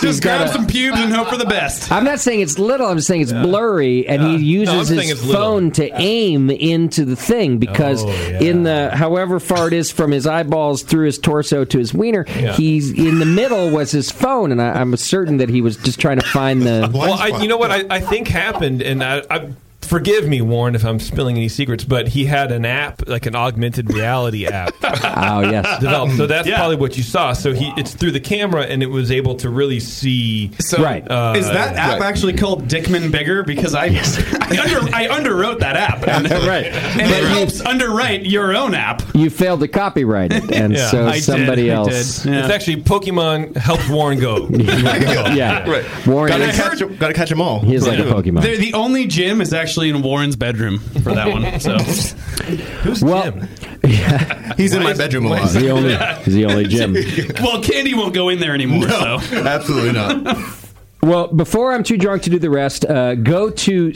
Speaker 16: Just grab
Speaker 10: gotta-
Speaker 16: some pubes and hope for the best.
Speaker 10: I'm not saying it's little. I'm saying it's blurry, and he
Speaker 16: No, I'm
Speaker 10: uses
Speaker 16: saying
Speaker 10: his
Speaker 16: it's little. Oh,
Speaker 10: phone to aim into the thing because in the however far it is from his eyeballs through his torso to his wiener,
Speaker 14: Yeah.
Speaker 10: he's in the middle was his phone, and I, I'm certain that he was just trying to find the.
Speaker 14: Well, I, you know what I, I think happened, and I, I forgive me, Warren, if I'm spilling any secrets, but he had an app, like an augmented
Speaker 16: [laughs]
Speaker 14: reality app.
Speaker 10: oh yes, [laughs]
Speaker 14: developed. So that's probably what you saw. So he, it's through the camera, and it was able to really see.
Speaker 16: So
Speaker 14: uh,
Speaker 16: is that app actually called Dickman Bigger? Because I [laughs] I, under, I underwrote that app. And,
Speaker 10: [laughs] right.
Speaker 16: And it helps underwrite your own app.
Speaker 10: You failed
Speaker 14: [laughs]
Speaker 10: to copyright it, and
Speaker 14: Yeah.
Speaker 10: so
Speaker 14: I did,
Speaker 10: somebody
Speaker 14: I
Speaker 10: else.
Speaker 14: did. It's actually Pokemon helped Warren
Speaker 10: [laughs]
Speaker 14: go.
Speaker 16: [laughs]
Speaker 10: yeah, Warren
Speaker 16: Gotta
Speaker 10: is-
Speaker 16: catch
Speaker 12: Got to catch them all.
Speaker 10: He is like a Pokemon.
Speaker 16: They're- the only gym is actually in Warren's bedroom for that one.
Speaker 10: [laughs]
Speaker 16: So
Speaker 14: who's
Speaker 10: well, [laughs]
Speaker 12: He's in my bedroom a lot.
Speaker 10: He's the only, he's
Speaker 16: [laughs]
Speaker 10: the only Jim.
Speaker 16: well, Candy won't go in there anymore. so
Speaker 12: absolutely not.
Speaker 10: Well, before I'm too drunk to do the rest, uh, go to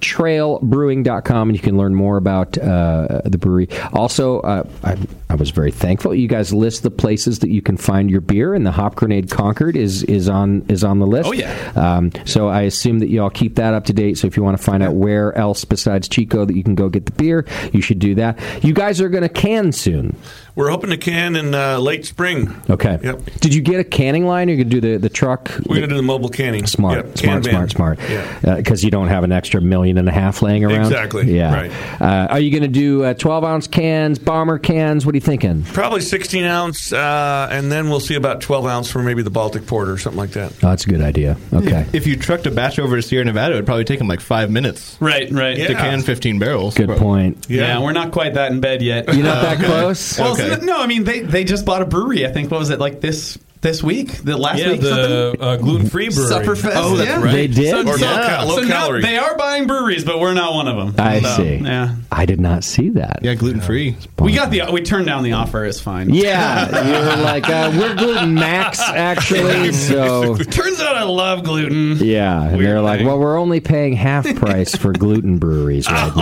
Speaker 10: secrettrailbrewing.com and you can learn more about uh, the brewery. Also, uh, I, I was very thankful. You guys list the places that you can find your beer, and the Hop Grenade Concord is is on is on the list.
Speaker 16: Oh, yeah.
Speaker 10: Um, so I assume that y'all keep that up to date. So if you want to find out where else besides Chico that you can go get the beer, you should do that. You guys are going to can soon.
Speaker 21: We're hoping to can in uh, late spring.
Speaker 10: Okay.
Speaker 21: Yep.
Speaker 10: Did you get a canning line? Or you could do the the truck.
Speaker 21: We're going to do the mobile canning.
Speaker 10: Smart,
Speaker 21: Yep,
Speaker 10: smart,
Speaker 21: Kanban.
Speaker 10: smart, smart,
Speaker 21: Yeah.
Speaker 10: Because you don't have an extra million and a half laying around.
Speaker 21: Exactly,
Speaker 10: Yeah.
Speaker 21: right.
Speaker 10: Uh, are you going to do uh, twelve ounce cans, bomber cans? What are you thinking?
Speaker 21: Probably 16 ounce, uh, and then we'll see about 12 ounce for maybe the Baltic Porter or something like that.
Speaker 10: Oh, that's a good idea.
Speaker 16: [laughs]
Speaker 10: Okay.
Speaker 12: If you trucked a batch over to Sierra Nevada, it would probably take them like five minutes.
Speaker 16: Right, right.
Speaker 12: To can 15 barrels. Good
Speaker 10: point.
Speaker 16: Yeah. we're not quite that in bed yet. Uh,
Speaker 12: You're not that
Speaker 16: [laughs]
Speaker 12: close?
Speaker 16: well,
Speaker 12: Okay.
Speaker 16: so- no, I mean they they just bought a brewery. I think what was it like this this week? The last
Speaker 14: yeah,
Speaker 16: week,
Speaker 14: the uh, gluten free brewery. Oh,
Speaker 16: Supperfest. yeah. So,
Speaker 14: Or
Speaker 16: so-
Speaker 14: low cal- low
Speaker 16: so now
Speaker 14: calorie.
Speaker 16: they are buying breweries, but we're not one of them.
Speaker 10: I
Speaker 16: So,
Speaker 10: see.
Speaker 16: Yeah.
Speaker 10: I did not see that.
Speaker 12: Yeah, gluten free.
Speaker 16: We got the we turned down the offer. It's fine.
Speaker 10: Yeah, you were like uh, we're gluten
Speaker 16: [laughs]
Speaker 21: [laughs]
Speaker 10: max actually. So
Speaker 16: turns out I love gluten.
Speaker 10: yeah, and they're like, well, we're only paying
Speaker 16: [laughs]
Speaker 10: half price for gluten breweries
Speaker 16: Oh,
Speaker 10: right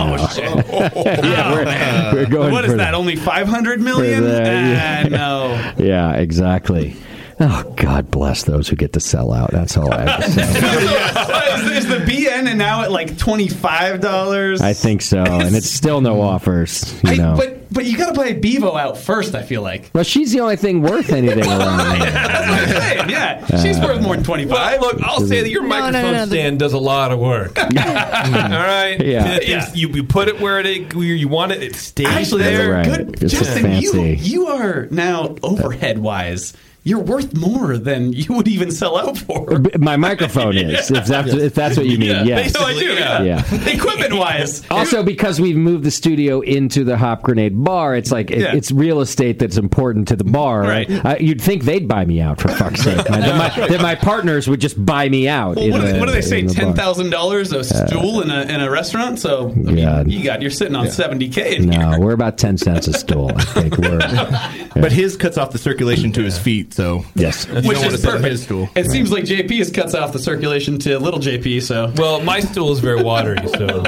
Speaker 10: now. [laughs] yeah, we're, we're going
Speaker 16: What
Speaker 10: for
Speaker 16: is
Speaker 10: the-
Speaker 16: that? Only five hundred million?
Speaker 10: For that,
Speaker 16: Ah, no. [laughs]
Speaker 10: [laughs] Yeah, exactly. Oh, God bless those who get to sell out. That's all I have
Speaker 16: [laughs]
Speaker 10: to say.
Speaker 16: is, is the BN and now at like twenty five dollars?
Speaker 10: I think so, and it's still no offers. You know,
Speaker 16: But but you got to play Bevo out first. I feel
Speaker 14: [laughs]
Speaker 16: like.
Speaker 10: well, she's the only thing worth anything
Speaker 16: [laughs]
Speaker 10: around. here.
Speaker 16: yeah, she's worth more than twenty five.
Speaker 14: Look, I'll say that your microphone stand does a lot of
Speaker 10: [laughs]
Speaker 14: work. All right,
Speaker 10: Yeah.
Speaker 14: It- it's- You, you put it where it where you want it. It stays
Speaker 16: Actually, that's
Speaker 14: there.
Speaker 16: good.
Speaker 10: It's just
Speaker 16: Justin,
Speaker 10: fancy.
Speaker 16: you you are now overhead wise. You're worth more than you would even sell out for.
Speaker 10: My microphone is, if that's if that's what you mean.
Speaker 16: Yeah, [laughs]
Speaker 10: yes.
Speaker 16: basically, I do. Yeah. [laughs]
Speaker 10: Yeah.
Speaker 16: Equipment wise.
Speaker 10: Also, because we've moved the studio into the Hop Grenade Bar, it's like it,
Speaker 16: Yeah.
Speaker 10: it's real estate that's important to the bar. Right. I, you'd think they'd buy me out for
Speaker 16: [laughs]
Speaker 10: fuck's sake. My, that, my, that my partners would just buy me out.
Speaker 16: Well,
Speaker 10: in
Speaker 16: what, do they,
Speaker 10: the-
Speaker 16: what do they say?
Speaker 10: in the bar.
Speaker 16: Ten thousand dollars a stool in a in a restaurant. So I mean,
Speaker 10: God.
Speaker 16: you got you're sitting on seventy k.
Speaker 10: No, we're about ten cents a stool. I
Speaker 16: [laughs]
Speaker 10: think we're.
Speaker 12: [laughs] But his cuts off the circulation to his feet, so
Speaker 10: yes,
Speaker 16: Which is perfect.
Speaker 12: His stool.
Speaker 16: It seems like JP has cuts off the circulation to little JP. So
Speaker 14: well, my stool is very watery. So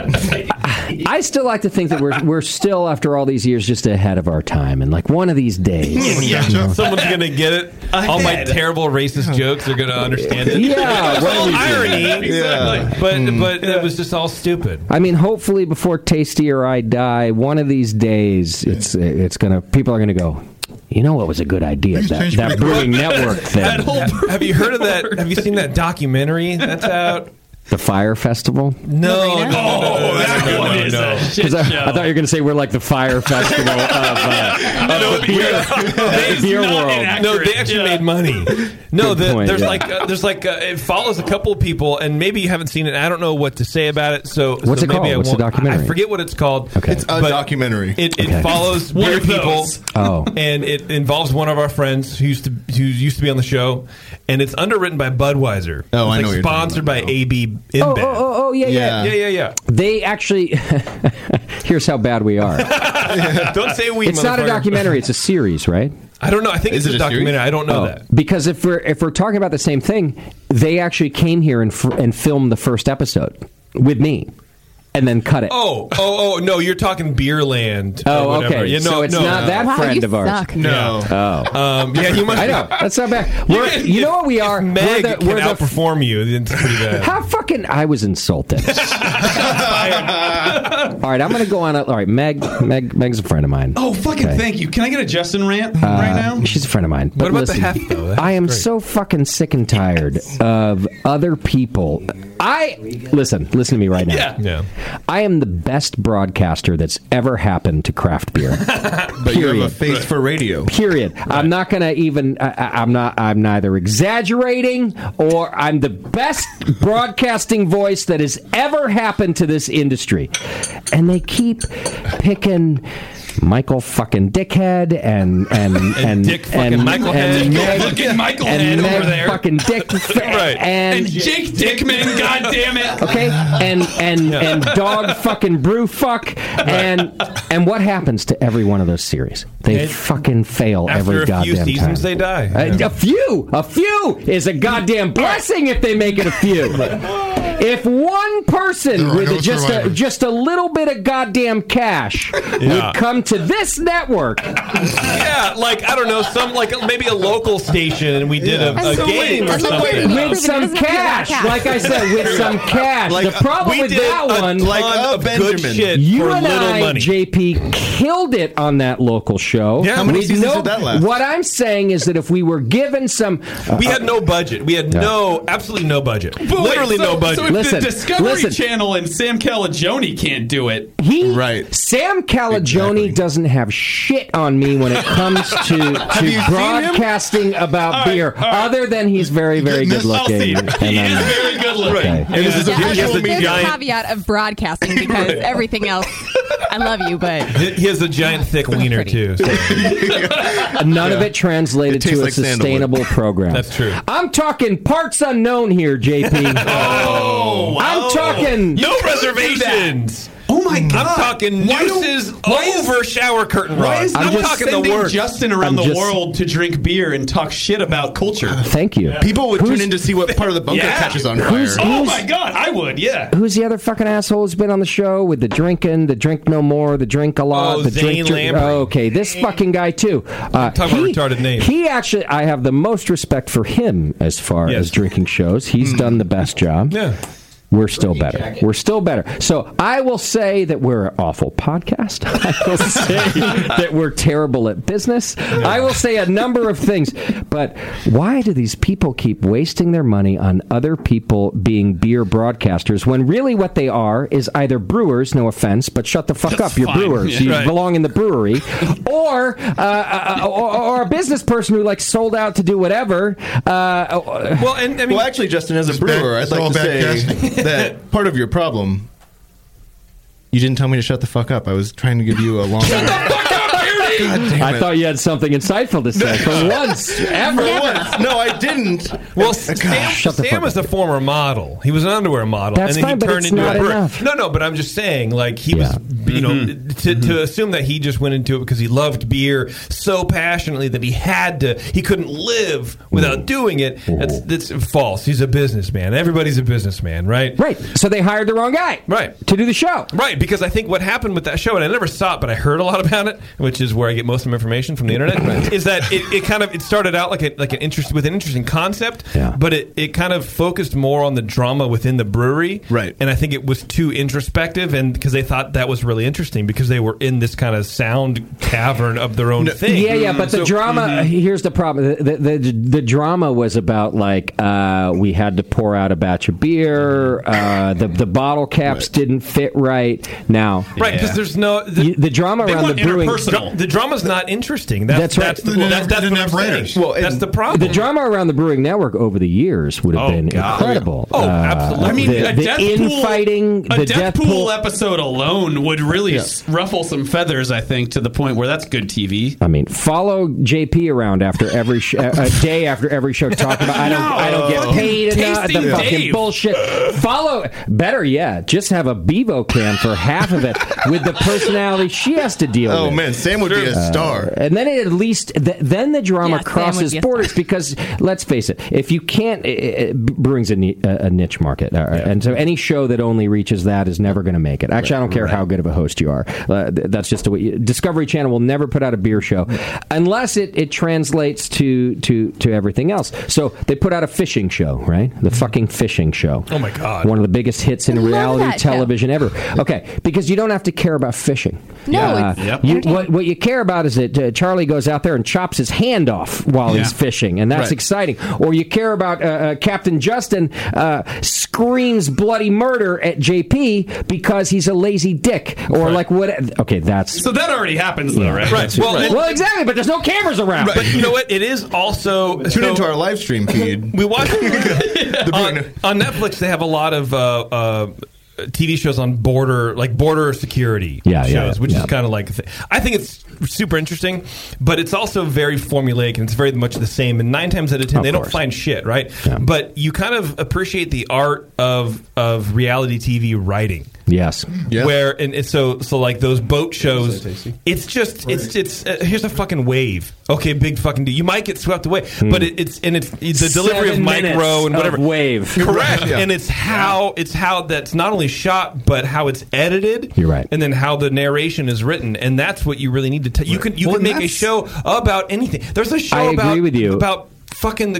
Speaker 10: I still like to think that we're we're still after all these years just ahead of our time, and like one of these days,
Speaker 14: [laughs] Someone's gonna get it. All my terrible racist jokes are gonna understand it.
Speaker 10: Yeah,
Speaker 14: [laughs]
Speaker 10: Hmm.
Speaker 14: it's
Speaker 10: what
Speaker 14: all
Speaker 10: are we
Speaker 14: irony.
Speaker 10: doing?
Speaker 14: Exactly. But but it was just all stupid.
Speaker 10: I mean, hopefully before Tasty or I die, one of these days, it's it's gonna people are gonna go. You know what was a good idea that, that brewing network thing.
Speaker 14: [laughs] Have you heard of that? Have you seen that documentary that's out?
Speaker 10: The Fire Festival?
Speaker 14: No, no, no, no, no,
Speaker 10: that
Speaker 14: no,
Speaker 10: one
Speaker 14: no,
Speaker 10: is
Speaker 14: no.
Speaker 10: a shit 'Cause I, I thought you were going to say we're like
Speaker 14: [laughs]
Speaker 10: the Fire Festival of, uh, [laughs] of the beer, the beer world.
Speaker 14: No, they actually made money. No,
Speaker 10: Good
Speaker 14: the,
Speaker 10: point,
Speaker 14: there's
Speaker 10: yeah.
Speaker 14: like uh, there's like uh, it follows a couple people, and maybe you haven't seen it. I don't know what to say about it. So
Speaker 10: What's
Speaker 14: so
Speaker 10: it
Speaker 14: maybe
Speaker 10: called?
Speaker 14: I
Speaker 10: What's the
Speaker 14: won't- I-
Speaker 10: documentary?
Speaker 14: I forget what it's called.
Speaker 10: Okay. It's a
Speaker 14: documentary. It, it follows
Speaker 10: One
Speaker 14: beer
Speaker 10: of those.
Speaker 14: people.
Speaker 10: Oh.
Speaker 14: and it involves one of our friends who used to who used to be on the show, and it's underwritten by Budweiser. it's
Speaker 10: Oh, I know
Speaker 14: Like
Speaker 10: what you're talking
Speaker 14: sponsored by AB InBev.
Speaker 10: Oh, oh, oh, oh, yeah, yeah.
Speaker 14: yeah, yeah, yeah.
Speaker 10: They actually. [laughs] here's how bad we
Speaker 14: [laughs]
Speaker 10: are.
Speaker 14: Don't say we.
Speaker 10: it's not a
Speaker 14: motherfucker.
Speaker 10: documentary. It's a series, right?
Speaker 14: I don't know. I think
Speaker 10: Is
Speaker 14: it's
Speaker 10: it
Speaker 14: a
Speaker 10: a series?
Speaker 14: documentary. I don't know
Speaker 10: Oh,
Speaker 14: that.
Speaker 10: Because if we're if we're talking about the same thing, they actually came here and fr- and filmed the first episode with me, and then cut it.
Speaker 14: Oh, oh, oh! No, you're talking Beerland. or
Speaker 10: Oh,
Speaker 14: whatever.
Speaker 10: okay.
Speaker 14: Yeah, no,
Speaker 10: so it's
Speaker 14: no,
Speaker 10: not
Speaker 14: no.
Speaker 10: that friend of ours.
Speaker 14: No.
Speaker 10: Oh.
Speaker 14: Um, yeah, you must. [laughs]
Speaker 10: I know. That's not bad. We're,
Speaker 14: If-
Speaker 10: you know what we are?
Speaker 14: Meg
Speaker 10: we're the,
Speaker 14: can
Speaker 10: we're the
Speaker 14: outperform you. then It's pretty bad.
Speaker 10: How fucking I
Speaker 14: [laughs]
Speaker 10: was insulted. all right, I'm gonna go on. a- All right, Meg, Meg, Meg's a friend of mine.
Speaker 16: [laughs] Oh, fucking
Speaker 10: Okay.
Speaker 16: thank you. Can I get a Justin rant right now?
Speaker 10: Uh, She's a friend of mine. But
Speaker 16: about the
Speaker 10: listen,
Speaker 16: heft, though? That's
Speaker 10: I am
Speaker 16: great.
Speaker 10: so fucking sick and tired of other people. I listen, listen to me right now.
Speaker 14: Yeah. Yeah.
Speaker 10: I am the best broadcaster that's ever happened to
Speaker 16: [laughs]
Speaker 10: craft beer.
Speaker 12: But you have a face for radio.
Speaker 10: Period. I'm not gonna even. I, I- I'm not. I'm neither exaggerating or I'm the best broadcasting voice that has ever happened to this industry, and they keep picking. Michael fucking dickhead and and and,
Speaker 14: Dick fucking
Speaker 10: and-
Speaker 14: Michael Head.
Speaker 10: and Meg-
Speaker 14: Fucking Michael
Speaker 10: and
Speaker 14: Head
Speaker 10: Meg
Speaker 14: over there.
Speaker 10: fucking dick right and,
Speaker 16: And Jake Dickman, [laughs] God damn it.
Speaker 10: okay and and
Speaker 16: Yeah.
Speaker 10: and dog fucking brew fuck and and what happens to every one of those series they
Speaker 14: It-
Speaker 10: fucking fail
Speaker 14: After
Speaker 10: every
Speaker 14: a few
Speaker 10: goddamn
Speaker 14: seasons,
Speaker 10: time
Speaker 14: they die.
Speaker 10: A-
Speaker 14: Yeah.
Speaker 10: a few a few is a goddamn blessing if they make it
Speaker 14: [laughs]
Speaker 10: a few if one person with
Speaker 13: no
Speaker 10: just a,
Speaker 13: survivors.
Speaker 10: just a little bit of goddamn cash
Speaker 14: Yeah.
Speaker 10: would come to this network
Speaker 14: yeah, like I don't know, some like maybe a local station, and we did
Speaker 10: Yeah.
Speaker 14: a, a
Speaker 10: So
Speaker 14: game
Speaker 10: wait,
Speaker 14: or
Speaker 10: so
Speaker 14: something.
Speaker 10: wait, wait, With wait, some wait, wait, cash, wait, wait, like I said, with some cash. The
Speaker 14: uh,
Speaker 10: problem
Speaker 14: we
Speaker 10: with
Speaker 14: did
Speaker 10: that
Speaker 14: a
Speaker 10: one-
Speaker 14: like
Speaker 10: Like
Speaker 14: ton
Speaker 10: a
Speaker 14: of good
Speaker 10: Benjamin.
Speaker 14: shit
Speaker 10: You
Speaker 14: for
Speaker 10: and
Speaker 14: little
Speaker 10: I,
Speaker 14: money.
Speaker 10: JP killed it on that local show.
Speaker 14: Yeah. How many
Speaker 10: We
Speaker 14: seasons
Speaker 10: know-
Speaker 14: did that last?
Speaker 10: What I'm saying is that if we were given some, uh,
Speaker 14: we had no budget. We had no, absolutely no budget.
Speaker 16: But wait,
Speaker 14: Literally
Speaker 16: so-
Speaker 14: no budget.
Speaker 16: So if the Discovery Channel and Sam Calagione can't do it.
Speaker 10: He right. Sam Calagione doesn't have shit on me when it
Speaker 16: [laughs]
Speaker 10: comes to,
Speaker 16: Have you seen
Speaker 10: to
Speaker 16: him?
Speaker 10: broadcasting about
Speaker 16: All right,
Speaker 10: beer,
Speaker 16: all right.
Speaker 10: other than he's very, very good
Speaker 16: [laughs]
Speaker 10: looking. uh, He is
Speaker 16: very good looking.
Speaker 10: And this is a
Speaker 15: Yeah, I
Speaker 10: visual
Speaker 15: think there's
Speaker 10: medium.
Speaker 15: a caveat of broadcasting because
Speaker 14: Right.
Speaker 15: everything else, I love you, but
Speaker 14: He has a giant thick wiener too. so-
Speaker 10: None of it translated
Speaker 14: It tastes
Speaker 10: to a
Speaker 14: like sandalwood.
Speaker 16: [laughs]
Speaker 10: sustainable program.
Speaker 14: That's true.
Speaker 10: I'm talking parts unknown here, JP.
Speaker 14: Oh,
Speaker 10: I'm talking
Speaker 14: no reservations.
Speaker 16: Oh my god!
Speaker 14: I'm talking nooses over shower curtain rods.
Speaker 16: Why is
Speaker 14: I'm
Speaker 16: no one
Speaker 14: talking the
Speaker 16: sending
Speaker 14: worst.
Speaker 16: Justin around
Speaker 14: I'm
Speaker 16: the
Speaker 14: just-
Speaker 16: world to drink beer and talk shit about [laughs] culture?
Speaker 10: Thank you.
Speaker 12: People would tune in to see what part of the bunker catches on fire.
Speaker 10: Who's-
Speaker 16: oh
Speaker 10: who's-
Speaker 16: my god, I would. Yeah.
Speaker 10: Who's the other fucking asshole who's been on the show with the drinking, the drink no more, the drink a lot,
Speaker 14: Oh,
Speaker 10: the
Speaker 14: Zane
Speaker 10: drink, drink
Speaker 14: Lamprey.
Speaker 10: okay, this fucking guy too. Uh,
Speaker 14: Talk about retarded names.
Speaker 10: He actually, I have the most respect for him as far as drinking shows. He's done the best job.
Speaker 14: Hmm. Yeah.
Speaker 10: We're still better. We're still better. So I will say that we're an awful podcast. [laughs] I will say that we're terrible at business. I will say a number of things. But why do these people keep wasting their money on other people being beer broadcasters when really what they are is either brewers, no offense, but shut the fuck up. You're
Speaker 16: Fine.
Speaker 10: brewers.
Speaker 16: Yeah.
Speaker 10: You
Speaker 16: Right.
Speaker 10: belong in
Speaker 16: [laughs]
Speaker 10: the brewery. Or, uh, uh, or, or a business person who like sold out to do whatever. Uh,
Speaker 14: well, and I
Speaker 12: well, actually, Justin, as a brewer, I'd like to say [laughs] that part of your problem. You didn't tell me to shut the fuck up. I was trying to give you a long. shut the fuck up,
Speaker 10: I thought you had something insightful to
Speaker 12: [laughs]
Speaker 16: [laughs]
Speaker 10: say for once ever.
Speaker 12: No, I didn't. Uh,
Speaker 14: Well, Sam,
Speaker 10: shut the
Speaker 14: Sam
Speaker 10: fuck
Speaker 14: is a former model. He was an underwear model, and
Speaker 10: That's
Speaker 14: then
Speaker 10: fine,
Speaker 14: he
Speaker 10: but
Speaker 14: turned
Speaker 10: it's
Speaker 14: into
Speaker 10: not
Speaker 14: a brewer.
Speaker 10: enough.
Speaker 14: No, no, but I'm just saying, like he was, you know, to, to assume that he just went into it because he loved beer so passionately that he had to, he couldn't live without doing it. That's that's false. He's a businessman. Everybody's a businessman, right?
Speaker 10: Right. So they hired the wrong guy,
Speaker 14: right,
Speaker 10: to do the show,
Speaker 14: right? Because I think what happened with that show, and I never saw it, but I heard a lot about it, which is where where I get most of my information from the internet. is that it, it kind of it started out like a, like an interest with an interesting concept, but it, it kind of focused more on the drama within the brewery, right? And I think it was too introspective, and because they thought that was really interesting because they were in this kind of sound cavern of their own thing.
Speaker 10: Yeah, yeah, but the
Speaker 14: So- mm-hmm.
Speaker 10: drama. Here's the problem. The, the the the drama was about like uh, we had to pour out a batch of beer. Uh, the the bottle caps didn't fit right. Now,
Speaker 14: Right, because there's no the,
Speaker 10: the drama
Speaker 14: they
Speaker 10: around
Speaker 14: want
Speaker 10: the brewing-
Speaker 14: interpersonal. The drama's not interesting. That's,
Speaker 10: That's right.
Speaker 14: That's, the, that's, that's what I'm saying. Well, that's the problem.
Speaker 10: The drama around the brewing network over the years would have been
Speaker 14: God.
Speaker 10: incredible.
Speaker 14: Oh,
Speaker 10: absolutely.
Speaker 16: I mean,
Speaker 10: the,
Speaker 16: a
Speaker 10: the
Speaker 16: death
Speaker 10: infighting,
Speaker 16: pool, a
Speaker 10: the
Speaker 16: death, pool, episode alone would really
Speaker 10: Yeah.
Speaker 16: s- ruffle some feathers, I think, to the point where that's good TV.
Speaker 10: I mean, follow JP around after every sh- a a day after every show to talk about. I don't, I don't get
Speaker 16: No.
Speaker 10: paid enough. The
Speaker 16: Tasty
Speaker 10: fucking
Speaker 16: Dave.
Speaker 10: bullshit. Follow. Better yet, just have a Bevo cam for half of it with the personality she has to deal
Speaker 12: Oh,
Speaker 10: with. Uh,
Speaker 12: man, Sam would be a star.
Speaker 10: and then it at least th- then the drama crosses borders because let's face it, if you can't, i i- brewing's a, ni- a a niche market, uh, and so any show that only reaches that is never going to make it. Actually, I don't care how good of a host you are. Uh, th- that's just the way. Discovery Channel will never put out a beer show unless it, it translates to to to everything else. So they put out a fishing show, right? The fucking fishing show.
Speaker 14: Mm-hmm. Oh my God.
Speaker 10: One of the biggest hits in reality
Speaker 14: that show.
Speaker 10: television ever. Okay, because you don't have to care about fishing.
Speaker 14: No,
Speaker 10: Uh,
Speaker 14: it's Yep.
Speaker 10: you- what, what you care about is that uh, Charlie goes out there and chops his hand off while he's
Speaker 14: Yeah.
Speaker 10: fishing, and that's
Speaker 14: Right.
Speaker 10: exciting. Or you care about uh, uh, Captain Justin uh, screams bloody murder at JP because he's a lazy dick, or like what? Okay, that's
Speaker 16: So that already happens, though,
Speaker 10: Yeah,
Speaker 16: right?
Speaker 10: that's it. Well, exactly, but there's no cameras around.
Speaker 14: But you know what? It is also
Speaker 12: Tune into our live stream feed.
Speaker 14: we watch [laughs] on, on Netflix. They have a lot of. Uh, uh, TV shows on border, like border security
Speaker 10: Yeah, yeah,
Speaker 14: shows,
Speaker 10: yeah,
Speaker 14: which
Speaker 10: yeah.
Speaker 14: is kind of like. a thi- I think it's super interesting, but it's also very formulaic and it's very much the same. And nine times out of ten,
Speaker 10: Of
Speaker 14: they don't
Speaker 10: course.
Speaker 14: find shit, right? But you kind of appreciate the art of of reality TV writing.
Speaker 10: Yes.
Speaker 14: Where and, and so so like those boat shows, it's just it's it's uh, here's a fucking wave. Okay, big fucking deal. You might get swept away, but it, it's and it's the delivery of
Speaker 10: Hmm. Seven minutes
Speaker 14: micro and whatever
Speaker 10: of wave.
Speaker 14: correct.
Speaker 10: Yeah.
Speaker 14: And it's how it's how that's not only shot but how it's edited.
Speaker 10: You're right.
Speaker 14: And then how the narration is written, and that's what you really need to tell. You can you
Speaker 10: Well,
Speaker 14: can make a
Speaker 10: that's-
Speaker 14: show about anything. There's a show
Speaker 10: I agree
Speaker 14: about
Speaker 10: with you.
Speaker 14: about. Fucking the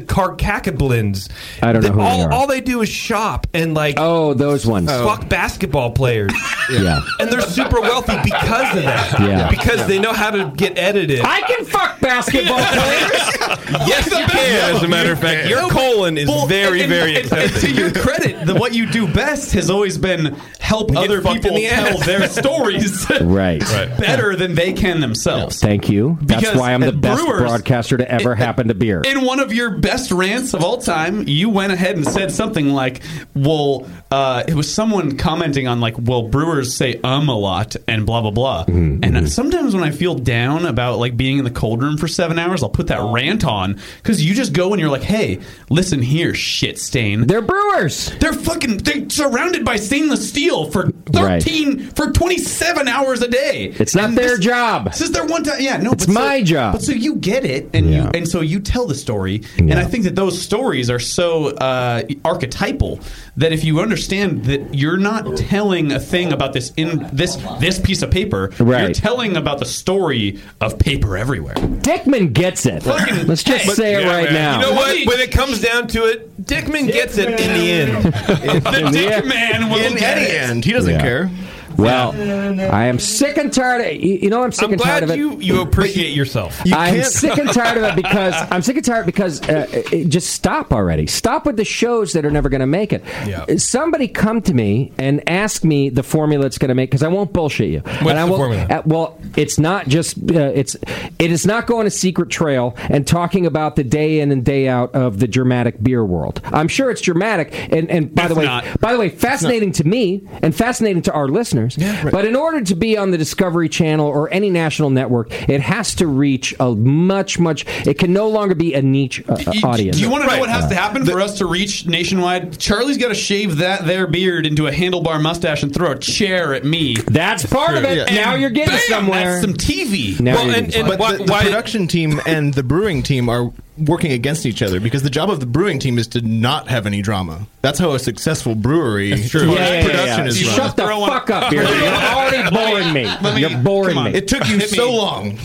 Speaker 14: Carcacablins.
Speaker 10: I don't know who they
Speaker 14: all,
Speaker 10: are.
Speaker 14: all they do is shop and like.
Speaker 10: Oh, those ones.
Speaker 14: Fuck basketball players. [laughs]
Speaker 10: Yeah.
Speaker 14: And they're super wealthy because of that.
Speaker 10: Yeah.
Speaker 14: Because
Speaker 10: Yeah.
Speaker 14: they know how to get edited.
Speaker 10: I can fuck basketball players.
Speaker 14: yes, [laughs] you can. As a matter of fact, your colon is very, very [laughs] accepting.
Speaker 16: To your credit, the, what you do best has always been help other
Speaker 14: fucked
Speaker 16: people
Speaker 14: in the
Speaker 16: tell
Speaker 14: ass. [laughs]
Speaker 16: their stories
Speaker 10: Right.
Speaker 16: better than they can themselves.
Speaker 10: Thank you. That's
Speaker 16: Because
Speaker 10: why I'm the
Speaker 16: at
Speaker 10: best
Speaker 16: Brewers-
Speaker 10: broadcaster to ever happen to beer.
Speaker 16: In one of your best rants of all time, you went ahead and said something like, "Well, uh, it was someone commenting on like, well, brewers say um a lot and blah blah blah."
Speaker 10: Mm-hmm,
Speaker 16: and sometimes when I feel down about like being in the cold room for seven hours, I'll put that rant on because you just go and you're like, "Hey, listen here, shit stain."
Speaker 10: They're brewers.
Speaker 16: They're fucking. They're surrounded by stainless steel for
Speaker 10: Right.
Speaker 16: thirteen for twenty seven hours a day.
Speaker 10: It's not their job.
Speaker 16: This is their one time. Yeah, no,
Speaker 10: It's
Speaker 16: but so-
Speaker 10: my job.
Speaker 16: But so you get it, and you and so you tell the story, and I think that those stories are so uh, archetypal that if you understand that you're not telling a thing about this in this this piece of paper, you're
Speaker 10: Right.
Speaker 16: telling about the story of paper everywhere.
Speaker 10: Dickman gets it. Let's just
Speaker 16: But-
Speaker 10: say it
Speaker 16: yeah,
Speaker 10: right
Speaker 16: man.
Speaker 10: now.
Speaker 14: You know what? When it comes down to it, Dickman gets it in the end. [laughs]
Speaker 12: [laughs]
Speaker 14: the Dickman
Speaker 12: will In get any it. end. He doesn't
Speaker 10: Yeah.
Speaker 12: care.
Speaker 10: Well, I am sick and tired. Of, you you know, I'm sick
Speaker 14: I'm
Speaker 10: and tired
Speaker 14: glad
Speaker 10: of it.
Speaker 14: you, you appreciate yourself.
Speaker 10: I'm sick and tired
Speaker 12: [laughs]
Speaker 10: of it because
Speaker 14: [laughs]
Speaker 10: I'm sick and tired because uh, it- it- just stop already. Stop with the shows that are never going to make it. Somebody come to me and ask me the formula it's going to make because I won't bullshit you. What's and I
Speaker 14: the
Speaker 10: will,
Speaker 14: formula?
Speaker 10: uh, well, it's not just uh, it's it is not going to secret trail and talking about the day in and day out of the dramatic beer world. I'm sure it's dramatic and and by the way, by the way, fascinating to me and fascinating to our listeners. But in order to be on the Discovery Channel or any national network, it has to reach a much much. It can no longer be a niche uh, uh, audience.
Speaker 16: Do you want to know what has
Speaker 10: Uh,
Speaker 16: to happen for us to reach nationwide? Charlie's got to shave that there beard into a handlebar mustache and throw a chair at me.
Speaker 10: That's part of it. Now you're getting
Speaker 16: bam,
Speaker 10: somewhere.
Speaker 16: That's some TV.
Speaker 10: Now
Speaker 12: but
Speaker 10: you're
Speaker 12: the,
Speaker 10: getting somewhere.
Speaker 12: but the- the production team and the brewing team are working against each other because the job of the brewing team is to not have any drama. That's how a successful brewery
Speaker 10: Yeah, yeah, yeah,
Speaker 12: production
Speaker 10: yeah.
Speaker 12: is
Speaker 10: You
Speaker 12: run.
Speaker 10: shut the
Speaker 16: [laughs]
Speaker 10: fuck up, Beardy. You're already boring me. You're boring me.
Speaker 12: It took you so long.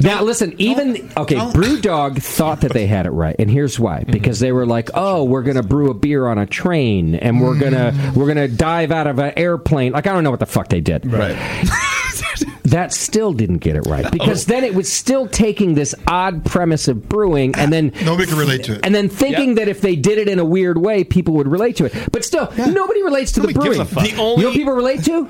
Speaker 10: Now listen, even okay, BrewDog thought that they had it right, and here's why:
Speaker 16: Mm-hmm.
Speaker 10: because they were like, "Oh, we're gonna brew a beer on a train, and we're
Speaker 16: Mm.
Speaker 10: gonna we're gonna dive out of an airplane." Like I don't know what the fuck they did. Right. That still didn't get it right because then it was still taking this odd premise of brewing and then [sighs] nobody can relate to it, and then thinking that if they did it in a weird way, people would relate to it. But still, nobody relates to the brewing.
Speaker 14: The only
Speaker 10: you know, what people relate to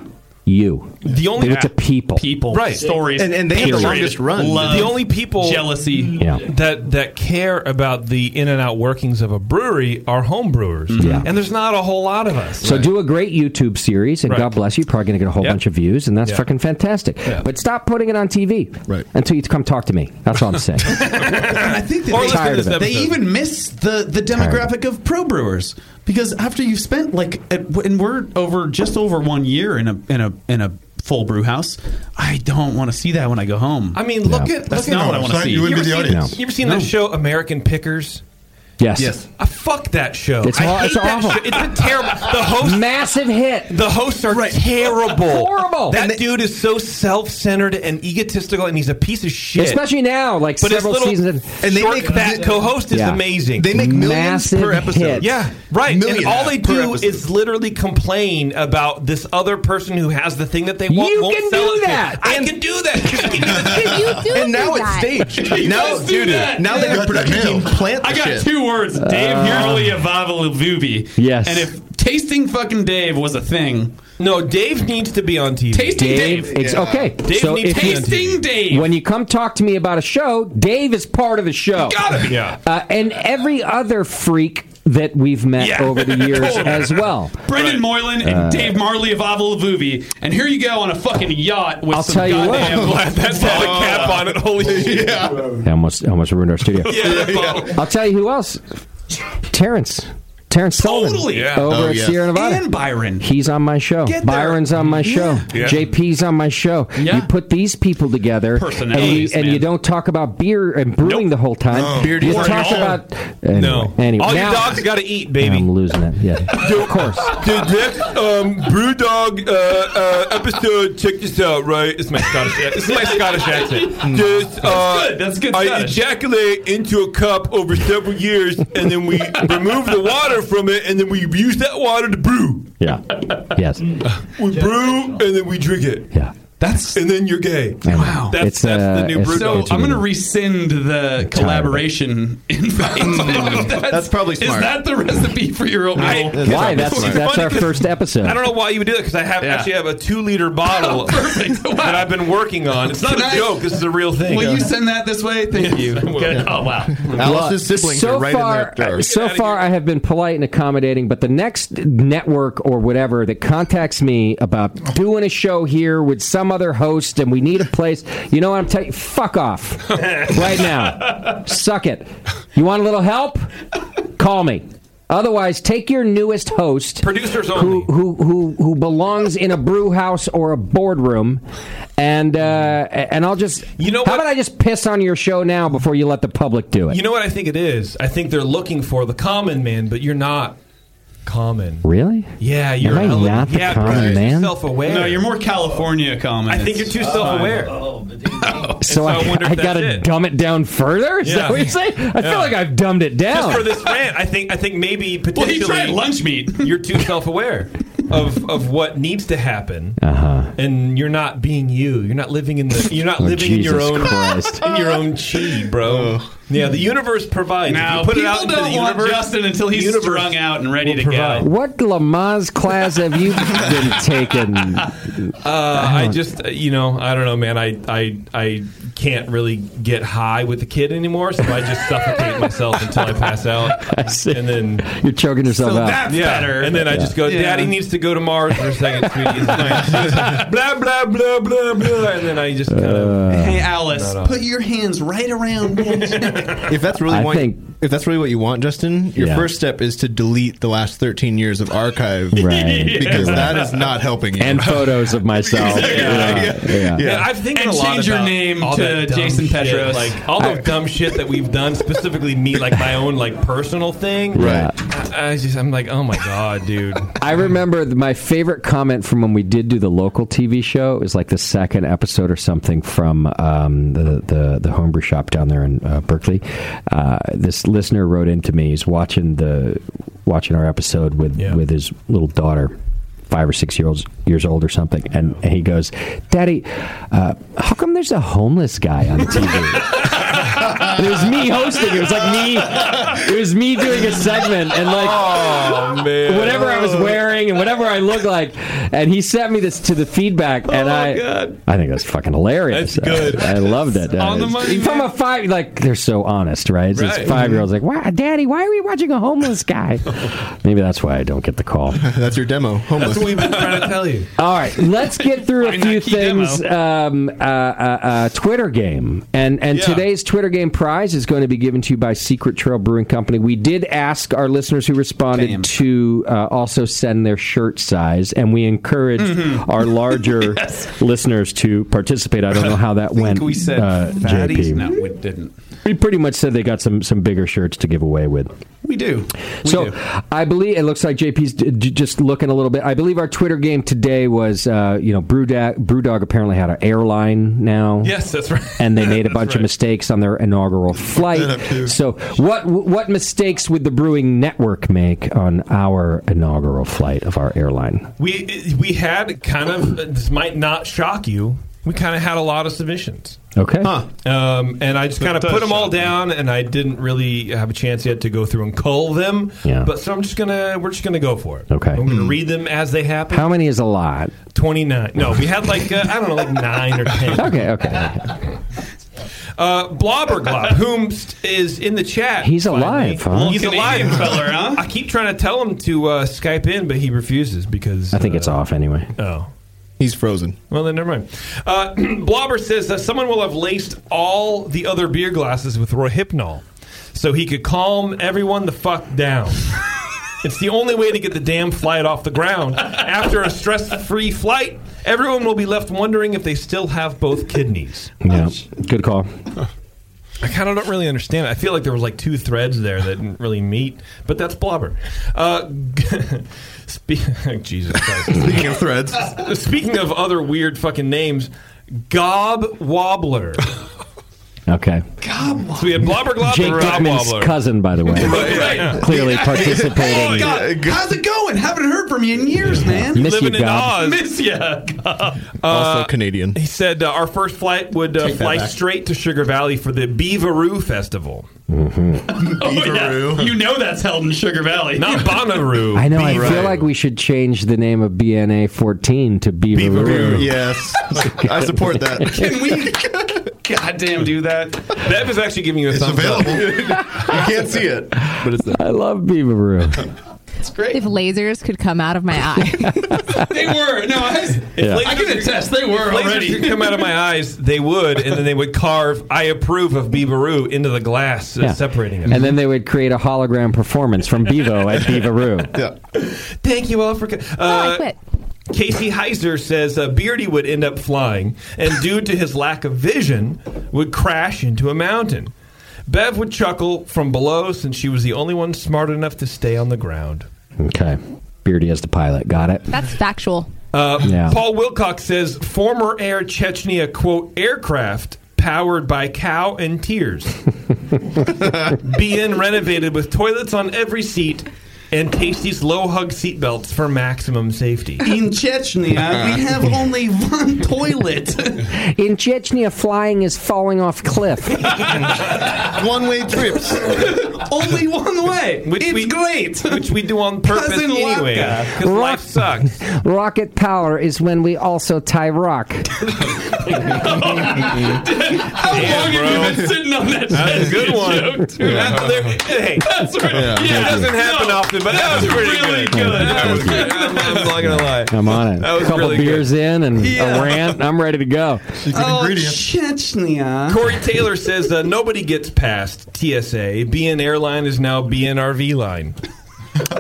Speaker 10: you.
Speaker 14: The only
Speaker 10: it's a people, people,
Speaker 14: right
Speaker 10: Period.
Speaker 14: the only people jealousy that that care about the in and out workings of a brewery are home brewers.
Speaker 10: Mm-hmm. Yeah.
Speaker 14: and there's not a whole lot of us.
Speaker 10: So do a great YouTube series, and
Speaker 14: Right.
Speaker 10: God bless you. Probably going to get a whole
Speaker 14: Yeah.
Speaker 10: bunch of views, and that's
Speaker 14: Yeah.
Speaker 10: fucking fantastic. But stop putting it on TV right. until you come talk to me. That's all I'm [laughs] saying.
Speaker 13: I think that
Speaker 10: Or
Speaker 13: they,
Speaker 10: listen to this
Speaker 13: they
Speaker 10: episode.
Speaker 13: even miss the, the demographic of pro brewers because after you've spent like at, and we're over just over one year in a in a in a full brew house, I don't want to see that when I go home.
Speaker 14: I mean, look
Speaker 13: No.
Speaker 14: at
Speaker 13: that's
Speaker 14: look
Speaker 13: not
Speaker 14: at,
Speaker 13: what I want to see.
Speaker 14: ever seen, You ever seen
Speaker 13: No.
Speaker 14: that show American Pickers?
Speaker 10: Yes.
Speaker 13: Yes.
Speaker 14: I fuck that show.
Speaker 10: It's
Speaker 14: I
Speaker 10: aw-
Speaker 14: hate
Speaker 10: it's
Speaker 14: that
Speaker 10: awful.
Speaker 14: show. It's a terrible. The host
Speaker 10: massive hit.
Speaker 14: The hosts are terrible.
Speaker 10: Horrible.
Speaker 14: That dude is so self-centered and egotistical, and he's a piece of shit.
Speaker 10: Especially now, like
Speaker 14: but his
Speaker 10: several
Speaker 14: little
Speaker 10: seasons in-
Speaker 14: and they make that co-host is
Speaker 10: Yeah.
Speaker 14: amazing.
Speaker 10: They make millions per Massive episode. hit.
Speaker 14: Yeah, right.
Speaker 10: Millions
Speaker 14: and all they
Speaker 10: per
Speaker 14: do is literally complain about this other person who has the thing that they want.
Speaker 10: You
Speaker 14: won't
Speaker 10: can
Speaker 14: sell
Speaker 10: do
Speaker 14: it to.
Speaker 10: that.
Speaker 14: I can do that. Just give me the thing.
Speaker 12: and now it's
Speaker 14: [laughs]
Speaker 12: staged. now, dude, now they have production team plant the
Speaker 16: I got
Speaker 12: shit.
Speaker 16: two words: Dave Hurley of Vavaluvubi.
Speaker 10: Uh, Yes.
Speaker 16: And if tasting fucking Dave was a thing,
Speaker 14: no, Dave needs to be on TV.
Speaker 16: Tasting Dave.
Speaker 10: It's okay. so if you-
Speaker 16: tasting Dave.
Speaker 10: When you come talk to me about a show, Dave is part of the show.
Speaker 14: Gotta be. Yeah.
Speaker 10: Uh, and every other freak that we've met
Speaker 16: Yeah.
Speaker 10: over the
Speaker 14: [laughs]
Speaker 10: years
Speaker 16: Totally.
Speaker 10: as well.
Speaker 16: Brendan Moylan and
Speaker 10: Uh,
Speaker 16: Dave Marley of Avalavuvi, and here you go on a fucking yacht with
Speaker 10: I'll
Speaker 16: some
Speaker 10: tell you what.
Speaker 16: goddamn. [laughs]
Speaker 14: That's had
Speaker 12: Oh.
Speaker 14: a cap on it. Holy shit!
Speaker 10: I almost, I almost ruined
Speaker 14: [laughs]
Speaker 10: our studio. I'll tell you who else. Terrence. Terrence Sullivan
Speaker 16: Totally. Yeah.
Speaker 10: over
Speaker 16: Oh,
Speaker 10: at
Speaker 16: yes.
Speaker 10: Sierra Nevada.
Speaker 16: And Byron.
Speaker 10: He's on my show.
Speaker 16: Get there.
Speaker 10: Byron's on my show.
Speaker 16: Yeah.
Speaker 10: JP's on my show.
Speaker 16: Yeah.
Speaker 10: You put these people together and, you,
Speaker 16: Personalities,
Speaker 10: and
Speaker 16: man.
Speaker 10: you don't talk about beer and brewing the whole time.
Speaker 14: No. Beardy
Speaker 10: You
Speaker 14: Or
Speaker 10: talk
Speaker 14: no.
Speaker 10: about anyway,
Speaker 14: No.
Speaker 10: Anyway,
Speaker 14: All
Speaker 10: now-
Speaker 14: your dogs got to eat, baby.
Speaker 10: I'm losing it. Yeah.
Speaker 14: of course. Dude, next um, Brewdog uh, uh, episode, check this out, right? It's my Scottish accent. This is my Scottish accent. This, uh,
Speaker 16: good. That's good
Speaker 14: I
Speaker 16: Scottish.
Speaker 14: ejaculate into a cup over several years, and then [laughs] we remove the water from it, and then we use that water to brew.
Speaker 10: Yeah. Yes.
Speaker 14: We brew, and then we drink it.
Speaker 10: Yeah.
Speaker 16: That's
Speaker 14: and then you're gay.
Speaker 16: Wow,
Speaker 10: That's- It's, that's the uh, new it's- Brewdog.
Speaker 16: So
Speaker 10: it's
Speaker 16: I'm going to
Speaker 10: really-
Speaker 16: rescind the collaboration invite.
Speaker 14: [laughs]
Speaker 16: that's, probably Is
Speaker 14: smart.
Speaker 16: that the recipe for your oatmeal?
Speaker 10: Why? That's
Speaker 14: It's
Speaker 10: that's
Speaker 14: funny
Speaker 10: our
Speaker 14: 'cause
Speaker 10: first episode.
Speaker 14: I
Speaker 10: [laughs]
Speaker 14: don't know why you would do that because I have
Speaker 16: Yeah.
Speaker 14: actually have a two liter bottle
Speaker 16: [laughs]
Speaker 14: [laughs] that I've been working on. It's not
Speaker 16: Can
Speaker 14: a
Speaker 16: I-
Speaker 14: joke. This is a real thing.
Speaker 16: Will you send that this way? Thank
Speaker 14: [laughs]
Speaker 16: you. Good. Oh wow,
Speaker 10: Look, far, uh, So far, I have been polite and accommodating, but the next network or whatever that contacts me about doing a show here with some other host and we need a place, you know what I'm telling you? Fuck off right now. Suck it. You want a little help? Call me. Otherwise, take your newest host,
Speaker 14: producers
Speaker 10: who who who, who belongs in a brew house or a boardroom, and uh, and I'll just you know how about I just piss on your show now before you let the public do it?
Speaker 14: You know what I think it is? I think they're looking for the common man, but you're not common.
Speaker 10: Really?
Speaker 14: Yeah,
Speaker 10: Am
Speaker 14: you're
Speaker 10: I
Speaker 14: ele-
Speaker 10: not the
Speaker 14: yeah,
Speaker 10: common
Speaker 14: brother, you're
Speaker 10: man?
Speaker 14: self-aware.
Speaker 16: No, you're more California common.
Speaker 14: I think you're
Speaker 13: Uh,
Speaker 14: too self-aware.
Speaker 10: So,
Speaker 14: Oh, so
Speaker 10: I,
Speaker 14: I wonder if
Speaker 10: I gotta
Speaker 14: that's it.
Speaker 10: dumb it down further. Is
Speaker 14: Yeah.
Speaker 10: that what you're saying? I
Speaker 14: Yeah.
Speaker 10: feel like I've dumbed it down.
Speaker 14: Just for
Speaker 12: [laughs]
Speaker 14: this rant, I think I think maybe
Speaker 16: Well,
Speaker 14: potentially
Speaker 16: you tried lunch meat.
Speaker 14: [laughs] You're too self-aware of of what needs to happen,
Speaker 10: uh-huh.
Speaker 14: and you're not being you. You're not living in the. You're not
Speaker 10: Oh,
Speaker 14: living in your
Speaker 10: Jesus
Speaker 14: own
Speaker 10: Christ.
Speaker 14: in your own chi, bro. Yeah, the universe provides. If
Speaker 16: Now
Speaker 14: you put it
Speaker 16: people
Speaker 14: out into
Speaker 16: don't
Speaker 14: the
Speaker 16: want
Speaker 14: universe,
Speaker 16: Justin until he's
Speaker 14: the universe
Speaker 16: strung out and ready
Speaker 14: will
Speaker 16: to go.
Speaker 14: provide.
Speaker 10: What Lamaze class have you been taking?
Speaker 14: Uh, I just, uh, you know, I don't know, man. I, I, I can't really get high with the kid anymore, so I just suffocate myself until I pass out. And then
Speaker 10: You're choking yourself out.
Speaker 14: yeah. And then I just go,
Speaker 10: Yeah.
Speaker 14: Daddy needs to go to Mars for a second, sweetie. [laughs] It's fine. [laughs] blah blah blah blah blah. And then I just kind of.
Speaker 10: Uh,
Speaker 16: Hey Alice,
Speaker 14: Not off.
Speaker 16: put your hands right around. me.
Speaker 12: Uh, If that's really
Speaker 10: I
Speaker 12: one,
Speaker 10: think
Speaker 12: if that's really what you want, Justin, your
Speaker 10: Yeah.
Speaker 12: first step is to delete the last 13 years of archive,
Speaker 10: Right.
Speaker 12: [laughs] [laughs] Because
Speaker 10: You're
Speaker 12: that
Speaker 10: right.
Speaker 12: is not helping
Speaker 10: [laughs]
Speaker 12: you.
Speaker 10: and photos of
Speaker 12: [laughs]
Speaker 10: myself.
Speaker 12: Yeah.
Speaker 10: Yeah. Yeah.
Speaker 14: Yeah, I've thinking
Speaker 12: And
Speaker 14: a lot
Speaker 12: change your
Speaker 14: about
Speaker 12: name
Speaker 14: all
Speaker 12: to
Speaker 14: that dumb
Speaker 12: Jason
Speaker 14: shit,
Speaker 12: Petros.
Speaker 14: Like [laughs] all the dumb shit that we've done, specifically me, like my own like personal thing.
Speaker 10: Right.
Speaker 14: I, I just I'm like, oh my god, dude.
Speaker 10: I remember th- my favorite comment from when we did do the local TV show. It was like the second episode or something from um, the, the the homebrew shop down there in uh, Berkeley. Uh, this listener wrote into me. He's watching the watching our episode with with his little daughter. Five or six year olds, years old or something, and, and he goes, "Daddy, uh, how come there's a homeless guy on TV?" [laughs] And it was me hosting. It was like
Speaker 16: [laughs]
Speaker 10: me. It was me doing a segment and like
Speaker 4: Oh,
Speaker 10: whatever I was wearing and whatever I looked like. And he sent me this to the
Speaker 4: Oh,
Speaker 10: feedback, and I I think that's fucking hilarious. That's good. I, I loved
Speaker 4: [laughs]
Speaker 10: it.
Speaker 4: on the
Speaker 10: Uh,
Speaker 4: money,
Speaker 10: From a five, like they're so honest, right? It's
Speaker 4: Right. Mm-hmm.
Speaker 10: five year olds like, "Why, Daddy? Why are we watching a homeless guy?" Maybe that's why I don't get the call.
Speaker 12: That's your demo. Homeless.
Speaker 14: That's what we've been trying to tell you.
Speaker 10: All right, let's get through a few things. Um, uh, uh, uh, Twitter game, and and today's Twitter game prize is going to be given to you by Secret Trail Brewing Company. We did ask our listeners who responded to uh, also send their shirt size, and we encourage
Speaker 13: Mm-hmm.
Speaker 4: Mhm.
Speaker 10: our
Speaker 13: [laughs]
Speaker 10: larger listeners to participate. I don't know how that went.
Speaker 13: we said
Speaker 10: uh,
Speaker 13: [laughs] fatties.
Speaker 10: JP.
Speaker 13: No, we didn't.
Speaker 10: We pretty much said they got some some bigger shirts to give away with.
Speaker 13: We do.
Speaker 10: so I believe it looks like JP's d- d- just looking a little bit. I believe our Twitter game today was, uh, you know, Brewdog, Brewdog apparently had an airline now.
Speaker 14: [laughs] Yes, that's right.
Speaker 10: And they made a bunch of mistakes on their inaugural flight. So what what mistakes would the Brewing Network make on our inaugural flight of our airline?
Speaker 14: We we had kind of this might not shock you. We kind of had a lot of submissions.
Speaker 10: Okay.
Speaker 14: Um, and I just
Speaker 10: That
Speaker 14: kind of
Speaker 10: does
Speaker 14: put them all down, and I didn't really have a chance yet to go through and cull them.
Speaker 10: Yeah.
Speaker 14: But so I'm just gonna we're just gonna go for it.
Speaker 10: Okay.
Speaker 14: I'm gonna read them as they happen.
Speaker 10: How many is a lot?
Speaker 14: Twenty nine. No, we had like uh, I don't know,
Speaker 10: [laughs]
Speaker 14: like nine or ten.
Speaker 10: Okay, okay.
Speaker 14: Uh, Blobberglop, whom st- is in the chat.
Speaker 10: He's
Speaker 14: finally.
Speaker 10: alive, huh?
Speaker 14: He's
Speaker 10: Little
Speaker 14: alive,
Speaker 10: Canadian
Speaker 14: feller. Huh? I keep trying to tell him to uh, Skype in, but he refuses because
Speaker 10: I think it's off anyway.
Speaker 14: Oh.
Speaker 12: He's frozen.
Speaker 14: Well, then never mind. Uh, [clears throat] Blobber says that someone will have laced all the other beer glasses with Rohypnol so he could calm everyone the fuck down. It's the only way to get the damn flight off the ground. After a stress free flight, everyone will be left wondering if they still have both kidneys.
Speaker 10: Yeah,
Speaker 14: [laughs]
Speaker 10: good call.
Speaker 14: I kind of don't really understand. it. I feel like there was like two threads there that didn't really meet, but that's blobber. Uh, [laughs] spe- [laughs] Jesus Christ. Speaking of threads. Speaking of other weird fucking names, Gob Wobbler.
Speaker 10: Okay.
Speaker 14: Gob Wobbler. So we had Blobber Globber
Speaker 10: Jake
Speaker 14: and Gob
Speaker 10: Dickman's
Speaker 14: Wobbler.
Speaker 10: cousin, by the way,
Speaker 14: Right.
Speaker 10: clearly
Speaker 13: Oh,
Speaker 10: participating.
Speaker 13: God. How's it going? Haven't heard from you in years, man.
Speaker 10: Miss Living you, in Gob. Oz.
Speaker 14: Miss ya, Gob.
Speaker 12: Also Canadian.
Speaker 14: Uh, He said uh, our first flight would uh,
Speaker 12: Take that
Speaker 14: fly
Speaker 12: back.
Speaker 14: straight to Sugar Valley for the Beaveroo Festival.
Speaker 10: Mm-hmm. Mm.
Speaker 16: Oh, yeah. You know that's held in Sugar Valley. [laughs]
Speaker 14: Not Bonnaroo.
Speaker 10: I know. I feel like we should change the name of BNA 14 to Beaveroo.
Speaker 14: [laughs]
Speaker 12: Yes. I support that.
Speaker 16: [laughs] Can we goddamn do that?
Speaker 14: Bev is actually giving you a thumbs [laughs]
Speaker 12: up. you can't see it, but it's
Speaker 10: I love
Speaker 14: [laughs]
Speaker 10: Beaveroo.
Speaker 15: It's great. If lasers could come out of my eye.
Speaker 16: they were. No, I,
Speaker 10: Yeah.
Speaker 16: I can attest. They were
Speaker 14: If lasers
Speaker 16: already.
Speaker 14: could come out of my eyes, they would, and then they would carve "I approve of Beaveroo" into the glass, uh,
Speaker 10: Yeah.
Speaker 14: separating it.
Speaker 10: And then they would create a hologram performance from Bevo
Speaker 14: [laughs]
Speaker 10: at Beaveroo.
Speaker 14: Thank you all for. co- Uh, Casey Heiser says uh, Beardy would end up flying, and due to his lack of vision, would crash into a mountain. Bev would chuckle from below since she was the only one smart enough to stay on the ground.
Speaker 10: Okay. Beardy as the pilot. Got it.
Speaker 15: That's factual.
Speaker 14: Uh,
Speaker 10: Yeah.
Speaker 14: Paul Wilcox says former Air Chechnya quote aircraft powered by cow and tears. BN renovated with toilets on every seat and Tasty's low hug seatbelts for maximum safety.
Speaker 13: In Chechnya, we [laughs] have
Speaker 14: [laughs]
Speaker 13: only one toilet.
Speaker 16: [laughs]
Speaker 10: In Chechnya, flying is falling off
Speaker 13: [laughs]
Speaker 10: cliff.
Speaker 12: One way trips.
Speaker 13: only one way.
Speaker 14: Which
Speaker 13: it's
Speaker 14: we-
Speaker 13: great.
Speaker 14: Which we do on purpose
Speaker 13: Cousin Lanka.
Speaker 14: anyway. 'cause life sucks.
Speaker 10: Rocket power is when we also tie rock.
Speaker 16: How long have you been sitting on that?
Speaker 14: That's a good one. That's- there- [laughs] hey,
Speaker 16: That's right.
Speaker 14: yeah, it doesn't happen often, but that was pretty good. That was good. I'm, I'm not gonna lie.
Speaker 10: I'm on it.
Speaker 14: That was
Speaker 10: a couple
Speaker 14: really
Speaker 10: beers in and
Speaker 14: Yeah.
Speaker 10: a rant. I'm ready to go.
Speaker 13: Oh, Chechnya.
Speaker 14: Corey Taylor says uh, nobody gets past TSA. BN Air beer line is now BNRV line.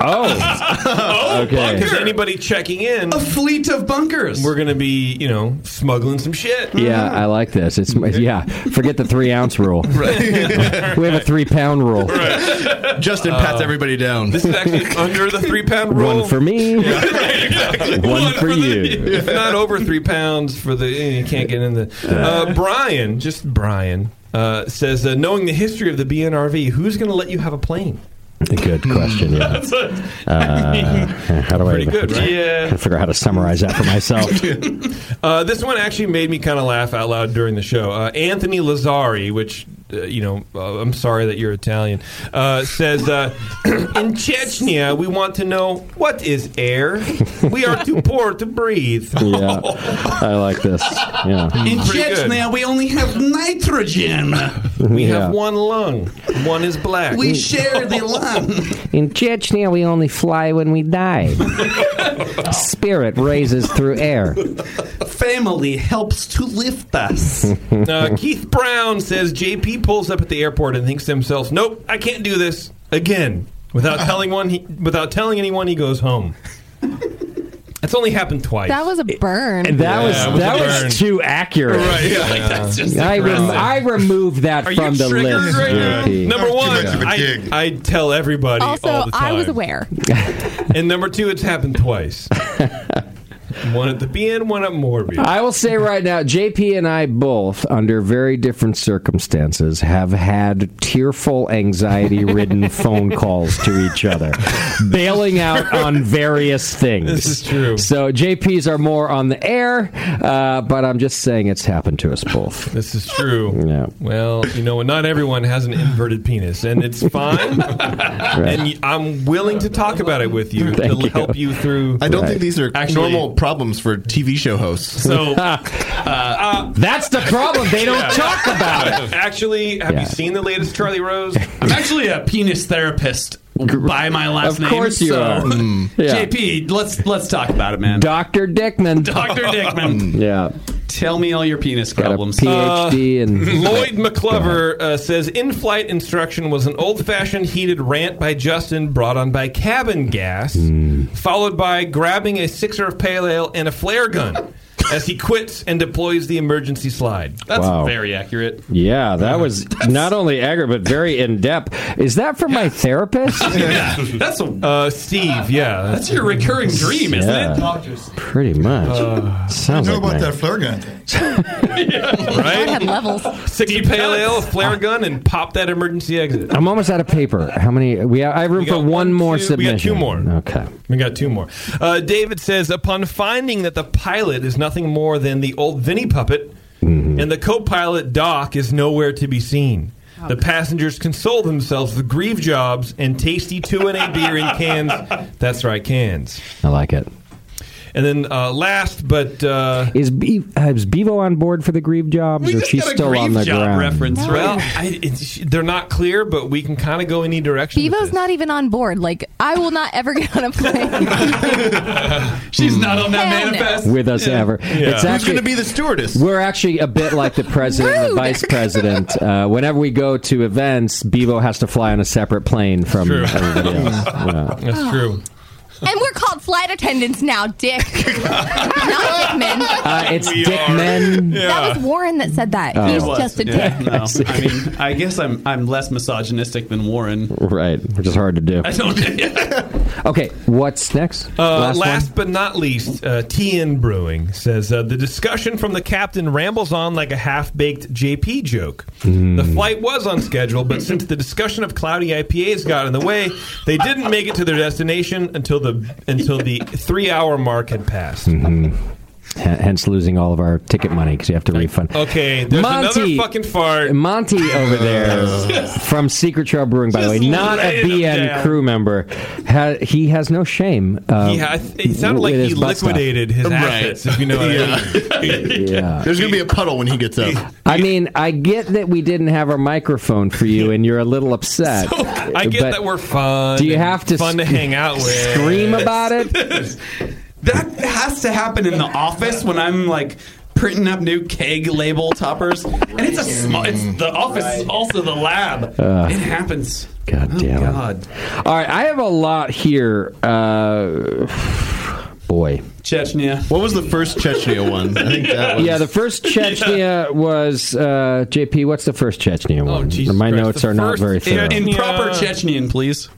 Speaker 10: Oh,
Speaker 14: okay. Is anybody checking in? A
Speaker 13: fleet of bunkers.
Speaker 14: We're gonna be, you know, smuggling some shit.
Speaker 10: Yeah, I like this. It's yeah. Forget the three
Speaker 14: [laughs]
Speaker 10: ounce rule. [laughs] we have a three pound rule.
Speaker 12: Justin pats everybody down.
Speaker 14: Uh, This is
Speaker 12: [laughs]
Speaker 14: actually under the three pound rule.
Speaker 10: One
Speaker 14: [laughs]
Speaker 10: for me. One, for, you.
Speaker 14: if not over three pounds for the you can't get in the uh, brian just brian uh, says uh, knowing the history of the bnrv who's going to let you have a plane
Speaker 10: Good question.
Speaker 14: [laughs]
Speaker 10: Yeah.
Speaker 14: That's a-
Speaker 10: Uh, how do I?
Speaker 14: Pretty good, right?
Speaker 10: I figure out how to summarize that for myself.
Speaker 14: [laughs] uh, this one actually made me kind of laugh out loud during the show uh, anthony lazari which uh, you know uh, i'm sorry that you're italian uh, says uh, [clears throat] in chechnya we want to know what is air we are too poor to breathe
Speaker 10: yeah, I like this. Yeah.
Speaker 13: In
Speaker 14: [laughs] Pretty good.
Speaker 13: Chechnya, we only have nitrogen.
Speaker 14: we
Speaker 10: Yeah.
Speaker 14: have one lung one is black
Speaker 13: We share the lung.
Speaker 10: In Chechnya, we only fly when
Speaker 14: [laughs]
Speaker 10: we die. Spirit raises through air.
Speaker 13: Family helps to lift us.
Speaker 14: [laughs] Uh, Keith Brown says JP pulls up at the airport and thinks to himself, "Nope, I can't do this again." Without telling one, he, without telling anyone, he goes home. It's only happened twice.
Speaker 7: That was a burn.
Speaker 10: And that
Speaker 14: Yeah, it
Speaker 10: was
Speaker 14: was
Speaker 10: that
Speaker 14: a burn.
Speaker 10: was too accurate.
Speaker 14: Right, yeah, like, that's just
Speaker 10: I, rem-
Speaker 14: aggressive.
Speaker 10: I removed that
Speaker 14: Are you
Speaker 10: from the
Speaker 14: triggered
Speaker 10: list.
Speaker 14: right now?
Speaker 10: JP.
Speaker 14: Number one, I, I tell everybody. all
Speaker 7: Also,
Speaker 14: the time.
Speaker 7: I was aware.
Speaker 14: [laughs]
Speaker 7: [laughs]
Speaker 14: And number two, it's happened
Speaker 10: [laughs]
Speaker 14: twice. one at the BN, one at Morby.
Speaker 10: I will say right now, JP and I both, under very different circumstances, have had tearful, anxiety
Speaker 14: [laughs]
Speaker 10: ridden phone calls to each other, bailing out on various things. This is
Speaker 14: true.
Speaker 10: So JP's are more on the air, uh, but I'm just saying it's happened to us both.
Speaker 14: This is true.
Speaker 10: Yeah.
Speaker 14: Well, you know, not everyone has an inverted penis, and
Speaker 10: [laughs]
Speaker 14: it's fine. And y- I'm willing to talk about it with you to help you through.
Speaker 12: I don't think these are
Speaker 14: Actually-
Speaker 12: normal problems for TV show hosts.
Speaker 10: [laughs]
Speaker 14: So,
Speaker 12: [laughs]
Speaker 14: uh,
Speaker 10: That's the problem.
Speaker 14: [laughs]
Speaker 10: They don't talk about it.
Speaker 14: Actually, have
Speaker 12: Yeah.
Speaker 14: you seen the latest Charlie Rose?
Speaker 13: [laughs] I'm actually a penis therapist by my last
Speaker 10: Of
Speaker 13: name.
Speaker 10: course you
Speaker 13: so- [laughs]
Speaker 10: are. Mm. Yeah.
Speaker 13: JP, let's let's talk about it, man.
Speaker 10: Dr. Dickman.
Speaker 13: Dr. Dickman.
Speaker 10: Yeah.
Speaker 13: Tell me all your penis problems. Uh, [laughs]
Speaker 10: PhD and
Speaker 14: Uh, [laughs] Lloyd McClover uh, says in flight instruction was an old fashioned heated rant by Justin brought on by cabin gas,
Speaker 10: Mm.
Speaker 14: followed by grabbing a sixer of pale ale and a flare
Speaker 10: [laughs]
Speaker 14: gun as he quits and deploys the emergency slide.
Speaker 13: That's
Speaker 10: Wow.
Speaker 13: very accurate.
Speaker 10: Yeah, that was not only accurate but very in depth. Is that for my
Speaker 14: [laughs]
Speaker 10: therapist?
Speaker 13: That's a,
Speaker 14: uh, Steve, yeah.
Speaker 13: That's your recurring dream, isn't it?
Speaker 10: [laughs] Pretty much.
Speaker 14: Uh,
Speaker 10: Sounds
Speaker 11: I know
Speaker 10: like
Speaker 11: about
Speaker 10: my-
Speaker 11: that flare gun thing.
Speaker 14: Right?
Speaker 7: had levels.
Speaker 14: Six of pale ale, a flare gun, and pop that emergency exit.
Speaker 10: I'm almost out of paper. How many? We have, I have room for one, more
Speaker 14: two- we
Speaker 10: submission.
Speaker 14: got two more.
Speaker 10: Okay.
Speaker 14: We got two more. Uh, David says, upon finding that the pilot is nothing more than the old Vinnie puppet,
Speaker 10: Mm-hmm.
Speaker 14: and the co-pilot Doc is nowhere to be seen. The passengers console themselves with grieve jobs and tasty two and a beer in cans. That's right, cans.
Speaker 10: I like it.
Speaker 14: And then uh, last, but uh,
Speaker 10: Is, Be- uh, is Bevo on board for the grieve jobs, or she's still on the ground?
Speaker 14: Well, I, it's, they're not clear, but we can kind of go any direction.
Speaker 7: Bevo's not even on board. Like, I will not ever get on a plane.
Speaker 13: [laughs] She's not on that
Speaker 7: Hell no.
Speaker 13: manifest.
Speaker 10: With us ever. It's
Speaker 12: Who's
Speaker 10: actually-
Speaker 12: going to be the stewardess?
Speaker 10: We're actually a bit like the president and the vice president. Uh, whenever we go to events, Bevo has to fly on a separate plane from
Speaker 14: True.
Speaker 10: everybody else.
Speaker 14: [laughs]
Speaker 10: Yeah.
Speaker 14: That's true.
Speaker 7: and we're called flight attendants now, Dick. not Dickman.
Speaker 10: Uh, it's
Speaker 13: We
Speaker 10: Dick
Speaker 13: are.
Speaker 10: Men.
Speaker 13: Yeah.
Speaker 7: That was Warren that said
Speaker 10: Uh, Oh.
Speaker 7: that. He's
Speaker 13: Uh, It was.
Speaker 7: just a dick.
Speaker 13: Yeah,
Speaker 14: [laughs]
Speaker 13: no. I mean, I guess I'm I'm less misogynistic than Warren.
Speaker 10: Right, which is hard to do.
Speaker 13: I don't.
Speaker 10: [laughs] Okay, what's next?
Speaker 14: Uh, last
Speaker 10: one?
Speaker 14: but not least, uh, TN Brewing says uh, the discussion from the captain rambles on like a half baked JP joke. The flight was on schedule, but since the discussion of cloudy IPAs got in the way, they didn't make it to their destination until the until the three hour mark had passed.
Speaker 10: Mhm. H- Hence losing all of our ticket money because you have to refund.
Speaker 14: Okay, there's
Speaker 10: Monty.
Speaker 14: another fucking fart.
Speaker 10: Monty
Speaker 14: [laughs]
Speaker 10: over there from Secret Trail Brewing, by the way,
Speaker 14: Just
Speaker 10: not a
Speaker 14: laying 'em
Speaker 10: BN
Speaker 14: down.
Speaker 10: crew member. Ha- he has no shame.
Speaker 12: Um,
Speaker 10: Uh,
Speaker 14: He ha- it sounded like
Speaker 10: with
Speaker 14: he
Speaker 10: his butt stuff.
Speaker 14: liquidated his assets, if you know what I
Speaker 12: [laughs]
Speaker 14: mean.
Speaker 10: Yeah.
Speaker 12: There's going to be a puddle when he gets up.
Speaker 10: I mean, I get that we didn't have our microphone
Speaker 14: [laughs]
Speaker 10: for you, and you're a little upset.
Speaker 14: I get
Speaker 10: but
Speaker 14: that we're fun.
Speaker 10: Do you
Speaker 14: and
Speaker 10: have to
Speaker 14: fun to
Speaker 10: sc-
Speaker 14: hang out with?
Speaker 10: Scream about it.
Speaker 13: [laughs] That has to happen in the office when I'm like printing up new keg label toppers, and it's a small. It's the office is also the lab.
Speaker 10: Uh.
Speaker 13: it happens. [laughs]
Speaker 10: God damn. it.
Speaker 13: God.
Speaker 10: All right, I have a lot here. Uh, boy.
Speaker 13: Chechnya.
Speaker 12: What was the first Chechnya one? I think that was.
Speaker 10: Yeah, the first Chechnya was uh, JP. What's the first Chechnya one? My notes are not very thorough.
Speaker 13: In proper Chechnyan, please.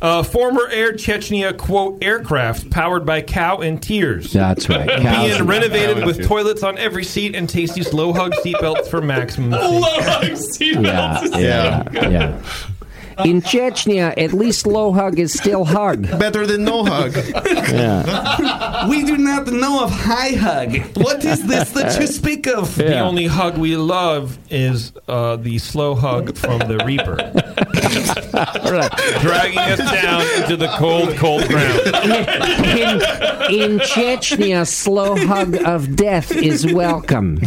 Speaker 14: Uh, former Air Chechnya quote aircraft powered by cow and tears.
Speaker 10: That's right.
Speaker 14: [laughs]
Speaker 10: Cows
Speaker 14: Being
Speaker 10: and-
Speaker 14: renovated
Speaker 10: cow
Speaker 14: with
Speaker 10: and-
Speaker 14: toilets on every seat and Tasty's low hug seatbelts for maximum.
Speaker 10: yeah, yeah, yeah. In Chechnya, at least low hug is still hug.
Speaker 12: [laughs] Better than no
Speaker 10: [laughs]
Speaker 12: hug.
Speaker 10: Yeah.
Speaker 13: we do not know of high hug. What is this that you speak of?
Speaker 14: The only hug we love is uh, the slow hug from the Reaper.
Speaker 10: [laughs]
Speaker 14: Dragging us down into the cold, cold ground.
Speaker 10: In, in Chechnya, slow hug of death is welcome.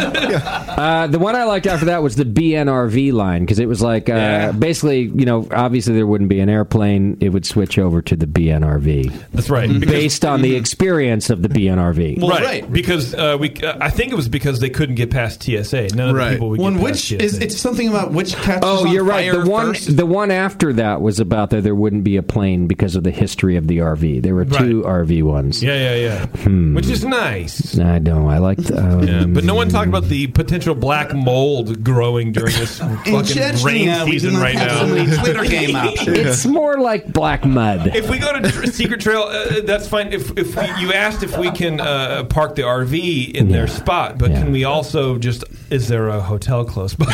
Speaker 10: Uh, the one I liked after that was the BNRV line because it was like uh, basically, you know, obviously there wouldn't be an airplane; it would switch over to the BNRV.
Speaker 14: That's right. mm-hmm.
Speaker 10: Based on the experience of the BNRV.
Speaker 14: right. because uh, we, uh, I think it was because they couldn't get past TSA. None of the people would
Speaker 13: One
Speaker 14: get
Speaker 13: which
Speaker 14: past TSA.
Speaker 13: is it's something about which catches
Speaker 10: Oh,
Speaker 13: on
Speaker 10: you're right.
Speaker 13: fire
Speaker 10: The one,
Speaker 13: first.
Speaker 10: the one after that was about that there wouldn't be a plane because of the history of the RV. There were two RV ones.
Speaker 14: yeah, yeah, yeah,
Speaker 10: Hmm.
Speaker 14: which is nice.
Speaker 10: I know. I liked. Um,
Speaker 14: Yeah, but no one talked about the potential black mold growing during this fucking
Speaker 10: Chechnya,
Speaker 14: rain
Speaker 10: we do
Speaker 14: season
Speaker 10: not
Speaker 14: right
Speaker 10: have
Speaker 14: now.
Speaker 10: so many
Speaker 14: [laughs]
Speaker 10: Twitter [laughs] game options. It's more like black mud.
Speaker 14: If we go to Dr- Secret Trail, uh, that's fine. If, if we, you asked if we can uh, park the RV in their spot, but can we also just? Is there a hotel close by?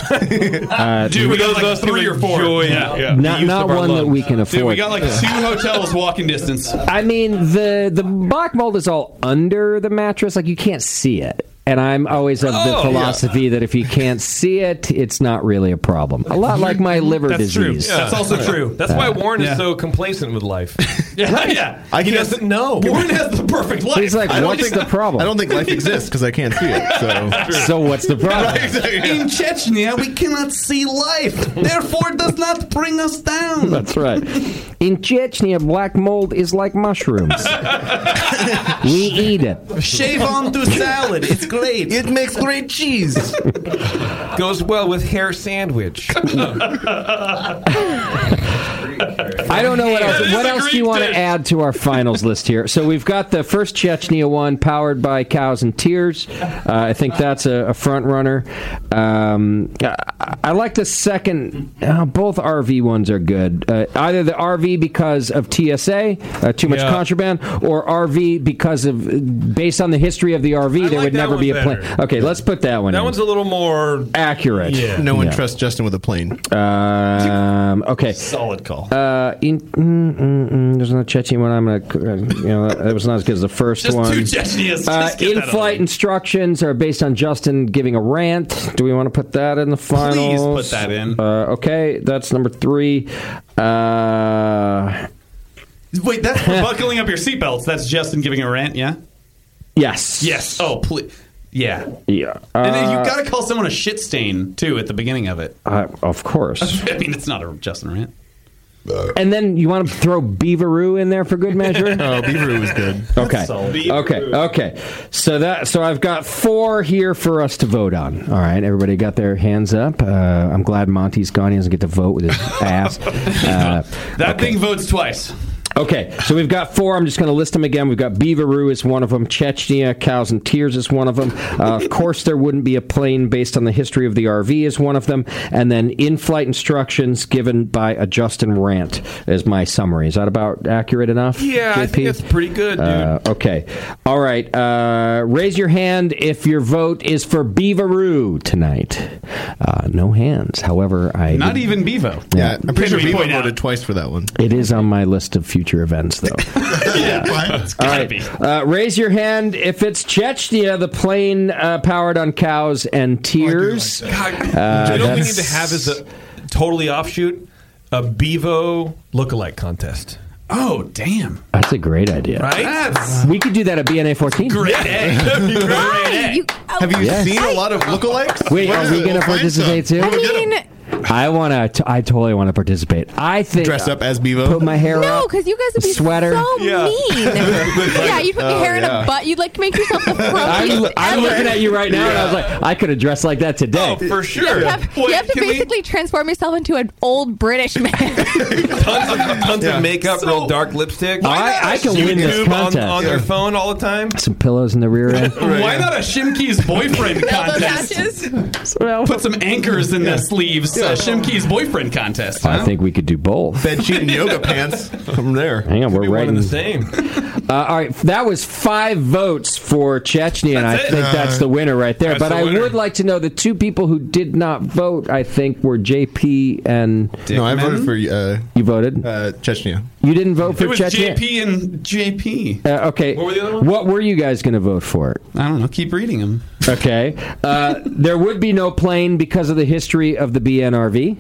Speaker 10: Uh,
Speaker 14: Dude, we got like three or four.
Speaker 13: Yeah.
Speaker 10: Not- not one that we can afford.
Speaker 13: Dude, we got like
Speaker 10: [laughs]
Speaker 13: two hotels walking distance.
Speaker 10: I mean, the the black mold is all under the mattress. Like you can't see it. And I'm always of the
Speaker 14: Oh,
Speaker 10: philosophy that if you can't see it, it's not really a problem. A lot like my liver
Speaker 14: That's true.
Speaker 10: disease.
Speaker 14: That's also true. That's why
Speaker 10: Uh,
Speaker 14: Warren is so complacent with
Speaker 12: [laughs]
Speaker 14: life. yeah, [laughs] yeah.
Speaker 12: I
Speaker 14: he
Speaker 12: guess-
Speaker 14: doesn't know. Warren has the perfect life.
Speaker 12: I don't think-
Speaker 14: [laughs]
Speaker 12: I don't think life exists because I can't see it. So,
Speaker 10: so what's the problem? [laughs]
Speaker 13: In Chechnya, we cannot see life. Therefore, it does not bring us down.
Speaker 10: [laughs] That's right. In Chechnya, black mold is
Speaker 14: [laughs]
Speaker 10: like mushrooms. we eat it.
Speaker 13: Shave on to salad. It's great.
Speaker 12: It makes great cheese.
Speaker 14: [laughs] Goes well with hair
Speaker 12: [laughs]
Speaker 14: sandwich. [laughs]
Speaker 10: I don't know what else. What else do you want to add to our finals list here? So we've got the first Chechnya one, powered by cows and tears. Uh, I think that's a, a front runner. Um, I, I like the second. uh, both RV ones are good. Uh, either the RV because of TSA, uh, too much
Speaker 14: Yeah.
Speaker 10: contraband, or RV because of based on the history of the RV, there
Speaker 14: that
Speaker 10: would never
Speaker 14: one
Speaker 10: be a plane.
Speaker 14: better.
Speaker 10: Okay, let's put that one.
Speaker 14: That
Speaker 10: in.
Speaker 14: one's a little more
Speaker 10: accurate.
Speaker 14: Yeah.
Speaker 12: No one
Speaker 10: Yeah.
Speaker 12: trusts Justin with a plane.
Speaker 10: Um, okay.
Speaker 12: Solid call.
Speaker 10: Uh, in, mm, mm, mm, there's no Chechen one. I'm gonna, uh, you know, that was not as good as the first
Speaker 13: Just
Speaker 10: one.
Speaker 13: two Chechnyas. Just get
Speaker 10: Uh,
Speaker 13: that out of the
Speaker 10: in-flight instructions are based on Justin giving a rant. Do we want to put that in the finals?
Speaker 13: put that in.
Speaker 10: Uh, okay, that's number three. Uh,
Speaker 13: Wait,
Speaker 10: [laughs]
Speaker 13: that's for buckling up your seatbelts. That's Justin giving a rant, yeah?
Speaker 10: yes.
Speaker 13: Yes. Oh, please. Yeah.
Speaker 10: Yeah.
Speaker 13: and then
Speaker 10: Uh,
Speaker 13: you got to call someone a shit stain, too, at the beginning of it.
Speaker 10: uh, of course.
Speaker 13: [laughs] I mean, it's not a Justin rant.
Speaker 10: And then you want to throw Beaveroo in there
Speaker 13: [laughs]
Speaker 10: for good measure?
Speaker 12: oh, Beaveroo was good.
Speaker 10: [laughs] Okay.
Speaker 12: Solid.
Speaker 10: Okay. Okay. So that so I've got four here for us to vote on. All right. Everybody got their hands up. Uh, I'm glad Monty's gone. He doesn't get to vote with his
Speaker 13: [laughs]
Speaker 10: ass. Uh,
Speaker 13: That thing votes twice.
Speaker 10: Okay, so we've got four. I'm just going to list them again. We've got Beaveroo is one of them. Chechnya, Cows and Tears is one of them. Uh,
Speaker 14: [laughs]
Speaker 10: of course, there wouldn't be a plane based on the history of the RV is one of them. And then in-flight instructions given by a Justin Rant is my summary. Is that about accurate enough?
Speaker 14: Yeah, I think
Speaker 10: JP?
Speaker 14: that's pretty good, dude.
Speaker 10: Uh, okay. All right. Uh, raise your hand if your vote is for Beaveroo tonight. Uh, no hands. However, I
Speaker 13: Not even Bevo.
Speaker 12: Yeah, I'm pretty sure
Speaker 13: Can we
Speaker 12: Beaver
Speaker 13: point out-
Speaker 12: voted twice for
Speaker 10: [laughs]
Speaker 12: that one.
Speaker 10: It is on my list of future events,
Speaker 14: [laughs]
Speaker 10: though. All right. Uh, raise your hand if it's Chechnya, the plane uh, powered on cows
Speaker 12: Oh,
Speaker 10: and tears. Uh,
Speaker 14: you know what we need
Speaker 10: that's-
Speaker 14: to have is a totally offshoot a Bevo lookalike contest.
Speaker 13: Oh, [laughs] damn.
Speaker 10: That's a great idea.
Speaker 14: Right?
Speaker 10: We could do that at BNA 14.
Speaker 14: Great A.
Speaker 16: [laughs]
Speaker 14: That'd be great.
Speaker 12: Have you
Speaker 10: Yes.
Speaker 12: seen a lot of lookalikes?
Speaker 10: Wait,
Speaker 12: What
Speaker 10: are
Speaker 12: is
Speaker 10: we
Speaker 12: it?
Speaker 10: going to
Speaker 12: We'll find some.
Speaker 10: participate too?
Speaker 15: I mean,
Speaker 10: I want to. I totally want to participate. I think
Speaker 12: Dress up as Bevo.
Speaker 10: Put my hair
Speaker 7: No,
Speaker 10: up.
Speaker 7: because you guys would be
Speaker 10: Sweater.
Speaker 7: so
Speaker 10: Yeah.
Speaker 7: mean. yeah, you'd put your
Speaker 10: Oh,
Speaker 7: hair in
Speaker 10: yeah.
Speaker 7: a butt. You'd like make yourself
Speaker 10: [laughs]
Speaker 7: the
Speaker 10: I'm,
Speaker 7: froggiest
Speaker 10: I'm
Speaker 7: ever.
Speaker 10: looking at you right now, and I was like, I could have dressed like that today. Oh,
Speaker 12: for
Speaker 7: You have, to- you have to basically transform yourself into an old British man. [laughs]
Speaker 24: Tons of, tons of makeup, real dark lipstick.
Speaker 10: I- I can
Speaker 24: YouTube
Speaker 10: win this
Speaker 24: on,
Speaker 10: contest.
Speaker 24: on their
Speaker 10: Yeah.
Speaker 24: phone all the time.
Speaker 10: Some pillows in the rear end.
Speaker 16: Why not a Shimkey's boyfriend contest? Put some anchors in the sleeves. Uh, Shimkey's boyfriend contest.
Speaker 10: I think we could do both.
Speaker 12: Bed sheet and yoga pants. From there.
Speaker 10: Hang on, we're
Speaker 12: one
Speaker 10: writing
Speaker 12: and the same.
Speaker 10: [laughs] Uh, all right, that was five votes for Chechnya, and I
Speaker 12: That's it.
Speaker 10: think that's the winner right there.
Speaker 12: That's
Speaker 10: But
Speaker 12: the
Speaker 10: I
Speaker 12: winner.
Speaker 10: would like to know the two people who did not vote. I think were JP and
Speaker 12: No, I voted for uh,
Speaker 10: you voted
Speaker 12: uh, Chechnya.
Speaker 10: You didn't vote for
Speaker 16: it was
Speaker 10: Chechnya.
Speaker 16: JP and JP.
Speaker 10: Uh, okay. What were, you guys going to vote for?
Speaker 16: I don't know. Keep reading them.
Speaker 10: Okay. Uh, there would be no plane because of the history of the BNRV.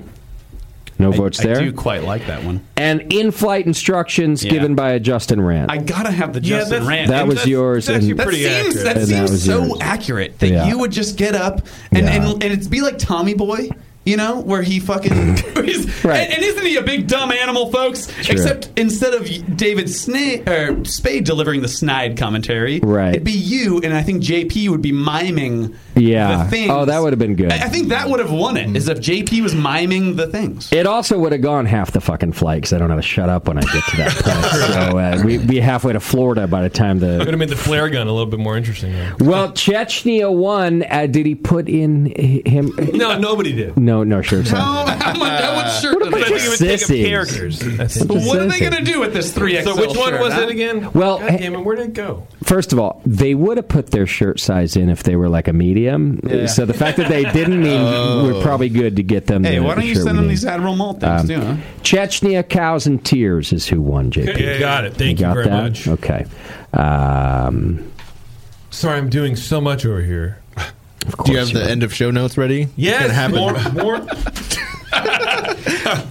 Speaker 10: No votes
Speaker 16: I
Speaker 10: there.
Speaker 16: do quite like that one.
Speaker 10: And in-flight instructions given by Justin Rand.
Speaker 16: I gotta have the
Speaker 10: Yeah,
Speaker 16: Justin
Speaker 10: that's-
Speaker 16: Rand.
Speaker 10: That was yours and-
Speaker 16: that
Speaker 10: pretty
Speaker 16: seems
Speaker 10: accurate.
Speaker 16: that
Speaker 10: And that
Speaker 16: seems
Speaker 10: was
Speaker 16: so
Speaker 10: yours.
Speaker 16: accurate that
Speaker 10: Yeah.
Speaker 16: you would just get up and and, and it'd be like Tommy Boy. You know where he
Speaker 10: [laughs]
Speaker 16: fucking [laughs] he's,
Speaker 10: right.
Speaker 16: and, and isn't he a big dumb animal, folks? Except instead of David Sna- or Spade delivering the snide commentary,
Speaker 10: Right.
Speaker 16: It'd be you, and I think JP would be miming.
Speaker 10: yeah.
Speaker 16: the things-
Speaker 10: Oh, that would have been good.
Speaker 16: I, I think that would have won it. Is if JP was miming the things. [laughs]
Speaker 10: It also would have gone half the fucking flight because I don't know how to shut up when I get
Speaker 16: [laughs]
Speaker 10: to that point. so uh, we'd be halfway to Florida by the time
Speaker 16: [laughs]
Speaker 14: Could
Speaker 10: the.
Speaker 14: have made the flare gun a little bit more interesting. though.
Speaker 10: Well, Chechnya won. Uh, did he put in hi- him?
Speaker 14: No, nobody did.
Speaker 10: No, no, sure. sorry.
Speaker 16: Oh, How
Speaker 14: [laughs]
Speaker 16: much, how much shirt
Speaker 10: What a
Speaker 16: did
Speaker 10: bunch
Speaker 16: I think
Speaker 10: of
Speaker 16: it would take up
Speaker 10: sissies.
Speaker 16: characters?
Speaker 10: What a
Speaker 16: What are they
Speaker 10: sissy.
Speaker 16: going to do with this 3XL
Speaker 14: So which one
Speaker 16: shirt,
Speaker 14: was
Speaker 16: huh?
Speaker 14: it again?
Speaker 10: Well,
Speaker 14: God damn it, where did it go?
Speaker 10: First of all, they would have put their shirt size in if they were like a medium.
Speaker 16: Yeah.
Speaker 10: So the fact that they
Speaker 16: [laughs]
Speaker 10: didn't mean we're probably good to get them.
Speaker 16: Hey,
Speaker 10: the-
Speaker 16: why
Speaker 10: the
Speaker 16: don't you
Speaker 10: shirt
Speaker 16: send them
Speaker 10: we need. Um,
Speaker 16: these Admiral Malt things, too, huh?
Speaker 10: Chechnya, Cows and Tears is who won, JP.
Speaker 14: Okay, got it. Thank you
Speaker 10: got
Speaker 14: very
Speaker 10: that?
Speaker 14: much.
Speaker 10: Okay. Um,
Speaker 14: Sorry, I'm doing so much over here.
Speaker 12: Do you
Speaker 10: [laughs]
Speaker 12: have the end of show notes ready? It's
Speaker 14: Yes,
Speaker 12: gonna
Speaker 14: more,
Speaker 12: happen.
Speaker 14: more.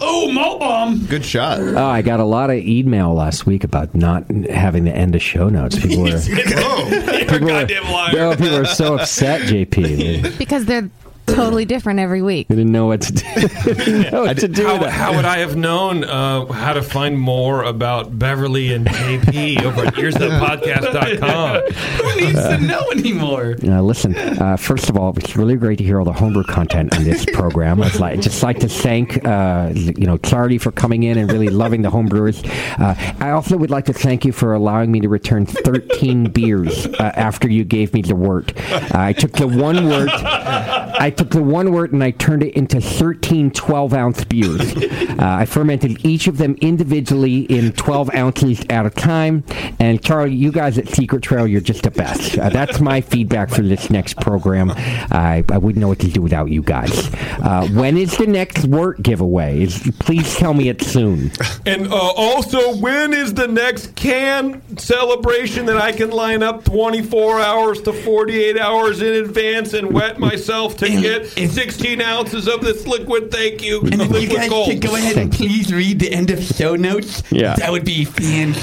Speaker 16: oh, Malt Bomb!
Speaker 12: Good shot.
Speaker 10: Oh, I got a lot of email last week about not having the end of show notes.
Speaker 14: [laughs]
Speaker 10: People were,
Speaker 16: You're a goddamn liar.
Speaker 10: no, people are so upset, JP.
Speaker 14: [laughs]
Speaker 10: They, they
Speaker 15: because they're totally different every week.
Speaker 10: didn't know what to do. know what to do
Speaker 14: how,
Speaker 10: with it.
Speaker 14: how would I have known uh, how to find more about Beverly and JP over
Speaker 10: [laughs]
Speaker 14: at here'sthepodcast.com?
Speaker 16: Who needs to know anymore?
Speaker 10: Uh, listen, uh, first of all, it's really great to hear all the homebrew content on this program. I'd like, just like to thank, uh, you know, Clarity for coming in and really loving the homebrewers. Uh, I also would like to thank you for allowing me to return 13 [laughs] beers uh, after you gave me the word. Uh, I took the one word, I took the one word and I turned it into 13 12 ounce beers. Uh, I fermented each of them individually in 12 ounces at a time. And Charlie, you guys at Secret Trail, you're just the best. Uh, that's my feedback for this next program. I, I wouldn't know what to do without you guys. Uh, when is the next work giveaway? Is, please tell me it soon.
Speaker 24: And uh, also, when is the next can celebration that I can line up 24 hours to 48 hours in advance and wet myself to get 16 ounces of this liquid? Thank you.
Speaker 16: And if you
Speaker 24: liquid
Speaker 16: guys
Speaker 24: gold.
Speaker 16: could go ahead and please read the end of show notes,
Speaker 10: Yeah.
Speaker 16: that would be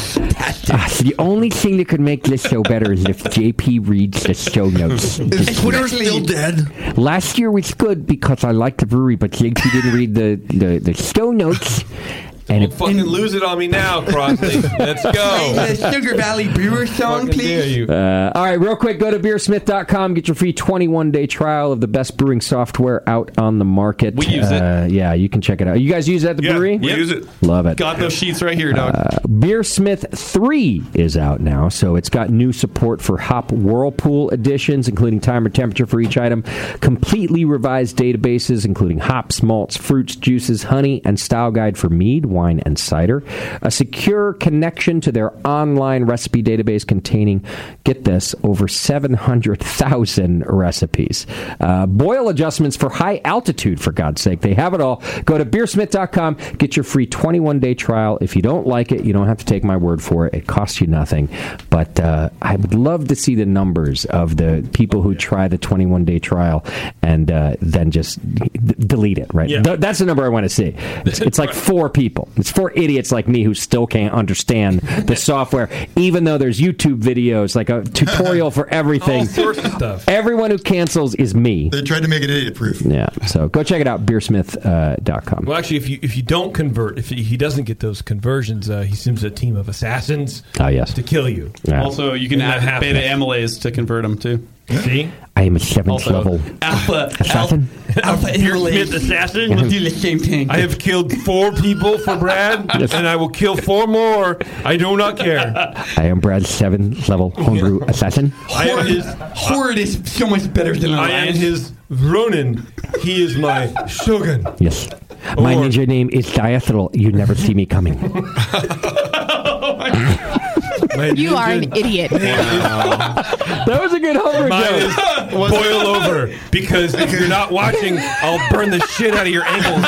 Speaker 16: fantastic.
Speaker 10: Ah, the only thing that could make this show better is if JP reads the show notes.
Speaker 16: Twitter's still
Speaker 24: dead.
Speaker 10: Last year was good because I liked the brewery, but JP didn't read the, the, the show notes. And it
Speaker 24: Fucking lose it on me now, Crosby. Let's go.
Speaker 16: Sugar Valley Brewer song, please.
Speaker 10: Uh, all right, real quick, go to beersmith.com, get your free 21 day trial of the best brewing software out on the market. We
Speaker 16: use it.
Speaker 10: uh, Yeah, you can check it out. You guys use that at the brewery?
Speaker 16: we use it.
Speaker 10: Love it.
Speaker 16: Got those sheets right here, dog.
Speaker 10: Uh, Beersmith 3 is out now, so it's got new support for Hop Whirlpool editions, including time or temperature for each item, completely revised databases, including hops, malts, fruits, juices, honey, and style guide for mead, wine, and cider, a secure connection to their online recipe database containing, get this, over 700,000 recipes. Uh, boil adjustments for high altitude, for God's sake. They have it all. Go to beersmith.com, get your free 21 day trial. If you don't like it, you don't have to take my word for it. It costs you nothing. But uh, I would love to see the numbers of the people who try the 21 day trial and uh, then just d- delete it, right?
Speaker 14: Yeah.
Speaker 10: Th- that's the number I want to see. It's, it's like four people. helpful. It's for idiots like me who still can't understand [laughs] the software, even though there's YouTube videos, like a tutorial [laughs] for everything. Everyone who cancels is me.
Speaker 11: They tried to make it idiot proof.
Speaker 10: Yeah. So go check it out, uh, beersmith.com.
Speaker 14: Well, actually, if you if you don't convert, if he doesn't get those conversions, uh, he sends a team of assassins.
Speaker 10: Ah, yes.
Speaker 14: to kill you.
Speaker 10: Yeah.
Speaker 16: Also, you can
Speaker 14: Not
Speaker 16: add
Speaker 14: happening.
Speaker 16: beta amylase to convert them too.
Speaker 14: See,
Speaker 10: I am a seventh
Speaker 16: Also,
Speaker 10: level
Speaker 16: alpha
Speaker 10: assassin.
Speaker 16: alpha amylase assassin will do the same thing.
Speaker 9: I have killed four people for Brad,
Speaker 16: [laughs]
Speaker 10: Yes.
Speaker 9: and I will kill four more. I do not care.
Speaker 10: I am Brad's seventh level homebrew assassin.
Speaker 9: I am his
Speaker 16: Horrid is so much better than a
Speaker 9: I am his Ronin. He is my Shogun.
Speaker 10: Yes. My
Speaker 9: Or-
Speaker 10: ninja name is Diathral. You never see me [laughs] coming.
Speaker 7: You are an idiot.
Speaker 10: That was a good homebrew
Speaker 9: joke. boil over because if you're not watching, I'll burn the shit out of your
Speaker 7: [laughs]
Speaker 9: ankles.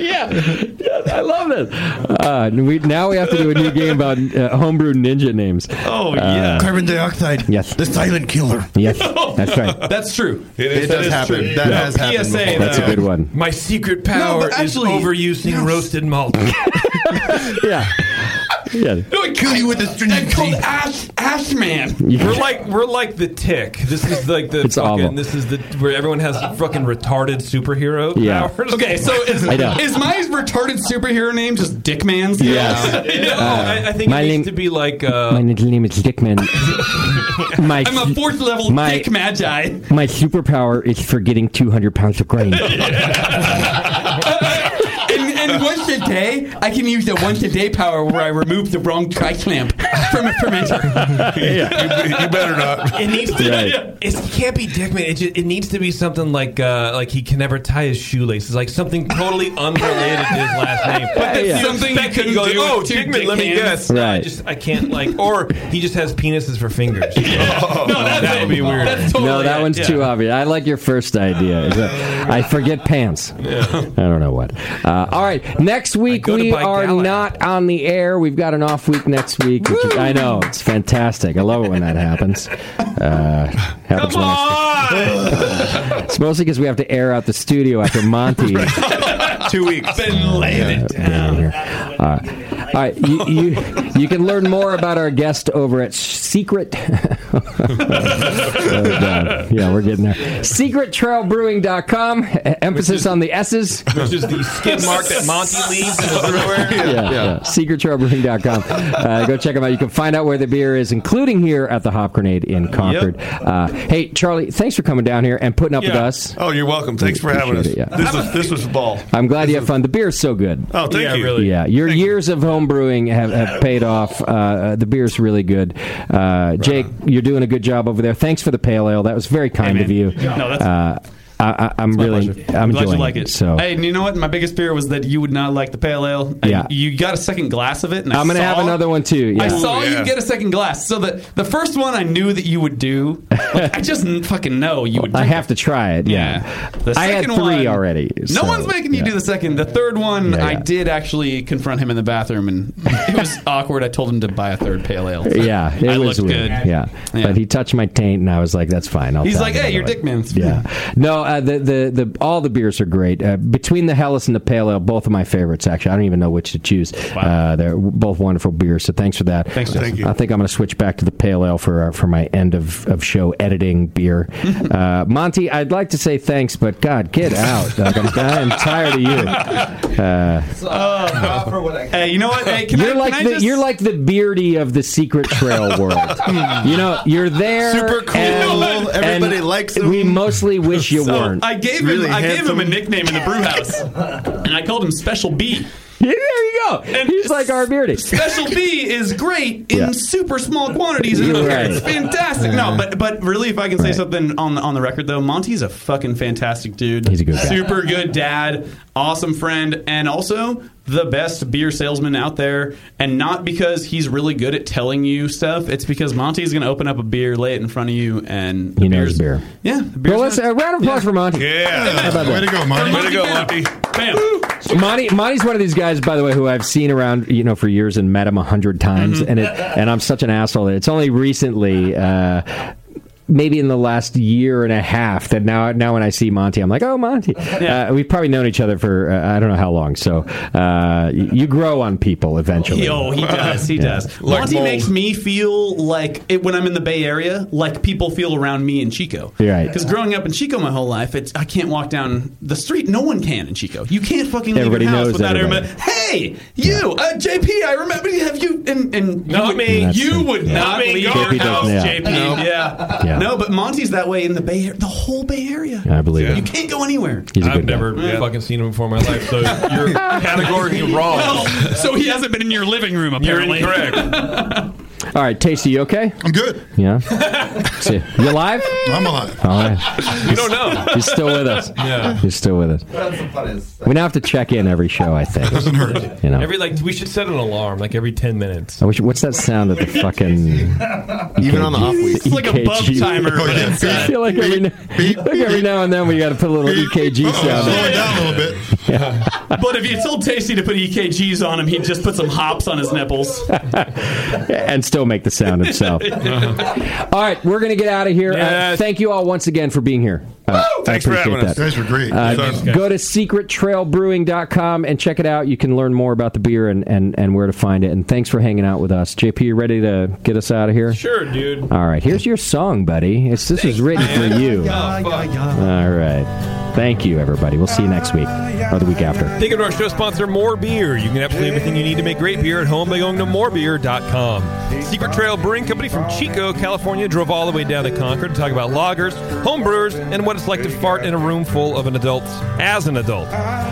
Speaker 10: yeah, I love this. Uh, we, now we have to do a new game about uh, homebrew ninja names.
Speaker 16: Oh, yeah.
Speaker 10: carbon dioxide. Yes, the silent killer. Yes, that's
Speaker 12: [laughs]
Speaker 10: right.
Speaker 16: That's true.
Speaker 10: It is- It does that is happen. true. That has happened
Speaker 14: PSA,
Speaker 10: before. That's a
Speaker 14: though.
Speaker 10: good one.
Speaker 14: My secret power
Speaker 16: but actually-
Speaker 14: is overusing roasted malt.
Speaker 10: [laughs] yeah. Yeah.
Speaker 16: No, I kill you with a stringency. I'm called Ash, Ash Man.
Speaker 14: We're like we're like the tick. This is like
Speaker 10: [laughs]
Speaker 14: the
Speaker 16: It's
Speaker 14: fucking.
Speaker 16: awful.
Speaker 14: This is the where everyone has fucking retarded superhero
Speaker 16: Yeah.
Speaker 14: powers.
Speaker 16: Okay, so is, is my retarded superhero name just Dickman's? [laughs]
Speaker 10: Yes. Uh,
Speaker 14: You know, I, I think
Speaker 10: my
Speaker 14: it
Speaker 10: name-
Speaker 14: needs to be like uh,
Speaker 10: My ninja name is Dickman. my,
Speaker 16: I'm a fourth level
Speaker 10: my-
Speaker 16: Dick
Speaker 10: [laughs]
Speaker 16: Magi.
Speaker 10: My superpower is forgetting 200 pounds of grain.
Speaker 16: And, and once a day, I can use the once a day power where I remove the wrong tri clamp from a
Speaker 10: [laughs]
Speaker 16: fermenter. [laughs]
Speaker 9: You, you better not.
Speaker 14: It needs to.
Speaker 16: Right.
Speaker 14: It's, it can't be Dickman. It, just, it needs to be something like uh, like he can never tie his shoelaces. Like
Speaker 16: [laughs]
Speaker 14: something totally unrelated to his last name.
Speaker 9: But that's
Speaker 14: You
Speaker 9: something
Speaker 14: expect
Speaker 9: you
Speaker 14: it,
Speaker 9: couldn't
Speaker 14: go,
Speaker 9: do
Speaker 14: Oh,
Speaker 9: with two
Speaker 14: Dickman.
Speaker 9: dick
Speaker 14: Let me
Speaker 9: hands."
Speaker 14: guess. I
Speaker 9: Right.
Speaker 14: just I
Speaker 16: [laughs]
Speaker 14: can't like. Or he just has penises for fingers. [laughs] no, that would be weird.
Speaker 10: no, that one's too obvious. I like your first idea. Is that- I forget pants. I don't know what. Uh, all right, next week we are not on the air. We've got an off week next week. Which is, I know it's fantastic. I love it when that happens. Uh, happens Come on! it's mostly because we have to air out the studio after Monty.
Speaker 16: Two weeks. Been laying it
Speaker 10: down. All right. All right. You, you, you can learn more about our guest over at Secret. [laughs] Oh, God. yeah, we're getting there. SecretTrailBrewing.com. E- Emphasis on the S's.
Speaker 14: Which is the skid mark that
Speaker 16: [laughs]
Speaker 14: Monty leaves in his underwear.
Speaker 10: [laughs] Yeah, yeah. SecretTrailBrewing.com. Uh, go check them out. You can find out where the beer is, including here at the Hop Grenade in Concord. Uh, hey, Charlie, thanks for coming down here and putting up with
Speaker 21: Yeah.
Speaker 10: us.
Speaker 21: Oh, you're welcome. Thanks for having us.
Speaker 10: Appreciate it, yeah.
Speaker 21: This was this was ball.
Speaker 10: I'm glad you had fun. The beer is so good.
Speaker 21: Oh, thank Yeah, you. really.
Speaker 10: Yeah, your years of home brewing have, have paid off. Uh, the beer's really good. Uh, Jake, you're doing a good job over there. Thanks for the pale ale. That was very kind of you.
Speaker 16: No, that's-
Speaker 10: uh, I, I, I'm really, I'm
Speaker 16: glad
Speaker 10: enjoying
Speaker 16: you like it.
Speaker 10: So
Speaker 16: Hey, and you know what? My biggest fear was that you would not like the pale ale. And
Speaker 10: Yeah.
Speaker 16: You got a second glass of it, and I
Speaker 10: I'm gonna have
Speaker 16: saw-
Speaker 10: another one too. Yeah.
Speaker 16: I saw
Speaker 10: yeah.
Speaker 16: you get a second glass. So the the first one I knew that you would do. Like, I just n- fucking know
Speaker 10: [laughs]
Speaker 16: you would.
Speaker 10: I
Speaker 16: drink
Speaker 10: have to try it. Yeah,
Speaker 16: The
Speaker 10: I had
Speaker 16: second one-
Speaker 10: three already.
Speaker 16: it.
Speaker 10: so-
Speaker 16: No one's making you do the second. The third one,
Speaker 10: Yeah,
Speaker 16: I
Speaker 10: yeah.
Speaker 16: did actually confront him in the bathroom, and it
Speaker 10: [laughs]
Speaker 16: was awkward. I told him to buy a third pale ale.
Speaker 10: Yeah, it
Speaker 16: I
Speaker 10: was
Speaker 16: looked
Speaker 10: weird.
Speaker 16: good.
Speaker 10: Yeah. but he touched my taint, and I was like, "That's fine." I'll
Speaker 16: He's
Speaker 10: try
Speaker 16: like,
Speaker 10: it
Speaker 16: "Hey, you're
Speaker 10: another."
Speaker 16: dick man's." [laughs]
Speaker 10: Yeah. No, uh, the, the the all the beers are great. Uh, between the Hellas and the Pale Ale, both of my favorites. Actually, I don't even know which to choose. Uh, they're w- both wonderful beers. So thanks for that. Thanks.
Speaker 21: Thank you.
Speaker 10: I think I'm going to switch back to the Pale Ale for uh, for my end of, of show editing beer. uh, Monty, I'd like to say thanks, but God, get out! Like, I'm, I'm tired of you. Uh,
Speaker 16: Hey, you know what? Hey, can
Speaker 10: you're
Speaker 16: I,
Speaker 10: like
Speaker 16: can I
Speaker 10: the
Speaker 16: just-
Speaker 10: you're like the beardy of the
Speaker 16: [laughs]
Speaker 10: secret trail world. you know, you're there,
Speaker 16: Super cool.
Speaker 10: and-
Speaker 16: Everybody
Speaker 10: and
Speaker 16: likes
Speaker 10: We mostly wish you
Speaker 16: So,
Speaker 10: weren't.
Speaker 16: I gave him I gave him a nickname in the brew house, and I called him Special B.
Speaker 10: Yeah, there you go. He's like our beardy. [laughs]
Speaker 16: Special B is great in
Speaker 10: Yeah.
Speaker 16: super small quantities. And
Speaker 10: You're
Speaker 16: it's
Speaker 10: right.
Speaker 16: fantastic. No, but but really, if I can say something on the, on the record though, Monty's a fucking fantastic dude. He's a
Speaker 10: good guy.
Speaker 16: super good dad, awesome friend, and also the best beer salesman out there. And not because he's really good at telling you stuff. It's because Monty's going to open up a beer, lay it in front of you, and
Speaker 10: He knows beer.
Speaker 16: yeah.
Speaker 10: Well, let's a round of applause for Monty.
Speaker 16: Yeah.
Speaker 10: How about that?
Speaker 16: Way to go, Monty. Bam.
Speaker 10: Monty, Monty's one of these guys, by the way, who I've seen around, you know, for years
Speaker 16: Mhm.
Speaker 10: and met him a hundred times, and it, and I'm such an asshole. that It's only recently. Uh, maybe in the last year and a half that now now when I see Monty, I'm like, oh Monty. Uh, we've probably known each other for uh, I don't know how long. So uh, y- you grow on people eventually.
Speaker 16: Yo,
Speaker 10: [laughs]
Speaker 16: he does. He
Speaker 10: Yeah.
Speaker 16: does.
Speaker 10: Like
Speaker 16: Monty
Speaker 10: mold.
Speaker 16: makes me feel like it, when I'm in the Bay Area, like people feel around me in Chico.
Speaker 10: You're right.
Speaker 16: Because growing up in Chico my whole life, it's I can't walk down the street. No one can in Chico. You can't fucking leave
Speaker 10: Everybody
Speaker 16: your house
Speaker 10: knows
Speaker 16: without
Speaker 10: everybody.
Speaker 16: everybody. Hey, you, uh, JP. I remember you have you and, and
Speaker 25: Not
Speaker 16: you,
Speaker 25: me. That's
Speaker 16: You
Speaker 25: it.
Speaker 16: would
Speaker 25: Yeah.
Speaker 16: not
Speaker 25: JP
Speaker 16: leave your
Speaker 25: doesn't-
Speaker 16: house,
Speaker 25: yeah.
Speaker 16: JP.
Speaker 25: No.
Speaker 16: Yeah.
Speaker 25: Yeah.
Speaker 16: No, but Monty's that way in the Bay, Area, the whole Bay Area.
Speaker 10: I believe
Speaker 16: You
Speaker 10: it.
Speaker 16: can't go anywhere.
Speaker 10: He's a
Speaker 14: I've
Speaker 10: good guy.
Speaker 14: never fucking seen him before in my life, so
Speaker 16: [laughs]
Speaker 14: you're categorically wrong.
Speaker 16: Well, so he hasn't been in your living room apparently. [laughs]
Speaker 14: You're incorrect.
Speaker 10: All right, Tasty, you okay? I'm good. [laughs] Yeah. So, you alive?
Speaker 12: I'm alive.
Speaker 10: All right.
Speaker 12: You don't know.
Speaker 10: You're still with us.
Speaker 12: Yeah.
Speaker 10: You're still with us.
Speaker 25: That's the funniest
Speaker 10: We now have to check in every show. I think doesn't hurt. [laughs] You know.
Speaker 14: Every like we should set an alarm like every ten minutes.
Speaker 10: I wish, what's that sound that the fucking
Speaker 14: [laughs] Even on the off week.
Speaker 10: weeks?
Speaker 14: It's like a bump
Speaker 10: [laughs]
Speaker 14: timer,
Speaker 10: Oh,
Speaker 14: but inside.
Speaker 10: I feel like every, now- like every now and then we got to put a little EKG sound.
Speaker 16: slow it down
Speaker 10: a little bit.
Speaker 16: But if you told Tasty to put EKGs on him, he'd just put some hops on his nipples.
Speaker 10: [laughs] [laughs] and still make the sound himself. all right, we're going to get out of here. Uh, thank you all once again for being here. Uh, I
Speaker 12: Thanks for
Speaker 10: appreciate
Speaker 12: having us.
Speaker 10: that.
Speaker 12: You guys were great.
Speaker 10: Uh,
Speaker 12: Thanks, guys.
Speaker 10: go to secrettrailbrewing.com and check it out. You can learn more about the beer and, and, and where to find it. And thanks for hanging out with us. JP, you ready to get us out of here?
Speaker 25: Sure, dude.
Speaker 10: All right, here's your song, buddy. It's, this is written for
Speaker 12: Oh,
Speaker 10: you. All right. Thank you, everybody. We'll see you next week or the week after.
Speaker 14: Think of our show sponsor, More Beer. You can get absolutely everything you need to make great beer at home by going to morebeer.com. Secret Trail Brewing Company from Chico, California, drove all the way down to Concord to talk about lagers, homebrewers, and what it's like to fart in a room full of an adult as an adult.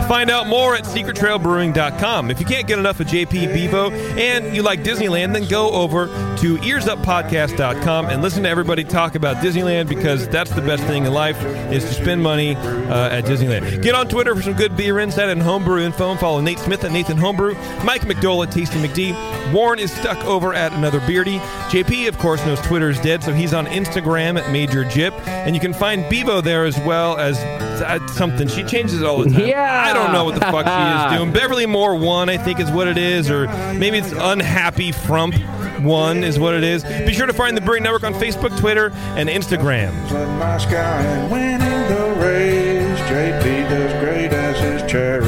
Speaker 14: Find out more at secrettrailbrewing.com. If you can't get enough of JP Bevo and you like Disneyland, then go over to earsuppodcast.com and listen to everybody talk about Disneyland because that's the best thing in life is to spend money uh, at Disneyland. Get on Twitter for some good beer insight and homebrew info. And follow Nate Smith at Nathan Homebrew, Mike McDowell at Tasty McD. Warren is stuck over at Another Beardy. JP, of course, knows Twitter is dead, so he's on Instagram at Major Jip. And you can find Bevo there as well as uh, something. She changes it all the time.
Speaker 25: Yeah.
Speaker 14: I don't know what the fuck she is doing. Beverly Moore 1, I think, is what it is, or maybe it's Unhappy Frump 1 is what it is. Be sure to find the Brewing Network on Facebook, Twitter, and Instagram.
Speaker 21: in my sky and winning the race. JP does great as his charity.